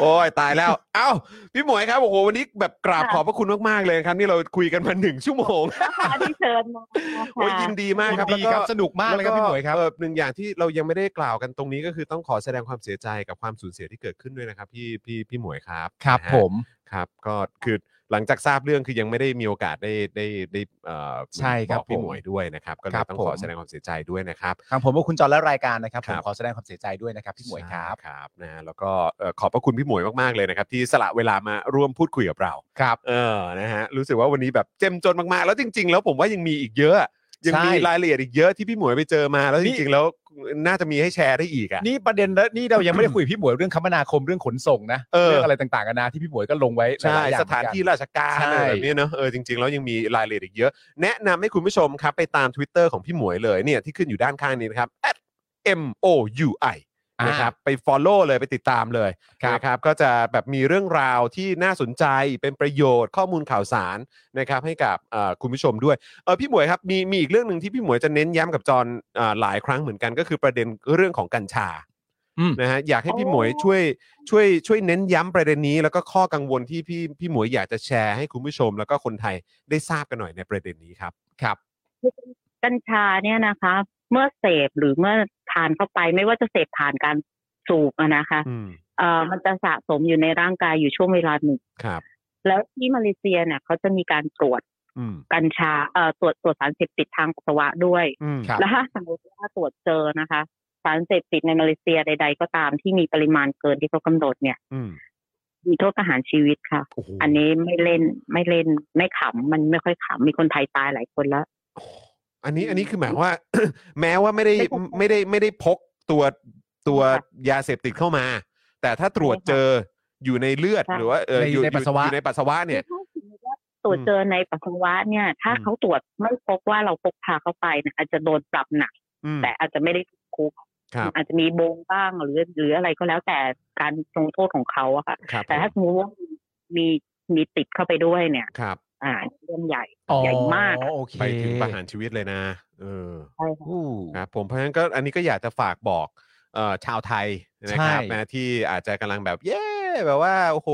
S2: โอ้ยตายแล้ว เอ้าพี่หมวยครับโอ้โหวันนี้แบบกราบ
S6: ค่ะ
S2: ขอบพระคุณมากๆเลยครับนี่เราคุยกันมาหนึ่งชั่วโมง
S6: นะคะที่เชิญมานะ
S2: โอ้ย
S6: คะ
S2: ยินดีมากครับ
S3: ยินดีครับ
S2: แว
S3: สนุกมากเลยครับพี่หมวยครับ
S2: เออหนึ่งอย่างที่เรายังไม่ได้กล่าวกันตรงนี้ก็คือต้องขอแสดงความเสียใจกับความสูญเสียที่เกิดขึ้นด้วยนะครับพี่พี่พี่หมวยครับ
S3: ครับ
S2: นะฮะ
S3: ผม
S2: ครับก็คือหลังจากทราบเรื่องคือยังไม่ได้มีโอกาสได้ได้ได้เอ่อ
S3: ใช่ครับ
S2: อกพี่
S3: ผม
S2: หมวยด้วยนะครับก็เล
S3: ครั
S2: ย
S3: บ
S2: ต้อง
S3: ผม
S2: ขอแสดงความเสียใจด้วยนะครับ
S3: ทางผมว่าคุณจอห์นและรายการนะครับ
S2: ค
S3: ผ
S2: รับ
S3: มขอแสดงความเสียใจด้วยนะครับพี่หมวยครับ
S2: ใช่ครับนะฮะแล้วก็เอ่อขอบพระคุณพี่หมวยมากๆเลยนะครับที่สละเวลามาร่วมพูดคุยกับเรา
S3: ครับ
S2: เออนะฮะรู้สึกว่าวันนี้แบบเจ้มจนมากๆ แล้วจริง ๆ แล้วผมว่ายังมีอีกเยอะยังมี
S3: ใช่
S2: รายละเอียดอีกเยอะที่พี่หมวยไปเจอมาแล้วจริงๆแล้วน่าจะมีให้แชร์ได้อีกอ่ะ
S3: นี่ประเด็นแล้วนี่เรายังไม่ได้คุยกับพี่หมวยเรื่องคมนาคมเรื่องขนส่งนะ
S2: เออ
S3: องอะไรต่างๆกันานะที่พี่หมวยก็ลงไว้ห
S2: ใช่
S3: ลายๆอย่งเห
S2: ส
S3: มือกั
S2: ถานที่ราชการ
S3: ใช่
S2: อะไรแบบนี้เนอะเออจริงๆแล้วยังมีรายละเอียดอีกเยอะ แนะนำให้คุณผู้ชมครับ ไปตาม Twitter ของพี่หมวยเลยเนี่ยที่ขึ้นอยู่ด้านข้างนี้นะครับ m o u i
S3: อ่า
S2: นะครับไป Follow เลยไปติดตามเลย
S3: ครับ
S2: นะครับก็จะแบบมีเรื่องราวที่น่าสนใจเป็นประโยชน์ข้อมูลข่าวสารนะครับให้กับเอ่อคุณผู้ชมด้วยเออพี่หมวยครับมีมีอีกเรื่องหนึ่งที่พี่หมวยจะเน้นย้ำกับจอนอ่าหลายครั้งเหมือนกันก็คือประเด็นเรื่องของกัญชา
S3: อืม
S2: นะฮะอยากให้พี่หมวยช่วยช่วยช่วยเน้นย้ำประเด็นนี้แล้วก็ข้อกังวลที่พี่พี่หมวยอยากจะแชร์ให้คุณผู้ชม แล้วก็คนไทยได้ทราบกันหน่อยในประเด็นนี้ครับ
S3: ครับ
S6: กัญชาเนี่ยนะคะ เมื่อเสพหรือเมื่อทานเข้าไปไม่ว่าจะเสพผ่านการสูบอะนะคะ
S2: อืม
S6: เอ่อมันจะสะสมอยู่ในร่างกายอยู่ช่วงเวลาหนึ่ง
S2: ครับ
S6: แล้วที่มาเลเซียเนี่ยเขาจะมีการตรวจ
S2: อืม
S6: กัญชาเอ่อตรวจตรวจสารเสพติดทางปัสสาวะด้วย
S2: อืม
S3: ครับ
S6: และถ้าสมมติว่าตรวจเจอนะคะ สารเสพติดในมาเลเซียใด ๆ ก็ตามที่มีปริมาณเกินที่เขากำหนดเนี่ย
S2: อืม
S6: มีโทษประหารชีวิตค่ะ
S2: โอ้โห
S6: อันนี้ไม่เล่นไม่เล่นไม่ขำมันไม่ค่อยขำมีคนไทยตายหลายคนแล้ว
S2: อันนี้อันนี้คือหมายความว่า แม้ว่าไม่ได้ไม่ได้ไม่ได้พกตัวตัว
S6: ค่ะ
S2: ยาเสพติดเข้ามา แต่ถ้าตรวจเจออยู่ในเลือด
S6: ค่ะ
S2: หรือว่าเออ
S3: ใน
S2: อยู่
S3: ในปัสสาวะ
S2: อยู่ในปัสสาวะเนี่ย
S6: ถ้าสมมติว่าตรวจเจอในปัสสาวะเนี่ย ถ้า
S2: อืม
S6: เขาตรวจไม่พบว่าเราพกพาเข้าไปเนี่ยอาจจะโดนปรับหนัก
S2: อืม
S6: แต่อาจจะไม่ได้ติดคุก
S2: ครับ
S6: อาจจะมีโบงบ้างหรือหรืออะไรก็แล้วแต่การลงโทษของเขาอะค่ะ
S2: ครับ
S6: แต่ถ้าสมมติว่ามีมีติดเข้าไปด้วยเนี่ย
S2: ครับ
S6: อ่าเรื่องใหญ่ใหญ่มาก
S3: อ๋อโอเค
S2: ไปถึงประหารชีวิตเลยนะเออ
S6: ใช่ค่ะ
S3: อู้
S2: ครับผมเพราะฉะนั้นก็อันนี้ก็อยากจะฝากบอกเอ่อชาวไทยนะครับ
S3: ใช่
S2: นะที่อาจจะกำลังแบบเย้แบบว่าโอ้โห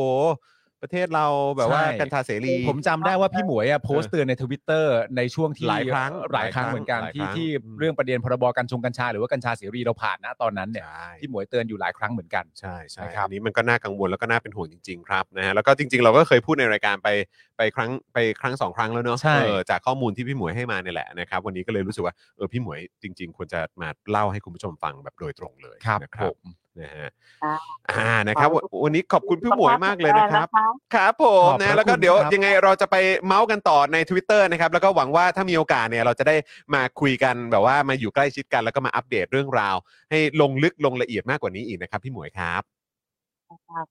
S2: ประเทศเราแบบว่า
S3: ใช่
S2: กัญชาเสรี
S3: ผมจำได้ว่าพี่หมวยอะโพสต์เตือนในทวิตเตอร์ในช่วงที่
S2: หลายครั้ง
S3: หลายครั้งเหมือนกัน
S2: หลายครั้
S3: ที่
S2: ง
S3: ที่
S2: อืม
S3: เรื่องประเด็นพรบการชงกัญชาหรือว่ากัญชาเสรีเราผ่านนะตอนนั้นเนี่ย
S2: ใช่
S3: พี่หมวยเตือนอยู่หลายครั้งเหมือนกัน
S2: ใช่ใช่
S3: นะครับ
S2: อันนี้มันก็น่ากังวลแล้วก็น่าเป็นห่วงจริง ๆ ครับนะฮะแล้วก็จริง ๆ เราก็เคยพูดในรายการไปไปครั้งไปครั้งสองครั้งแล้วเนอะ
S3: ใช่
S2: เออจากข้อมูลที่พี่หมวยให้มาเนี่ยแหละนะครับวันนี้ก็เลยรู้สึกว่าเออพี่หมวยจริง ๆ ควรจะมาเล่าให้คุณผู้ชมฟังแบบโดยตรงเลย
S3: ครับ
S2: นะ
S3: ผม
S2: นะฮะ
S6: ค่ะ
S2: อ่านะครับวันวันนี้ขอบคุณพี่หมวยมากเลยนะครับ ครับผ
S3: ข
S2: ม
S3: อบพ
S2: นะ
S3: ระ
S2: แล้วก็
S3: คุณ
S2: เดี๋ยว
S3: ครับ
S2: ยังไงเราจะไปเมาส์กันต่อใน Twitter นะครับ แล้วก็หวังว่าถ้ามีโอกาสเนี่ยเราจะได้มาคุยกันแบบว่ามาอยู่ใกล้ชิดกันแล้วก็มาอัปเดตเรื่องราว ให้ลงลึกลงละเอียดมากกว่านี้อีกนะครับ พี่หมวยครับ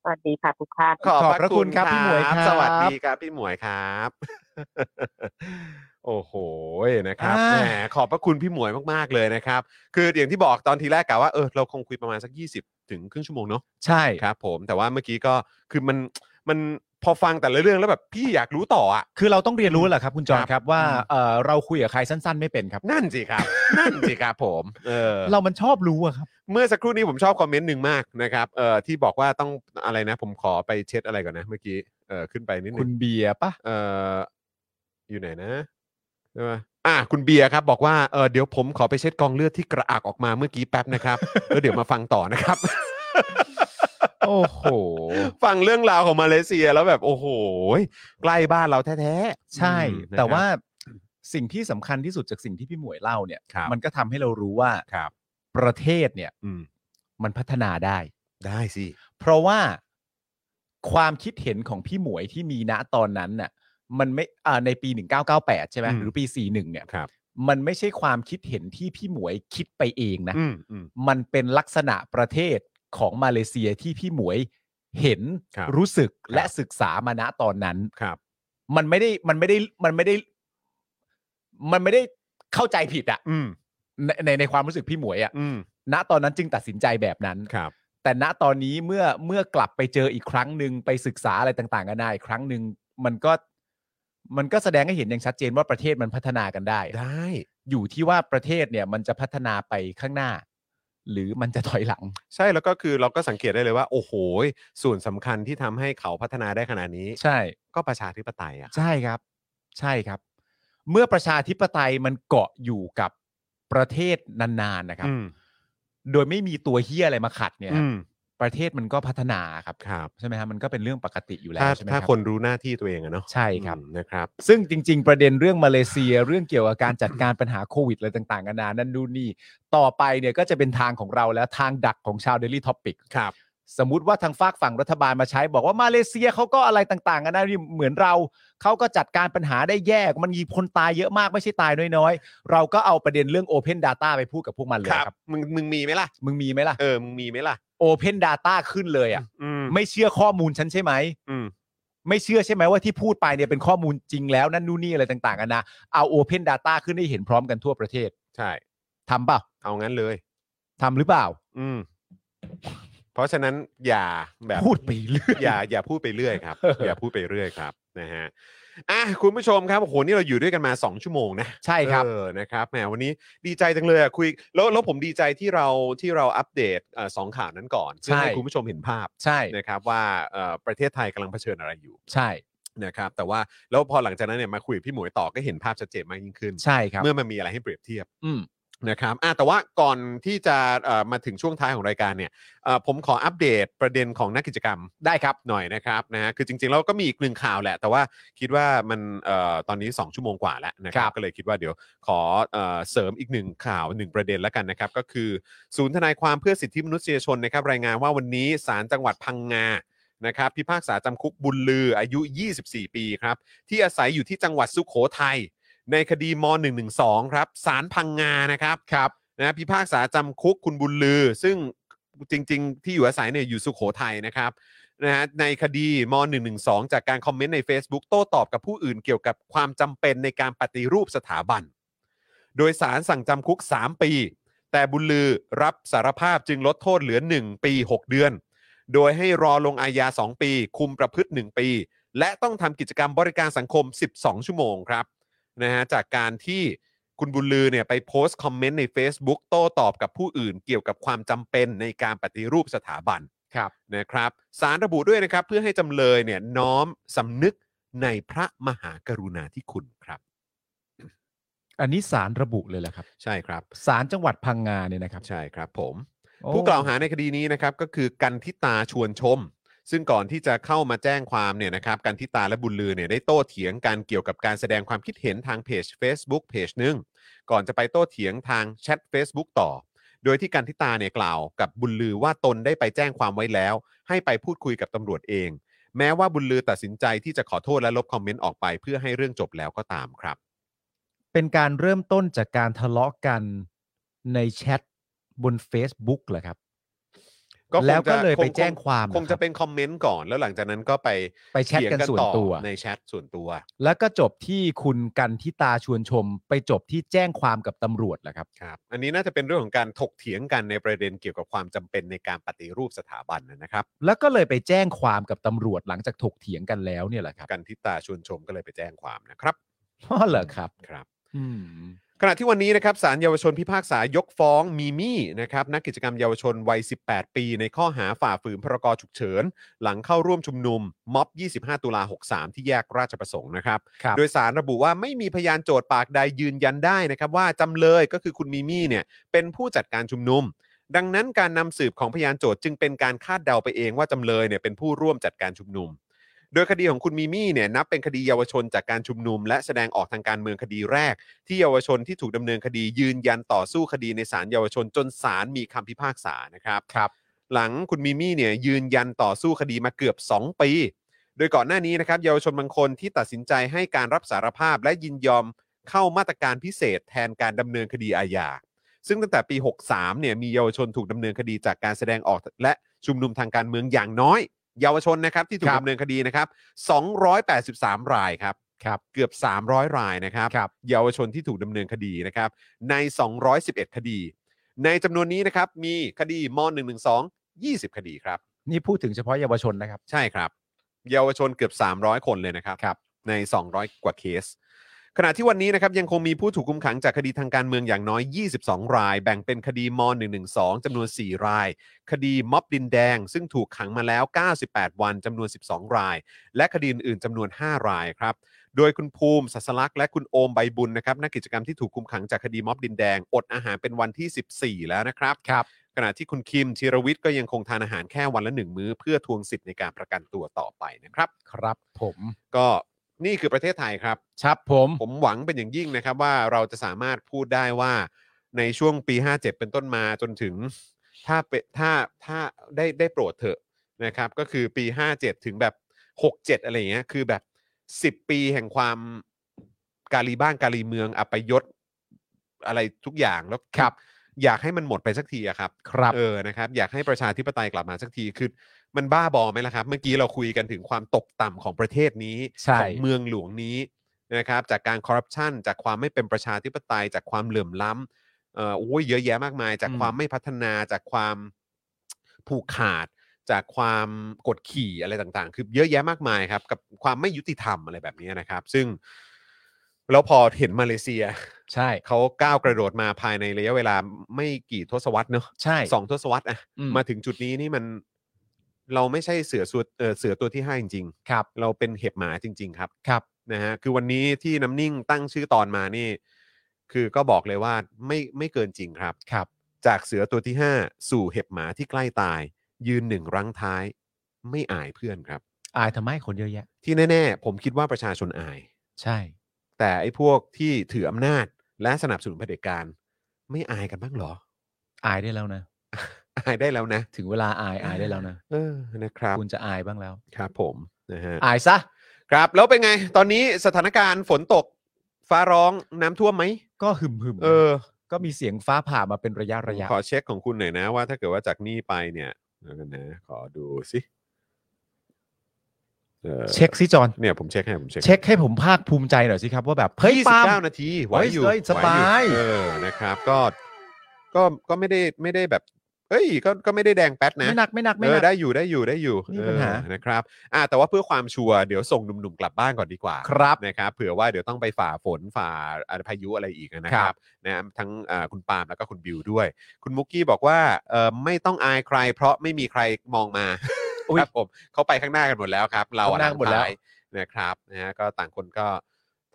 S6: สวัสดีค่ะทุกท่าน
S3: ขอบพระคุณครับพี่หมวยครับ
S2: สวัสดีครับพี่หมวยครับ โอ้โหนะครับ
S3: อ่า
S2: แหมขอบพระคุณพี่หมวยมากๆเลยนะครับ คืออย่างที่บอกตอนทีแรกกะว่าเออเราคงคุยประมาณสัก 20 ถึงครึ่งชั่วโมงเนาะ
S3: ใช่
S2: ครับผมแต่ว่าเมื่อกี้ก็คือมันมันพอฟังแต่ละเรื่องแล้วแบบพี่อยากรู้ต่ออ่ะ
S3: คือเราต้องเรียนรู้แหละครับคุณจอห์
S2: ครั
S3: น
S2: บ
S3: ครับว่า
S2: อืม
S3: เอ่อเราคุยกับใครสั้น ๆ ไม่เป็นครับ
S2: นั่นสิครับ นั่นสิครับผมเอ อ
S3: เรามันชอบรู้อะครับ
S2: เมื่อสักครู่นี้ผมชอบคอมเมนต์หนึ่งมากนะครับเอ่อที่บอกว่าต้องอะไรนะ ผมขอไปเช็ดอะไรก่อนนะเมื่อกี้เออขึ้นไปนิดนึ
S3: คุณ
S2: ง
S3: เบียร์ปะ
S2: เอออยู่ไหนนะเอ ช่ไหมอ่ะคุณเบียร์ครับบอกว่าเออเดี๋ยวผมขอไปเช็ดกองเลือดที่กระอักออกมาเมื่อกี้แป๊บนะครับ แล้วเดี๋ยวมาฟังต่อนะครับ
S3: โอ้โห
S2: ฟังเรื่องราวของมาเลเซียแล้วแบบโอ้โหใกล้บ้านเราแท้ๆ
S3: ใช่
S2: อืม
S3: แต่ว่า
S2: นะครับ
S3: สิ่งที่สำคัญที่สุดจากสิ่งที่พี่หมวยเล่าเนี่ย
S2: ครับ
S3: มันก็ทำให้เรารู้ว่า
S2: ครับ
S3: ประเทศเนี่ย
S2: อืม
S3: มันพัฒนาได้
S2: ได้สิ
S3: เพราะว่าความคิดเห็นของพี่หมวยที่มีณตอนนั้นน่ะ มันไม่อ่าในปี 1998 ใช่ไหม
S2: อืม
S3: หรือปี 41 เนี่ย
S2: ครับ
S3: มันไม่ใช่ความคิดเห็นที่พี่หมวยคิดไปเองนะ
S2: อืมอืม
S3: มันเป็นลักษณะประเทศของมาเลเซียที่พี่หมวยเห็น
S2: ครับ
S3: สึก
S2: ครับ
S3: และศึกษามาณตอนนั้น
S2: ครับ
S3: มันไม่ได้มันไม่ได้มันไม่ได้ มันไม่ได้เข้าใจผิดอะ
S2: อืม
S3: ในในในความรู้สึกพี่หมวยอะ
S2: อืม
S3: ณตอนนั้นจึงตัดสินใจแบบนั้น
S2: ครับ
S3: แต่ณตอนนี้เมื่อเมื่อกลับไปเจออีกครั้งหนึ่งไปศึกษาอะไรต่างๆกันานาอีกครั้งหนึ่งมันก็มันก็แสดงให้เห็นอย่างชัดเจนว่าประเทศมันพัฒนากันได้
S2: ได้
S3: อยู่ที่ว่าประเทศเนี่ยมันจะพัฒนาไปข้างหน้า หรือมันจะถอยหลัง
S2: ใช่แล้วก็คือเราก็สังเกตได้เลยว่า โอ้โหส่วนสำคัญที่ทำให้เขาพัฒนาได้ขนาดนี้
S3: ใช่
S2: ก็ประชาธิปไตยอะ
S3: ใช่ครับ ใช่ครับ เมื่อประชาธิปไตยมันเกาะอยู่กับประเทศนานๆนะครับ
S2: อืม
S3: โดยไม่มีตัวเฮียอะไรมาขัดเนี่ย
S2: อืม
S3: ประเทศมันก็พัฒนาครับ
S2: ครับ
S3: ใช่ไหมครับมันก็เป็นเรื่องปกติอยู่แล้ว
S2: ถ้า
S3: ใช่ไหม
S2: ถ้า
S3: รับ
S2: คนรู้หน้าที่ตัวเองอะเนาะ
S3: ใช่ครับ
S2: อืมนะครับ
S3: ซึ่งจริง ๆ ประเด็นเรื่องมาเลเซียเรื่องเกี่ยวกับการจัดการปัญหาโควิดอะไรต่างๆกันานานั่นนู่นนี่ ต่อไปเนี่ยก็จะเป็นทางของเราแล้วทางดักของชาว Daily Topic
S2: ครับ
S3: สมมติว่าทางฝากฝั่งรัฐบาลมาใช้บอกว่ามาเลเซียเขาก็อะไรต่างๆกันานานี่เหมือนเราเขาก็จัดการปัญหาได้แย่มันมีคนตายเยอะมากไม่ใช่ตายน้อยๆ เราก็เอาประเด็นเรื่อง Open Data ไปพูดกับพวกมันเลยครับ
S2: มึงมึงมีไหมล่ะ
S3: มึงมีไหมล่ะ
S2: เออมึงมีไหมล่ะ
S3: Open Data ขึ้นเลยอ่ะ
S2: อืม
S3: ไม่เชื่อข้อมูลฉันใช่ไหม
S2: อืม
S3: ไม่เชื่อใช่ไหมว่าที่พูดไปเนี่ยเป็นข้อมูลจริงแล้ว นั่นนู่นนี่อะไรต่างๆกันานะเอา Open Data ขึ้นให้เห็นพร้อมกันทั่วประเทศ
S2: ใช่
S3: ทำเปล่า
S2: เอางั้นเลย
S3: ทำหรือเปล่า
S2: อืม เพราะฉะนั้นอย่าแบบ
S3: พูด ไปเรื่อย
S2: อย่าอย่าพูดไปเรื่อยครับ อย่าพูดไปเรื่อยครับนะฮะอ่ะคุณผู้ชมครับโอ้โหนี่เราอยู่ด้วยกันมา 2 ชั่วโมงนะ
S3: ใช่ครับ
S2: เออนะครับแหมวันนี้ดีใจจังเลยอะคุยแล้วแล้วผมดีใจที่เราที่เราอัปเดตเอ่อสองข่าวนั้นก่อนเพื่อให้
S3: ใช่
S2: คุณผู้ชมเห็นภาพ
S3: ใช่
S2: นะครับว่าเอ่อประเทศไทยกำลังเผชิญอะไรอยู่
S3: ใช่
S2: นะครับแต่ว่าแล้วพอหลังจากนั้นเนี่ยมาคุยกับพี่หมวยต่อก็เห็นภาพชัดเจนมากยิ่งขึ้น
S3: ใช่ครับ
S2: เมื่อมันมีอะไรให้เปรียบเทียบ
S3: อืม
S2: นะครับอ่ะแต่ว่าก่อนที่จะเอ่อมาถึงช่วงท้ายของรายการเนี่ยเอ่อผมขออัปเดตประเด็นของนักกิจกรรมได้ครับหน่อยนะครับนะฮะคือจริงๆเราก็มีอีกหนึ่งข่าวแหละ แต่ว่าคิดว่ามันเอ่อตอนนี้ 2 ชั่วโมงกว่าแล้วนะครั
S3: ครับ บ
S2: ก็เลยคิดว่าเดี๋ยวขอเอ่อเสริมอีกหนึ่งข่าวหนึ่งประเด็นแล้วกันนะครับ ก็คือศูนย์ทนายความเพื่อสิทธิมนุษยชนนะครับรายงานว่าวันนี้ศาลจังหวัดพังงานะครับพิพากษาจำคุกบุญลืออายุ 24 ปีครับที่อาศัยอยู่ที่จังหวัดสุโขทัยในคดีม .112 ครับศาลพังงานะครับ
S3: ครับ
S2: นะพิพากษาจำคุกคุณบุญลือ ซึ่งจริง ๆ ที่อยู่อาศัยเนี่ยอยู่สุขโขทัยนะครับนะฮะในคดีม .112 จากการคอมเมนต์ใน Facebook โต้ตอบกับผู้อื่นเกี่ยวกับความจำเป็นในการปฏิรูปสถาบัน โดยสารสั่งจำคุก 3 ปี แต่บุญลือรับสารภาพจึงลดโทษเหลือ 1 ปี 6 เดือน โดยให้รอลงอาญา 2 ปี คุมประพฤติ 1 ปี และต้องทำกิจกรรมบริการสังคม 12 ชั่วโมงครับ นะฮะจากการที่คุณบุญลือเนี่ยไปโพสต์คอมเมนต์ใน Facebook โต้ตอบกับผู้อื่นเกี่ยวกับความจำเป็นในการปฏิรูปสถาบัน
S3: ครับ
S2: นะครับสารระบุด้วยนะครับ เพื่อให้จำเลยเนี่ยน้อมสำนึกในพระมหากรุณาธิคุณครับ
S3: อันนี้สารระบุเลยแหละครับ
S2: ใช่ครับ
S3: สารจังหวัดพังงาเนี่ยนะครับ
S2: ใช่ครับผม
S3: โอ้
S2: ผู้กล่าวหาในคดีนี้นะครับก็คือกันทิตาชวนชม ซึ่งก่อนที่จะเข้ามาแจ้งความเนี่ยนะครับกันทิตาและบุญลือเนี่ยได้โต้เถียงกันเกี่ยวกับการแสดงความคิดเห็นทางเพจ Facebook เพจหนึ่งก่อนจะไปโต้เถียงทางแชท Facebook ต่อ โดยที่กันทิตาเนี่ยกล่าวกับบุญลือว่าตนได้ไปแจ้งความไว้แล้ว ให้ไปพูดคุยกับตำรวจเอง แม้ว่าบุญลือตัดสินใจที่จะขอโทษและลบคอมเมนต์ออกไป เพื่อให้เรื่องจบแล้วก็ตามครับ
S3: เป็นการเริ่มต้นจากการทะเลาะกันในแชทบน Facebook เหรอครับ
S2: คง
S3: แล้วก็
S2: จะ
S3: เลย
S2: ค
S3: ไปแจ้งความ
S2: คงจะเป็นคอมเมนต์ก่อน แล้วหลังจากนั้นก็ไป
S3: ไปแชท
S2: เถียง
S3: กันส่วน
S2: อ
S3: ตัว
S2: ในแชทส่วนตัว
S3: แล้วก็จบที่คุณกันทิตาชวนชม ไปจบที่แจ้งความกับตำรวจแหละครับ
S2: ครับอันนี้น่าจะเป็นเรื่องของการถกเถียงกันในประเด็นเกี่ยวกับความจำเป็นในการปฏิรูปสถาบันนะครับ
S3: แล้วก็เลยไปแจ้งความกับตำรวจหลังจากถกเถียงกันแล้วเนี่ยแหละครับ
S2: กันทิตาชวนชมก็เลยไปแจ้งความนะครับ
S3: อ๋อเหรอครับ
S2: ครับ ขณะที่วันนี้นะครับศาลเยาวชนพิพากษายกฟ้องมีมี่นะครับนักกิจกรรมเยาวชนวัย 18 ปี ในข้อหาฝ่าฝืนพรกฉุกเฉิน หลังเข้าร่วมชุมนุมม็อบ 25 ตุลา 63 ที่แยกราชประสงค์นะครับ
S3: ครับ
S2: โดยสารระบุว่าไม่มีพยานโจทย์ปากใดยืนยันได้นะครับว่าจำเลยก็คือคุณมิมี่เนี่ยเป็นผู้จัดการชุมนุม ดังนั้นการนำสืบของพยานโจทย์จึงเป็นการคาดเดาไปเองว่าจำเลยเนี่ยเป็นผู้ร่วมจัดการชุมนุม โดยคดีของคุณมิมี่เนี่ยนับเป็นคดีเยาวชนจากการชุมนุม และแสดงออกทางการเมืองคดีแรก ที่เยาวชนที่ถูกดำเนินคดียืนยันต่อสู้คดีในศาลเยาวชนจนศาลมีคำพิพากษานะครับ
S3: ครับ
S2: หลังคุณมิมี่เนี่ยยืนยันต่อสู้คดีมาเกือบ 2 ปี โดยก่อนหน้านี้นะครับเยาวชนบางคนที่ตัดสินใจให้การรับสารภาพและยินยอมเข้ามาตรการพิเศษแทนการดำเนินคดีอาญา ซึ่งตั้งแต่ปี 63เนี่ยมีเยาวชนถูกดำเนินคดีจากการแสดงออกและชุมนุมทางการเมืองอย่างน้อย เยาวชนนะครับที่ถู
S3: ค
S2: ก
S3: รับ
S2: ดำเนินคดีนะครับ 283 รายครับ
S3: ครับ
S2: เกือบ 300 รายนะครับ
S3: ครับ
S2: เยาวชนที่ถูกดำเนินคดีนะครับ ใน 211 คดี ในจำนวนนี้นะครับ มีคดีม .112 20 คดีครับ
S3: นี่พูดถึงเฉพาะเยาวชนนะครับ
S2: ใช่ครับ เยาวชนเกือบ 300 คนเลยนะครับ
S3: ครับ
S2: ใน 200 กว่าเคส ขณะที่วันนี้นะครับยังคงมีผู้ถูกคุมขังจากคดีทางการเมืองอย่างน้อย 22 ราย แบ่งเป็นคดีม .112 จำนวน 4 ราย คดีม็อบดินแดง ซึ่งถูกขังมาแล้ว 98 วันจำนวน 12 ราย และคดีอื่นๆจำนวน 5 รายครับ โดยคุณภูมิสัสลักษณ์และคุณโอมใบบุญนะครับนักกิจกรรมที่ถูกคุมขังจากคดีม็อบดินแดง อดอาหารเป็นวันที่ 14 แล้วนะครับ
S3: ครับ
S2: ขณะที่คุณคิมชีรวิทย์ก็ยังคงทานอาหารแค่วันละหนึ่งมื้อ เพื่อทวงสิทธิ์ในการประกันตัวต่อไปนะครับ
S3: ครับผม
S2: ก็นี่คือประเทศไทยครับ
S3: ครับผม
S2: ผมหวังเป็นอย่างยิ่งนะครับว่าเราจะสามารถพูดได้ว่าในช่วงปี 57 เป็นต้นมาจนถึง ถ้าเป็นถ้าถ้าได้ได้โปรดเถอะนะครับ ก็คือปี 57 ถึงแบบ 67 อะไรอย่างเงี้ยคือแบบ 10 ปีแห่งความกาลีบ้านกาลีเมืองอัปยศอะไรทุกอย่างแล้วครับ อยากให้มันหมดไปสักทีอะครับ
S3: ครับ
S2: เออ นะครับ อยากให้ประชาธิปไตยกลับมาสักที คือ มันบ้าบอไหมล่ะครับ เมื่อกี้เราคุยกันถึงความตกต่ำของประเทศนี้
S3: ใช่
S2: ของเมืองหลวงนี้นะครับ จากการคอร์รัปชัน จากความไม่เป็นประชาธิปไตย จากความเหลื่อมล้ำเอ่อโอ้ยเยอะแยะมากมาย จาก
S3: อืม
S2: ความไม่พัฒนา จากความผูกขาด จากความกดขี่อะไรต่างๆ คือเยอะแยะมากมายครับ กับความไม่ยุติธรรมอะไรแบบนี้นะครับ ซึ่งแล้วพอเห็นมาเลเซีย
S3: ใช่
S2: เขาก้าวกระโดดมาภายในระยะเวลาไม่กี่ทศวรรษเนอะ
S3: ใช่
S2: สองทศวรรษอะ
S3: ม
S2: มาถึงจุดนี้นี่มันเราไม่ใช่เสือสวเอ่อเสือตัวที่ห้าจริง
S3: ครับ
S2: ๆ เราเป็นเห็บหมาจริง ๆ ครับ
S3: ครับ
S2: นะฮะคือวันนี้ที่น้ำนิ่งตั้งชื่อตอนมานี่ คือก็บอกเลยว่าไม่ไม่เกินจริงครับ
S3: ครับ
S2: จากเสือตัวที่ห้าสู่เห็บหมาที่ใกล้ตาย ยืนหนึ่งรั้งท้าย ไม่อายเพื่อนครับ
S3: อายทำไมคนเยอะแยะ
S2: ที่แน่ ๆ ผมคิดว่าประชาชนอาย
S3: ใช่
S2: แต่ไอ้พวกที่ถืออำนาจและสนับสนุนเผด็จการ ไม่อายกันบ้างเหรอ
S3: อายได้แล้วนะ
S2: อายได้แล้วนะ
S3: ถึงเวลาอายอายได้แล้วนะ
S2: เออนะครับ
S3: คุณจะอายบ้างแล้ว
S2: ครับผมนะฮะ
S3: อายซะ
S2: ครับแล้วเป็นไง ตอนนี้สถานการณ์ฝนตกฟ้าร้องน้ำท่วมไหม
S3: ก็หึมหึมๆนะ
S2: เออ
S3: ก็มีเสียงฟ้าผ่ามาเป็นระยะระยะ
S2: ขอเช็คของคุณหน่อยนะว่าถ้าเกิดว่าจากนี่ไปเนี่ยเดี๋ยวกันนะ ขอดูสิเออ
S3: เช็คสิจอน
S2: เนี่ยผมเช็คให้ผมเช็ค
S3: เช็คให้ผมภาคภูมิใจหน่อยสิครับว่าแบบเฮ้ย
S2: ยี่
S3: ปา
S2: สิบ
S3: ล์ม
S2: เก้านาทีไหวอยู่
S3: เฮ้ยสบาย
S2: ไหวอเออนะครับ ก็ก็ก็ไม่ได้ไม่ได้แบบเอ้ยก็ก็ไม่ได้แดงแป๊ดนะ
S3: ไม่หนักไม่หนักไม่
S2: เอ
S3: ห
S2: อ
S3: นัก
S2: ได้อยู่ได้อยู่ได้อยู่
S3: นี่ปัญหา
S2: เออนะครับอ่ะแต่ว่าเพื่อความชัวร์เดี๋ยวส่งหนุ่มๆกลับบ้านก่อนดีกว่า
S3: ครับ
S2: นะครับเผื่อว่าเดี๋ยวต้องไปฝ่าฝนฝ่าอ่าพายุอะไรอีกนะค
S3: ครั
S2: รับบ นะทั้งอ่าคุณปาล์มแล้วก็คุณบิวด้วย คุณมุกกี้บอกว่าเอ่อไม่ต้องอายใคร เพราะไม่มีใครมองมา ครับผมเขาไปข้างหน้ากันหมดแล้วครับ เราอะ
S3: ข้างหน้าหมดแล้ว
S2: ท้ยนะครับนะฮะก็ต่างคนก็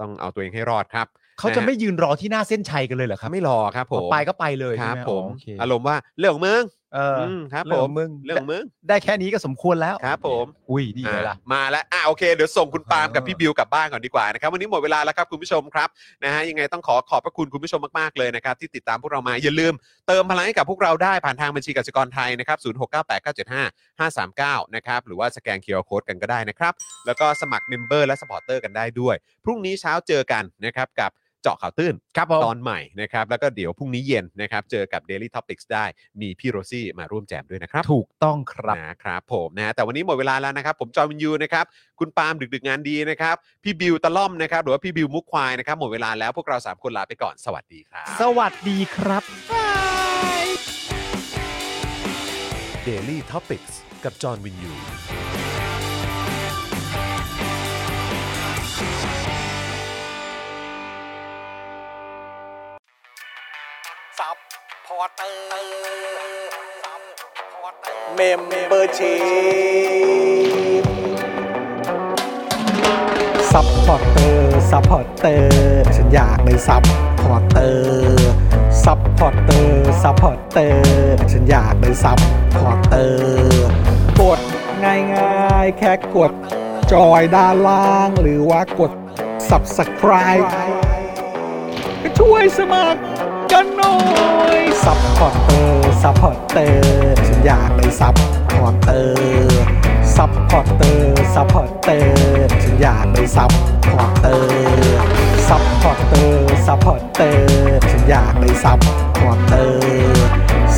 S2: ต้องเอาตัวเองให้รอดครับ
S3: เขาจะไม่ยืนรอที่หน้าเส้นชัยกันเลยเหรอครับ
S2: ไม่รอครับผม
S3: ไปก็ไปเลย
S2: ครับ
S3: ใช่ไห
S2: ผม
S3: อ๋อโอเค
S2: อารมณ์ว่าเรื่องของมึง
S3: เอออ
S2: มครับ
S3: เรื่
S2: ผ
S3: องข
S2: ม
S3: องมึง
S2: เรื่องของมึง
S3: ได้แค่นี้ก็สมควรแล้ว
S2: ครับผม
S3: อุ้ยดีไงล่ะ
S2: อ่ะมาแล้วอ่ะโอเค เดี๋ยวส่งคุณปาล์มกับพี่
S3: เออ
S2: บิวกลับบ้านก่อนดีกว่านะครับ วันนี้หมดเวลาแล้วครับคุณผู้ชมครับนะฮะยังไงต้องขอขอบพระคุณคุณผู้ชมมาก ๆ เลยนะครับ ที่ติดตามพวกเรามาอย่าลืมเติมพลังให้กับพวกเราได้ผ่านทางบัญชีกสิกรไทยนะครับศูนย์หกเก้าแปดเก้าเจ็ดห้าห้าสามเก้านะครับ หรือว่าสแกนเคอร์โคดกันก็ได้นะครับ แล้วก็สมัครเมมเบอร์และสปอร์เตอร์กันได้ด้วย พรุ่งนี้เช้าเจอกันนะครับกับเจาะข่าวตื้น
S3: ครับผม
S2: ตอนใหม่นะครับแล้วก็เดี๋ยวพรุ่งนี้เย็นนะครับเจอกับ Daily Topics ได้มีพี่โรซี่มาร่วมแจมด้วยนะครับ
S3: ถูกต้องครับ
S2: นะครับผมนะแต่วันนี้หมดเวลาแล้วนะครับ ผมจอห์นวินยูนะครับคุณปาล์มดึกดึกๆงานดีนะครับพี่บิวตะล่อมนะครับหรือว่าพี่บิวมุกควายนะครับหมดเวลาแล้วพวกเราสามคนลาไปก่อนสวัสดีครับ
S3: สวัสดีครับ
S1: Daily Topics กับจอห์นวินยู
S4: อเตอร์ซัพพอร์เตอร์
S8: เมมเบอร์ชีซัพพอร์เตอร์ซัพพอร์เตอร์ฉันอยากเป็นซัพพอร์เตอร์ซัพพอร์เตอร์ซัพพอร์เตอร์ฉันอยากเป็นซัพพอร์เตอร์กดง่ายๆ แค่กดจอยด้านล่างหรือว่ากด subscribe ก็ช่วยสมัครกันหน่อยซัพพอร์เตอร์ซัพพอร์เตอร์ฉันอยากเป็นซัพพอร์เตอร์ซัพพอร์เตอร์ซัพพอร์เตอร์ฉันอยากเป็นซัพพอร์เตอร์ซัพพอร์เตอร์ซัพพอร์เตอร์ฉันอยากเป็นซัพพอร์เตอร์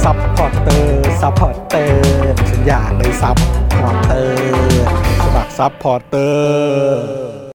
S8: ซัพพอร์เตอร์ซัพพอร์เตอร์ฉันอยากเป็นซัพพอร์เตอร์สมัครซัพพอร์เตอร์